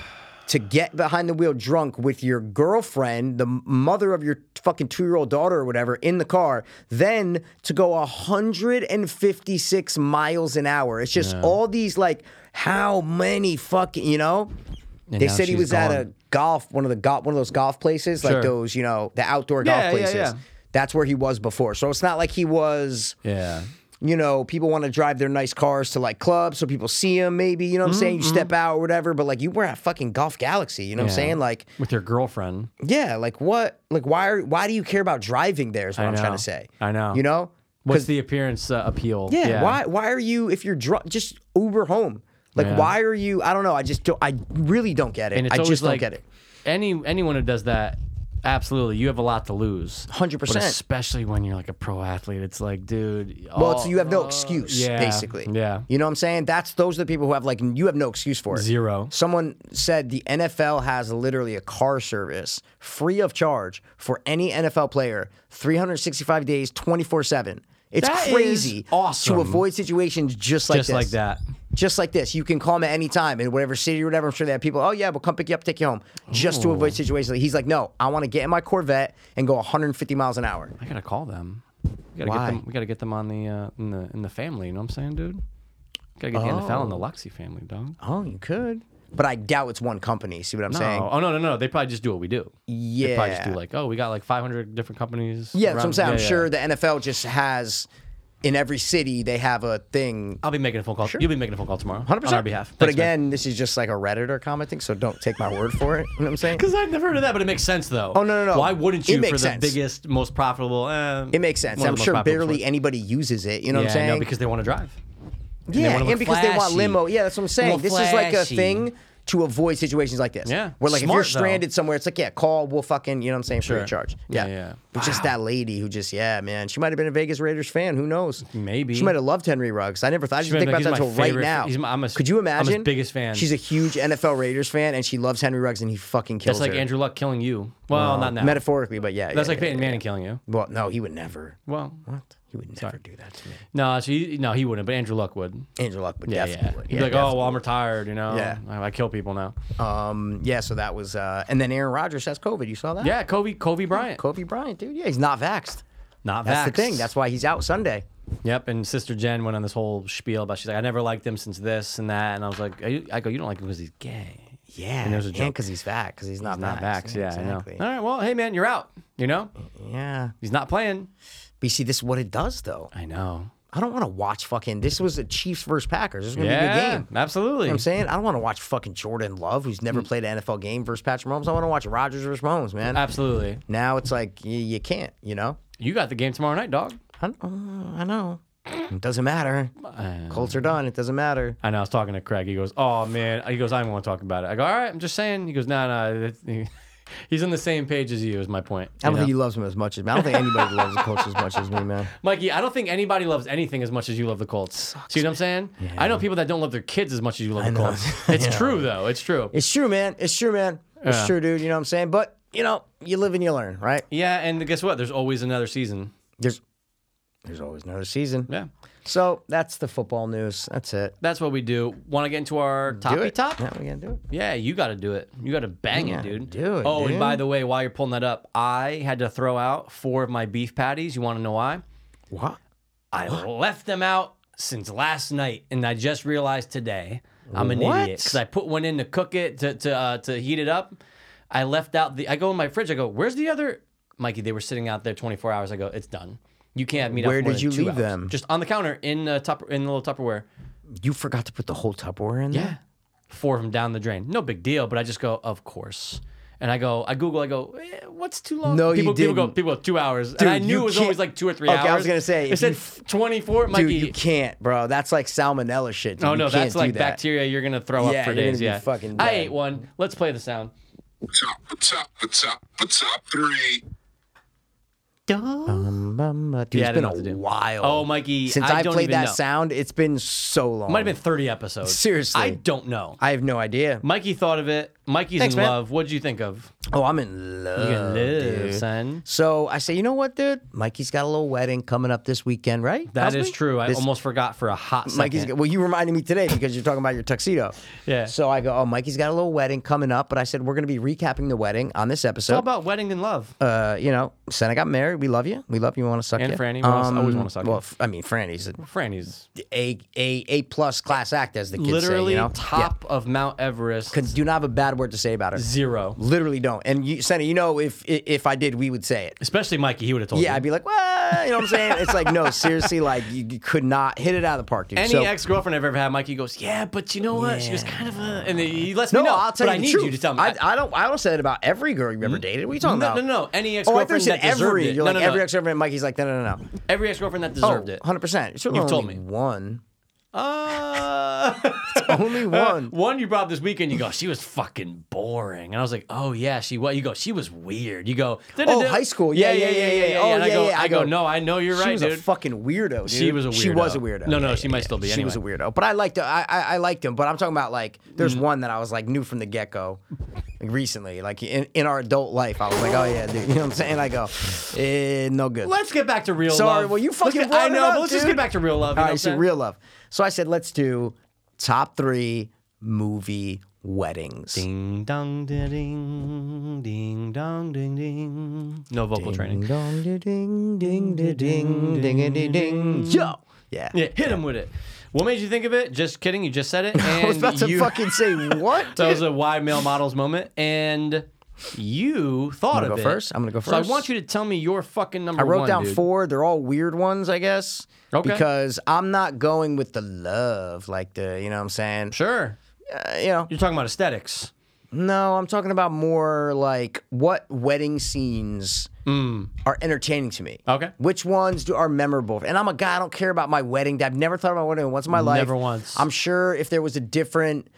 S2: to get behind the wheel drunk with your girlfriend, the m- mother of your fucking two year old daughter or whatever, in the car, then to go 156 miles an hour. It's just all these like, how many fucking, you know?
S4: And
S2: they
S4: now
S2: said he
S4: she's
S2: was at a
S4: gone.
S2: golf, one of the golf, one of those golf places, like
S4: Sure.
S2: those, you know, the outdoor
S4: Yeah,
S2: golf
S4: yeah,
S2: places.
S4: yeah.
S2: That's where he was before. So it's not like he was
S4: Yeah.
S2: you know, people want to drive their nice cars to like clubs so people see them, maybe, you know what I'm saying? You step out or whatever, but like you were at fucking Golf Galaxy, you know what
S4: Mm-hmm, Yeah.
S2: I'm saying? Like,
S4: With your girlfriend.
S2: yeah, like what, like why are, why do you care about driving there is what
S4: I
S2: I'm trying
S4: know.
S2: to say.
S4: I know.
S2: You know?
S4: What's the appearance uh, appeal?
S2: Yeah, Why, why are you, if you're drunk, just Uber home? Like,
S4: Yeah.
S2: why are you, I don't know. I just don't, I really don't get it.
S4: And it's
S2: I
S4: always
S2: just
S4: like
S2: don't get it.
S4: any anyone who does that, absolutely, you have a lot to lose.
S2: 100%.
S4: But Especially when you're like a pro athlete, it's like, dude.
S2: Well,
S4: all-
S2: it's, you have no
S4: uh,
S2: excuse,
S4: yeah,
S2: basically.
S4: Yeah.
S2: You know what I'm saying? That's those are the people who have like you have no excuse for it.
S4: Zero.
S2: Someone said the NFL has literally a car service free of charge for any NFL player, 365 days, 24 seven. It's
S4: That is
S2: crazy
S4: awesome.
S2: to avoid situations just like
S4: Just
S2: this.
S4: like that.
S2: Just like this. You can call him at any time in whatever city or whatever. I'm sure they have people, oh, yeah, we'll come pick you up, take you home, just to avoid situations. like- He's like, no, I want to get in my Corvette and go 150 miles an hour.
S4: I gotta call them. We gotta
S2: Why?
S4: get them. We gotta get them on the uh, in the in the family. You know what I'm saying, dude? Gotta get the NFL and the Luxy family, dog.
S2: Oh, you could. But I doubt it's one company. See what I'm
S4: No.
S2: saying?
S4: Oh no no no. They probably just do what we do. They probably just do
S2: Yeah.
S4: like, oh, we got like 500 different companies.
S2: Yeah, that's what I'm
S4: around-
S2: saying. I'm
S4: yeah, yeah.
S2: sure the NFL just has in every city they have a thing.
S4: I'll be making a phone call. You'll be making a phone call tomorrow. 100 on our behalf.
S2: But
S4: Thanks, man.
S2: again, this is just like a redditor commenting, so don't take my word for it. You know what I'm saying?
S4: Because I've never heard of that, but it makes sense though. Oh
S2: no, no, no.
S4: Why wouldn't
S2: It
S4: you for
S2: makes
S4: the
S2: sense.
S4: biggest, most profitable? Eh,
S2: It makes sense.
S4: one of
S2: I'm
S4: the most
S2: sure
S4: profitable
S2: barely
S4: sports.
S2: anybody uses it. You know
S4: Yeah,
S2: what I'm saying?
S4: no, because they want to drive.
S2: yeah,
S4: wanna
S2: and,
S4: look
S2: because they want
S4: flashy.
S2: limo. Yeah, that's what I'm saying.
S4: Look
S2: This is like a
S4: flashy.
S2: thing to avoid situations like this.
S4: Yeah.
S2: where like if you're
S4: Smart, though.
S2: stranded somewhere, it's like yeah, call. We'll fucking you know what I'm saying? Free
S4: Sure.
S2: of charge.
S4: Yeah,
S2: Yeah,
S4: yeah.
S2: But just that lady who just yeah, man, she might have been a Vegas Raiders fan. Who knows?
S4: Maybe.
S2: she might have loved Henry Ruggs. I never thought. I didn't
S4: might
S2: think about
S4: be like,
S2: that
S4: "He's my
S2: until right
S4: favorite-
S2: now.
S4: he's my- I'm his-
S2: Could you
S4: I'm his
S2: imagine?
S4: biggest fan.
S2: She's a huge NFL Raiders fan, and she loves Henry Ruggs, and he fucking kills
S4: That's like
S2: her.
S4: Andrew Luck killing you. Well, not now.
S2: Metaphorically, but yeah,
S4: That's
S2: yeah,
S4: like
S2: yeah,
S4: Peyton
S2: yeah.
S4: Manning killing you.
S2: Well, no, he would never.
S4: Well,
S2: What? He would never do that to me.
S4: no, so he, no, he wouldn't. But Andrew Luck would.
S2: Andrew Luck would
S4: Yeah,
S2: definitely
S4: yeah.
S2: would.
S4: He'd be like, oh, well, I'm retired. You know,
S2: Yeah.
S4: I, I kill people now.
S2: Um, yeah, so that was, uh, and then Aaron Rodgers has COVID. You saw that?
S4: Yeah, Kobe, Kobe Bryant.
S2: Kobe Bryant, dude. Yeah, he's not vaxxed.
S4: Not
S2: That's
S4: vaxxed.
S2: the thing. That's why he's out Sunday.
S4: Yep, and Sister Jen went on this whole spiel about she's like, I never liked him since this and that, and I was like, "Are you-" I go, you don't like him because he's gay.
S2: Yeah,
S4: there's a joke.
S2: because he's fat, because he's not
S4: He's not
S2: vaxxed.
S4: vaxxed. Yeah,
S2: exactly.
S4: I know. All right, well, hey man, you're out. You know,
S2: Yeah,
S4: he's not playing.
S2: but you see, this is what it does though.
S4: I know.
S2: I don't want to watch fucking. This was a Chiefs versus Packers. This is gonna be a good
S4: Yeah,
S2: game.
S4: absolutely.
S2: You know what I'm saying I don't want to watch fucking Jordan Love, who's never played an NFL game versus Patrick Mahomes. I want to watch Rodgers versus Mahomes, man.
S4: Uh, Absolutely.
S2: now it's like you, you can't, you know.
S4: You got the game tomorrow night, dog.
S2: I, uh, I know. It doesn't matter.
S4: Uh,
S2: Colts are done. It doesn't matter.
S4: I know. I was talking to Craig. He goes, "Oh man." He goes, "I don't want to talk about it." I go, "All right." I'm just saying. He goes, "No, no." that- He's on the same page as you. Is my point.
S2: I don't
S4: you know?
S2: think he loves him as much as me. I don't think anybody loves the Colts as much as me, man.
S4: Mikey, I don't think anybody loves anything as much as you love the Colts. See what I'm saying? I know people that don't love their kids as much as you love the
S2: know.
S4: Colts. It's true though. It's true.
S2: It's true, man. It's true, man. It's
S4: Yeah.
S2: true, dude. You know what I'm saying? But you know, you live and you learn, right?
S4: Yeah, and guess what? There's always another season.
S2: There's there's always another season.
S4: Yeah.
S2: So that's the football news. That's it.
S4: That's what we do. Want to get into our
S2: Do
S4: toppy
S2: it.
S4: top?
S2: Yeah, we gotta do it.
S4: Yeah, you got to do it. You got to bang
S2: Yeah,
S4: it, dude.
S2: do it,
S4: Oh, and
S2: dude.
S4: by the way, while you're pulling that up, I had to throw out four of my beef patties. You want to know why?
S2: What?
S4: I left them out since last night, and I just realized today I'm an
S2: What?
S4: idiot because I put one in to cook it to to uh, to heat it up. I left out the. I go in my fridge. I go, "Where's the other?" Mikey, they were sitting out there 24 hours. I go, "It's done. You can't meet up."
S2: Where
S4: for more
S2: did
S4: than
S2: you
S4: two
S2: leave
S4: hours."
S2: them?
S4: Just on the counter in the top in the little Tupperware.
S2: You forgot to put the whole Tupperware in
S4: Yeah. Four of them down the drain. No big deal, but I just go, of course. And I go, I Google, I go, eh, what's too long?
S2: No, you
S4: people, People go,
S2: didn't.
S4: people go, two hours.
S2: Dude,
S4: and I knew
S2: you
S4: it was
S2: can't-
S4: always like two or three
S2: Okay, I
S4: hours.
S2: was gonna say,
S4: It
S2: if
S4: said
S2: you-
S4: f- 24.
S2: Dude,
S4: Mikey,
S2: you can't, bro. That's like salmonella shit. Dude.
S4: oh,
S2: You
S4: no,
S2: can't
S4: that's
S2: do
S4: like
S2: that.
S4: bacteria you're going to throw
S2: Yeah,
S4: up for
S2: you're gonna
S4: days.
S2: be
S4: yeah.
S2: fucking
S4: I
S2: dead.
S4: ate one. Let's play the sound.
S5: top, the top, the top, the top three.
S2: Bum, bum, bum. Dude,
S4: Yeah, I
S2: it's been
S4: didn't know what to
S2: a
S4: do.
S2: while.
S4: Oh, Mikey.
S2: Since
S4: I
S2: I
S4: don't
S2: played
S4: even
S2: that
S4: know.
S2: sound, it's been so long.
S4: Might have been 30 episodes.
S2: Seriously.
S4: I don't know.
S2: I have no idea.
S4: Mikey thought of it. Mikey's
S2: Thanks,
S4: in
S2: man.
S4: love. What'd you think of?
S2: Oh, I'm in love.
S4: You can live,
S2: dude.
S4: son.
S2: So I say, you know what, dude? Mikey's got a little wedding coming up this weekend, right?
S4: That is
S2: Possibly?
S4: true. I
S2: This-
S4: almost forgot for a hot second.
S2: Mikey's well, you reminded me today because you're talking about your tuxedo.
S4: Yeah.
S2: So I go, oh, Mikey's got a little wedding coming up, but I said we're going to be recapping the wedding on this
S4: It's all
S2: episode.
S4: about wedding and love.
S2: uh, you know, Sen, I got married. We love you. We love you. We want to suck
S4: And
S2: you.
S4: Franny. We wanna- always wanna suck
S2: Well,
S4: you.
S2: f- I mean, Franny's a
S4: Franny's
S2: a a a plus class act, as the kids say.
S4: literally
S2: You know,
S4: top of Mount Everest.
S2: Yeah. Do not have a bad word to say about her.
S4: Zero.
S2: Literally don't. And you, Senna, you know, if i- if I did, we would say it.
S4: Especially Mikey, he would have told
S2: Yeah,
S4: you.
S2: I'd be like, what? You know what I'm saying? It's like, no, seriously, like you, you could not hit it out of the park, dude.
S4: Any
S2: so,
S4: ex girlfriend I've ever had, Mikey goes, Yeah, but you know what? She was
S2: Yeah.
S4: kind of a. And then he lets
S2: no,
S4: me know.
S2: I'll tell
S4: but
S2: you
S4: I
S2: the
S4: need
S2: truth.
S4: you to tell me.
S2: I, I don't. I don't say it about every girl you've ever dated. What are you talking
S4: no,
S2: about?
S4: no, no. Any ex
S2: Oh, I thought you
S4: girlfriend
S2: said
S4: that deserved
S2: every.
S4: it.
S2: You're
S4: no,
S2: like
S4: no, no.
S2: every ex girlfriend. Mikey's like, no, no, no, no.
S4: Every ex girlfriend that
S2: Oh,
S4: deserved it.
S2: 100 percent.
S4: You've told me.
S2: one.
S4: Uh,
S2: Only one.
S4: one you brought up this weekend, you go, She was fucking boring. And I was like, Oh, yeah, she was. You go, She was weird. You go,
S2: Oh, high school. Yeah, yeah, yeah, yeah. Oh,
S4: And I
S2: yeah,
S4: go,
S2: yeah.
S4: I
S2: I
S4: go,
S2: go,
S4: No, I know you're
S2: she
S4: right,
S2: was a
S4: dude.
S2: fucking weirdo. Dude.
S4: She was a
S2: She was a
S4: weirdo.
S2: weirdo.
S4: No, no, she might still be
S2: She was a
S4: anyway. Mm.
S2: weirdo, but I liked. I, I I liked him, but I'm talking about like there's one that I was like knew from the get go, recently, like in, in our adult life. I was like, oh yeah, dude. You know what I'm saying? I go, eh, no good.
S4: Let's get back to real love.
S2: Sorry, well you
S4: Let's
S2: fucking.
S4: get-
S2: brought
S4: I
S2: it
S4: know.
S2: up,
S4: but let's just
S2: dude.
S4: get back to real love. You
S2: All
S4: know what I'm
S2: right, so
S4: saying?
S2: Uh, real love. So I said, let's do top three movie weddings.
S4: Ding dong ding ding ding dong ding ding. No vocal training.
S2: Dong ding ding ding ding ding ding ding ding. Yo, yeah.
S4: Yeah, hit him with it. What made you think of it? Just kidding, you just said it. And
S2: I was about to
S4: you,
S2: fucking say what?
S4: That was a why male models moment, and you
S2: I'm
S4: thought
S2: gonna
S4: of
S2: go
S4: it
S2: first. I'm gonna go
S4: So I
S2: first.
S4: want you to tell me your fucking number.
S2: I wrote
S4: one,
S2: down
S4: dude.
S2: four. They're all weird ones, I guess.
S4: Okay.
S2: Because I'm not going with the love, like the, you know what I'm saying?
S4: Sure,
S2: Uh, you know,
S4: you're talking about aesthetics.
S2: no, I'm talking about more like what wedding scenes are entertaining to me.
S4: Mm. Okay.
S2: Which ones do are memorable? And I'm a guy. I don't care about my wedding. I've never thought about my wedding once in my life.
S4: Never once.
S2: I'm sure if there was a different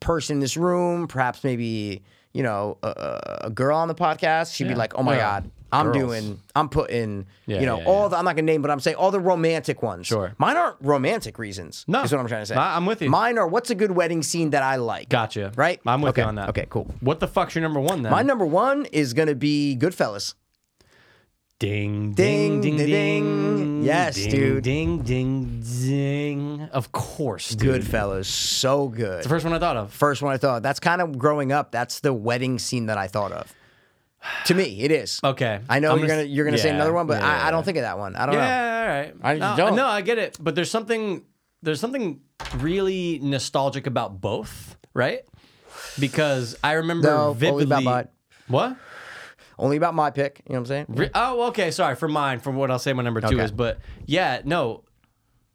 S2: person in this room, perhaps maybe you know a- a, a girl on the podcast, she'd be
S4: Yeah.
S2: like, "Oh my
S4: Yeah.
S2: god, I'm
S4: Girls.
S2: doing, I'm putting,
S4: Yeah,
S2: you know,
S4: yeah,
S2: all
S4: yeah.
S2: the I'm not gonna name, but I'm saying all the romantic ones.
S4: Sure.
S2: Mine aren't romantic reasons.
S4: No.
S2: is what I'm trying to say.
S4: I- I'm with you.
S2: Mine are what's a good wedding scene that I like.
S4: Gotcha.
S2: Right.
S4: I'm with
S2: okay.
S4: you on that.
S2: Okay. Cool.
S4: What the fuck's your number one then?
S2: My number one is gonna be Goodfellas.
S4: Ding, ding,
S2: Ding,
S4: ding, ding.
S2: ding, ding. Yes,
S4: ding,
S2: dude.
S4: Ding, ding, ding. Of course, dude.
S2: Goodfellas, so good.
S4: The first one I thought of.
S2: first one I thought. That's kind of growing up. That's the wedding scene that I thought of. To me, it is.
S4: Okay.
S2: I know
S4: I'm
S2: you're
S4: gonna-
S2: gonna you're gonna say
S4: yeah,
S2: another one, but
S4: yeah,
S2: I,
S4: yeah,
S2: I don't think of that one. I don't know.
S4: Yeah, all right.
S2: I
S4: no,
S2: don't.
S4: No, I get it. But there's something there's something really nostalgic about both, right? Because I remember
S2: No, only
S4: vividly.
S2: about mine.
S4: What?
S2: Only about my pick. You know what I'm saying?
S4: Re- Oh, okay. Sorry for mine. From what I'll say, my number two
S2: Okay.
S4: is. But yeah, no,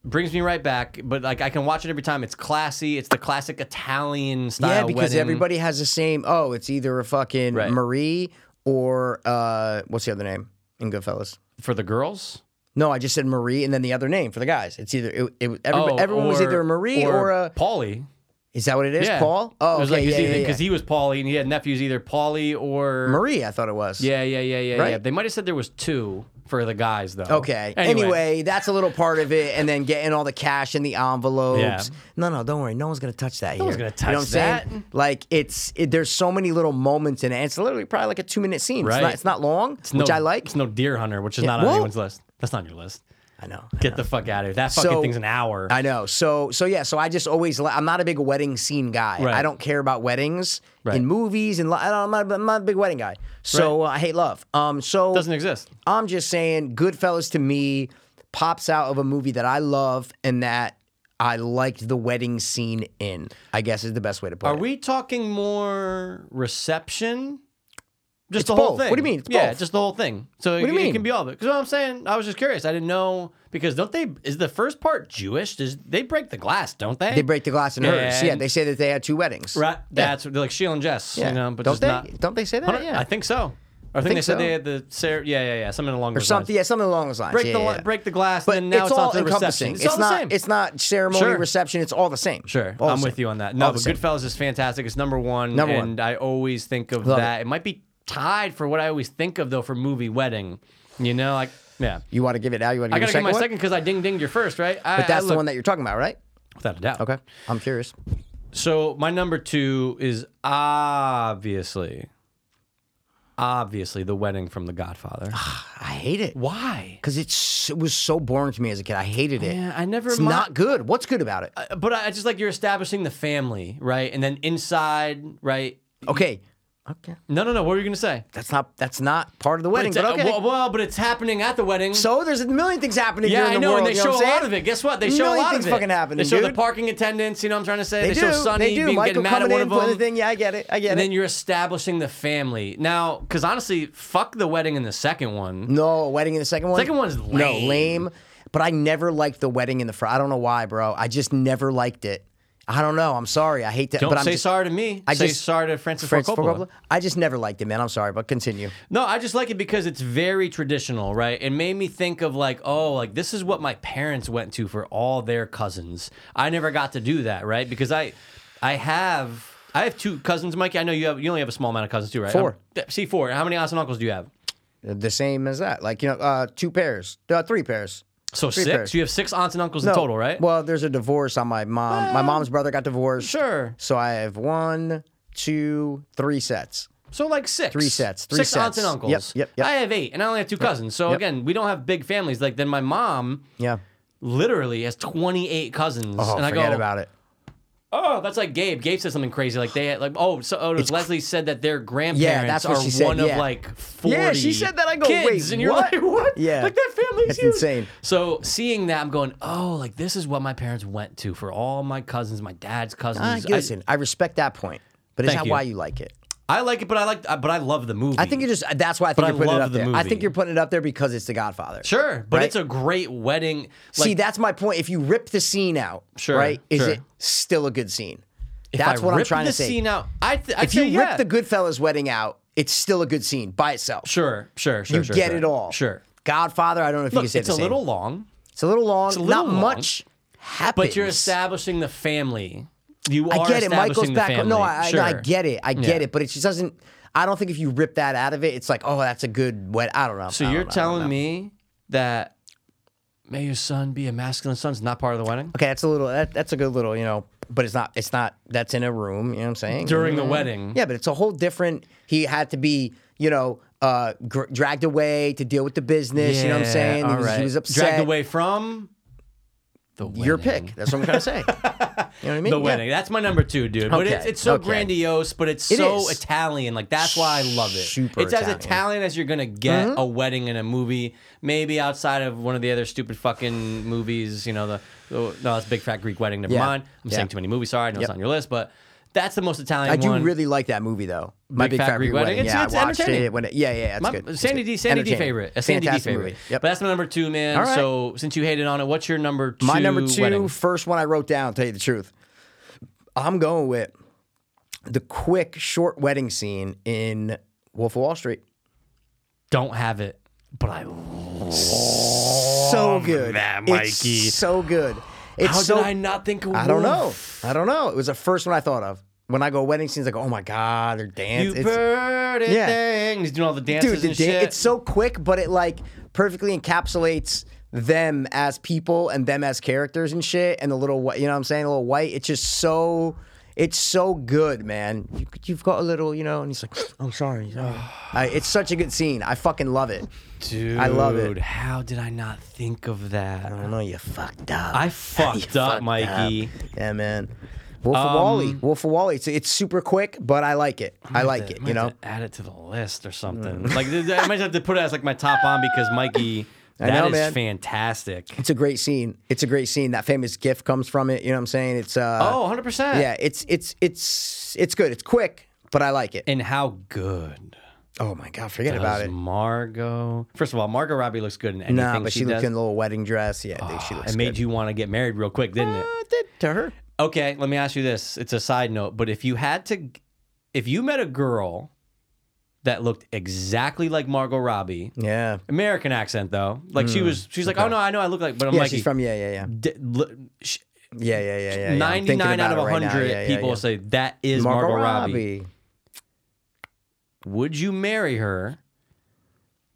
S4: brings me right back. But like, I can watch it every time. It's classy. It's the classic Italian style.
S2: Yeah, because
S4: wedding.
S2: everybody has the same. Oh, it's either a fucking
S4: Right.
S2: Marie or uh, what's the other name in Goodfellas?
S4: for the girls.
S2: No, I just said Marie and then the other name for the guys. It's either it, it, everybody,
S4: Oh,
S2: everyone was
S4: or-
S2: either a Marie or, a.
S4: Paulie.
S2: Is that what it is?
S4: Yeah.
S2: Paul? Oh,
S4: it was
S2: okay,
S4: like
S2: yeah, yeah, yeah.
S4: because he was Paulie and he had nephews either Paulie or
S2: Marie, I thought it was.
S4: Yeah, yeah, yeah, yeah, yeah.
S2: Right?
S4: They might have said there was two for the guys though.
S2: Okay. Anyway. that's a little part of it, and then getting all the cash in the envelopes.
S4: Yeah.
S2: No, no, don't worry. No one's gonna touch that. No
S4: one's gonna touch
S2: you know what I'm
S4: that.
S2: Saying? Like it's it, there's so many little moments in it. and It's literally probably like a two minute scene.
S4: Right.
S2: It's not, it's not long,
S4: no,
S2: which I like.
S4: It's no deer hunter, which is not on
S2: Well-
S4: anyone's list. That's not on your list.
S2: I know.
S4: Get the fuck out of here. That fucking
S2: So-
S4: thing's an hour.
S2: I know. So so yeah. So I just always li- I'm not a big wedding scene guy.
S4: Right.
S2: I don't care about weddings
S4: Right.
S2: in movies and li- I don't, I'm, not, I'm not a big wedding guy. So uh, I hate love. Um. So
S4: Doesn't exist.
S2: I'm just saying, Goodfellas to me pops out of a movie that I love and that I liked the wedding scene in. I guess is the best way to put
S4: Are
S2: it.
S4: we talking more reception Just
S2: It's
S4: the whole
S2: both.
S4: thing.
S2: What do you mean? It's
S4: yeah,
S2: both.
S4: just the whole thing. So it,
S2: do you
S4: it
S2: mean?
S4: can be all of it. Because what I'm saying, I was just curious. I didn't know because don't they? Is the first part Jewish? Does they break the glass? Don't they?
S2: They break the glass in hers. Yeah,
S4: And-
S2: they say that they had two weddings.
S4: Right. That's what- like Sheila and Jess.
S2: Yeah.
S4: You know, but
S2: don't
S4: just
S2: they?
S4: not.
S2: Don't they say that?
S4: Hundred-
S2: Yeah.
S4: I think so. I, think,
S2: think
S4: they said
S2: so.
S4: they had the Sarah. Yeah, yeah, yeah. Something along
S2: or
S4: those
S2: something.
S4: lines.
S2: Yeah, something along those lines.
S4: Break
S2: yeah,
S4: the
S2: yeah,
S4: li-
S2: yeah.
S4: break the glass.
S2: But
S4: and then now
S2: it's
S4: it's,
S2: all
S4: on to the reception.
S2: encompassing. It's,
S4: all the
S2: not.
S4: same.
S2: It's not ceremony
S4: Sure.
S2: reception. It's all the same.
S4: Sure,
S2: All the
S4: I'm
S2: same.
S4: with you on that.
S2: All
S4: No,
S2: the
S4: but
S2: same.
S4: Goodfellas is fantastic. It's number one,
S2: Number one.
S4: and I always think of
S2: Love
S4: that.
S2: it.
S4: It. might be tied for what I always think of though for movie wedding. You know, like yeah,
S2: You want to give it now? You want to
S4: I
S2: give
S4: gotta
S2: it a
S4: get my
S2: one?
S4: second because I ding dinged your first, right? I,
S2: But that's
S4: I
S2: the
S4: look-
S2: one that you're talking about, right?
S4: without a doubt.
S2: Okay. I'm curious.
S4: So my number two is obviously, obviously the wedding from The Godfather.
S2: I hate it
S4: Why?
S2: because it's it was so boring to me as a kid. I hated it.
S4: Yeah, I never.
S2: it's
S4: mi-
S2: not good. What's good about it?
S4: But I I just like you're establishing the family, right? And then inside, right?
S2: Okay. Okay.
S4: No, no, no. What were you gonna say?
S2: That's not that's not part of the
S4: But
S2: wedding.
S4: it's-
S2: But okay.
S4: well, well, but it's happening at the wedding.
S2: so there's a million things happening.
S4: Yeah,
S2: here in
S4: I
S2: the
S4: know,
S2: world,
S4: and they
S2: you
S4: show
S2: know
S4: a
S2: what I'm
S4: lot
S2: saying?
S4: of it. Guess what? They
S2: You
S4: show
S2: know
S4: a lot
S2: anything's
S4: of it.
S2: fucking happening,
S4: They show the
S2: dude.
S4: parking attendants. You know what I'm trying to say?
S2: They,
S4: show
S2: do.
S4: Sonny
S2: they do.
S4: being
S2: Michael
S4: getting mad at
S2: coming
S4: one
S2: in,
S4: of
S2: putting
S4: them.
S2: the thing. Yeah, I get it. I get
S4: and
S2: it.
S4: then you're establishing the family now. Because honestly, fuck the wedding in the second one.
S2: no wedding in the second one.
S4: Second one's
S2: no
S4: lame.
S2: lame. But I never liked the wedding in the front. I don't know why, bro. I just never liked it. I don't know. I'm sorry. I hate that.
S4: Don't
S2: but I'm
S4: say
S2: just,
S4: sorry to me.
S2: I
S4: say
S2: just-
S4: sorry to Francis, Ford
S2: Francis Ford
S4: Coppola.
S2: Coppola. I just never liked it, man. I'm sorry, but continue.
S4: No, I just like it because it's very traditional, right? It made me think of like, oh, like this is what my parents went to for all their cousins. I never got to do that, right? Because I, I have, I have two cousins, Mike. I know you have, you only have a small amount of cousins too, right?
S2: Four.
S4: Um, see, four. How many aunts and uncles do you have?
S2: The same as that. Like, you know, uh, two pairs, uh, three pairs.
S4: So
S2: Three
S4: six.
S2: pairs.
S4: You have six aunts and uncles
S2: No.
S4: in total, right?
S2: Well, there's a divorce on my mom. my mom's brother got divorced.
S4: sure.
S2: So I have one, two, three sets.
S4: So like six.
S2: Three sets, three
S4: six aunts
S2: sets.
S4: and uncles.
S2: Yep, yep, yep.
S4: I have eight, and I only have two cousins. So
S2: yep.
S4: again, we don't have big families. Like then my mom
S2: Yeah.
S4: literally has twenty eight cousins,
S2: Oh,
S4: and I
S2: forget
S4: go,
S2: about it.
S4: Oh, that's like Gabe. Gabe said something crazy. Like they had, like oh, so oh, it was Leslie said that their grandparents
S2: that's what
S4: are
S2: she said,
S4: one
S2: yeah.
S4: of like forty.
S2: Yeah, she said that. I go,
S4: kids,
S2: wait,
S4: and you're
S2: what?
S4: like, what?
S2: Yeah.
S4: like that family's
S2: That's
S4: huge.
S2: insane.
S4: So seeing that, I'm going, oh, like this is what my parents went to for all my cousins, my dad's
S2: I,
S4: cousins.
S2: listen, I respect that point, but it's
S4: Thank
S2: not
S4: you.
S2: why you like it.
S4: I, I like it, but I like, uh, but I love the movie.
S2: I think you're just, that's why I think
S4: I
S2: you're putting it
S4: love
S2: up
S4: the
S2: there. I think
S4: movie.
S2: you're putting it up there because it's The Godfather.
S4: sure, but
S2: Right?
S4: it's a great wedding. Like,
S2: See, that's my point. If you rip the scene out,
S4: Sure,
S2: right, is
S4: sure.
S2: it still a good scene?
S4: if
S2: that's
S4: I
S2: what I'm
S4: ripped
S2: trying
S4: the
S2: to say.
S4: Scene out. I th- I'd
S2: if you
S4: say yeah.
S2: rip the Goodfellas wedding out, it's still a good scene by itself.
S4: sure, sure, sure,
S2: you
S4: sure,
S2: get
S4: sure.
S2: it all.
S4: Sure.
S2: Godfather. I don't know if you
S4: Look,
S2: can say
S4: it's
S2: the
S4: a
S2: same.
S4: little long.
S2: It's a little long.
S4: a little
S2: not
S4: long,
S2: much happens.
S4: But you're establishing the family. You are
S2: I get it. Michael's
S4: establishing the
S2: back.
S4: family.
S2: No, I, I-
S4: sure.
S2: I get it. I get
S4: Yeah.
S2: it. But it just doesn't. I don't think if you rip that out of it, it's like, oh, that's a good wet. I don't know. I
S4: So
S2: don't
S4: you're
S2: know, I don't
S4: telling
S2: know.
S4: me that may your son be a masculine son is not part of the wedding
S2: Okay, that's a little. That, that's a good little. You know, but it's not. It's not. That's in a room. You know what I'm saying?
S4: during the wedding.
S2: Mm. Yeah, but it's a whole different. He had to be, you know, uh, gr- dragged away to deal with the business. you know what I'm
S4: Yeah,
S2: saying? He
S4: all
S2: was, he
S4: right.
S2: was upset.
S4: Dragged away from the wedding.
S2: Your pick. That's what I'm trying to say. you know what I mean?
S4: The
S2: Yeah.
S4: wedding. That's my number two, dude. But
S2: Okay,
S4: it's, it's so
S2: okay.
S4: grandiose, but it's
S2: It
S4: so
S2: is.
S4: Italian. Like that's why I love it.
S2: Super
S4: it's as
S2: Italian. Mm-hmm.
S4: Italian as you're gonna get a wedding in a movie. Maybe outside of one of the other stupid fucking movies. You know the, the no, that's big fat Greek wedding. Never
S2: Yeah.
S4: mind. I'm
S2: Yeah.
S4: saying too many movies. Sorry, I know
S2: Yep.
S4: it's on your list, but that's the most Italian
S2: I do
S4: one.
S2: really like that movie though. My
S4: Big
S2: Big,
S4: Fat
S2: Fat
S4: Greek
S2: Greek
S4: Wedding?
S2: Wedding.
S4: It's-
S2: Yeah,
S4: it's
S2: I watched
S4: entertaining.
S2: it when it. Yeah, yeah, yeah, it's
S4: My-
S2: good. It's
S4: Uh, Sandy
S2: good.
S4: D, Sandy D
S2: Entertaining.
S4: favorite, a Sandy D
S2: Fantastic
S4: favorite.
S2: movie. Yep.
S4: But that's my number two, man.
S2: All right.
S4: So since you hated on it, what's your number two?
S2: My number two,
S4: wedding?
S2: first one I wrote down. Tell you the truth, I'm going with the quick, short wedding scene in Wolf of Wall Street.
S4: Don't have it, but I.
S2: so good.
S4: that, Oh, Mikey.
S2: It's so good. It's
S4: How
S2: so
S4: did I not think of?
S2: I don't know.
S4: Wolf?
S2: I don't know. It was the first one I thought of. When I go wedding scenes, I go, oh my God, they're
S4: You
S2: dancing.
S4: bird it
S2: yeah.
S4: thing. He's doing all the dances
S2: dude, the
S4: and
S2: dan-
S4: shit.
S2: it's so quick, but it like perfectly encapsulates them as people and them as characters and shit. And the little, wh- you know what I'm saying? A little white. It's just so, it's so good, man. You, you've got a little, you know, and he's like, "Oh, I'm sorry. sorry." I, it's such a good scene. I fucking love it.
S4: Dude,
S2: I love it.
S4: How did I not think of that?
S2: I know you fucked up.
S4: I fucked
S2: You
S4: up,
S2: fucked
S4: Mikey. Um,
S2: Yeah, man. Wolf of Wally. Wolf of Wally. It's, it's super quick, but I like it. I like
S4: have to-
S2: it. You
S4: might have
S2: know. Mm.
S4: to add it to the list or something. like th- th- I might have to put it as like my top on because Mikey, that is
S2: know, man.
S4: fantastic.
S2: It's a great scene. It's a great scene. That famous gif comes from it. You know what I'm saying? It's uh
S4: Oh, 100 percent.
S2: yeah, it's it's it's it's good. It's quick, but I like it.
S4: and how good
S2: Oh my god, forget about
S4: Does
S2: it.
S4: Margot. First of all, Margot Robbie looks good in anything
S2: Nah, but she,
S4: she,
S2: looked
S4: does.
S2: in a little wedding dress. Yeah, I think she looks
S4: it made
S2: good.
S4: you want to get married real quick, didn't it?
S2: Uh, it did to her.
S4: Okay, let me ask you this. It's a side note, but if you had to, if you met a girl that looked exactly like Margot Robbie,
S2: Yeah.
S4: American accent though, like she was, she's like, oh no, I know I look like, but I'm
S2: Hmm, Yeah,
S4: like,
S2: she's from yeah, yeah, yeah.
S4: D- look, sh-
S2: Yeah, yeah, yeah, yeah, yeah. I'm thinking
S4: 99 out
S2: about
S4: of
S2: it right now.
S4: 100
S2: Yeah, yeah,
S4: people
S2: yeah.
S4: say that is Margot, Robbie. Would you marry her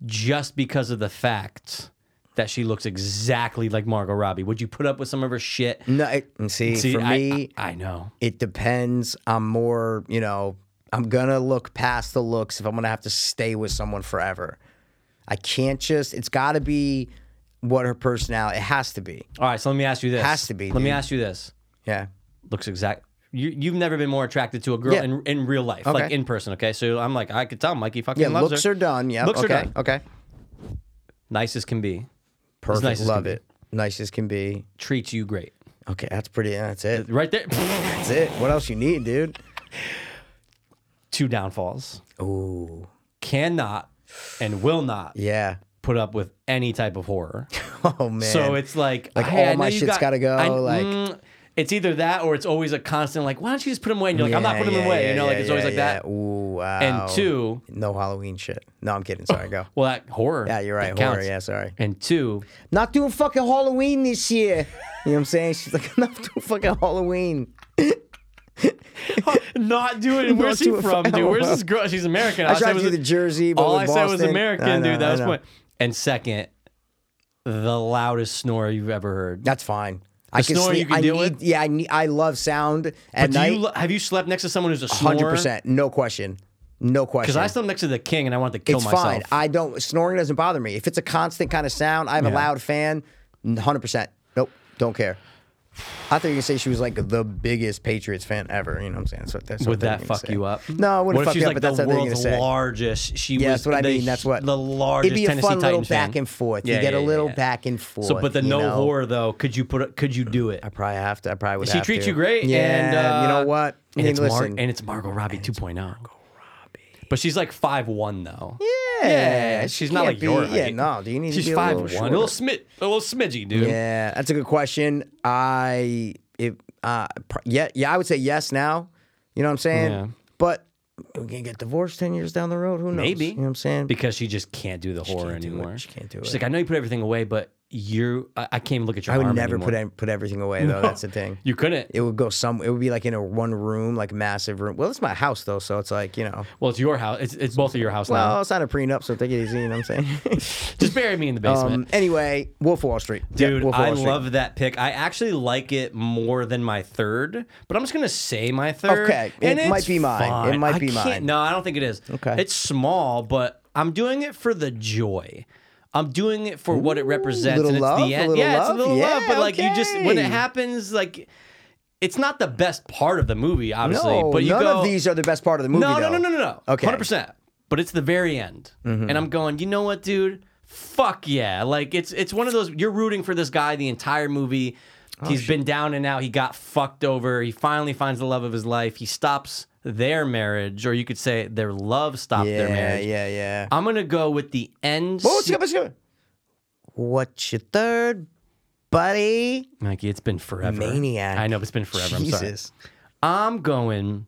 S4: just because of the fact that she looks exactly like Margot Robbie? Would you put up with some of her shit?
S2: No, it, and see,
S4: See,
S2: for
S4: I,
S2: me,
S4: I, I know.
S2: it depends. I'm more, you know, I'm gonna look past the looks if I'm gonna have to stay with someone forever. I can't just. It's got to be what her personality. It has to be.
S4: All right, so let me ask you this.
S2: Has to be,
S4: Let me
S2: dude.
S4: ask you this.
S2: Yeah.
S4: looks exact. You you've never been more attracted to a girl
S2: Yeah.
S4: in in real life, like
S2: Okay.
S4: in person. Okay, so I'm like, I could tell Mikey fucking
S2: Yeah.
S4: loves
S2: Looks
S4: her.
S2: are done. Yeah.
S4: Looks are
S2: okay.
S4: done.
S2: Okay.
S4: nice as can be,
S2: Perfect.
S4: nice as
S2: Love
S4: can be.
S2: it. Nice as can be.
S4: treats you great.
S2: Okay, that's pretty. That's it.
S4: Right there,
S2: That's it. What else you need, dude?
S4: two downfalls.
S2: Ooh.
S4: Cannot and will not
S2: Yeah.
S4: put up with any type of horror.
S2: Oh man.
S4: So it's like,
S2: Like,
S4: hey,
S2: all
S4: I know
S2: my
S4: you
S2: shit's
S4: got,
S2: gotta go,
S4: I-
S2: like-
S4: mm, it's either that or it's always a constant. Like, why don't you just put them away? And you're like, I'm not
S2: Yeah,
S4: putting them
S2: yeah,
S4: away.
S2: yeah,
S4: you know, like
S2: yeah,
S4: it's always
S2: yeah,
S4: like that.
S2: yeah. Ooh. Wow.
S4: And two,
S2: No Halloween shit. No, I'm kidding. Sorry. Go.
S4: well, that horror.
S2: Yeah, you're right.
S4: that
S2: Horror.
S4: counts.
S2: Yeah. Sorry.
S4: And two,
S2: Not doing fucking Halloween this year. You know what I'm saying? She's like, I'm not doing fucking Halloween.
S4: not doing. Where's she
S2: doing
S4: from, dude?
S2: fine.
S4: Where's this girl? She's American. All
S2: I tried
S4: said
S2: to
S4: was-
S2: do the Jersey, but
S4: all
S2: with
S4: I said
S2: Boston.
S4: was American,
S2: I know,
S4: dude. That
S2: I
S4: was
S2: know.
S4: point. And second, the loudest snore you've ever heard.
S2: That's fine. I can
S4: snoring
S2: sleep.
S4: you can
S2: I
S4: deal
S2: need,
S4: with?
S2: Yeah, I need. I love sound at
S4: Do you,
S2: night.
S4: lo- have you slept next to someone who's a snorer?
S2: Hundred percent, no question, no question.
S4: Because I slept next to the king, and I want to kill
S2: it's
S4: myself.
S2: fine. I don't snoring doesn't bother me. If it's a constant kind of sound, I have a loud fan. Hundred percent. Nope. Don't care. I thought you were gonna say she was like the biggest Patriots fan ever. You know what I'm saying? So that's
S4: Would that fuck you up?
S2: No, it wouldn't
S4: what
S2: fuck
S4: if she's
S2: you up,
S4: like
S2: but that's
S4: the
S2: what they're gonna
S4: world's
S2: say.
S4: largest. She
S2: Yeah,
S4: was
S2: that's what I
S4: the-
S2: mean. That's what
S4: the largest
S2: It'd be a
S4: Tennessee
S2: fun little
S4: Titans fan.
S2: back and forth.
S4: Yeah,
S2: you get
S4: yeah,
S2: a little
S4: yeah.
S2: back and forth.
S4: So, but the
S2: you
S4: no
S2: know?
S4: horror though, could you put? A, could you do it?
S2: I probably have to. I probably would.
S4: She
S2: have
S4: treats
S2: to.
S4: you great,
S2: Yeah,
S4: and uh,
S2: you know what? I
S4: And
S2: mean,
S4: it's Mar-
S2: listen.
S4: and it's Margot Robbie 2.0. Margot Robbie, but she's like five one though.
S2: yeah,
S4: Yeah,
S2: she
S4: she's not
S2: can't
S4: like your
S2: be- Yeah,
S4: height.
S2: no. Do you need
S4: She's
S2: to be a
S4: five one,
S2: little
S4: a
S2: shorter?
S4: little smid, a little smidgy, dude.
S2: Yeah, that's a good question. I if uh pr- yeah yeah I would say yes now. You know what I'm saying?
S4: Yeah.
S2: But we can get divorced ten years down the road. Who knows?
S4: Maybe.
S2: You know what I'm saying?
S4: Because she just can't do the horror
S2: can't do it.
S4: anymore.
S2: She can't do
S4: She's
S2: it.
S4: like, I know you put everything away, but you, I, I can't even look at your.
S2: I would
S4: arm
S2: never
S4: anymore.
S2: put any, put everything away though. That's the thing.
S4: You couldn't.
S2: It would go some. It would be like in a one room, like massive room. Well, it's my house though, so it's like you know.
S4: Well, it's your house. It's, it's both of your house
S2: Well, it's not a prenup, so take it easy. You know what I'm saying?
S4: now. Just bury me in the basement.
S2: um. Anyway, Wolf of Wall Street, Yeah,
S4: Dude,
S2: Wolf of
S4: I
S2: Wall Street.
S4: love that pick. I actually like it more than my third, but I'm just gonna say my third.
S2: Okay,
S4: and
S2: it might
S4: it's
S2: be mine. It
S4: fine.
S2: might
S4: I
S2: be
S4: can't-
S2: mine.
S4: No, I don't think it is.
S2: Okay.
S4: it's small, but I'm doing it for the joy. I'm doing it for what it represents,
S2: little
S4: and it's
S2: love,
S4: the
S2: a
S4: end.
S2: little
S4: yeah, it's a
S2: love.
S4: little love,
S2: Yeah,
S4: but like you just when it
S2: okay.
S4: happens, like it's not the best part of the movie, obviously.
S2: No,
S4: but you
S2: none
S4: go,
S2: of these are the best part of the movie.
S4: no,
S2: though.
S4: no, no, no, no, no.
S2: Okay. Mm-hmm.
S4: hundred percent. But it's the very end, and I'm going. You know what, dude? Fuck yeah! Like it's it's one of those. You're rooting for this guy the entire movie.
S2: Oh,
S4: He's been down and out. He got fucked over. He finally finds the love of his life. He stops their marriage, or you could say their love stopped their
S2: Yeah,
S4: marriage.
S2: yeah, yeah.
S4: I'm gonna go with the end.
S2: Well, let's
S4: se-
S2: go, let's go. What's your third, buddy?
S4: Mikey, it's been forever.
S2: Maniac.
S4: I know, but it's been forever. I'm sorry.
S2: Jesus.
S4: I'm going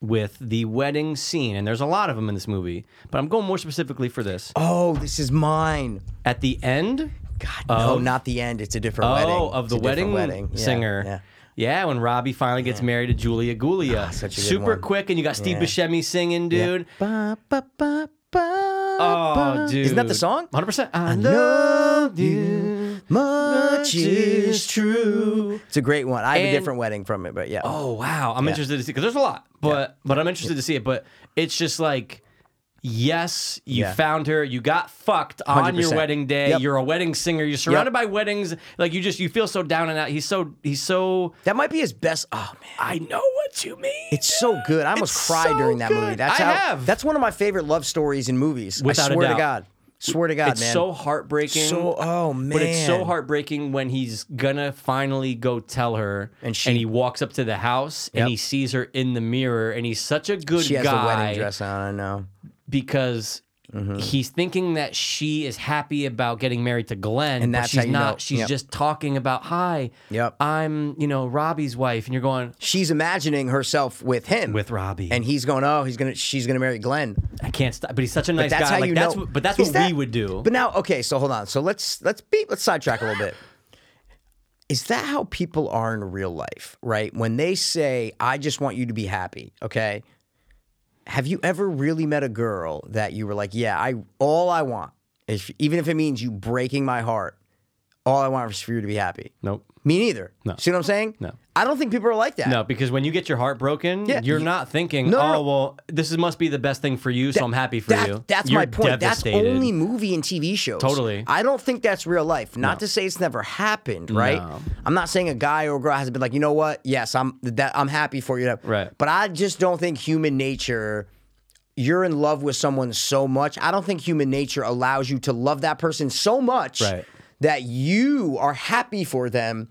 S4: with the wedding scene, and there's a lot of them in this movie, but I'm going more specifically for this.
S2: Oh, this is mine.
S4: At the end,
S2: God, no, not the end. It's a different wedding.
S4: Oh, of
S2: It's
S4: the
S2: a different
S4: wedding,
S2: Yeah,
S4: singer.
S2: Yeah. Ah,
S4: Yeah. when Robbie finally gets married to Julia Gulia.
S2: such a good
S4: Super
S2: one.
S4: quick, and you got Steve
S2: Yeah.
S4: Buscemi singing,
S2: Yeah.
S4: dude.
S2: Ba, ba, ba, ba,
S4: Oh,
S2: ba.
S4: dude.
S2: Isn't that the song?
S4: 100%. I
S2: love
S4: love you.
S2: Much is
S4: is
S2: true.
S4: true.
S2: It's a great one. I have
S4: And-
S2: a different wedding from it, but yeah.
S4: Oh, wow. I'm interested to see, because there's a lot, but but I'm interested to see it. But it's just like, yes, you
S2: Yeah.
S4: found her. You got fucked on your
S2: 100%.
S4: wedding day.
S2: Yep.
S4: You're a wedding singer. You're surrounded by weddings. Like, you just, you feel so down and out. He's so, he's so,
S2: That might be his best. Oh man,
S4: I know what you mean.
S2: it's so good. I almost
S4: It's
S2: cried
S4: so
S2: during that
S4: good.
S2: movie. That's
S4: I
S2: how.
S4: have.
S2: That's one of my favorite love stories in movies.
S4: Without
S2: I
S4: a
S2: swear
S4: doubt.
S2: to God. Swear to God,
S4: it's
S2: man.
S4: so heartbreaking.
S2: So- oh,
S4: But it's so
S2: man.
S4: heartbreaking when he's gonna finally go tell her,
S2: And she-
S4: he walks up to the house
S2: Yep.
S4: and he sees her in the mirror, and he's such a good
S2: she has
S4: guy.
S2: a wedding dress on. I know.
S4: because
S2: Mm-hmm.
S4: he's thinking that she is happy about getting married to Glenn,
S2: And
S4: but
S2: that's
S4: she's
S2: how you
S4: not.
S2: know.
S4: She's
S2: Yep.
S4: just talking about hi.
S2: Yep.
S4: I'm you know Robbie's wife, and you're going
S2: She's imagining herself with him,
S4: with Robbie,
S2: and he's going, "Oh, he's gonna, she's gonna marry Glenn."
S4: I can't stop. But he's such a nice
S2: that's
S4: guy.
S2: how
S4: like,
S2: you
S4: that's
S2: know.
S4: what- but that's
S2: Is
S4: what we
S2: that-
S4: would do.
S2: But now, okay, so hold on. So let's let's beat let's sidetrack a little bit. Is that how people are in real life, right? When they say, "I just want you to be happy," okay? Have you ever really met a girl that you were like, "Yeah, I all I want is even if it means you breaking my heart, all I want is for you to be happy."
S4: nope.
S2: Me neither. No. See what I'm saying?
S4: No.
S2: I don't think people are like that.
S4: No, because when you get your heart broken,
S2: Yeah,
S4: you're
S2: you-
S4: not thinking,
S2: No, no,
S4: "Oh
S2: no.
S4: well, this is, must be the best thing for you, so I'm happy for
S2: That-
S4: you."
S2: That's
S4: You're
S2: my point.
S4: devastated.
S2: That's only movie and TV shows.
S4: Totally.
S2: I don't think that's real life. Not to say it's never happened, right?
S4: No.
S2: I'm not saying a guy or a girl has been like, you know what? Yes, I'm that I'm happy for you.
S4: Right.
S2: But I just don't think human nature. You're in love with someone so much. I don't think human nature allows you to love that person so much
S4: Right.
S2: that you are happy for them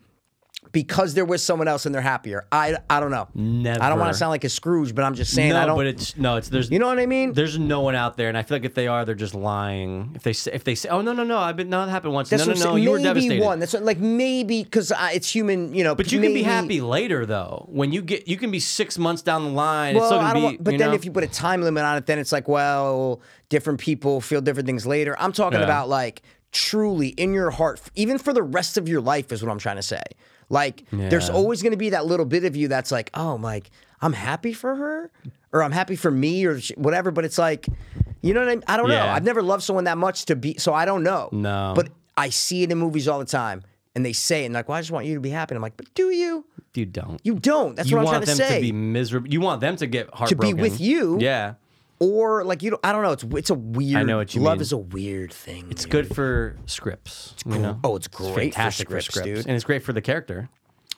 S2: because they're with someone else and they're happier. I I don't know. I don't want
S4: Never.
S2: to sound like a Scrooge, but I'm just saying
S4: no,
S2: I don't.
S4: but it's no, it's there's
S2: you know what I mean?
S4: there's no one out there, and I feel like if they are, they're just lying. If they say, if they say, oh no no no, I've been no that happened once.
S2: That's
S4: no
S2: what I'm
S4: no no,
S2: saying.
S4: you were
S2: maybe
S4: devastated.
S2: one. That's what, like maybe because it's human, you know.
S4: But you can be
S2: maybe-
S4: happy later though. When you get, you can be six months down the line. it's
S2: Well,
S4: still
S2: I
S4: gonna
S2: don't
S4: be,
S2: want, but
S4: you
S2: then
S4: know?
S2: if you put a time limit on it, then it's like, well, different people feel different things later. I'm talking
S4: Yeah.
S2: about like truly in your heart, f- even for the rest of your life, is what I'm trying to say. Like, there's
S4: Yeah.
S2: always going to be that little bit of you that's like, oh, I'm like I'm happy for her, or I'm happy for me, or sh- whatever. But it's like, you know what I mean? I don't know.
S4: Yeah.
S2: I've never loved someone that much to be, so I don't know.
S4: No.
S2: but I see it in movies all the time. And they say it, and like, well, I just want you to be happy. And I'm like, but do you?
S4: you don't,
S2: You don't. That's
S4: you
S2: what I'm
S4: want
S2: trying to
S4: them
S2: say
S4: to be miserable. You want them to get heartbroken
S2: with you.
S4: Yeah,
S2: or like you know, I don't know. It's it's a weird.
S4: know what you
S2: love
S4: mean.
S2: is a weird thing.
S4: It's good for scripts. It's you know?
S2: oh, it's great for
S4: fantastic for
S2: scripts,
S4: scripts,
S2: dude.
S4: and it's great for the character.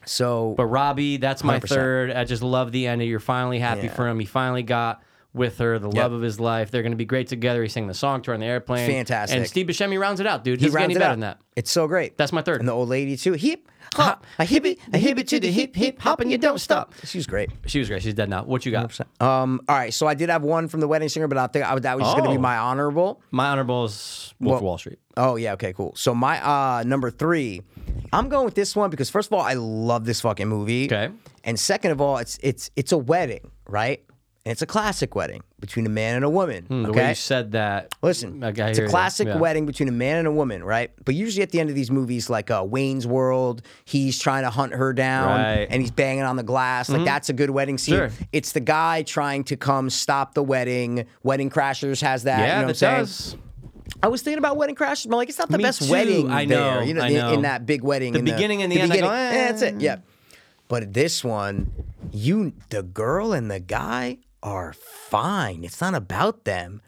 S2: So
S4: But Robbie, that's my
S2: 100%.
S4: third. I just love the ending. You're finally happy
S2: Yeah.
S4: for him. He finally got with her, the love of his life. They're going to be great together. He sang the song to her on the airplane.
S2: Fantastic.
S4: And Steve Buscemi rounds it out, dude.
S2: he
S4: Doesn't get
S2: rounds
S4: any
S2: it
S4: better
S2: out.
S4: than that.
S2: It's so great.
S4: That's my third.
S2: And the old lady too. Hip hop,
S4: Hop,
S2: a hippie, a
S4: hippie
S2: hippie to the hip hip hop, and you don't stop. She's great.
S4: She was great. She's dead now. What you got?
S2: Um. All right. So I did have one from the wedding singer, but I think I, was- that was just going to be
S4: Oh.
S2: my honorable.
S4: My honorable is Wolf of
S2: Well-
S4: Wall Street.
S2: Oh yeah, okay, cool. So my uh number three, I'm going with this one because first of all, I love this fucking movie.
S4: Okay.
S2: And second of all, it's it's it's a wedding, right? And it's a classic wedding between a man and a woman.
S4: Hmm, The
S2: okay.
S4: way you said that.
S2: Listen,
S4: I- I
S2: it's
S4: hear
S2: a
S4: you.
S2: classic
S4: Yeah.
S2: wedding between a man and a woman, right? But usually at the end of these movies, like uh, Wayne's World, he's trying to hunt her down
S4: Right. Mm-hmm.
S2: and he's banging on the glass. Like, that's a good wedding scene.
S4: Sure.
S2: It's the guy trying to come stop the wedding. Wedding Crashers has that.
S4: Yeah,
S2: you know what I'm
S4: that
S2: saying?
S4: does.
S2: I was thinking about wedding crashes, but like it's not the
S4: Me
S2: best
S4: too.
S2: wedding
S4: I
S2: there,
S4: know,
S2: you know,
S4: I
S2: in-
S4: know.
S2: In, that big wedding,
S4: The
S2: in
S4: beginning and the
S2: the
S4: end, I go,
S2: beginning. Eh, that's it.
S4: eh.
S2: Yeah, but this one, you, the girl and the guy are fine. It's not about them.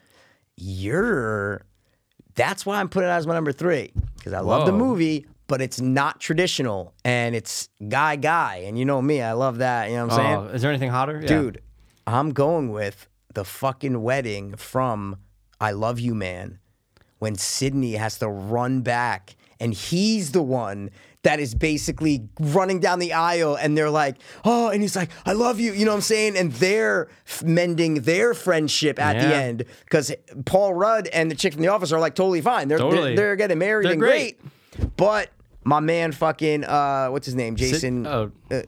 S2: You're. That's why I'm putting it as my number three because I love the
S4: Whoa.
S2: movie, but it's not traditional and it's guy guy, and you know me, I love that. You know what I'm saying?
S4: Oh, is there anything hotter? Yeah.
S2: Dude, I'm going with the fucking wedding from I Love You Man when Sydney has to run back and he's the one that is basically running down the aisle and they're like, oh, and he's like, I love you. You know what I'm saying? And they're f- mending their friendship at the
S4: Yeah.
S2: end because Paul Rudd and the chick from the office are like totally fine. They're, they're-
S4: Totally.
S2: they're, getting married
S4: They're
S2: and
S4: great.
S2: But my man fucking, uh, what's his name? Jason.
S4: Oh,
S2: uh,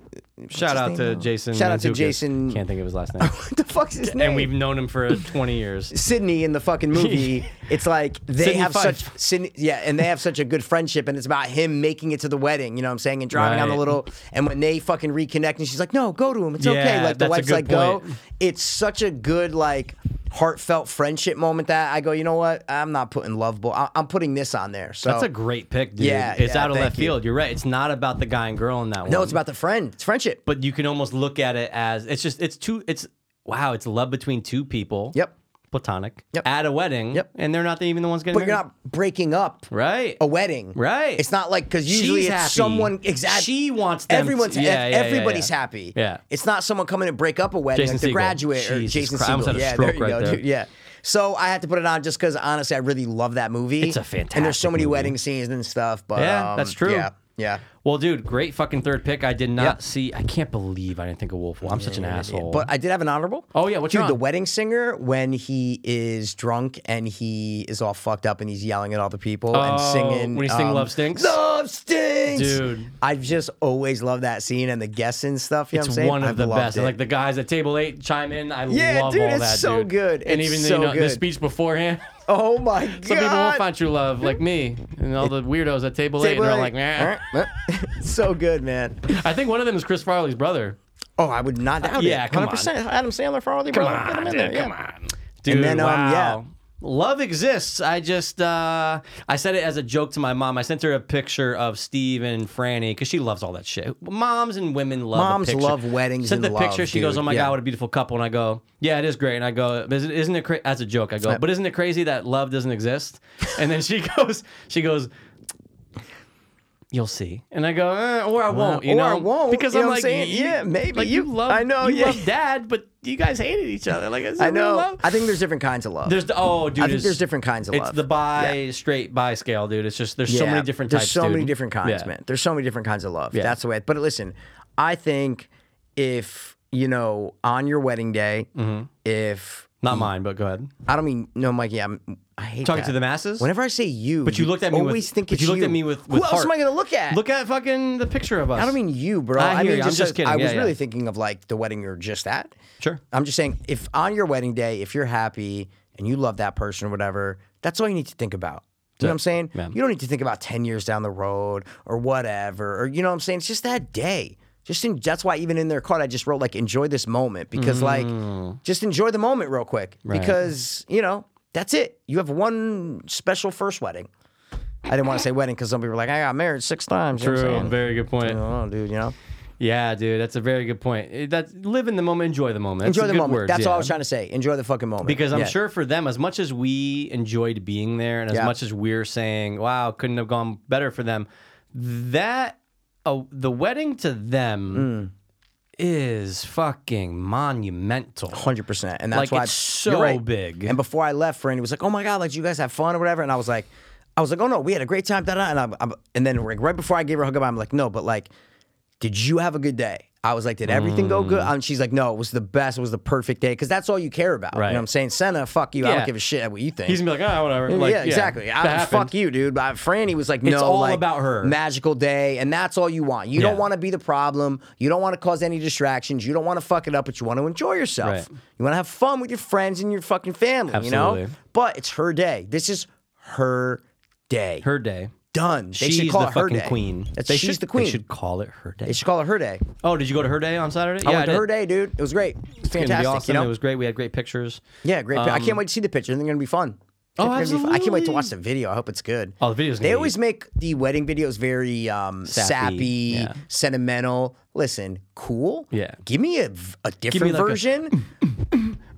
S4: shout
S2: his
S4: out
S2: name
S4: to
S2: now?
S4: Jason.
S2: Shout out to
S4: Mantzoukas.
S2: Jason-
S4: Can't think of his last name.
S2: what the fuck's his name?
S4: and we've known him for 20 years.
S2: Sydney in the fucking movie, it's like they
S4: Sydney
S2: have
S4: Fife.
S2: such Sydney, yeah, and they have such a good friendship, and it's about him making it to the wedding, you know what I'm saying, and driving down the
S4: Right.
S2: little, and when they fucking reconnect, and she's like, no, go to him, it's okay,
S4: Yeah,
S2: like the
S4: that's a
S2: wife's
S4: good
S2: like, go.
S4: point.
S2: It's such a good like heartfelt friendship moment that I go, you know what, I'm not putting Love Boat, I- I'm putting this on there. So
S4: That's a great pick, dude.
S2: Yeah,
S4: it's
S2: yeah,
S4: out of
S2: thank
S4: left
S2: you.
S4: field. You're right. It's not about the guy and girl in that one.
S2: no, it's about the friend, it's friendship.
S4: But you can almost look at it as it's just it's two. It's wow. It's love between two people.
S2: Yep.
S4: Platonic.
S2: Yep.
S4: At a wedding.
S2: Yep.
S4: And they're not the, even the ones getting
S2: But you're
S4: married.
S2: not breaking up
S4: right.
S2: a wedding.
S4: Right.
S2: It's not like because usually
S4: She's
S2: it's
S4: happy.
S2: someone exactly.
S4: She wants them to-
S2: everyone's
S4: yeah, yeah, yeah,
S2: everybody's
S4: yeah.
S2: happy.
S4: Yeah.
S2: It's not someone coming to break up a wedding
S4: Jason
S2: like the
S4: Segel.
S2: graduate or
S4: Jesus
S2: Jason
S4: Christ, I almost
S2: Segel.
S4: had a
S2: Yeah, there
S4: stroke
S2: you
S4: right
S2: go,
S4: there.
S2: dude. Yeah. So I had to put it on just because honestly I really love that movie.
S4: It's a
S2: and there's so
S4: fantastic
S2: many
S4: movie.
S2: wedding scenes and stuff. But
S4: Yeah,
S2: um,
S4: that's true.
S2: Yeah, yeah.
S4: Well, dude, great fucking third pick. I did not see. I can't believe I didn't think of Wolf. Well, I'm such an asshole.
S2: But I did have an honorable.
S4: Oh, yeah, what's
S2: dude?
S4: your
S2: The
S4: hon-
S2: wedding singer when he is drunk and he is all fucked up and he's yelling at all the people and
S4: Oh,
S2: singing. um,
S4: when he sing Love Stinks?
S2: Love stinks,
S4: Dude.
S2: I've just always loved that scene and the guess and stuff. You know
S4: it's
S2: what I'm saying?
S4: one of
S2: I've
S4: the
S2: loved
S4: best.
S2: it.
S4: And like the guys at table eight chime in. I
S2: Yeah,
S4: love
S2: dude,
S4: all
S2: it's
S4: that.
S2: so
S4: dude.
S2: good.
S4: And
S2: It's
S4: even
S2: so
S4: you know, the
S2: good.
S4: speech beforehand.
S2: oh my god,
S4: Some people won't find true love, like me, and all the weirdos at table, eight.
S2: Table
S4: And
S2: eight.
S4: they're like, nah.
S2: so good, man.
S4: I think one of them is Chris Farley's brother.
S2: Oh, I would not doubt
S4: yeah,
S2: it.
S4: come on.
S2: 100%. Adam Sandler for all the brother. Get him in there. yeah.
S4: on, dude.
S2: then, um,
S4: wow.
S2: yeah.
S4: Love exists. I just uh, I said it as a joke to my mom. I sent her a picture of Steve and Franny because she loves all that shit. Moms and women love.
S2: Moms
S4: a picture.
S2: love weddings
S4: Sent
S2: and
S4: the picture.
S2: love,
S4: She goes,
S2: dude.
S4: "Oh my
S2: Yeah.
S4: god, what a beautiful couple." And I go, "Yeah, it is great." And I go, "But isn't- "Isn't it cra-? as a joke?" I go, "But isn't it crazy that love doesn't exist?" And then she goes, "She goes." You'll see, and I go, eh, or I won't, you
S2: or
S4: know,
S2: I won't,
S4: because
S2: you know
S4: I'm
S2: what I'm
S4: like,
S2: saying?
S4: you-
S2: Yeah, maybe.
S4: like, you,
S2: You-
S4: love,
S2: I know,
S4: you
S2: yeah.
S4: love dad, but you guys hated each other, like is it
S2: I
S4: real
S2: know.
S4: love?
S2: I think there's different kinds of love.
S4: There's oh, dude.
S2: I think
S4: it's-
S2: there's different kinds of
S4: It's
S2: love.
S4: the bi straight bi scale, dude. It's just there's so
S2: Yeah.
S4: many different
S2: There's
S4: types.
S2: so many
S4: dude.
S2: different kinds,
S4: Yeah.
S2: man. There's so many different kinds of love. That's the way. But listen, I think if you know on your wedding day, if
S4: Mm-hmm. Not mine, but go ahead.
S2: I don't mean no, Mikey. I'm I hate
S4: Talking
S2: that.
S4: to the masses?
S2: Whenever I say you,
S4: But you looked at me with-
S2: Always think
S4: but
S2: it's
S4: you looked at me with-
S2: Who
S4: with
S2: else am I
S4: heart.
S2: gonna look at?
S4: Look at fucking the picture of us.
S2: I don't mean you, bro.
S4: I hear
S2: mean
S4: you. I'm just
S2: as-
S4: kidding.
S2: I
S4: Yeah,
S2: was
S4: yeah.
S2: really thinking of like the wedding you're just at.
S4: Sure.
S2: I'm just saying, if on your wedding day, if you're happy and you love that person or whatever, that's all you need to think about. You know what I'm saying?
S4: Yeah.
S2: You don't need to think about 10 years down the road or whatever. Or you know what I'm saying? It's just that day. Just in, that's why even in their card I just wrote like enjoy this moment because
S4: Mm.
S2: like just enjoy the moment real quick because you know that's it. You have one special first wedding. I didn't want to say wedding because some people are like I got married six times. You know what I'm
S4: True.
S2: saying?
S4: Very good point. Yeah.
S2: Oh, dude, you know.
S4: dude. That's a very good point. It- That's live in the moment, enjoy the moment. That's
S2: Enjoy
S4: a
S2: the
S4: good
S2: moment.
S4: words,
S2: That's all I
S4: yeah.
S2: was trying to say. Enjoy the fucking moment.
S4: Because I'm
S2: Yeah.
S4: sure for them, as much as we enjoyed being there, and as
S2: Yeah.
S4: much as we're saying, "Wow, couldn't have gone better for them," that oh, the wedding to
S2: Mm.
S4: them is fucking monumental.
S2: Hundred percent, and that's
S4: Like,
S2: why
S4: it's
S2: you're
S4: so
S2: right.
S4: big.
S2: And before I left, Franny was like, "Oh my god, like you guys have fun or whatever," and I was like, "I was like, oh no, we had a great time." Da da. And I'm, I'm, and then like, right before I gave her a hug, goodbye, I'm like, "No, but like, did you have a good day?" I was like, "Did everything go good?"
S4: Mm.
S2: And she's like, "No, it was the best. It was the perfect day because that's all you care about." You
S4: Right.
S2: know what I'm saying? Senna, fuck you. I
S4: Yeah.
S2: don't give a shit what you think.
S4: He's gonna be like, ah, whatever.
S2: Yeah,
S4: Like,
S2: yeah, exactly.
S4: that
S2: I,
S4: happened.
S2: fuck you, dude. But Franny was like, no,
S4: all
S2: like,
S4: about her.
S2: magical day, and that's all you want. You
S4: Yeah.
S2: don't want to be the problem. You don't want to cause any distractions. You don't want to fuck it up, but you want to enjoy yourself.
S4: Right.
S2: You want to have fun with your friends and your fucking family. You know.
S4: Absolutely.
S2: But it's her day. This is her day.
S4: Her day.
S2: done. They
S4: she's
S2: should call
S4: the
S2: it her
S4: fucking
S2: day.
S4: queen.
S2: That's,
S4: they
S2: she's
S4: should,
S2: the queen.
S4: They should call it her day.
S2: They should call it her day.
S4: oh, did you go to her day on Saturday?
S2: I
S4: yeah,
S2: went to
S4: did.
S2: her day, dude. It was great. It's
S4: It's gonna
S2: fantastic.
S4: be awesome.
S2: You know.
S4: It was great. We had great pictures.
S2: Yeah, great. pic- I
S4: Um,
S2: can't wait to see the picture. They're gonna be fun.
S4: Oh,
S2: They're gonna be fun. I can't wait to
S4: absolutely.
S2: watch the video. I hope it's good.
S4: Oh, the video's gonna
S2: They
S4: be-
S2: always make the wedding videos very um, sappy,
S4: Sappy, yeah.
S2: sentimental. Listen, cool.
S4: Yeah.
S2: Give me a, v- a different
S4: like a-
S2: version.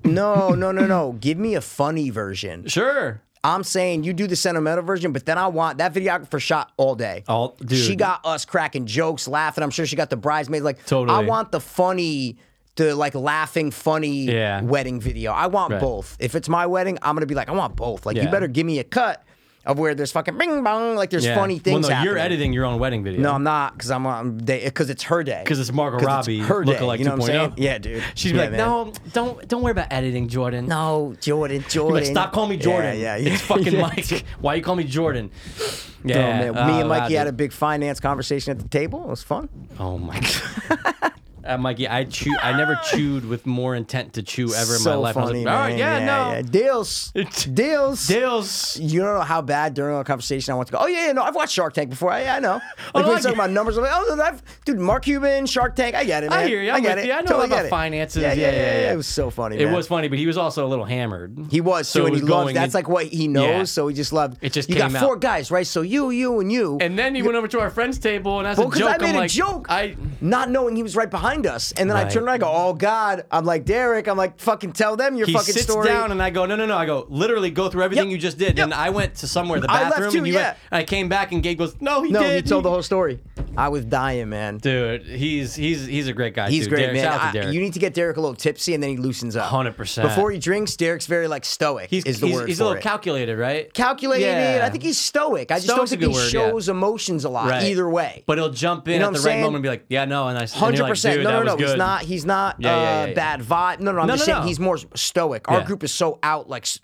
S2: no, no, no, no. Give me a funny version.
S4: Sure.
S2: I'm saying you do the sentimental version, but then I want that videographer shot all day.
S4: All- dude.
S2: She got us cracking jokes, laughing. I'm sure she got the bridesmaids. Like,
S4: Totally.
S2: I want the funny, the like laughing, funny
S4: Yeah.
S2: wedding video. I want
S4: Right.
S2: both. If it's my wedding, I'm gonna be like, I want both. Like,
S4: Yeah.
S2: you better give me a cut of where there's fucking bing bong. Like, there's
S4: Yeah.
S2: funny things.
S4: Well, no,
S2: happening.
S4: you're editing your own wedding video.
S2: No, I'm not, because I'm on because it's her day.
S4: 'Cause it's Margot
S2: 'Cause
S4: Robbie
S2: her day.
S4: lookalike
S2: you know what I'm saying?
S4: 2.0.
S2: Yeah, dude.
S4: She's
S2: yeah,
S4: like,
S2: man.
S4: no, don't don't worry about editing, Jordan.
S2: no, Jordan, Jordan.
S4: Like, stop calling me
S2: Yeah,
S4: Jordan.
S2: Yeah, yeah,
S4: It's fucking
S2: yeah.
S4: Mike. Why you call me Jordan?
S2: Oh,
S4: Yeah.
S2: man. Me
S4: Oh,
S2: and
S4: wow,
S2: Mikey had a
S4: dude.
S2: big finance conversation at the table. It was fun.
S4: Oh my god. Uh, Mikey, I chew. I never chewed with more intent to chew ever in my
S2: so
S4: life. I was
S2: funny,
S4: like, all right,
S2: man.
S4: yeah, no,
S2: Deals.
S4: It's-
S2: Deals.
S4: deals.
S2: You don't know how bad during our conversation I want to go. Oh yeah, yeah, no, I've watched Shark Tank before. I, yeah, I know. Like
S4: no,
S2: when
S4: Oh, I
S2: you talk
S4: get-
S2: about numbers, I'm like, oh, I've, dude, Mark Cuban, Shark Tank. I get it, man.
S4: I hear you. I'm
S2: get
S4: with
S2: it.
S4: you. I know
S2: totally
S4: about
S2: get it.
S4: finances.
S2: Yeah yeah,
S4: Yeah, yeah, yeah.
S2: It was so funny.
S4: It
S2: man.
S4: was funny, but he was also a little hammered.
S2: He was too,
S4: it
S2: and he
S4: was
S2: loved.
S4: going
S2: That's
S4: in-
S2: like what he knows.
S4: Yeah.
S2: So he just loved.
S4: It just
S2: you
S4: came
S2: got
S4: out.
S2: four guys, right? So you, you, and you.
S4: And then he went over to our friend's table, and as
S2: Well,
S4: a
S2: because
S4: joke,
S2: I made
S4: I'm
S2: a
S4: like,
S2: joke,
S4: I
S2: not knowing he was right behind us, and then I
S4: Right.
S2: turned around, I go, "Oh God!" I'm like, "Derek," I'm like, "Fucking tell them your
S4: he
S2: fucking
S4: sits
S2: story."
S4: down, and I go, no, no, no. I go, literally go through everything
S2: Yep.
S4: you just did,
S2: Yep.
S4: and I went to somewhere the
S2: I left
S4: bathroom,
S2: too,
S4: and you
S2: yeah.
S4: went, and I came back, and Gabe goes, no, he
S2: no,
S4: did.
S2: he told the whole story. I was dying, man.
S4: Dude, he's he's he's a great guy.
S2: He's
S4: too.
S2: great,
S4: Derek,
S2: man.
S4: Shout out to
S2: I-
S4: Derek.
S2: you need to get Derek a little tipsy, and then he loosens up.
S4: 100%.
S2: Before he drinks, Derek's very like stoic.
S4: he's
S2: is the
S4: he's,
S2: word
S4: he's
S2: for
S4: a little
S2: it.
S4: calculated, right?
S2: calculated.
S4: Yeah.
S2: I think he's stoic. I just
S4: Stoic's a
S2: don't
S4: good
S2: think he
S4: word, yeah.
S2: shows emotions a lot
S4: Right.
S2: either way.
S4: But he'll jump in
S2: You know what
S4: at the
S2: I'm
S4: right
S2: saying?
S4: moment and be like, "Yeah, no," and I
S2: Hundred percent. No, no, no.
S4: Good.
S2: He's not. He's not
S4: Yeah, yeah,
S2: uh,
S4: yeah, yeah.
S2: bad vibe. No, no. I'm
S4: No,
S2: just
S4: no,
S2: saying
S4: no.
S2: he's more stoic. Our
S4: Yeah.
S2: group is so out like s-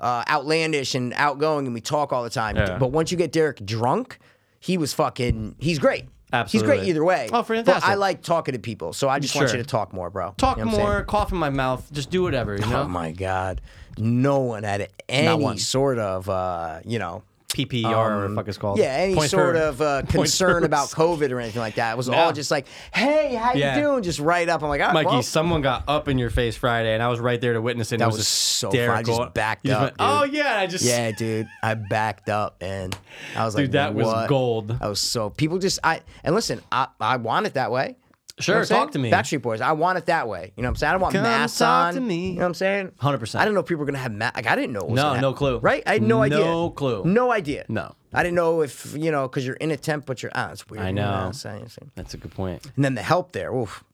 S2: uh, outlandish and outgoing, and we talk all the time.
S4: Yeah.
S2: But once you get Derek drunk, he was fucking. He's great. He's great
S4: Absolutely.
S2: either way.
S4: Oh,
S2: But I
S4: fantastic.
S2: like talking to people, so I just want
S4: Sure.
S2: you to talk more, bro. You
S4: Talk
S2: know what I'm saying?
S4: more, cough in my mouth, just do whatever. You
S2: Oh
S4: know,
S2: my god. No one had any
S4: one.
S2: sort of uh, you know.
S4: PPR or
S2: um,
S4: fuck it's called.
S2: Yeah, any
S4: Points
S2: sort
S4: per-
S2: of uh,
S4: points
S2: concern
S4: per-
S2: about COVID or anything like that. It was all
S4: No.
S2: just like, "Hey, how
S4: Yeah.
S2: you doing?" Just right up. I'm like, "All right,
S4: Mikey,
S2: well,
S4: someone got up in your face Friday, and I was right there to witness it. and
S2: That
S4: it was,
S2: was so funny. I
S4: hysterical.
S2: just backed
S4: You just
S2: up,
S4: went,
S2: dude.
S4: oh yeah, and I just
S2: Yeah, dude, I backed up and I was like,
S4: Dude, that was
S2: "What?"
S4: gold.
S2: I was so people just I and listen, I I want it that way.
S4: Sure,
S2: You know what I'm
S4: talk to
S2: saying?
S4: me.
S2: Backstreet Boys, I want it that way. You know what I'm saying? I don't want
S4: Come
S2: masks
S4: talk
S2: on.
S4: to me.
S2: You know what I'm saying?
S4: 100%.
S2: I didn't know people were gonna have masks. Like I didn't know. It was
S4: No,
S2: gonna
S4: no
S2: happen.
S4: clue.
S2: Right? I had no, idea.
S4: No clue.
S2: No idea.
S4: No.
S2: I didn't know if you know because you're in a tent, but you're ah, it's weird.
S4: I
S2: You what
S4: know.
S2: I'm saying? It's-
S4: That's a good point.
S2: And then the help there. Oof.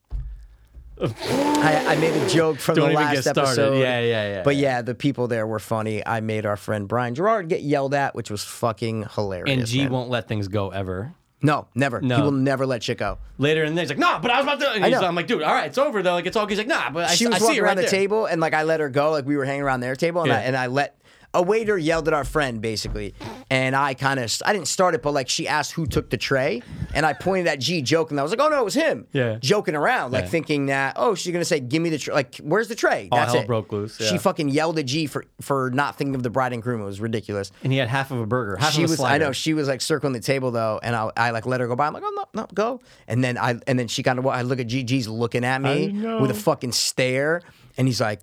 S2: I, I made a joke from
S4: Don't
S2: the
S4: even
S2: last
S4: get started.
S2: episode.
S4: Yeah, yeah, yeah,
S2: But
S4: yeah.
S2: yeah. the people there were funny. I made our friend Brian Gerard get yelled at, which was fucking hilarious.
S4: And G
S2: man.
S4: won't let things go ever.
S2: No, never.
S4: No.
S2: He will never let shit go.
S4: Later in the day, he's like, nah, but I was about to. And
S2: I
S4: he's,
S2: know.
S4: I'm like, dude, all right, it's over though. Like it's all. He's like, nah, but I,
S2: She
S4: I
S2: was
S4: see
S2: walking
S4: it
S2: around
S4: right
S2: the
S4: there.
S2: table, and like I let her go. Like we were hanging around their table, and I
S4: Yeah.
S2: and I let a waiter yelled at our friend basically, and I kind of I didn't start it, but like she asked who took the tray, and I pointed at G joking. I was like, oh no, it was him.
S4: Yeah.
S2: joking around, like
S4: Yeah.
S2: thinking that oh she's gonna say give me the tray, like where's the tray?
S4: All
S2: That's
S4: hell
S2: it.
S4: broke loose,
S2: She
S4: yeah.
S2: fucking yelled at G for for not thinking of the bride and groom. It was ridiculous.
S4: And he had half of a burger. Half
S2: She
S4: of a
S2: was,
S4: slider.
S2: I know, she was like circling the table though, and I, I like let her go by. I'm like, oh no, no, go. And then I, and then she kind of, I look at GG's looking at me with a fucking stare, and he's like,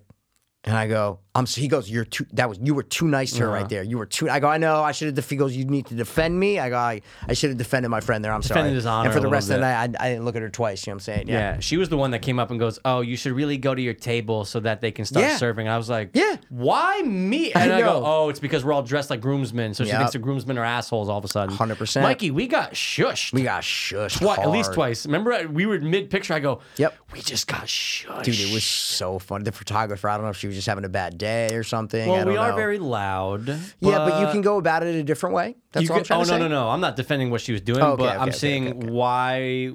S2: and I go, I'm. So he goes, you're too. That was you were too nice to her
S4: Uh-huh.
S2: right there. You were too. I go, I know. I should have. Def-. He goes, you need to defend me. I go, I, I should have defended my friend there. I'm sorry.
S4: Defended his honor
S2: And for
S4: a
S2: the
S4: little
S2: rest of the
S4: bit.
S2: night, I, I didn't look at her twice. You know what I'm saying?
S4: Yeah. she was the one that came up and goes, "Oh, you should really go to your table so that they can start
S2: Yeah.
S4: serving." And I was like,
S2: Yeah.
S4: why me?" And
S2: I
S4: I, go,
S2: know.
S4: "Oh, it's because we're all dressed like groomsmen, so she
S2: Yep.
S4: thinks the groomsmen are assholes all of a sudden."
S2: 100%.
S4: Mikey, we got shushed.
S2: We got shushed.
S4: Twi- at least
S2: hard.
S4: twice. Remember, I- we were mid picture. I go,
S2: Yep.
S4: we just got shushed."
S2: Dude, it was so funny. The photographer, I don't know if she was just having a bad day or something. I
S4: Well,
S2: don't
S4: we are
S2: know.
S4: very loud.
S2: Yeah, but you can go about it a different way. That's
S4: you
S2: all I'm
S4: could-
S2: trying
S4: oh
S2: to
S4: no
S2: say.
S4: no no! I'm not defending what she was doing,
S2: Oh, okay,
S4: but
S2: okay,
S4: I'm
S2: okay,
S4: saying
S2: okay, okay.
S4: why.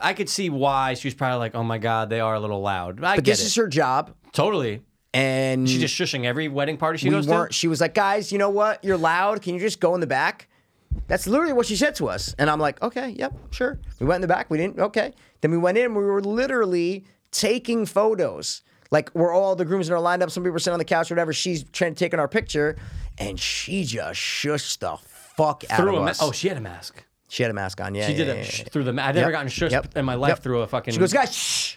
S4: I could see why she was probably like, "Oh my god, they are a little loud." I
S2: But
S4: get
S2: this
S4: it.
S2: is her job,
S4: totally.
S2: and
S4: She just shushing every wedding party she
S2: we
S4: goes
S2: weren't.
S4: to.
S2: She was like, "Guys, you know what? You're loud. Can you just go in the back?" That's literally what she said to us, and I'm like, "Okay, yep, sure." We went in the back. We didn't. Okay, then we went in. We were literally taking photos. Like we're all the grooms are lined up. Some people were sitting on the couch or whatever. She's trying to taking our picture, and she just shushed the fuck out
S4: Threw
S2: of
S4: a ma-
S2: us.
S4: oh, she had a mask.
S2: she had a mask on. Yeah,
S4: She
S2: yeah,
S4: did
S2: yeah,
S4: it
S2: yeah,
S4: sh-
S2: yeah.
S4: through the. ma- I've never
S2: Yep.
S4: gotten shushed
S2: Yep.
S4: in my life
S2: Yep.
S4: through a fucking.
S2: She goes, "Guys, shh."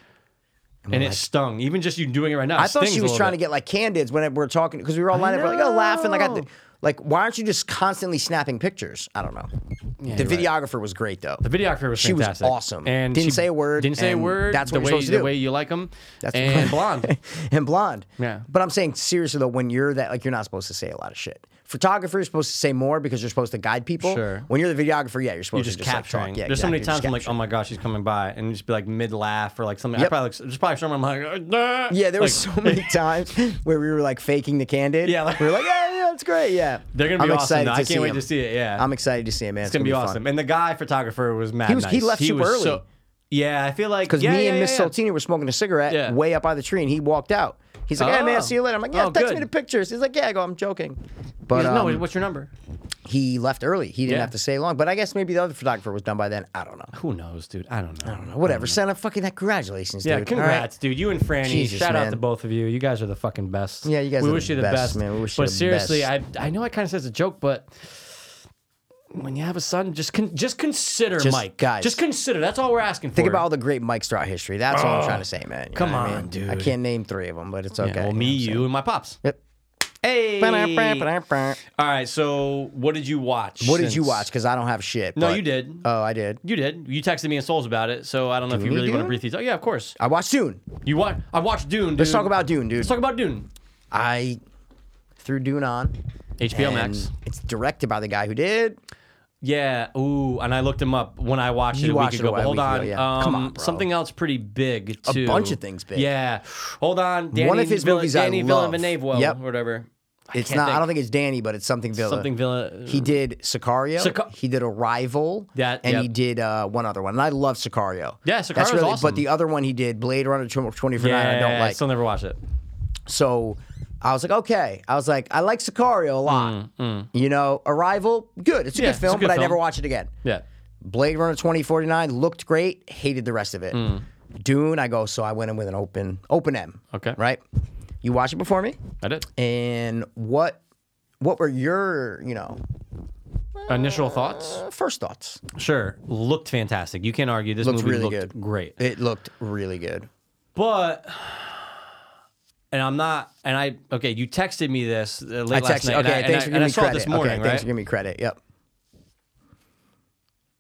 S4: and it stung. Even just you doing it right now.
S2: I thought she was trying to get like candids when we're talking because we were all lined up like oh, laughing like I
S4: know.
S2: did. Like, why aren't you just constantly snapping pictures? I don't know. the
S4: you're right.
S2: videographer was great though.
S4: The videographer was
S2: She was
S4: fantastic.
S2: awesome.
S4: And
S2: Didn't
S4: she
S2: say a word,
S4: Didn't say a
S2: and
S4: word.
S2: that's
S4: the
S2: what you're
S4: way,
S2: supposed to do.
S4: The way you like them.
S2: That's what-
S4: and blonde.
S2: and blonde.
S4: Yeah.
S2: But I'm saying seriously though, when you're that like you're not supposed to say a lot of shit. Photographer, you're supposed to say more because you're supposed to guide people.
S4: Sure.
S2: When you're the videographer, yeah, you're supposed
S4: You're just,
S2: to just
S4: capturing.
S2: Like, talk. Yeah,
S4: There's
S2: exactly.
S4: so many
S2: You're
S4: times I'm
S2: just
S4: like, oh my gosh, she's coming by, and just be like mid laugh or like something. I
S2: Yep.
S4: probably like, there's probably someone I'm like, "Nah."
S2: Yeah, there
S4: like,
S2: were so many times where we were like faking the candid.
S4: Yeah, like-
S2: we were like, yeah, yeah, it's great. Yeah,
S4: They're gonna be
S2: I'm
S4: awesome.
S2: Excited
S4: though.
S2: to
S4: I
S2: see
S4: can't wait
S2: him.
S4: to see it. Yeah,
S2: I'm excited to see it, man.
S4: It's gonna be awesome. And the guy photographer was mad.
S2: He was-
S4: nice.
S2: he left super
S4: was
S2: early.
S4: so- yeah, I feel like
S2: Because
S4: yeah,
S2: me
S4: yeah,
S2: and
S4: yeah,
S2: Miss
S4: yeah.
S2: Saltini were smoking a cigarette
S4: Yeah.
S2: way up by the tree, and he walked out. He's like, "Hey man,
S4: Oh.
S2: see you later." I'm like, "Yeah,
S4: Oh,
S2: text me
S4: good.
S2: the pictures." He's like, "Yeah." I go, "I'm joking," but
S4: He's- no,
S2: um,
S4: what's your number?
S2: he left early. He didn't
S4: Yeah.
S2: have to stay long. But I guess maybe the other photographer was done by then. I don't know.
S4: Who knows, dude? I don't know. I don't know.
S2: Whatever. Send a fucking congratulations,
S4: Mm. Yeah,
S2: dude. All right.
S4: congrats, dude. You and Franny.
S2: Jesus,
S4: shout out
S2: man.
S4: to both of you. You guys are the fucking best.
S2: Yeah, you guys
S4: We
S2: are
S4: wish
S2: the
S4: you the
S2: best,
S4: best,
S2: man. We wish you
S4: but
S2: the
S4: seriously,
S2: best.
S4: I I know I kind of says a joke, but when you have a son, just con- just consider
S2: Just-
S4: Mike,
S2: guys.
S4: Just consider. That's all we're asking for.
S2: Think about all the great mics throughout history. That's all I'm trying to say, man. You know
S4: Oh, come
S2: what I
S4: on,
S2: mean?
S4: dude.
S2: I can't name three of them, but it's
S4: Yeah,
S2: okay.
S4: well,
S2: know
S4: me,
S2: what I'm saying?
S4: you, and my pops.
S2: Yep.
S4: Hey. All
S2: Ba-da-ba-ba-da-ba.
S4: right. So, what did you watch?
S2: What did you
S4: since-
S2: watch? Because I don't have shit.
S4: No,
S2: but-
S4: you did.
S2: Oh, I did.
S4: You did. You texted me and Souls about it, so I don't know if you
S2: we
S4: really want
S2: do?
S4: to brief these. Oh yeah, of course.
S2: I watched Dune.
S4: You watch? I watched Dune.
S2: Let's
S4: dude.
S2: talk about Dune, dude.
S4: Let's talk about Dune.
S2: I threw Dune on.
S4: HBO
S2: and
S4: Max.
S2: It's directed by the guy who did
S4: Yeah. Ooh, and I looked him up when I watched
S2: You
S4: it a week
S2: watched it a
S4: ago. but
S2: while-
S4: hold
S2: week ago,
S4: on.
S2: yeah.
S4: Um,
S2: Come on, bro.
S4: Something else pretty big too.
S2: bunch of things big.
S4: Yeah. Hold on. Danny,
S2: of his
S4: Vill-
S2: movies I
S4: Danny
S2: love.
S4: Villeneuve,
S2: Yep.
S4: or whatever.
S2: It's
S4: can't
S2: not. I
S4: think.
S2: don't think it's Danny, but it's something Villa.
S4: Something Villa.
S2: He did Sicario.
S4: Sica-
S2: he did Arrival.
S4: That-
S2: and
S4: yep.
S2: he did uh, one other one. And I love Sicario.
S4: Yeah,
S2: That's
S4: Sicario's
S2: really.
S4: awesome.
S2: But the other one he did, Blade Runner twenty for
S4: yeah,
S2: nine. I don't like.
S4: Still never watched it.
S2: So I was like, okay. I was like, I like Sicario a lot. You know, Arrival, good. It's a
S4: Mm,
S2: good
S4: Yeah, it's a
S2: film,
S4: good
S2: but I
S4: film.
S2: never watch it again.
S4: Yeah.
S2: Blade Runner 2049 looked great, hated the rest of it. Dune, I go, so I went in with an open open M.
S4: Mm. Okay.
S2: Right? You watch it before me.
S4: I did.
S2: And what what were your, you know,
S4: Initial thoughts?
S2: first thoughts?
S4: Sure. Looked fantastic. You can't argue. This
S2: Looks
S4: movie
S2: really
S4: looked
S2: good.
S4: great.
S2: It looked really good.
S4: But and I'm not and I okay, you texted me this uh, late
S2: I
S4: last
S2: texted.
S4: night.
S2: Okay,
S4: and
S2: thanks
S4: I,
S2: for
S4: and I,
S2: giving
S4: and I
S2: me
S4: saw
S2: credit.
S4: it this morning,
S2: okay,
S4: right?
S2: thanks for giving me credit. Yep.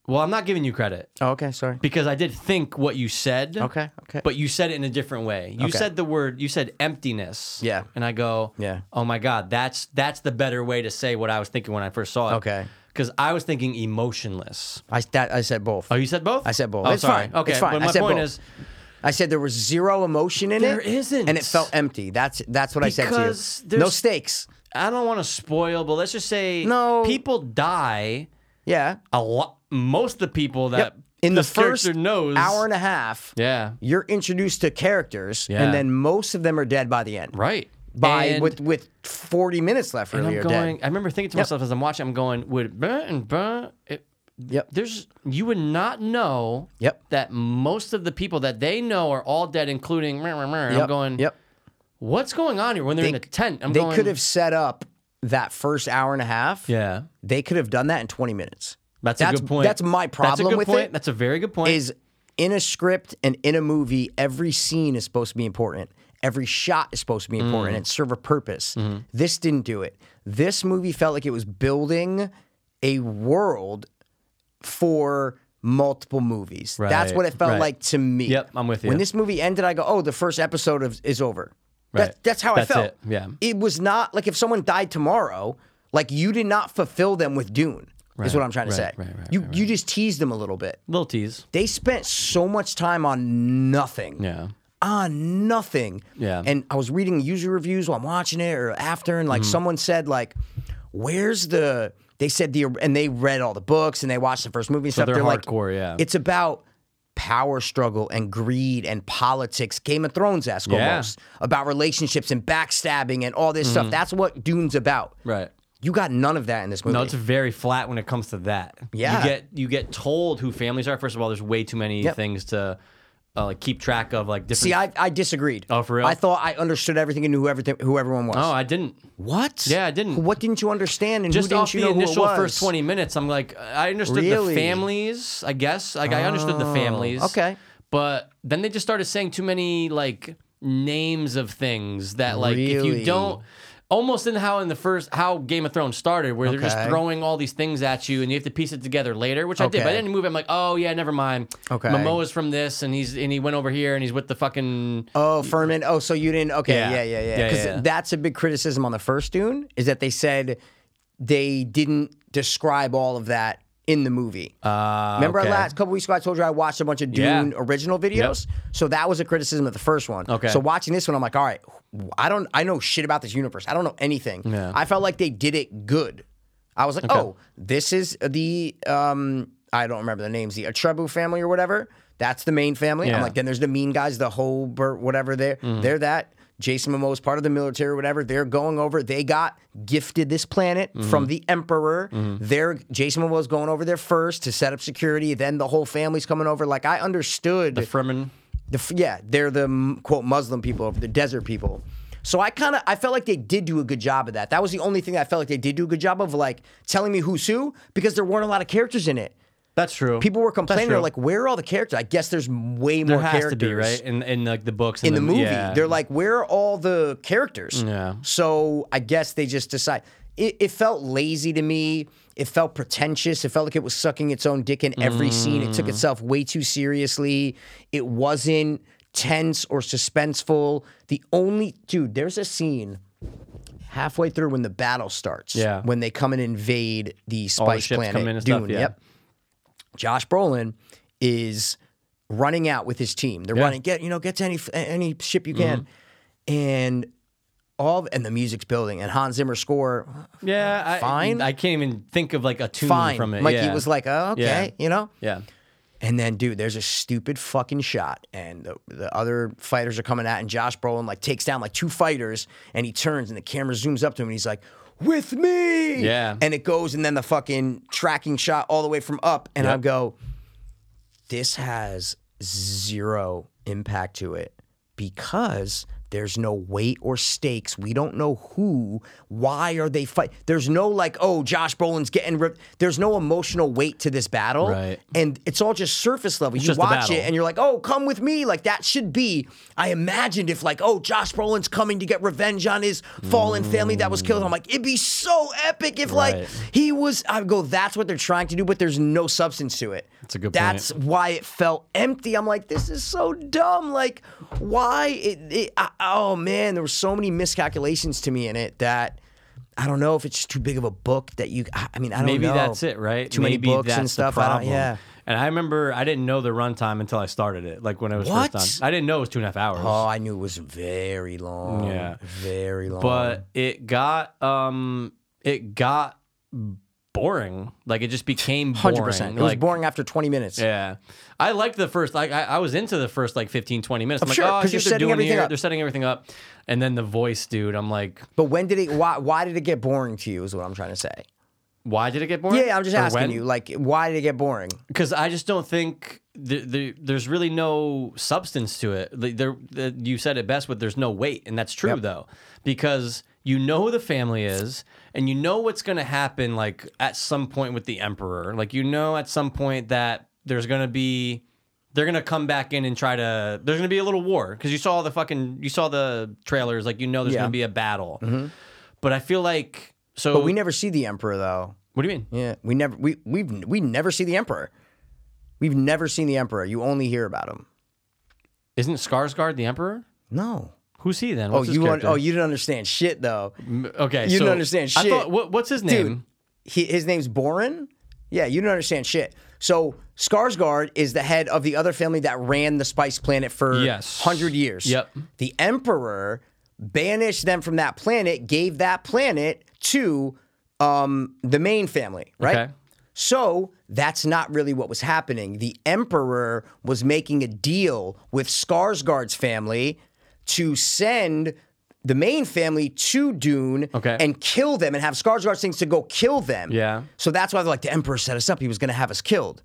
S4: Well, I'm not giving you credit
S2: Oh, okay, sorry.
S4: because I did think what you said.
S2: Okay, okay.
S4: But you said it in a different way. You
S2: Okay.
S4: said the word you said emptiness.
S2: Yeah.
S4: And I go,
S2: Yeah.
S4: Oh my god, that's that's the better way to say what I was thinking when I first saw it.
S2: Okay.
S4: Because I was thinking emotionless.
S2: I that, I said both.
S4: Oh, you said both?
S2: I said both.
S4: Oh,
S2: It's
S4: sorry.
S2: fine.
S4: Okay.
S2: It's fine.
S4: But
S2: I
S4: my
S2: said
S4: point
S2: both.
S4: is
S2: I said there was zero emotion in
S4: There
S2: it.
S4: isn't.
S2: and it felt empty. That's that's what I
S4: Because
S2: said to you.
S4: there's-
S2: No stakes.
S4: I don't want to spoil, but let's just say
S2: No.
S4: people die
S2: Yeah.
S4: a lot. Most of the people that
S2: Yep. In the
S4: this
S2: first
S4: character knows
S2: hour and a half,
S4: yeah,
S2: you're introduced to characters,
S4: Yeah.
S2: and then most of them are dead by the end.
S4: right.
S2: By
S4: and,
S2: with with 40 minutes left,
S4: and
S2: really,
S4: I'm
S2: are
S4: going.
S2: dead.
S4: I remember thinking to
S2: Yep.
S4: myself as I'm watching, I'm going, would burn and burn. It,
S2: Yep.
S4: there's you would not know
S2: Yep.
S4: that most of the people that they know are all dead, including. Mer, mer, mer. And
S2: Yep.
S4: I'm going.
S2: Yep.
S4: What's going on here? When they're in
S2: They-
S4: a tent, I'm
S2: they
S4: going.
S2: could have set up that first hour and a half.
S4: Yeah.
S2: They could have done that in 20 minutes.
S4: That's,
S2: That's-
S4: a good point.
S2: that's my
S4: That's a
S2: problem
S4: good
S2: with
S4: point.
S2: it,
S4: That's a very good point.
S2: Is in a script and in a movie, every scene is supposed to be important. Every shot is supposed to be
S4: Mm.
S2: important and serve a purpose.
S4: Mm-hmm.
S2: This didn't do it. This movie felt like it was building a world for multiple movies. That's
S4: Right,
S2: what it felt
S4: right.
S2: like to me.
S4: Yep, I'm with you.
S2: When this movie ended, I go, "Oh, the first episode of, is over." That-
S4: Right.
S2: that's how
S4: That's
S2: I felt.
S4: it, yeah.
S2: It was not like if someone died tomorrow, like you did not fulfill them with Dune. Is what I'm trying to say.
S4: right, right, right,
S2: you you just teased them a little bit.
S4: Little tease.
S2: They spent so much time on nothing.
S4: Yeah.
S2: On nothing.
S4: Yeah.
S2: And I was reading user reviews while I'm watching it or after, and
S4: Mm.
S2: like someone said, like, where's the they said the and they read all the books and they watched the first movie and stuff.
S4: they're
S2: like,
S4: hardcore, yeah.
S2: It's about power struggle and greed and politics, Game of Thrones esque
S4: Yeah.
S2: almost. About relationships and backstabbing and all this stuff. That's what Dune's about.
S4: Mm-hmm. Right.
S2: You got none of that in this movie.
S4: No, it's very flat when it comes to that.
S2: Yeah.
S4: you get you get told who families are. First of all, there's way too many
S2: Yep.
S4: things to uh, like keep track of, like different.
S2: See, I, I disagreed.
S4: Oh, for real?
S2: I thought I understood everything and knew who, everything, who everyone was.
S4: oh, I didn't.
S2: What?
S4: Yeah, I didn't.
S2: What didn't you understand? And
S4: Just
S2: who didn't
S4: off
S2: you
S4: the
S2: know who it
S4: initial
S2: was?
S4: first 20 minutes, I'm like, I understood
S2: Really? Oh,
S4: the families. I guess like I understood the families.
S2: okay.
S4: but then they just started saying too many like names of things that like if
S2: Really?
S4: you don't. Almost in how in the first how Game of Thrones started, where they're just
S2: Okay.
S4: throwing all these things at you, and you have to piece it together later, which I did. But
S2: Okay.
S4: then the movie, I'm like, oh yeah, never mind.
S2: Okay.
S4: Momoa's from this, and he's and he went over here, and he's with the fucking
S2: Oh, Furman. Oh, so you didn't? Okay, yeah,
S4: Yeah.
S2: yeah, yeah, yeah.
S4: Yeah,
S2: Because
S4: yeah, yeah.
S2: that's a big criticism on the first Dune is that they said they didn't describe all of that in the movie.
S4: Uh,
S2: Remember
S4: okay.
S2: our last couple weeks ago, I told you I watched a bunch of Dune
S4: Yeah.
S2: original videos. So that was a criticism of the first one.
S4: Okay.
S2: So watching this one, I'm like, all right, I don't, I know shit about this universe. I don't know anything.
S4: Yeah.
S2: I felt like they did it good. I was like, oh, this is the, um, I don't remember the names, the Atrebu family or whatever. That's the main family. I'm
S4: Yeah.
S2: like, then there's the mean guys, the Holbert, whatever. They're,
S4: Mm-hmm.
S2: they're that. Jason Momoa is part of the military or whatever. They're going over. They got gifted this planet
S4: Mm-hmm.
S2: from the Emperor. They're Jason Momoa's going over there first to set up security. Then the whole family's coming over. Like I understood. The
S4: Fremen.
S2: f- yeah, they're the mm, quote Muslim people, the desert people. So I kind of I felt like they did do a good job of that. That was the only thing I felt like they did do a good job of, like telling me who's who because there weren't a lot of characters in it.
S4: That's true.
S2: People were complaining, they're
S4: true.
S2: like, "Where are all the characters?" I guess there's way
S4: there
S2: more
S4: has
S2: characters
S4: to be right in in like the books
S2: in
S4: and
S2: the movie.
S4: yeah.
S2: They're like, where are all the characters?
S4: Yeah.
S2: So I guess they just decide. It, it felt lazy to me. It felt pretentious. It felt like it was sucking its own dick in every scene. It took
S4: Mm.
S2: itself way too seriously. It wasn't tense or suspenseful. The only dude, there's a scene halfway through when the battle starts.
S4: Yeah.
S2: When they come and invade the Spice
S4: the ships
S2: Planet
S4: come in and
S2: Dune.
S4: stuff, yeah.
S2: Yep. Josh Brolin is running out with his team. They're
S4: Yeah. Mm-hmm.
S2: running, get you know, get to any any ship you can, and all and the music's building and Hans Zimmer score
S4: Yeah, I,
S2: Fine.
S4: I can't even think of like a tune
S2: fine.
S4: from it.
S2: Mikey
S4: yeah.
S2: was like, oh, okay, you know.
S4: yeah,
S2: And then, dude, there's a stupid fucking shot, and the, the other fighters are coming out, and Josh Brolin like takes down like two fighters, and he turns, and the camera zooms up to him, and he's like, "With me!"
S4: Yeah.
S2: And it goes, and then the fucking tracking shot all the way from up, and I
S4: Yep.
S2: go, "This has zero impact to it because." There's no weight or stakes. We don't know who. Why are they fight? There's no like, oh, Josh Brolin's getting ripped. There's no emotional weight to this battle
S4: Right.
S2: and it's all just surface level. you
S4: just a
S2: watch
S4: battle.
S2: it and you're like, "Oh, come with me!" Like that should be. I imagined if like, "Oh, Josh Brolin's coming to get revenge on his fallen family that was killed." I'm like, it'd be so epic if like
S4: Right.
S2: he was. I go, that's what they're trying to do, but there's no substance to it.
S4: That's a good point.
S2: That's why it felt empty. I'm like, this is so dumb. Like, why? It, it, I, oh man, there were so many miscalculations to me in it that. I don't know if it's just too big of a book that you. I I mean, I don't
S4: maybe
S2: know.
S4: that's it, right?
S2: Too
S4: maybe
S2: many books
S4: that's
S2: and
S4: the
S2: stuff. I don't-
S4: problem.
S2: yeah.
S4: And I remember I didn't know the runtime until I started it. Like when I was
S2: What?
S4: first on, I didn't know it was two and a half hours.
S2: Oh, I knew it was very long.
S4: Yeah.
S2: Very long.
S4: but it got um it got boring. Like it just became boring.
S2: 100%. It was
S4: like,
S2: boring after 20 minutes.
S4: Yeah, I liked the first. Like I, I was into the first like 15, 20 minutes. I'm like,
S2: sure,
S4: oh, I
S2: 'cause
S4: see
S2: you're
S4: what they're
S2: setting
S4: doing
S2: everything
S4: here.
S2: up.
S4: They're setting everything up, and then the voice, dude. I'm like,
S2: But when did it why why did it get boring to you is what I'm trying to say.
S4: why did it get boring?
S2: Yeah, I'm just
S4: Or
S2: asking
S4: when?
S2: you like why did it get boring?
S4: because I just don't think the, the, there's really no substance to it. Like, There, the, you said it best, but there's no weight, and that's true though, because you know who the family is, and you know what's going to happen. Like at some point with the emperor, like you know at some point that there's going to be. They're gonna come back in and try to. There's gonna be a little war because you saw the fucking. You saw the trailers, like you know there's
S2: Yeah. Mm-hmm.
S4: gonna be a battle. But I feel like so.
S2: But we never see the emperor though.
S4: What do you mean?
S2: Yeah, we never we we we never see the emperor. We've never seen the emperor. You only hear about him.
S4: Isn't Skarsgård the emperor?
S2: No.
S4: Who's he then?
S2: Oh,
S4: What's his
S2: you want,
S4: character?
S2: oh you didn't understand shit though.
S4: M- Okay,
S2: You
S4: so
S2: don't understand
S4: I
S2: shit.
S4: thought, what, what's his name?
S2: Dude, he, his name's Boren. Yeah, you don't understand shit. So Skarsgård is the head of the other family that ran the Spice Planet for
S4: Yes.
S2: hundred years.
S4: Yep.
S2: The Emperor banished them from that planet, gave that planet to um, the main family, right?
S4: Okay.
S2: So that's not really what was happening. The emperor was making a deal with Skarsgård's family to send the main family to Dune
S4: Okay.
S2: and kill them and have Skarsgård's things to go kill them.
S4: Yeah.
S2: So that's why they're like the emperor set us up. He was going to have us killed.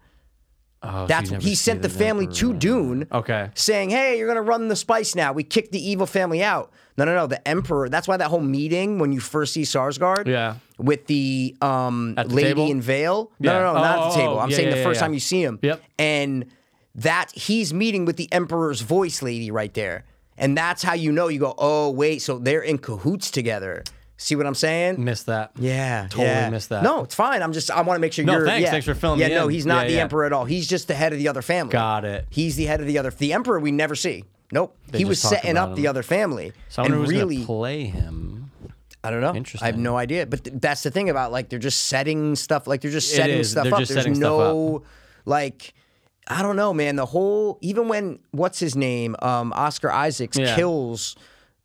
S4: Oh, so
S2: That's
S4: you never
S2: he
S4: see
S2: sent the family
S4: emperor.
S2: to Dune.
S4: Okay.
S2: Saying, "Hey, you're going to run the spice now. We kicked the evil family out." No, no, no. The emperor. That's why that whole meeting when you first see Sarsgaard.
S4: Yeah.
S2: With the um
S4: At the
S2: lady
S4: table?
S2: in veil.
S4: Yeah.
S2: No, no, no, not at
S4: Oh,
S2: the table.
S4: oh,
S2: I'm
S4: yeah,
S2: saying
S4: yeah,
S2: the
S4: yeah,
S2: first
S4: yeah.
S2: time you see him.
S4: Yep.
S2: And that he's meeting with the emperor's voice lady right there. And that's how you know you go, "Oh, wait, so they're in cahoots together." See what I'm saying?
S4: Missed that.
S2: Yeah,
S4: Totally
S2: yeah.
S4: missed that.
S2: No, it's fine. I'm just I want to make sure
S4: No,
S2: you're.
S4: thanks.
S2: yeah.
S4: Thanks for filling
S2: Yeah,
S4: me
S2: no,
S4: in.
S2: he's not
S4: Yeah,
S2: the
S4: yeah.
S2: emperor at all. He's just the head of the other family.
S4: Got it.
S2: He's the head of the other. The emperor we never see. Nope. he
S4: just
S2: was
S4: talk
S2: setting up
S4: about him.
S2: the other family.
S4: So I
S2: and
S4: wonder who's
S2: really,
S4: gonna play him.
S2: I don't know. I have
S4: Interesting.
S2: no idea. But th- that's the thing about like they're just setting stuff. Like they're just
S4: It
S2: setting
S4: is.
S2: stuff
S4: They're
S2: up.
S4: just
S2: There's
S4: setting stuff
S2: no like. I don't know, man. The whole even when what's his name, um, Oscar Isaacs
S4: Yeah.
S2: kills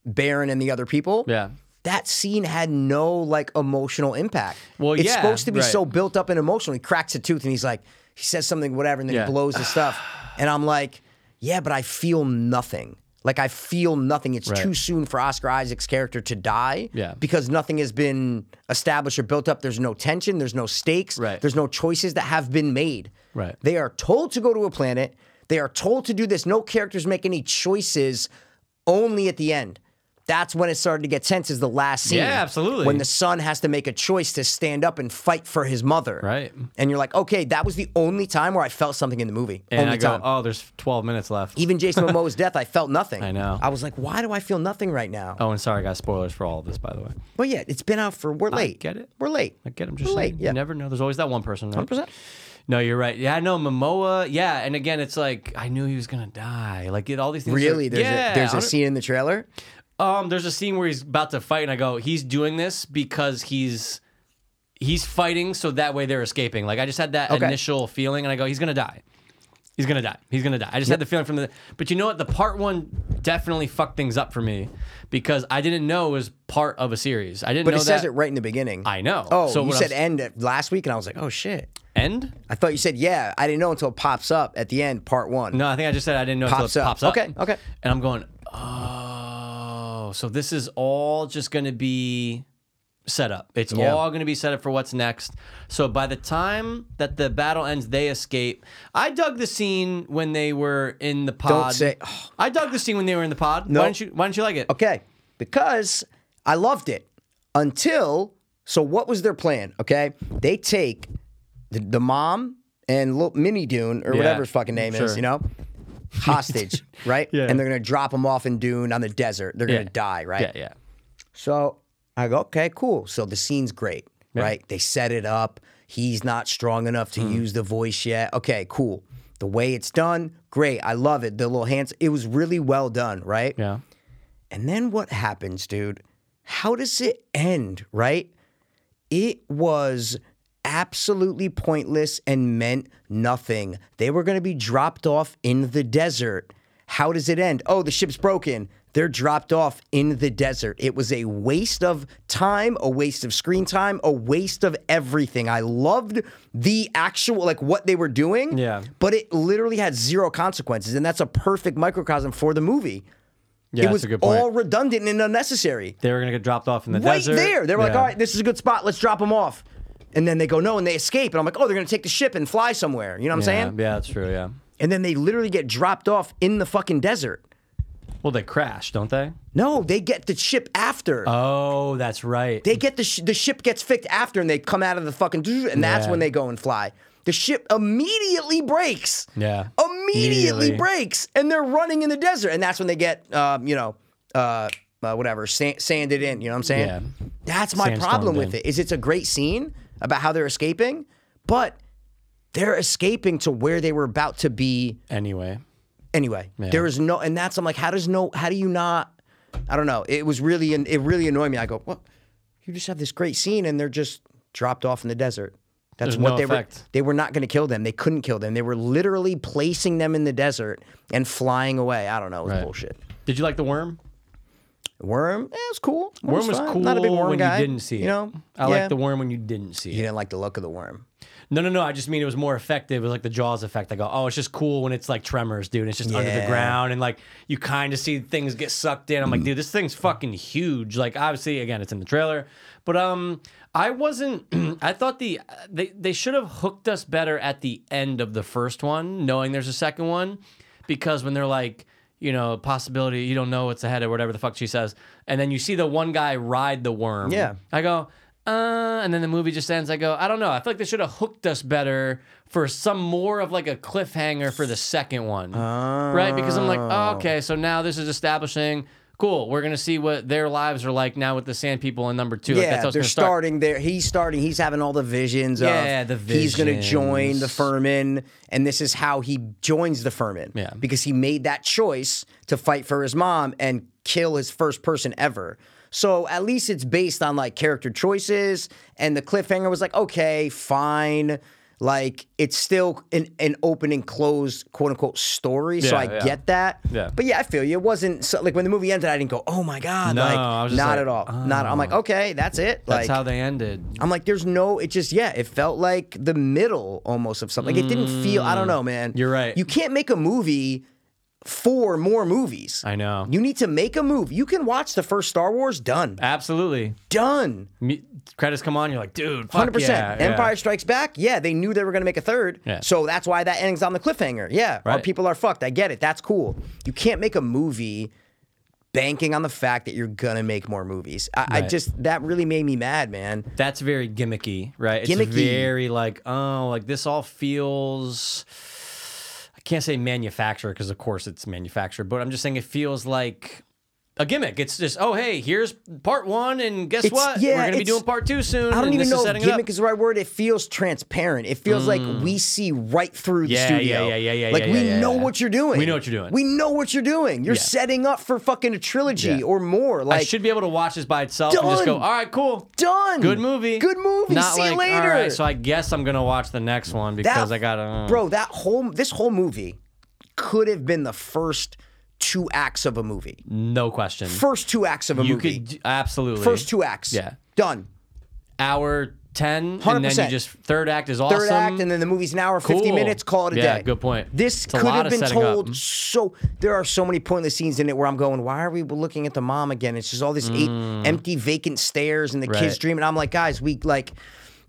S2: Baron and the other people.
S4: Yeah.
S2: that scene had no like emotional impact.
S4: Well,
S2: it's
S4: yeah,
S2: supposed to be
S4: right.
S2: so built up and emotional. He cracks a tooth and he's like, he says something, whatever, and then
S4: Yeah.
S2: he blows his stuff. And I'm like, yeah, but I feel nothing. Like I feel nothing. It's
S4: Right.
S2: too soon for Oscar Isaac's character to die.
S4: Yeah.
S2: Because nothing has been established or built up. There's no tension. There's no stakes.
S4: Right.
S2: There's no choices that have been made.
S4: Right.
S2: They are told to go to a planet. They are told to do this. No characters make any choices only at the end. That's when it started to get tense, is the last scene.
S4: Yeah, absolutely.
S2: When the son has to make a choice to stand up and fight for his mother.
S4: Right.
S2: And you're like, okay, that was the only time where I felt something in the movie.
S4: And
S2: only
S4: I go,
S2: time.
S4: oh, there's 12 minutes left.
S2: Even Jason Momoa's death, I felt nothing.
S4: I know.
S2: I was like, why do I feel nothing right now?
S4: oh, and sorry, guys, spoilers for all of this, by the way.
S2: But yeah, it's been out for we're late.
S4: get it.
S2: We're late.
S4: I get. I'm just
S2: We're
S4: saying.
S2: late.
S4: You
S2: Yeah.
S4: never know. There's always that one person. Right?
S2: 100%.
S4: No, you're right. Yeah, I know Momoa. Yeah, and again, it's like I knew he was gonna die. Like it, all these things. are-
S2: Really? There's
S4: yeah,
S2: a there's a
S4: hundred-
S2: scene in the trailer.
S4: um, there's a scene where he's about to fight, and I go, he's doing this because he's he's fighting, so that way they're escaping. Like I just had that
S2: Okay.
S4: initial feeling, and I go, he's gonna die. He's gonna die. He's gonna die. I just had the feeling from the. But you know what? The part one definitely fucked things up for me because I didn't know it was part of a series. I didn't
S2: But
S4: know
S2: it says
S4: that.
S2: it right in the beginning.
S4: I know.
S2: Oh,
S4: So
S2: you
S4: what
S2: said
S4: I'm-
S2: end at- last week, and I was like, oh shit.
S4: End?
S2: I thought you said yeah. I didn't know until it pops up at the end, part one.
S4: No, I think I just said I didn't know
S2: Pops
S4: until it
S2: up.
S4: pops up.
S2: Okay, okay.
S4: And I'm going, oh, so this is all just going to be set up. It's
S2: Yeah.
S4: all going to be set up for what's next. So by the time that the battle ends, they escape. I dug the scene when they were in the pod.
S2: say- oh.
S4: I dug the scene when they were in the pod.
S2: No.
S4: Why didn't you? Why didn't you like it?
S2: Okay. Because I loved it until. So, what was their plan? Okay. They take the, the mom and little mini Dune or whatever his fucking name is,
S4: sure.
S2: you know, hostage, right? Yeah. And they're going to drop them off in Dune on the desert. They're going to
S4: Yeah.
S2: die, right?
S4: Yeah, yeah.
S2: So I go, okay, cool. So the scene's great, right? They set it up. He's not strong enough
S4: Mm-hmm.
S2: to use the voice yet. Okay, cool. The way it's done, great. I love it. The little hands, it was really well done, right?
S4: Yeah.
S2: And then what happens, dude? How does it end, right? It was absolutely pointless and meant nothing. They were going to be dropped off in the desert. How does it end? Oh, the ship's broken. They're dropped off in the desert. It was a waste of time, a waste of screen time, a waste of everything. I loved the actual, like what they were doing.
S4: Yeah.
S2: But it literally had zero consequences. And that's a perfect microcosm for the movie
S4: Yeah,
S2: it
S4: that's
S2: was
S4: a good point.
S2: all redundant and unnecessary.
S4: They were gonna get dropped off in the
S2: right
S4: desert.
S2: there, they were like,
S4: Yeah.
S2: "All right, this is a good spot. Let's drop them off." And then they go no, and they escape. And I'm like, "Oh, they're gonna take the ship and fly somewhere." You know what I'm
S4: Yeah,
S2: saying?
S4: yeah, that's true. Yeah.
S2: And then they literally get dropped off in the fucking desert.
S4: Well, they crash, don't they?
S2: No, they get the ship after.
S4: Oh, that's right.
S2: they get the sh- the ship gets fixed after, and they come out of the fucking and that's
S4: Yeah.
S2: when they go and fly. The ship immediately breaks.
S4: Yeah.
S2: Immediately
S4: Immediately.
S2: breaks, and they're running in the desert, and that's when they get, um, you know, uh, uh, whatever, sand- sanded in. You know what I'm saying?
S4: Yeah.
S2: That's my
S4: Sandstormed
S2: problem with
S4: in.
S2: it. Is it's a great scene about how they're escaping, but they're escaping to where they were about to be
S4: anyway.
S2: anyway. There is no, and that's I'm like, how does no? How do you not? I don't know. It was really, an- it really annoyed me. I go, what? You just have this great scene, and they're just dropped off in the desert. That's
S4: There's
S2: what
S4: no
S2: they were.
S4: effect.
S2: They were not going to kill them. They couldn't kill them. They were literally placing them in the desert and flying away. I don't know. It was
S4: Right.
S2: bullshit.
S4: Did you like the worm?
S2: Worm, eh, it was cool.
S4: Worm was
S2: fine.
S4: cool
S2: Not a big worm
S4: when
S2: guy.
S4: you didn't see it.
S2: You know,
S4: I
S2: yeah.
S4: like the worm when you didn't see
S2: You
S4: it.
S2: didn't like the look of the worm.
S4: No, no, no. I just mean it was more effective. It was like the Jaws effect. I go, oh, it's just cool when it's like Tremors, dude. It's just under the
S2: Yeah.
S4: ground and like you kind of see things get sucked in. I'm like, dude, this thing's fucking huge. Like, obviously, again, it's in the trailer, but um, I wasn't. I thought the they they should have hooked us better at the end of the first one, knowing there's a second one, because when they're like. You know, possibility, you don't know what's ahead or whatever the fuck she says. And then you see the one guy ride the worm.
S2: Yeah.
S4: I go, uh, and then the movie just ends. I go, I don't know. I feel like they should have hooked us better for some more of like a cliffhanger for the second one. Right? Because I'm like, oh, okay, so now this is establishing, cool, we're going to see what their lives are like now with the sand people in number two. like,
S2: yeah,
S4: that's how it's
S2: they're
S4: gonna start.
S2: starting there. He's starting. He's having all the visions.
S4: Yeah,
S2: of,
S4: the
S2: He's going to join the
S4: visions.
S2: Furman, and this is how he joins the Furman.
S4: Yeah.
S2: because he made that choice to fight for his mom and kill his first person ever. So at least it's based on like character choices, and the cliffhanger was like, okay, fine. Like it's still an, an open and closed quote unquote story, so
S4: Yeah,
S2: I
S4: yeah.
S2: get that.
S4: Yeah.
S2: But yeah, I feel you. It wasn't so, like when the movie ended, I didn't go, "Oh my god!"
S4: No,
S2: like
S4: I was just
S2: not
S4: like,
S2: at all. Not. I'm like, okay, that's it.
S4: Oh.
S2: like
S4: That's how they ended.
S2: I'm like, there's no. It just yeah, it felt like the middle almost of something. Like it didn't feel. I don't know, man.
S4: Mm, You're right.
S2: You can't make a movie for more movies.
S4: I know.
S2: You need to make a move. You can watch the first Star Wars. Done.
S4: Absolutely.
S2: Done.
S4: Me- credits come on, you're like, dude, fuck
S2: Hundred percent.
S4: yeah, yeah.
S2: Empire Strikes Back. Yeah, they knew they were going to make a third.
S4: Yeah.
S2: So that's why that ends on the cliffhanger. Yeah, our
S4: Right.
S2: people are fucked. I get it. That's cool. You can't make a movie banking on the fact that you're going to make more movies. I, I
S4: Right.
S2: just that really made me mad, man.
S4: That's very gimmicky, right?
S2: Gimmicky.
S4: It's very like, oh, like this all feels. I can't say manufactured because, of course, it's manufactured, but I'm just saying it feels like a gimmick. It's just, oh hey, here's part one, and guess
S2: It's-
S4: what?
S2: yeah,
S4: We're gonna be
S2: it's-
S4: doing part two soon.
S2: I don't
S4: and
S2: even
S4: this
S2: know
S4: is
S2: if
S4: setting it
S2: gimmick
S4: up. Mm.
S2: is the right word. It feels transparent. It feels like we see right through the
S4: Yeah,
S2: studio.
S4: yeah, yeah, yeah,
S2: Like
S4: yeah,
S2: we
S4: yeah, yeah,
S2: know
S4: yeah.
S2: what you're doing.
S4: We know what you're doing.
S2: We know what you're doing. You're
S4: Yeah.
S2: setting up for fucking a trilogy
S4: Yeah.
S2: or more. Like
S4: I should be able to watch this by itself and just go,
S2: Done.
S4: all right, cool.
S2: done.
S4: Good movie.
S2: Good movie.
S4: Not
S2: see
S4: like,
S2: you later.
S4: All right, so I guess I'm gonna watch the next one because I gotta. uh,
S2: Bro, that whole this whole movie could have been the first two acts of a movie.
S4: no question.
S2: First two acts of a
S4: Mm. you
S2: movie.
S4: could absolutely
S2: first two acts.
S4: Yeah.
S2: Done.
S4: hour ten, and then you
S2: 100%.
S4: just third act is awesome.
S2: Third act, and then the movie's an hour, 50
S4: Cool.
S2: minutes, call it a
S4: Yeah,
S2: day.
S4: good point.
S2: This
S4: It's a
S2: could
S4: lot
S2: have
S4: of
S2: been
S4: setting up.
S2: told so. There are so many pointless scenes in it where I'm going, why are we looking at the mom again? It's just all this eight empty, vacant stairs and the kids
S4: Mm. Right.
S2: dreaming. I'm like, guys, we like,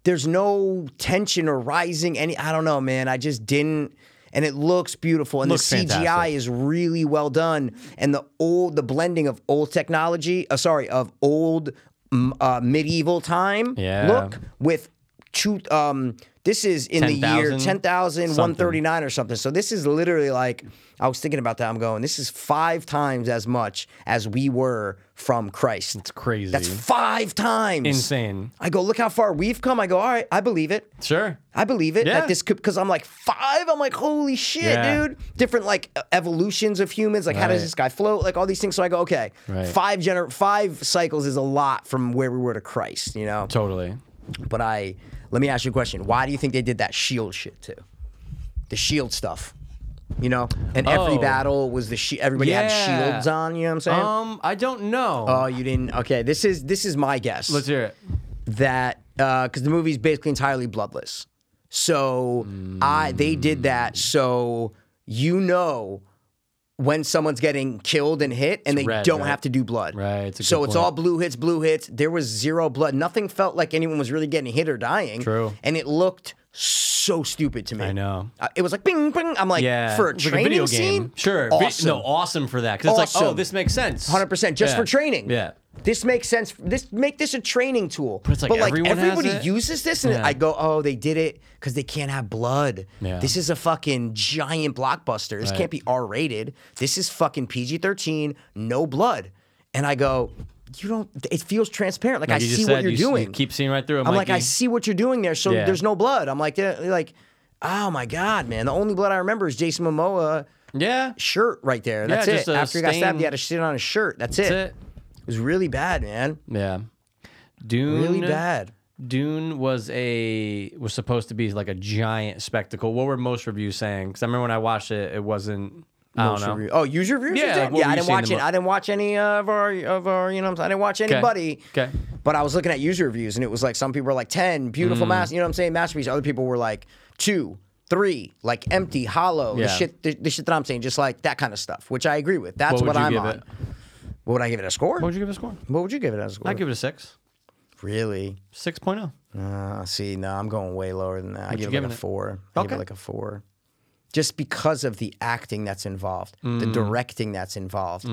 S2: there's no tension or rising. Any, I don't know, man. I just didn't. And it looks beautiful, and
S4: Looks
S2: the CGI
S4: fantastic.
S2: is really well done, and the old, the blending of old technology, uh, sorry, of old mm, uh, medieval time
S4: Yeah.
S2: look with two um this is in the year
S4: 10,000,
S2: 10,139 or something. So this is literally like I was thinking about that. I'm going, this is five times as much as we were from Christ.
S4: It's crazy.
S2: That's five times.
S4: insane.
S2: I go, look how far we've come. I go, all right, I believe it.
S4: Sure.
S2: I believe it
S4: Yeah.
S2: that this could because I'm like five. I'm like holy shit,
S4: Yeah.
S2: dude. Different like e, evolutions of humans. Like how does
S4: Right.
S2: this guy float? Like all these things. So I go okay.
S4: Right.
S2: Five gener five cycles is a lot from where we were to Christ. You know.
S4: Totally.
S2: But I let me ask you a question. Why do you think they did that shield shit too? The shield stuff. You know, and every
S4: Oh.
S2: battle was the shi everybody had
S4: Yeah.
S2: shields on. You know what I'm saying?
S4: Um, I don't know.
S2: oh, you didn't. Okay, this is this is my guess
S4: Let's hear it.
S2: that because the movie's basically entirely bloodless. So I they did that so you know when someone's getting killed and hit and they
S4: red,
S2: don't
S4: right?
S2: have to do blood.
S4: Right, it's a
S2: so
S4: good
S2: it's
S4: point.
S2: all blue hits, blue hits. There was zero blood. Nothing felt like anyone was really getting hit or dying.
S4: True.
S2: And it looked so stupid to me.
S4: I know.
S2: Uh, It was like bing bing. I'm like
S4: Yeah,
S2: for a
S4: It's
S2: training
S4: video
S2: scene.
S4: game. Sure, Vi-
S2: Awesome.
S4: no, awesome for that because it's like, oh,
S2: Awesome.
S4: this makes sense.
S2: Hundred percent, just
S4: Yeah.
S2: for training.
S4: Yeah,
S2: this makes sense. This make this a training tool. But
S4: it's like everyone has
S2: everybody
S4: it?
S2: uses this, and
S4: Yeah.
S2: I go, oh, they did it because they can't have blood.
S4: Yeah.
S2: This is a fucking giant blockbuster. This
S4: Right.
S2: can't be R rated. This is fucking PG thirteen, no blood. And I go, you don't. It feels transparent. Like,
S4: Like
S2: I
S4: you just
S2: see
S4: said,
S2: what you're
S4: you s- you
S2: doing.
S4: keep seeing right through it,
S2: I'm like, I
S4: Mikey.
S2: see what you're doing there. So
S4: Yeah.
S2: there's no blood. I'm like, yeah, like, oh my god, man. The only blood I remember is Jason Momoa
S4: yeah.
S2: shirt right there. That's
S4: Yeah,
S2: it.
S4: just a
S2: After he got stabbed,
S4: stain.
S2: he had a shit on his shirt. That's,
S4: That's
S2: it.
S4: it.
S2: It was really bad, man.
S4: Yeah. Dune.
S2: Really bad.
S4: Dune was a was supposed to be like a giant spectacle. What were most reviews saying? Because I remember when I watched it, it wasn't. I don't
S2: Most
S4: know.
S2: review- Oh, user reviews.
S4: Yeah,
S2: Yeah,
S4: like, what
S2: yeah.
S4: were
S2: I
S4: you
S2: didn't
S4: seeing
S2: watch
S4: the
S2: it.
S4: mo-
S2: I didn't watch any of our of our. You know, what I'm saying? I didn't watch anybody.
S4: Okay.
S2: But I was looking at user reviews, and it was like some people were like ten beautiful
S4: Mm.
S2: master. You know what I'm saying? Masterpiece. Other people were like two, three, like empty, hollow.
S4: Yeah.
S2: The shit, the, the shit that I'm saying, just like that kind of stuff, which I agree with. That's
S4: What
S2: what,
S4: would you
S2: I'm
S4: give
S2: on.
S4: it?
S2: What would I give it a score?
S4: What would you give it a score?
S2: What would you give it as a score?
S4: I give it a six. oh.
S2: really.
S4: 6.0.
S2: Uh, see, no, I'm going way lower than that. I give it
S4: giving
S2: like a
S4: it?
S2: four. I give
S4: Okay.
S2: it like a four. Just because of the acting that's involved, the
S4: Mm.
S2: directing that's involved,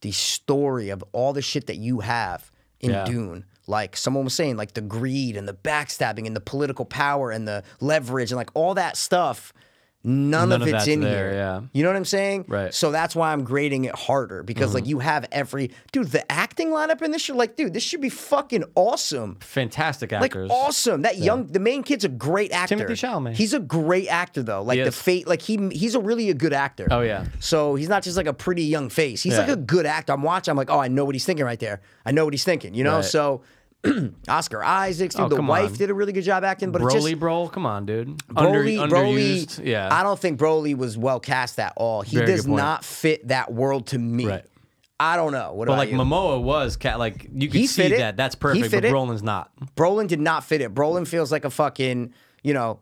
S2: the story of all the shit that you have in
S4: Yeah.
S2: Dune. Like someone was saying, like the greed and the backstabbing and the political power and the leverage and like all that stuff. None,
S4: None
S2: of
S4: of
S2: it's
S4: that's
S2: in
S4: there,
S2: here.
S4: yeah.
S2: You know what I'm saying?
S4: Right. Mm-hmm.
S2: So that's why I'm grading it harder because like you have every dude. The acting lineup in this, you're like, dude, this should be fucking awesome
S4: Fantastic
S2: like
S4: actors.
S2: awesome. That young, the main kid's a great actor.
S4: Timothée Chalamet.
S2: He's a great actor though. Like
S4: He
S2: the
S4: is.
S2: fate, like he he's a really a good actor.
S4: Oh, yeah.
S2: So he's not just like a pretty young face. He's
S4: Yeah.
S2: like a good actor. I'm watching. I'm like, oh, I know what he's thinking right there. I know what he's thinking. You know.
S4: Right.
S2: So Oscar Isaacs, dude,
S4: Oh,
S2: the
S4: come
S2: wife
S4: on.
S2: did a really good job acting, but it
S4: Broly
S2: just.
S4: Bro, come on, dude.
S2: Broly,
S4: Under,
S2: Broly,
S4: underused. Yeah.
S2: I don't think Broly was well cast at all. He
S4: Very good
S2: does
S4: point.
S2: not fit that world to me.
S4: Right.
S2: I don't know. What
S4: but
S2: about
S4: like
S2: you?
S4: Momoa was cat like you could
S2: He
S4: see
S2: fit it.
S4: that. That's
S2: He
S4: perfect,
S2: fit
S4: but
S2: it.
S4: Brolin's not.
S2: Brolin did not fit it. Brolin feels like a fucking, you know,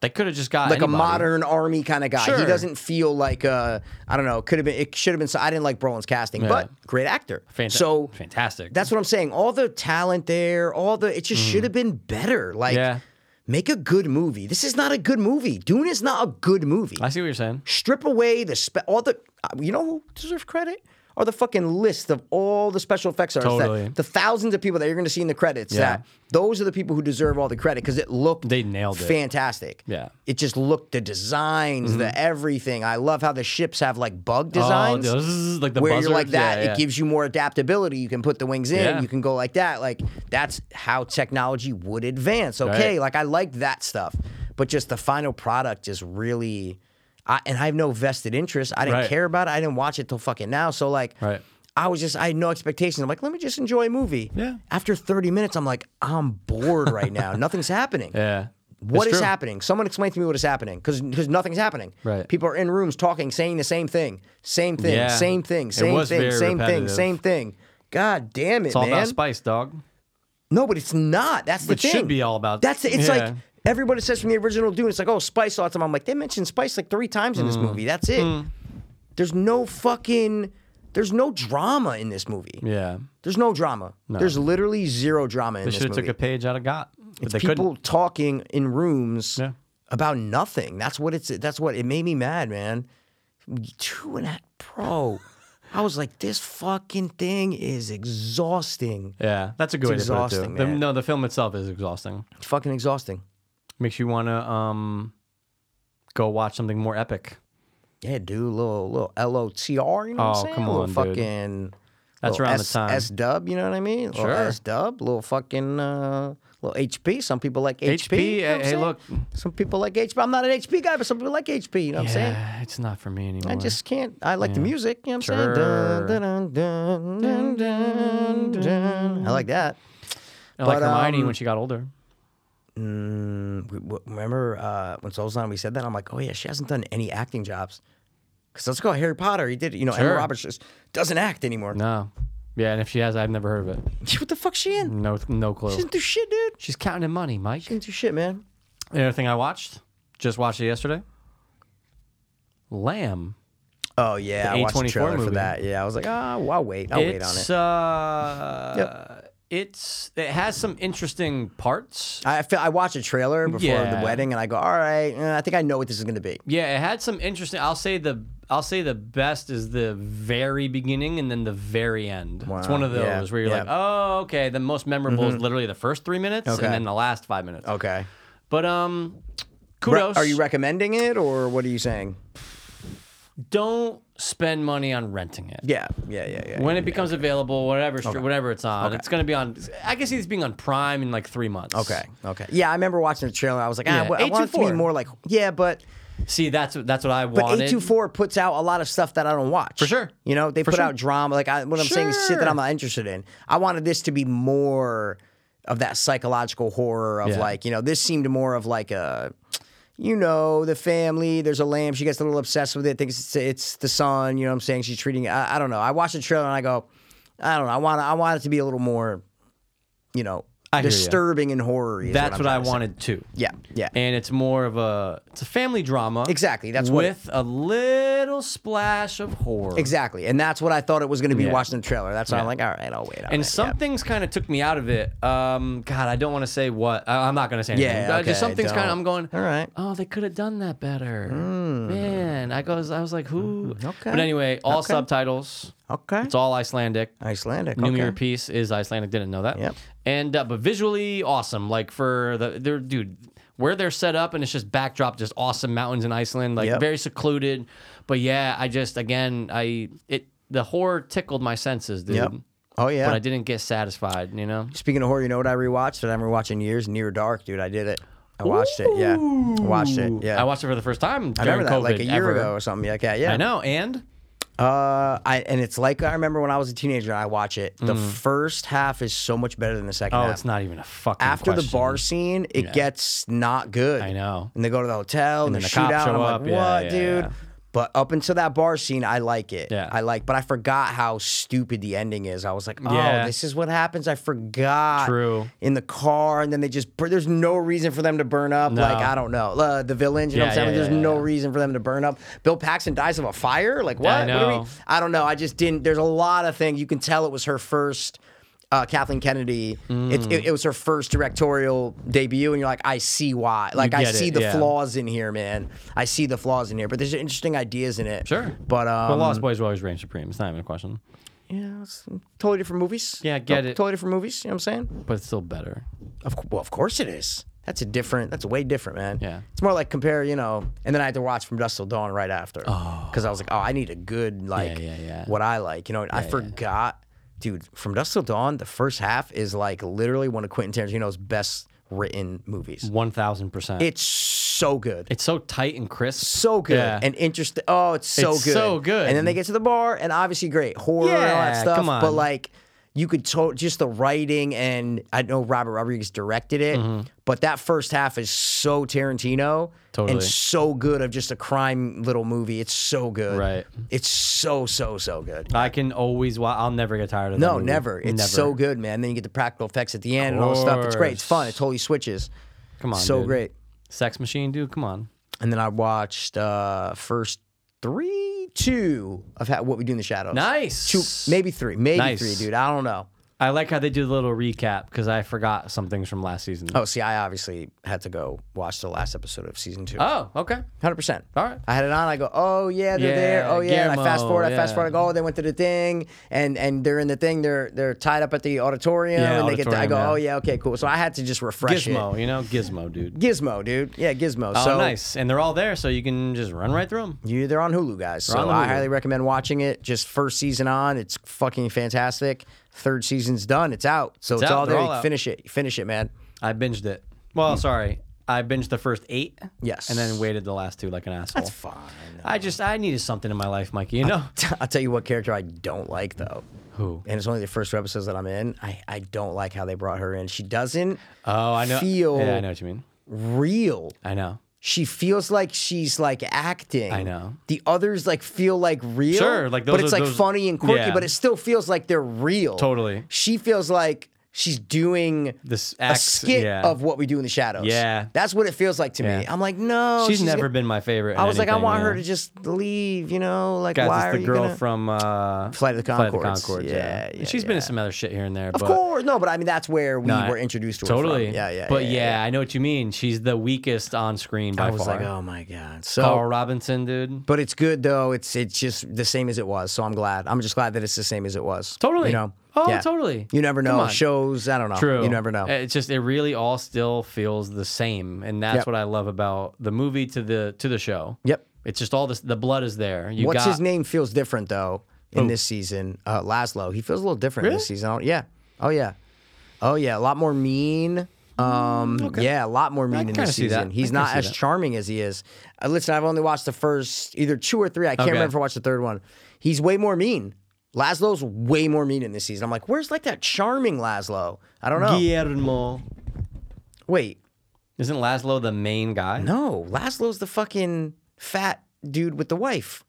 S4: They could have just got
S2: like
S4: anybody.
S2: a modern army kind of guy. He
S4: Sure.
S2: doesn't feel like uh, I don't know. Could have been. It should have been. So I didn't like Brolin's casting,
S4: Yeah.
S2: but great actor.
S4: Fanta-
S2: so
S4: fantastic.
S2: That's what I'm saying. All the talent there. All the it just should have been better. Like,
S4: Mm-hmm. Yeah.
S2: make a good movie. This is not a good movie. Dune is not a good movie.
S4: I see what you're saying.
S2: Strip away the spe- all the. uh, You know who deserves credit? are the fucking list of all the special effects artists, that-
S4: Totally.
S2: the thousands of people that you're going to see in the credits.
S4: Yeah.
S2: That those are the people who deserve all the credit because it looked
S4: They nailed it.
S2: fantastic.
S4: Yeah. Mm-hmm.
S2: it just looked the designs, the everything. I love how the ships have like bug designs.
S4: Oh, those- like the
S2: where
S4: buzzards?
S2: you're like that,
S4: Yeah, yeah.
S2: it gives you more adaptability. You can put the wings in,
S4: Yeah.
S2: you can go like that. Like that's how technology would advance. Okay,
S4: Right.
S2: like I like that stuff, but just the final product just really, I, and I have no vested interest. I didn't
S4: Right.
S2: care about it. I didn't watch it till fucking now. So like,
S4: Right.
S2: I was just I had no expectations. I'm like, let me just enjoy a movie.
S4: Yeah.
S2: After 30 minutes, I'm like, I'm bored right now. Nothing's happening.
S4: Yeah.
S2: What
S4: It's
S2: is
S4: true.
S2: happening? Someone explain to me what is happening, because nothing's happening.
S4: Right.
S2: People are in rooms talking, saying the same thing, same thing,
S4: Yeah.
S2: same thing,
S4: It
S2: same
S4: was
S2: thing,
S4: very
S2: same thing,
S4: repetitive.
S2: same thing. God damn it,
S3: It's all
S2: man!
S3: about spice, dog.
S2: No, but it's not. That's the
S4: It
S2: thing.
S4: should be all about-
S2: That's it's
S4: Yeah.
S2: like everybody says from the original Dune. It's like oh, spice all the time. I'm like they mentioned spice like three times in this
S4: Mm.
S2: movie. That's it. There's no fucking. There's no drama in this movie.
S4: Yeah.
S2: There's no drama. There's literally zero drama in
S3: They
S2: this
S3: should have
S2: movie.
S3: took a page out of Got. But
S2: it's
S3: they
S2: people
S3: couldn't.
S2: talking in rooms
S4: Yeah.
S2: about nothing. That's what it's. That's what it made me mad, man. Two and a half, bro. I was like, this fucking thing is exhausting.
S4: Yeah. That's a good
S2: It's
S4: way to put it. Too.
S2: exhausting,
S4: The-
S2: man.
S4: no, the film itself is exhausting.
S2: It's fucking exhausting.
S4: Makes you want to um, go watch something more epic.
S2: Yeah, dude, little little L O T R, you know what
S4: Oh,
S2: I'm saying?
S4: come
S2: little
S4: on, dude.
S2: fucking
S4: That's
S2: little
S4: around the
S2: S-
S4: time.
S2: S dub, you know what I mean? Little
S4: Sure.
S2: S dub, little fucking uh little HP. Some people like HP.
S4: HP,
S2: you know what I'm
S4: hey,
S2: saying?
S4: look.
S2: Some people like HP. I'm not an HP guy, but some people like HP, you know what I'm saying?
S4: Yeah, it's not for me anymore.
S2: I just can't. I like the music. You know what I'm
S4: Sure.
S2: saying? Dun, dun, dun, dun, dun, dun. I like that.
S4: I like
S2: but,
S4: Hermione
S2: um,
S4: when she got older.
S2: Mm, we- we- remember uh, when Solzhan we said that? I'm like, oh yeah, she hasn't done any acting jobs. Because let's go Harry Potter. He did, you know, Emma
S4: Sure.
S2: Roberts just doesn't act anymore.
S4: No. Yeah, and if she has, I've never heard of it.
S2: What the fuck's she in?
S4: No, no
S2: She
S4: clue.
S2: didn't do shit, dude.
S4: She's counting in money, Mike.
S2: She didn't do shit, man.
S4: The other thing I watched, just watched it yesterday. Lamb.
S2: Oh yeah, I watched the
S4: A24
S2: trailer for
S4: movie.
S2: that. Yeah, I was like, ah, well, I'll wait. I'll wait on
S4: it's,
S2: it.
S4: Uh,
S2: Yep.
S4: It's it has some interesting parts.
S2: I feel, I watched a trailer before
S4: Yeah.
S2: the wedding, and I go, all right, eh, I think I know what this is going to be.
S4: Yeah, it had some interesting. I'll say the I'll say the best is the very beginning and then the very end. It's one of those
S2: yeah,
S4: where you're like,
S2: yeah. Mm-hmm.
S4: oh, okay. The most memorable is literally the first three minutes
S2: Okay.
S4: and then the last five minutes.
S2: Okay.
S4: But um,
S2: Re-
S4: kudos.
S2: are you recommending it, or what are you saying?
S4: Don't spend money on renting it.
S2: Yeah, yeah, yeah, yeah.
S4: When it becomes available, whatever str- whatever it's on, it's gonna be on. I can see this being on Prime in like three months.
S2: Okay. Okay. Yeah, I remember watching the trailer. I was like, ah,
S4: Yeah,
S2: well, I want it to be
S4: 824.
S2: more like, yeah, but
S4: See, that's what- that's what I
S2: but
S4: wanted.
S2: eight two four puts out a lot of stuff that I don't watch. For
S4: sure.
S2: You know, they put
S4: sure.
S2: out drama. Like I, what I'm saying is shit that
S4: Sure.
S2: I'm not interested in. I wanted this to be more of that psychological horror of
S4: Yeah.
S2: like, you know, this seemed more of like a. You know the family. There's a lamb. She gets a little obsessed with it. Thinks it's, it's the son. You know what I'm saying? She's treating. I, I don't know. I watched the trailer and I go, I don't know. I want. I want it to be a little more, you know,
S4: hear ya.
S2: disturbing and horror.
S4: That's
S2: what, I'm
S4: what I
S2: trying to say.
S4: wanted too.
S2: Yeah, yeah.
S4: And it's more of a it's a family drama.
S2: Exactly, that's what it-
S4: with a little splash of horror.
S2: Exactly, and that's what I thought it was going to be
S4: Yeah.
S2: watching the trailer. That's why I'm
S4: Yeah.
S2: like, all right, I'll wait. on
S4: And
S2: it.
S4: some
S2: Yeah.
S4: things kind of took me out of it. Um, God, I don't want to say what. I, I'm not going to say anything.
S2: Yeah,
S4: but
S2: okay,
S4: just some things kind
S2: don't.
S4: of. I'm going.
S2: All right. Hmm.
S4: Oh, they could have done that better. Man, I goes. I was like, who?
S2: Mm, okay.
S4: But anyway, all
S2: Okay.
S4: subtitles.
S2: okay,
S4: It's all Icelandic.
S2: Icelandic.
S4: New
S2: okay.
S4: Mirror piece is Icelandic. Didn't know that.
S2: Yep.
S4: And uh, but visually awesome. Like for the they're dude where they're set up and it's just backdrop, just awesome mountains in Iceland. Like
S2: Yep.
S4: very secluded. But yeah, I just again I it the horror tickled my senses, dude.
S2: Yep. Oh yeah.
S4: But I didn't get satisfied. You know.
S2: Speaking of horror, you know what I rewatched that I haven't watched in years? Near Dark, dude. I did it. I watched it. Yeah, I watched it. Yeah,
S4: I watched it for the first time
S2: I
S4: during
S2: remember that
S4: COVID.
S2: like a year
S4: ever.
S2: ago or something like that. Yeah,
S4: I know. And
S2: Uh, I and it's like I remember when I was a teenager. and I watch it. The first half is so much better than the second.
S4: Mm. oh,
S2: half.
S4: it's not even a fucking.
S2: after the
S4: question.
S2: bar scene, it gets not good.
S4: I know.
S2: And they go to the hotel and,
S4: then
S2: the,
S4: the cops
S2: shootout. and
S4: show
S2: I'm
S4: up.
S2: like,
S4: Yeah,
S2: what,
S4: yeah,
S2: dude?
S4: yeah.
S2: But up until that bar scene, I like it.
S4: Yeah.
S2: I like, but I forgot how stupid the ending is. I was like, oh,
S4: Yeah.
S2: this is what happens. I forgot.
S4: True.
S2: In the car, and then they just bur- there's no reason for them to burn up.
S4: No.
S2: Like I don't know uh, the villains. You know
S4: Yeah,
S2: what I'm saying?
S4: yeah,
S2: there's
S4: yeah,
S2: no
S4: yeah.
S2: reason for them to burn up. Bill Paxton dies of a fire. Like what?
S4: I
S2: What are we-
S4: know.
S2: I don't know. I just didn't. There's a lot of things you can tell it was her first. uh, Kathleen Kennedy. It's
S4: Mm.
S2: It, it was her first directorial debut, and you're like, I see why. Like I
S4: get
S2: see
S4: it,
S2: the
S4: yeah.
S2: flaws in here, man. I see the flaws in here, but there's interesting ideas in it.
S4: Sure.
S2: but um,
S4: But Lost Boys will always reign supreme. It's not even a question.
S2: yeah, it's totally different movies.
S4: Yeah, I get
S2: To-
S4: it.
S2: Totally different movies. You know what I'm saying?
S4: But it's still better.
S2: Of cou- well, of course it is. That's a different. That's way different, man.
S4: Yeah.
S2: It's more like compare, you know. And then I had to watch From Dusk Till Dawn right after because I was like, oh, I need a good like
S4: yeah, yeah.
S2: what I like. You know, I forgot, dude. From Dusk Till Dawn, the first half is like literally one of Quentin Tarantino's best written movies.
S4: One thousand percent.
S2: It's so good.
S4: It's so tight and crisp.
S2: so good
S4: Yeah.
S2: and interesting. Oh, it's so
S4: It's
S2: good.
S4: so good.
S2: And then they get to the bar, and obviously great horror and all that
S4: Yeah,
S2: stuff.
S4: come on.
S2: But like, you could to- just the writing, and I know Robert Rodriguez directed it,
S4: Mm-hmm.
S2: but that first half is so Tarantino
S4: Totally.
S2: and so good of just a crime little movie. It's so good.
S4: Right.
S2: It's so so so good.
S4: I can always. Wa- I'll never get tired of. that
S2: No,
S4: movie.
S2: never. It's
S4: Never.
S2: so good, man. Then you get the practical effects at the end and all this stuff. It's great. It's fun. It totally switches.
S4: Come on,
S2: so
S4: dude.
S2: great.
S4: Sex Machine, dude. Come on.
S2: And then I watched uh first three, two of how, what we do in the shadows.
S4: Nice.
S2: Two, maybe three, maybe
S4: Nice.
S2: three, dude. I don't know.
S4: I like how they do the little recap because I forgot some things from last season.
S2: Oh, see, I obviously had to go watch the last episode of season two.
S4: Oh, okay.
S2: Hundred percent.
S4: All right.
S2: I had it on. I go, oh yeah, they're
S4: Yeah,
S2: there. Oh yeah. And I fast
S4: Guillermo,
S2: forward. I fast
S4: yeah.
S2: forward. I go, oh, they went to the thing, and and they're in the thing. They're they're tied up at the auditorium,
S4: Yeah,
S2: and they get. there. I go,
S4: auditorium,
S2: oh yeah, okay, cool. So I had to just refresh
S4: Gizmo,
S2: it.
S4: you know, Gizmo, dude.
S2: Gizmo, dude. Yeah, Gizmo.
S4: Oh,
S2: so
S4: nice. And they're all there, so you can just run right through them.
S2: You, they're on Hulu, guys. So
S4: on the
S2: I
S4: Hulu.
S2: highly recommend watching it. Just first season on, it's fucking fantastic. Third season's done, it's out. So it's,
S4: out,
S2: all
S4: they're
S2: there.
S4: all
S2: You
S4: out.
S2: Finish it, finish it, man.
S4: I binged it. Well, sorry. I binged the first eight.
S2: Hmm. Yes.
S4: And then waited the last two like an asshole.
S2: Fine.
S4: I just, I needed something in my life, Mikey, you know?
S2: I'll tell you what character I don't like though,
S4: Who?
S2: and it's only the first two episodes that I'm in. I, I don't like how they brought her in. She doesn't
S4: Oh, I know.
S2: Feel-
S4: Yeah, I know what you mean.
S2: real.
S4: I know.
S2: She feels like she's like acting.
S4: I know.
S2: The others like feel like real.
S4: Sure, like,
S2: but
S4: those
S2: it's
S4: are-
S2: like
S4: those-
S2: funny and quirky,
S4: yeah.
S2: but it still feels like they're real.
S4: Totally.
S2: She feels like she's doing
S4: This
S2: a
S4: acts-
S2: skit
S4: yeah.
S2: of what we do in the shadows.
S4: Yeah.
S2: That's what it feels like to me.
S4: Yeah.
S2: I'm like, no.
S4: she's, never
S2: gonna-
S4: been my favorite. in
S2: Oh, I was like, I
S4: anything,
S2: want
S4: you
S2: her
S4: know?
S2: to just leave, you know? Like,
S4: Guys,
S2: why
S4: it's
S2: are
S4: the
S2: you
S4: girl
S2: gonna-
S4: from uh,
S2: Flight of the
S4: Flight of the
S2: Conchords.
S4: Conchords,
S2: Yeah,
S4: yeah.
S2: yeah,
S4: She's been
S2: yeah.
S4: in some other shit here and there.
S2: Of
S4: but
S2: course. No, but I mean, that's where we
S4: No,
S2: were introduced to her. from.
S4: Totally.
S2: Yeah, yeah.
S4: But
S2: yeah,
S4: yeah, I know what you mean. She's the weakest on screen by
S2: I was
S4: far.
S2: like, oh my God. So.
S4: Carl Robinson, dude.
S2: But it's good though. It's it's just the same as it was. So I'm glad. I'm just glad that it's the same as it was.
S4: Totally.
S2: You know.
S4: Oh,
S2: Yeah.
S4: totally.
S2: You never know.
S4: on.
S2: Shows. I don't know.
S4: True. Eh,
S2: You never know.
S4: It's just it really all still feels the same, and that's
S2: Yep.
S4: what I love about the movie to the to the show.
S2: Yep.
S4: It's just all this. The blood is there. You
S2: What's
S4: got,
S2: his name feels different though in this season. Uh, Laszlo. He feels a little different this season. I don't- Yeah. Oh yeah. Oh yeah. A lot more mean. Um, Yeah, a lot more mean in
S4: Mm, kinda
S2: this
S4: see that.
S2: season. He's
S4: I can
S2: not
S4: see
S2: as
S4: that.
S2: charming as he is. Uh, listen, I've only watched the first either two or three. I can't
S4: Okay.
S2: remember if I watched the third one. He's way more mean. Laszlo's way more mean in this season. I'm like, where's like that charming Laszlo? I don't know.
S4: Guillermo.
S2: Wait,
S4: Isn't Laszlo the main guy?
S2: No, Laszlo's the fucking fat dude with the wife.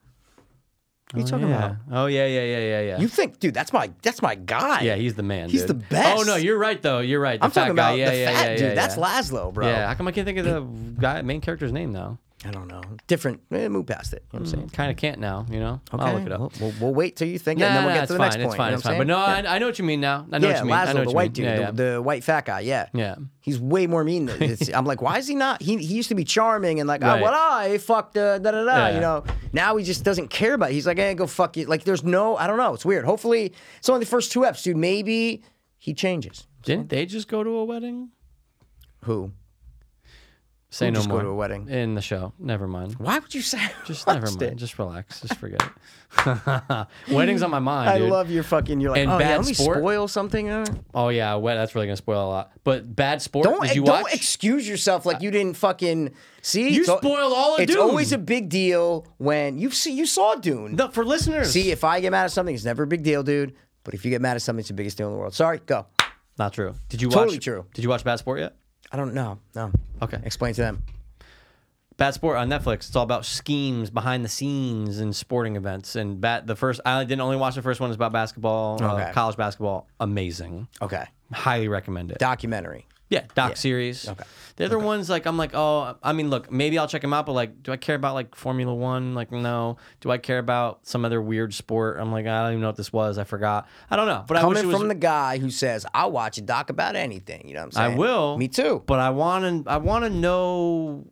S2: What are you talking
S4: Yeah.
S2: about?
S4: Oh yeah, yeah, yeah, yeah, yeah.
S2: You think, dude? That's my that's my guy.
S4: yeah, he's the man.
S2: He's
S4: dude.
S2: the best.
S4: Oh no, you're right though. You're right. The
S2: I'm
S4: fat
S2: talking
S4: guy.
S2: about
S4: yeah,
S2: the
S4: yeah,
S2: fat
S4: yeah,
S2: dude.
S4: yeah,
S2: That's
S4: yeah.
S2: Laszlo, bro.
S4: Yeah. How come I can't think of the guy main character's name now?
S2: I don't know. Different. Eh, move past it. You know what I'm saying.
S4: Kind of can't now. You know.
S2: Okay.
S4: Mm, I'll look it up.
S2: We'll, we'll, we'll wait till you think, it,
S4: Nah,
S2: and then we'll
S4: nah,
S2: get
S4: it's
S2: to the
S4: fine.
S2: next
S4: it's
S2: point.
S4: fine.
S2: you know
S4: it's
S2: what I'm
S4: fine. But no,
S2: saying?
S4: I, I know what you mean now. I know
S2: yeah,
S4: what you mean. I know
S2: Laszlo,
S4: what
S2: the
S4: you
S2: white
S4: mean.
S2: dude,
S4: Yeah, yeah.
S2: The, the white fat guy. Yeah,
S4: Yeah.
S2: He's way more mean. Than it's, I'm like, why is he not? He, he used to be charming and like, oh,
S4: Right.
S2: what I fucked, uh, da da da.
S4: Yeah.
S2: You know. Now he just doesn't care about. It. He's like, hey, go fuck you. Like, there's no. I don't know. It's weird. Hopefully, it's only the first two eps, dude. Maybe he changes.
S4: Didn't they just go to a wedding?
S2: Who?
S4: Say
S2: Who
S4: no
S2: just go
S4: more.
S2: to a wedding?
S4: in the show. Never mind.
S2: Why would you say?
S4: Just never mind. Just relax. Just forget it. Weddings on my mind.
S2: I
S4: dude.
S2: love your fucking. You're like,
S4: And
S2: oh, yeah,
S4: bad
S2: let me
S4: sport?
S2: spoil something. uh,
S4: Oh yeah, wet. That's really gonna spoil a lot. But bad sport.
S2: Don't eh,
S4: Did you
S2: don't
S4: watch? Uh,
S2: excuse yourself like you didn't fucking see.
S4: You
S2: It's al-
S4: spoiled all of
S2: It's
S4: Dune.
S2: always a big deal when you see you saw Dune.
S4: No, for listeners.
S2: See, if I get mad at something, it's never a big deal, dude. But if you get mad at something, it's the biggest deal in the world. Sorry, go.
S4: not true. Did you watch?
S2: Totally true.
S4: Did you watch Bad Sport yet?
S2: I don't know. No.
S4: Okay.
S2: Explain to them.
S4: Bad Sport on Netflix. It's all about schemes behind the scenes and sporting events. And bat the first. I didn't only watch the first one. It's about basketball, uh,
S2: Okay.
S4: college basketball. Amazing.
S2: Okay.
S4: Highly recommend it.
S2: Documentary.
S4: Yeah, doc series. Okay. The other ones, like I'm like, oh, I mean, look, maybe I'll check them out, but like, do I care about like Formula One? Like, no. Do I care about some other weird sport? I'm like, I don't even know what this was. I forgot. I don't know. But I wish
S2: Coming
S4: it was,
S2: from the guy who says, I'll watch a doc about anything. You know what I'm
S4: I
S2: saying?
S4: will.
S2: Me too.
S4: But I want to. I want to know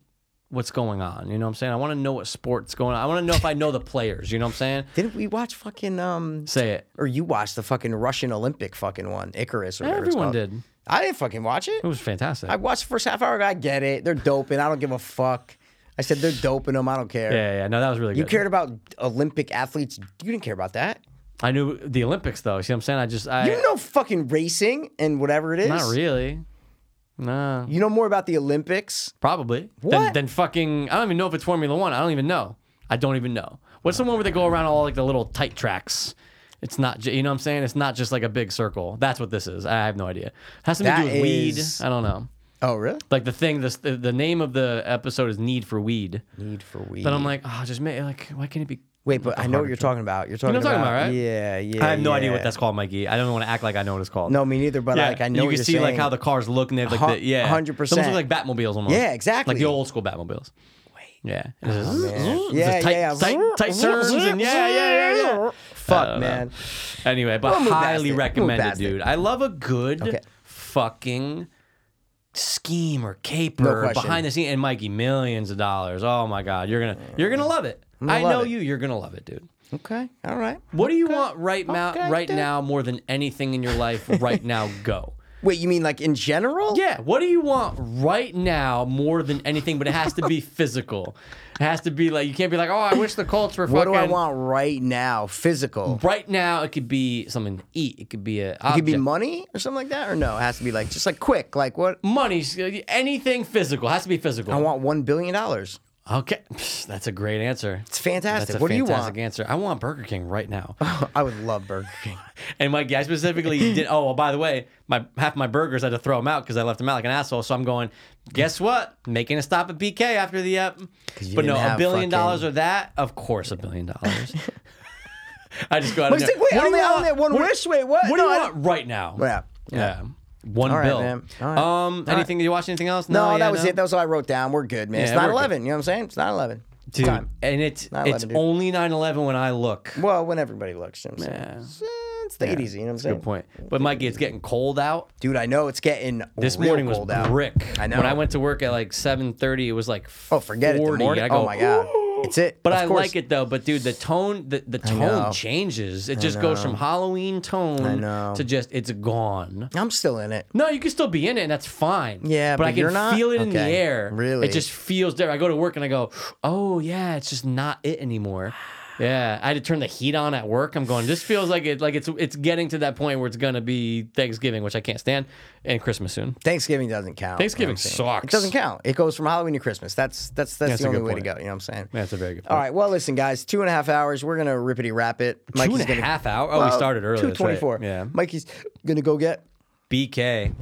S4: what's going on. You know what I'm saying? I want to know what sport's going on. I want to know if I know the players. You know what I'm saying?
S2: Didn't we watch fucking um
S4: Say it.
S2: or you watched the fucking Russian Olympic fucking one, Icarus or whatever it's
S4: Everyone
S2: called.
S4: did.
S2: I didn't fucking watch it.
S4: It was fantastic.
S2: I watched the first half hour. I get it. They're doping. I don't give a fuck. I said they're doping them. I don't care.
S4: yeah, yeah, yeah. No, that was really
S2: You
S4: good.
S2: cared about Olympic athletes. You didn't care about that.
S4: I knew the Olympics though. See what I'm saying? I just I
S2: You know fucking racing and whatever it is.
S4: not really. No.
S2: You know more about the Olympics.
S4: Probably. Then,
S2: What?
S4: then fucking. I don't even know if it's Formula One. I don't even know. I don't even know. What's the one where they go around all like the little tight tracks? It's not. ju- You know what I'm saying? It's not just like a big circle. That's what this is. I have no idea. has something to
S2: That
S4: do with
S2: is-
S4: weed. I don't know.
S2: Oh, really?
S4: Like the thing. This the, the name of the episode is Need for Weed.
S2: Need for weed.
S4: But I'm like, oh, just make like, why can't it be?
S2: wait, but I know what you're talking about. You're talking,
S4: know what I'm talking about, right?
S2: Yeah, yeah.
S4: I have no idea what
S2: yeah.
S4: that's called, Mikey. I don't want to act like I know what it's called.
S2: No, me neither. But like, I know
S4: you
S2: what
S4: can
S2: you're
S4: see like
S2: saying.
S4: how the cars look and they have like
S2: Hu-
S4: the yeah,
S2: 100%.
S4: Those look like Batmobiles almost.
S2: Yeah, exactly. Oh,
S4: Like the old school Batmobiles. Wait. Yeah. And it's just- it's
S2: Yeah,
S4: just tight,
S2: yeah, yeah.
S4: tight, tight turns and yeah, yeah, yeah, yeah. Uh,
S2: Fuck,
S4: I don't know.
S2: man.
S4: Anyway, but
S2: We'll move past it.
S4: highly
S2: We'll
S4: recommend
S2: move
S4: it,
S2: past it.
S4: dude. I love a good
S2: Okay.
S4: fucking scheme or
S2: No
S4: caper
S2: question.
S4: behind the scene. And Mikey, millions of dollars. Oh my God, you're gonna you're gonna love it.
S2: gonna
S4: I
S2: love
S4: know
S2: it.
S4: you. You're gonna love it, dude.
S2: Okay. All right.
S4: What do you want right now?
S2: Okay,
S4: right
S2: dude.
S4: now, more than anything in your life, right now, go.
S2: Wait, you mean like in general?
S4: Yeah, what do you want right now more than anything? But it has to be physical. It has to be like you can't be like, oh, I wish the Colts were
S2: What
S4: fucking.
S2: do I want right now? Physical.
S4: Right now, it could be something to eat. It could be a.
S2: It could be money or something like that, or no? It has to be like just like quick. Like what?
S4: money. uh, Anything physical it has to be physical.
S2: I want one billion dollars.
S4: Okay, Psh, that's a great answer.
S2: It's fantastic.
S4: That's a
S2: what do you
S4: fantastic
S2: want?
S4: answer. I want Burger King right now.
S2: I would love Burger King.
S4: and Mike, yeah, I specifically did. Oh, well, by the way, my half my burgers I had to throw them out because I left them out like an asshole. So I'm going. Guess what? Making a stop at BK after the up.
S2: you
S4: But
S2: didn't
S4: no, a
S2: have fucking-
S4: billion dollars or that? Of course, a billion dollars. I just go out.
S2: Wait,
S4: and
S2: wait, wait, I
S4: do
S2: only-
S4: you
S2: I
S4: want?
S2: only had one
S4: What-
S2: wish. Wait, what?
S4: What
S2: No,
S4: do
S2: I
S4: you want right now?
S2: Yeah.
S4: Yeah. One
S2: All right,
S4: bill.
S2: man. All right.
S4: Um. Anything? Did you watch anything else?
S2: No,
S4: yeah,
S2: that was it. That was all I wrote down. We're good, man. it's
S4: Yeah, we're
S2: not
S4: good.
S2: 11. You know what I'm saying? It's not 11.
S4: Dude,
S2: Time.
S4: and it's
S2: Not
S4: it's
S2: 11, dude.
S4: only 9-11 when I look.
S2: Well, when everybody looks, you know what I'm saying?
S4: Yeah.
S2: It's, uh, it's the 80s, you know what I'm
S4: Good
S2: saying?
S4: point. But Mikey, it's getting cold out.
S2: Dude, I know it's getting
S4: This
S2: real
S4: morning was
S2: cold out.
S4: brick.
S2: I know.
S4: When I went to work at like seven thirty, it was like
S2: Oh, forget it. The
S4: 40.
S2: morning.
S4: I go,
S2: oh my god, it's it.
S4: But
S2: Of
S4: I
S2: course.
S4: like it though. But dude, the tone, the, the
S2: know.
S4: tone changes. It just goes from Halloween tone
S2: I know.
S4: to just it's gone.
S2: I'm still in it.
S4: No, you can still be in it, and that's fine.
S2: Yeah,
S4: but, I
S2: but
S4: can
S2: you're not?
S4: feel it in the
S2: Okay.
S4: air.
S2: Really?
S4: it just feels different. I go to work and I go, oh yeah, it's just not it anymore. Yeah, I had to turn the heat on at work. I'm going. This feels like it, like it's it's getting to that point where it's gonna be Thanksgiving, which I can't stand, and Christmas soon.
S2: Thanksgiving doesn't count.
S4: Thanksgiving
S2: I'm saying.
S4: sucks.
S2: It doesn't count. It goes from Halloween to Christmas. That's that's that's,
S4: That's
S2: the
S4: a
S2: only
S4: good
S2: way
S4: point.
S2: to go. You know what I'm saying?
S4: That's a very good. Point.
S2: All right. Well, listen, guys. Two and a half hours. We're gonna rippity wrap it.
S4: Two and a
S2: gonna,
S4: half hour. Oh, we
S2: Well,
S4: started early.
S2: Two
S4: that's right.
S2: twenty-four.
S4: Yeah.
S2: Mikey's gonna go get.
S4: BK.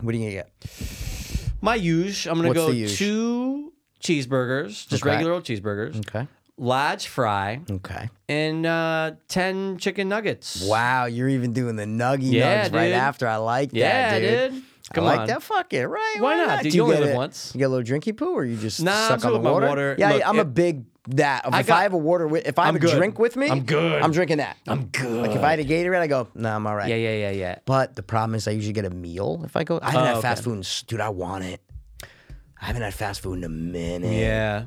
S2: What are you gonna get?
S4: My huge. I'm gonna
S2: What's the
S4: go
S2: huge?
S4: two cheeseburgers, just
S2: Okay.
S4: regular old cheeseburgers.
S2: Okay. Mm.
S4: Large fry
S2: Okay.
S4: and uh, ten chicken nuggets.
S2: Wow, you're even doing the nuggy
S4: Yeah,
S2: nugs right
S4: dude.
S2: after. I like that,
S4: Yeah, dude. Come
S2: I like
S4: on.
S2: that. Fuck it, right?
S4: Why not, dude?
S2: Do
S4: You only
S2: get
S4: live
S2: a-
S4: once.
S2: You get a little drinky poo, or you just
S4: Nah, I'm
S2: suck
S4: good
S2: on the
S4: with my
S2: water?
S4: water.
S2: Yeah,
S4: Look,
S2: I'm a
S4: it-
S2: big that. If I,
S4: got-
S2: have a water, with, if I have
S4: I'm
S2: a
S4: good.
S2: drink with me,
S4: I'm good.
S2: I'm drinking that.
S4: I'm good.
S2: Like if I had a Gatorade, I go, nah, I'm all right.
S4: Yeah, yeah, yeah, yeah.
S2: But the problem is, I usually get a meal if I go. I haven't
S4: Oh,
S2: had fast
S4: okay.
S2: food, in, s- dude. I want it. I haven't had fast food in a minute.
S4: Yeah.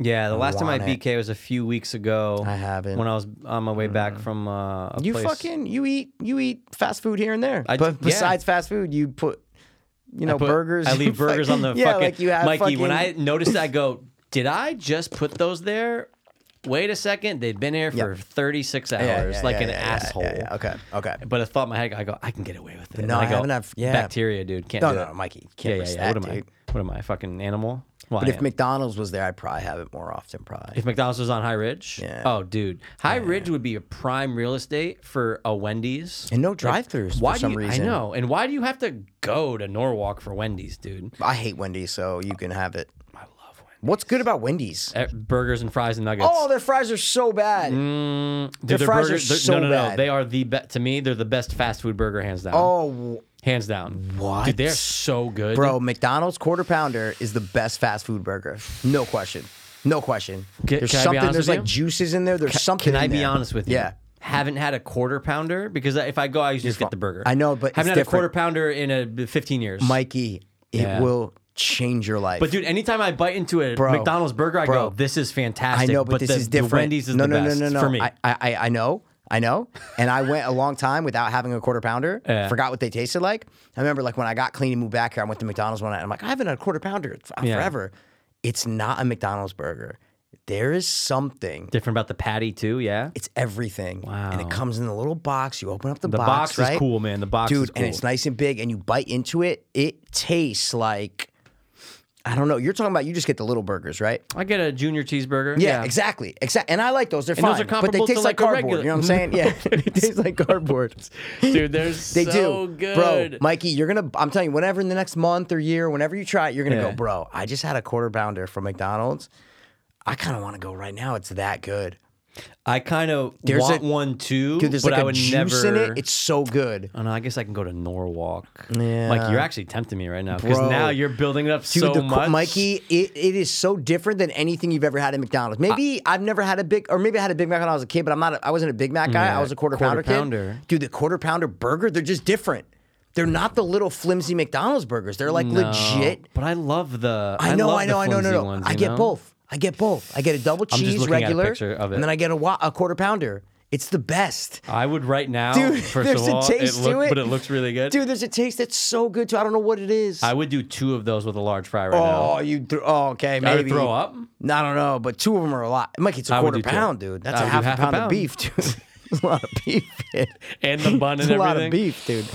S4: Yeah, the last time I
S2: want it.
S4: BK was a few weeks ago.
S2: I haven't. Mm.
S4: When I was on my way back from uh, a
S2: You
S4: place.
S2: fucking you eat you eat fast food here and there.
S4: I d-
S2: but
S4: yeah.
S2: besides fast food, you put you know
S4: put-
S2: burgers.
S4: I
S2: you
S4: leave burgers on the
S2: fuck- yeah,
S4: fucking.
S2: like you have
S4: Mikey, when I
S2: fucking-
S4: noticed, I go, "Did I just put those there? Wait a second, they've been here for 36 hours,
S2: Yeah, yeah,
S4: like
S2: yeah,
S4: an
S2: yeah, yeah,
S4: asshole."
S2: yeah, yeah. Okay, okay.
S4: But I thought in my head, I go, "I can get away with it." And
S2: no,
S4: I
S2: I
S4: go,
S2: haven't had- yeah.
S4: bacteria, dude. Can't
S2: No,
S4: do
S2: no,
S4: that.
S2: no, Mikey, you can't
S4: Yeah, yeah,
S2: risk
S4: yeah.
S2: that,
S4: what am
S2: dude.
S4: I? What am I? a Fucking animal? Well,
S2: But
S4: I
S2: if
S4: am.
S2: McDonald's was there, I'd probably have it more often. Probably.
S4: If McDonald's was on High Ridge,
S2: Yeah.
S4: oh, dude, High Ridge would be a prime real estate for a Wendy's.
S2: and no drive-throughs
S4: why
S2: for some
S4: do you,
S2: reason.
S4: I know, and why do you have to go to Norwalk for Wendy's, dude?
S2: I hate Wendy's, so you can have it.
S4: I love Wendy's.
S2: What's good about Wendy's?
S4: Eh, Burgers and fries and nuggets.
S2: Oh, their fries are so bad.
S4: Mm, dude,
S2: Their
S4: their
S2: fries are
S4: burgers, they're-
S2: so
S4: no, no, no.
S2: bad.
S4: They are the best. To me, they're the best fast food burger, hands down.
S2: Oh,
S4: hands down.
S2: What?
S4: Dude, they're so good,
S2: Bro, McDonald's quarter pounder is the best fast food burger. No question. No question.
S4: Ca-
S2: there's
S4: can I be
S2: something,
S4: honest
S2: there's
S4: with
S2: like
S4: you?
S2: juices in there. There's something
S4: Can I
S2: in
S4: be
S2: there.
S4: honest with you?
S2: Yeah.
S4: Haven't had a quarter pounder because if I go, I usually just get the burger.
S2: I know, but
S4: haven't
S2: it's
S4: had a
S2: different.
S4: quarter pounder in a 15 years.
S2: Mikey, it
S4: Yeah.
S2: will change your life.
S4: But dude, anytime I bite into a
S2: Bro.
S4: McDonald's burger, I
S2: Bro.
S4: go, "This is
S2: I
S4: fantastic."
S2: know, but, this
S4: the,
S2: is
S4: the
S2: different.
S4: Wendy's is
S2: no,
S4: the
S2: no,
S4: best
S2: no, no, no,
S4: for me.
S2: I, I, I- I know, I know. And I went a long time without having a quarter pounder. Forgot what they tasted like. I remember like when I got clean and moved back here, I went to McDonald's one night. I'm like, I haven't had a quarter pounder f-
S4: Yeah.
S2: forever. It's not a McDonald's burger. There is something.
S4: different about the patty too. Yeah,
S2: It's everything. And
S4: Wow.
S2: it comes in a little box. You open up the,
S4: the box,
S2: box.
S4: is
S2: right?
S4: cool, man. The box
S2: Dude,
S4: is cool.
S2: and it's nice and big, and you bite into it, it tastes like I don't know. You're talking about you just get the little burgers, right?
S4: I get a junior cheeseburger.
S2: Yeah, exactly. Exactly. And I like those. They're
S4: And
S2: fine.
S4: those are
S2: but they
S4: comparable to,
S2: taste like
S4: like, a
S2: cardboard.
S4: regular-
S2: You know what I'm saying? yeah. they taste like cardboard.
S4: dude, they're
S2: They
S4: so
S2: do.
S4: good,
S2: Bro, Mikey, you're going to, I'm telling you, whenever in the next month or year, whenever you try it, you're going to
S4: Yeah.
S2: go, bro, I just had a quarter pounder from McDonald's. I kind of want to go right now. It's that good.
S4: I kind of
S2: There's
S4: want
S2: a-
S4: one too,
S2: Dude, there's
S4: but
S2: like
S4: I
S2: a
S4: would
S2: juice
S4: never.
S2: in it. It's so good.
S4: Oh, no, I guess I can go to Norwalk.
S2: Yeah.
S4: Mike, you're actually tempting me right now because
S2: Bro.
S4: now you're building it up
S2: Dude,
S4: so
S2: the,
S4: much.
S2: Mikey, it, it is so different than anything you've ever had at McDonald's. Maybe I, have never had a big, or maybe I had a Big Mac when I was a kid, but I'm not. A, I wasn't a Big Mac guy. I was a quarter, pounder,
S4: quarter pounder.
S2: kid. Dude, the quarter pounder burger, they're just different. They're not the little flimsy McDonald's burgers. They're like
S4: No,
S2: legit.
S4: But I love the.
S2: I know,
S4: love
S2: I
S4: the
S2: know, I know, no,
S4: flimsy
S2: no.
S4: ones,
S2: I
S4: you
S2: get
S4: know?
S2: both. I get both. I get a double
S4: just
S2: cheese
S4: looking at a
S2: regular,
S4: picture of it.
S2: and then I get a, wa- a quarter pounder. It's the best.
S4: I would right now.
S2: Dude,
S4: first
S2: there's
S4: of all,
S2: a taste
S4: it look,
S2: to it,
S4: but it looks really good.
S2: Dude, there's a taste that's so good too. I don't know what it is.
S4: I would do two of those with a large fry right
S2: Oh,
S4: now.
S2: you th- oh, okay,
S4: I
S2: maybe
S4: would throw up.
S2: No, I don't know, but two of them are a lot. Mike, it's a
S4: I would
S2: quarter
S4: do two.
S2: pound, dude. That's
S4: I
S2: a
S4: would do
S2: half a
S4: half a
S2: pound, of
S4: pound.
S2: beef, dude. It's a lot of beef. man.
S4: And the bun
S2: It's
S4: and
S2: a lot of
S4: everything.
S2: beef, dude.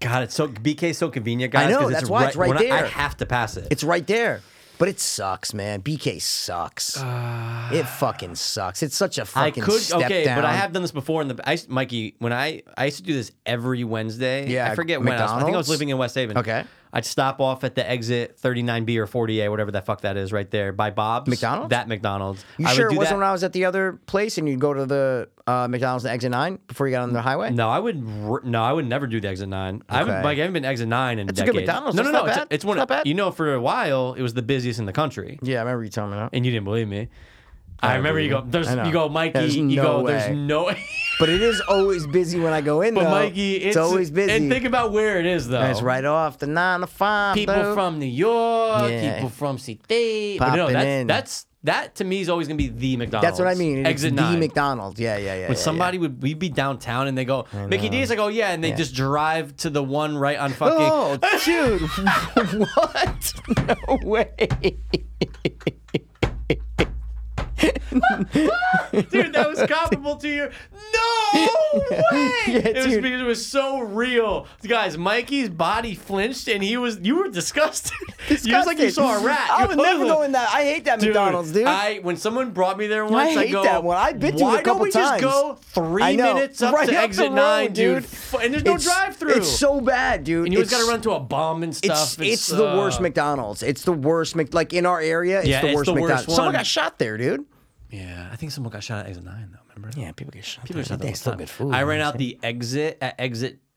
S4: God, it's so BK's so convenient, guys.
S2: I know,
S4: 'cause
S2: that's why it's right
S4: when I- I
S2: there.
S4: have to pass it.
S2: It's right there. But it sucks, man. BK sucks. it fucking sucks. It's such a
S4: Uh, I
S2: fucking
S4: could
S2: step
S4: okay, but I
S2: down.
S4: have done this before in the I, used- Mikey when I I used to do this every Wednesday.
S2: Yeah,
S4: I forget when I was, I think I was
S2: McDonald's?
S4: living in West Haven.
S2: Okay.
S4: I'd stop off at the exit 39B or 40A, whatever that fuck that is, right there by Bob's
S2: McDonald's?
S4: That McDonald's.
S2: You
S4: I would
S2: sure
S4: do
S2: it wasn't
S4: that-
S2: when I was at the other place and you'd go to the uh, McDonald's and exit nine before you got on the highway?
S4: No, I would. r- No, I would never do the exit nine. I haven't
S2: Okay.
S4: like I haven't been to exit nine in
S2: It's a good
S4: decades.
S2: McDonald's.
S4: No,
S2: It's
S4: no,
S2: not
S4: no. It's,
S2: bad.
S4: it's one.
S2: It's not bad.
S4: You know, for a while, it was the busiest in the country,
S2: Yeah, I remember you telling me that.
S4: and you didn't believe me. I, remember you go. There's
S2: I know.
S4: you go, Mikey.
S2: There's
S4: you
S2: no
S4: go.
S2: way."
S4: There's no.
S2: But it is always busy when I go in,
S4: but
S2: though.
S4: Mikey, it's,
S2: always busy.
S4: And think about where it is though.
S2: It's right off the nine to five.
S4: Oh. People
S2: dude.
S4: from New York.
S2: Yeah.
S4: People from CT. But no,
S2: Popping
S4: that's,
S2: in.
S4: that's that to me is always gonna be the McDonald's.
S2: That's what I mean. It's
S4: Exit
S2: the
S4: nine.
S2: McDonald's. Yeah, yeah, yeah.
S4: When
S2: yeah,
S4: somebody would we'd be downtown and they go Mickey D's, I go "Oh, yeah, and they just drive to the one right on
S2: yeah.
S4: fucking.
S2: Oh, dude! what? No way!
S4: Dude, that was comparable to your. No way! it, was,
S2: dude.
S4: because it was so real. Guys, Mikey's body flinched and he was. You were disgusted. You was like you
S2: Disgusting.
S4: saw a rat.
S2: I
S4: You-
S2: would never go in that. I hate that McDonald's, dude.
S4: I when someone brought me there once, I,
S2: hate
S4: go.
S2: that one. I've been to it a
S4: Why
S2: couple
S4: don't we
S2: times."
S4: just go
S2: I
S4: three
S2: know.
S4: minutes up
S2: Right
S4: to
S2: up the
S4: exit
S2: road,
S4: nine, dude?
S2: dude.
S4: F- And there's no
S2: It's-
S4: drive-through.
S2: It's so bad, dude.
S4: And you always
S2: It's-
S4: got to run to a bomb and
S2: It's
S4: stuff.
S2: it's, the
S4: uh,
S2: worst McDonald's. It's the worst Mc like in our area. It's
S4: Yeah,
S2: the
S4: it's
S2: worst
S4: the worst
S2: McDonald's. Someone
S4: one.
S2: got shot there, dude.
S4: Yeah, I think someone got shot at exit nine though. Remember?
S2: Yeah, people get shot. there.
S4: People are shot
S2: They
S4: all the
S2: still
S4: time.
S2: get food.
S4: I ran out the exit at exit.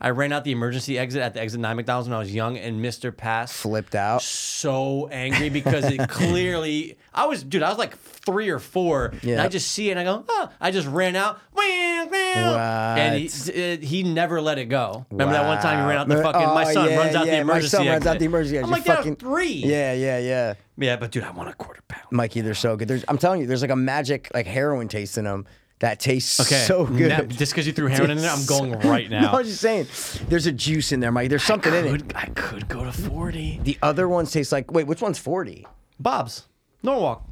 S4: I ran out the emergency exit at the exit nine McDonald's when I was young, and Mr. Pass
S2: flipped out.
S4: so angry because it clearly I was dude I was like three or four and I
S2: Yeah.
S4: just see it and I go oh I just ran out meow, meow. and he, uh, he never let it go remember that one time he ran out the
S2: Wow.
S4: fucking my
S2: Oh,
S4: son
S2: yeah,
S4: runs out the
S2: yeah,
S4: emergency
S2: My son runs out
S4: exit.
S2: the emergency.
S4: I'm
S2: exit.
S4: like
S2: You're
S4: that was three
S2: Yeah, Mm, yeah, yeah.
S4: yeah but dude I want a quarter pound
S2: Mikey, they're so good. There's, I'm telling you, there's like a magic like heroin taste in them that tastes so good.
S4: now, Mm, just because you threw heroin in there I'm going right now
S2: No, I was just saying, there's a juice in there, Mikey. There's something in it.
S4: Could- I could go to forty
S2: The other ones taste like wait, which one's 40?
S4: Bob's Norwalk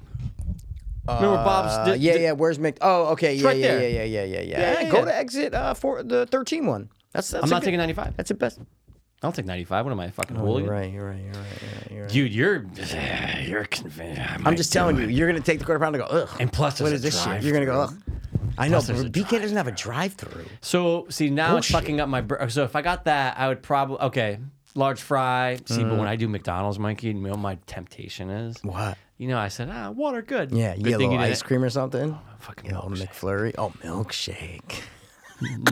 S4: remember Bob's
S2: Uh,
S4: di-
S2: yeah,
S4: di-
S2: yeah. Where's Mc? Oh, okay. Yeah,
S4: right
S2: yeah, yeah,
S4: there.
S2: yeah, yeah, yeah, yeah,
S4: Yeah, yeah,
S2: Go
S4: yeah.
S2: to exit uh, for the 13 one. That's, that's
S4: I'm
S2: a
S4: not
S2: good-
S4: taking 95
S2: That's the best.
S4: I'll take 95 what am I a fucking hooligan
S2: You're right. You're right. You're right. You're right. You're right.
S4: Dude, you're you're convinced.
S2: I'm just telling you, you're gonna take the quarter pound and go. Ugh.
S4: And plus
S2: what
S4: there's
S2: is
S4: a
S2: this shit? You're gonna go. Ugh. I know, but
S4: there's a
S2: BK doesn't have a drive-through.
S4: So see now it's
S2: Bullshit.
S4: fucking up my. Bur- so if I got that, I would probably okay. Large fry. See, but when I do McDonald's, Mikey, you know what my temptation is.
S2: Mm. What?
S4: You know, I said ah, water good.
S2: Yeah,
S4: good
S2: you get a
S4: thing
S2: little
S4: you didn't-
S2: ice cream or something.
S4: Fucking
S2: Oh,
S4: milkshake.
S2: McFlurry. Oh, milkshake.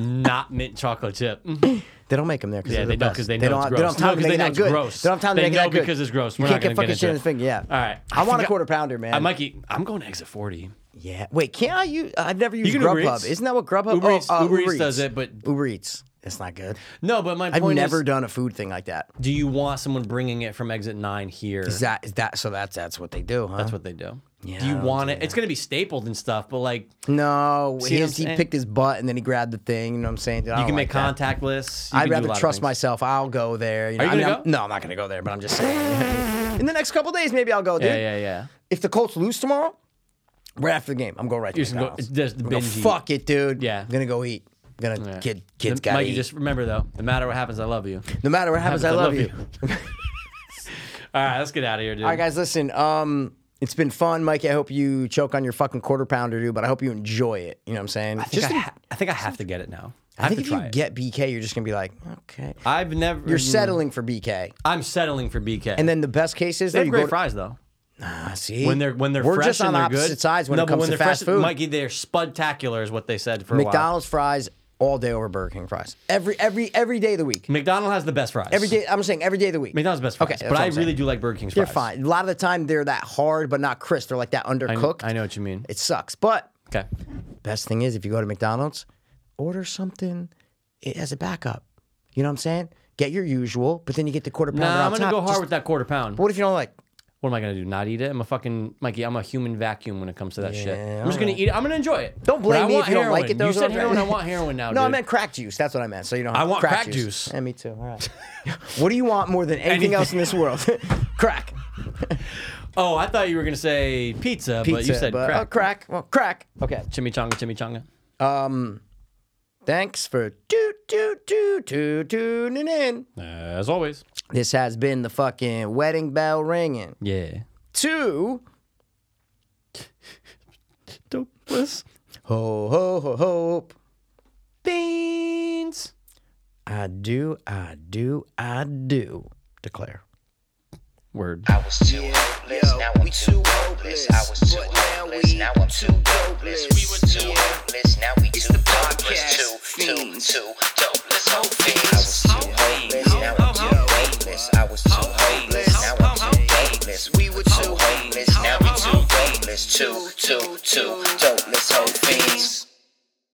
S4: not mint chocolate chip. Uh,
S2: They don't make them there. Cause
S4: Yeah,
S2: they're the
S4: they don't
S2: best.
S4: because they know
S2: they don't,
S4: it's
S2: they
S4: gross.
S2: don't have time to
S4: no, because
S2: make
S4: they
S2: it
S4: know
S2: that
S4: it's
S2: good.
S4: gross.
S2: They don't have time to
S4: They
S2: make it
S4: know
S2: that good.
S4: because it's gross.
S2: You
S4: We're
S2: can't
S4: not
S2: get
S4: gonna
S2: fucking
S4: get
S2: shit in
S4: into
S2: the thing. Yeah.
S4: All right.
S2: I, want a
S4: forgot-
S2: quarter pounder, man.
S4: I might eat. I'm going exit 40.
S2: Yeah. Wait, can't I use? I've never used
S4: can Uber
S2: Grubhub.
S4: Eats.
S2: Isn't that what Grubhub?
S4: Uber
S2: oh,
S4: Eats-
S2: uh,
S4: Uber Eats does it, but-
S2: Uber Eats. That's not good.
S4: No, but my
S2: I've
S4: point
S2: never
S4: is,
S2: done a food thing like that.
S4: do you want someone bringing it from exit nine here?
S2: Is that is that? So that's that's what they do, huh?
S4: That's what they do.
S2: Yeah,
S4: do
S2: I
S4: you
S2: don't
S4: want it? It's going to be stapled and stuff, but like
S2: No,
S4: what
S2: he,
S4: I'm
S2: he
S4: saying?
S2: picked his butt and then he grabbed the thing. You know what I'm saying? Dude, I
S4: you
S2: don't
S4: can
S2: like
S4: make
S2: that.
S4: contact lists. You
S2: Oh I'd
S4: can do a
S2: rather
S4: lot of
S2: trust
S4: things.
S2: myself. I'll go there. You know,
S4: Are you
S2: I mean,
S4: gonna
S2: I'm-
S4: go?
S2: No, I'm not gonna go there, but I'm just saying. In the next couple days, maybe I'll go, dude.
S4: Yeah, yeah, yeah.
S2: If the Colts lose tomorrow, right after the game, I'm going right to
S4: You're just gonna go-
S2: McDonald's.
S4: just
S2: I'm gonna go,
S4: binge eat.
S2: fuck it, dude.
S4: Yeah.
S2: I'm gonna go eat. I'm gonna kid kids
S4: The-
S2: gotta
S4: Mikey,
S2: eat.
S4: just remember though, no matter what happens, I love you.
S2: no matter what happens, I love you.
S4: All right, let's get out of here, dude.
S2: All right, guys, listen. Um, it's been fun, Mikey. I hope you choke on your fucking quarter pounder, dude. But I hope you enjoy it. You know what I'm saying?
S4: I think, I, ha- I think I have to get it now. I,
S2: I
S4: have
S2: think
S4: to
S2: if
S4: try
S2: you
S4: it.
S2: get BK, you're just gonna be like, okay.
S4: I've never.
S2: You're settling for BK,
S4: I'm settling for BK.
S2: and then the best case is
S4: they
S2: that
S4: have
S2: you
S4: great
S2: go to-
S4: fries though.
S2: Ah, see,
S4: When they're when they're
S2: we're
S4: fresh
S2: just on
S4: and they're
S2: opposite
S4: good.
S2: sides when
S4: no,
S2: it
S4: but
S2: comes
S4: when
S2: to
S4: they're
S2: fast
S4: fresh,
S2: food.
S4: Mikey, they're spudtacular is what they said for a while.
S2: McDonald's fries all day over Burger King fries every every every day of the week.
S4: McDonald's has the best fries.
S2: Every day, I'm saying every day of the week.
S4: Mm. McDonald's best fries.
S2: Okay, that's
S4: but
S2: what
S4: I
S2: I'm
S4: really
S2: saying.
S4: do like Burger King's
S2: They're
S4: fries.
S2: fine. A lot of the time, they're that hard but not crisp. They're like that
S4: I,
S2: undercooked.
S4: I know what you mean.
S2: It sucks, but
S4: Okay.
S2: best thing is if you go to McDonald's, order something i- as a backup. You know what I'm saying? Get your usual, but then you get the quarter pounder.
S4: No,
S2: on
S4: I'm gonna
S2: top.
S4: go hard
S2: Just-
S4: with that quarter pound.
S2: What if you don't like?
S4: What am I gonna do? Not eat it? I'm a fucking Mikey. I'm a human vacuum when it comes to that shit.
S2: Yeah,
S4: I'm just gonna eat it. I'm gonna enjoy it.
S2: Don't
S4: But I
S2: blame me
S4: want
S2: if you don't like
S4: heroin.
S2: it. Though,
S4: You
S2: is
S4: said
S2: what I'm
S4: heroin. I
S2: saying.
S4: want heroin now.
S2: No, I
S4: dude.
S2: meant crack juice. That's what I meant. So you don't.
S4: I
S2: Have
S4: want
S2: crack,
S4: crack juice.
S2: Yeah, me too. All right. what do you want more than anything, else in this world? crack.
S4: Oh, I thought you were gonna say pizza, but you
S2: Pizza,
S4: said
S2: but-
S4: crack.
S2: oh, crack. Well, crack. Okay.
S4: Chimichanga, chimichanga.
S2: Thanks for toot toot toot toot tuning in.
S4: As always.
S2: This has been the fucking wedding bell ringing.
S4: Yeah.
S2: Two.
S4: Dopeless
S2: Ho ho ho hope.
S4: beans.
S2: I do, I do, I do declare.
S4: Word.
S1: I was too hopeless, now I'm too hopeless. I was too hopeless, now I'm too dopeless. We were too hopeless, now we too dopeless. Two, two, two, dopeless, whole fiends. I was too hopeless, now I'm too hopeless. I was too hopeless, now I'm too dopeless. We were too hopeless, now we too dopeless. Two, two, two, dopeless, whole fiends.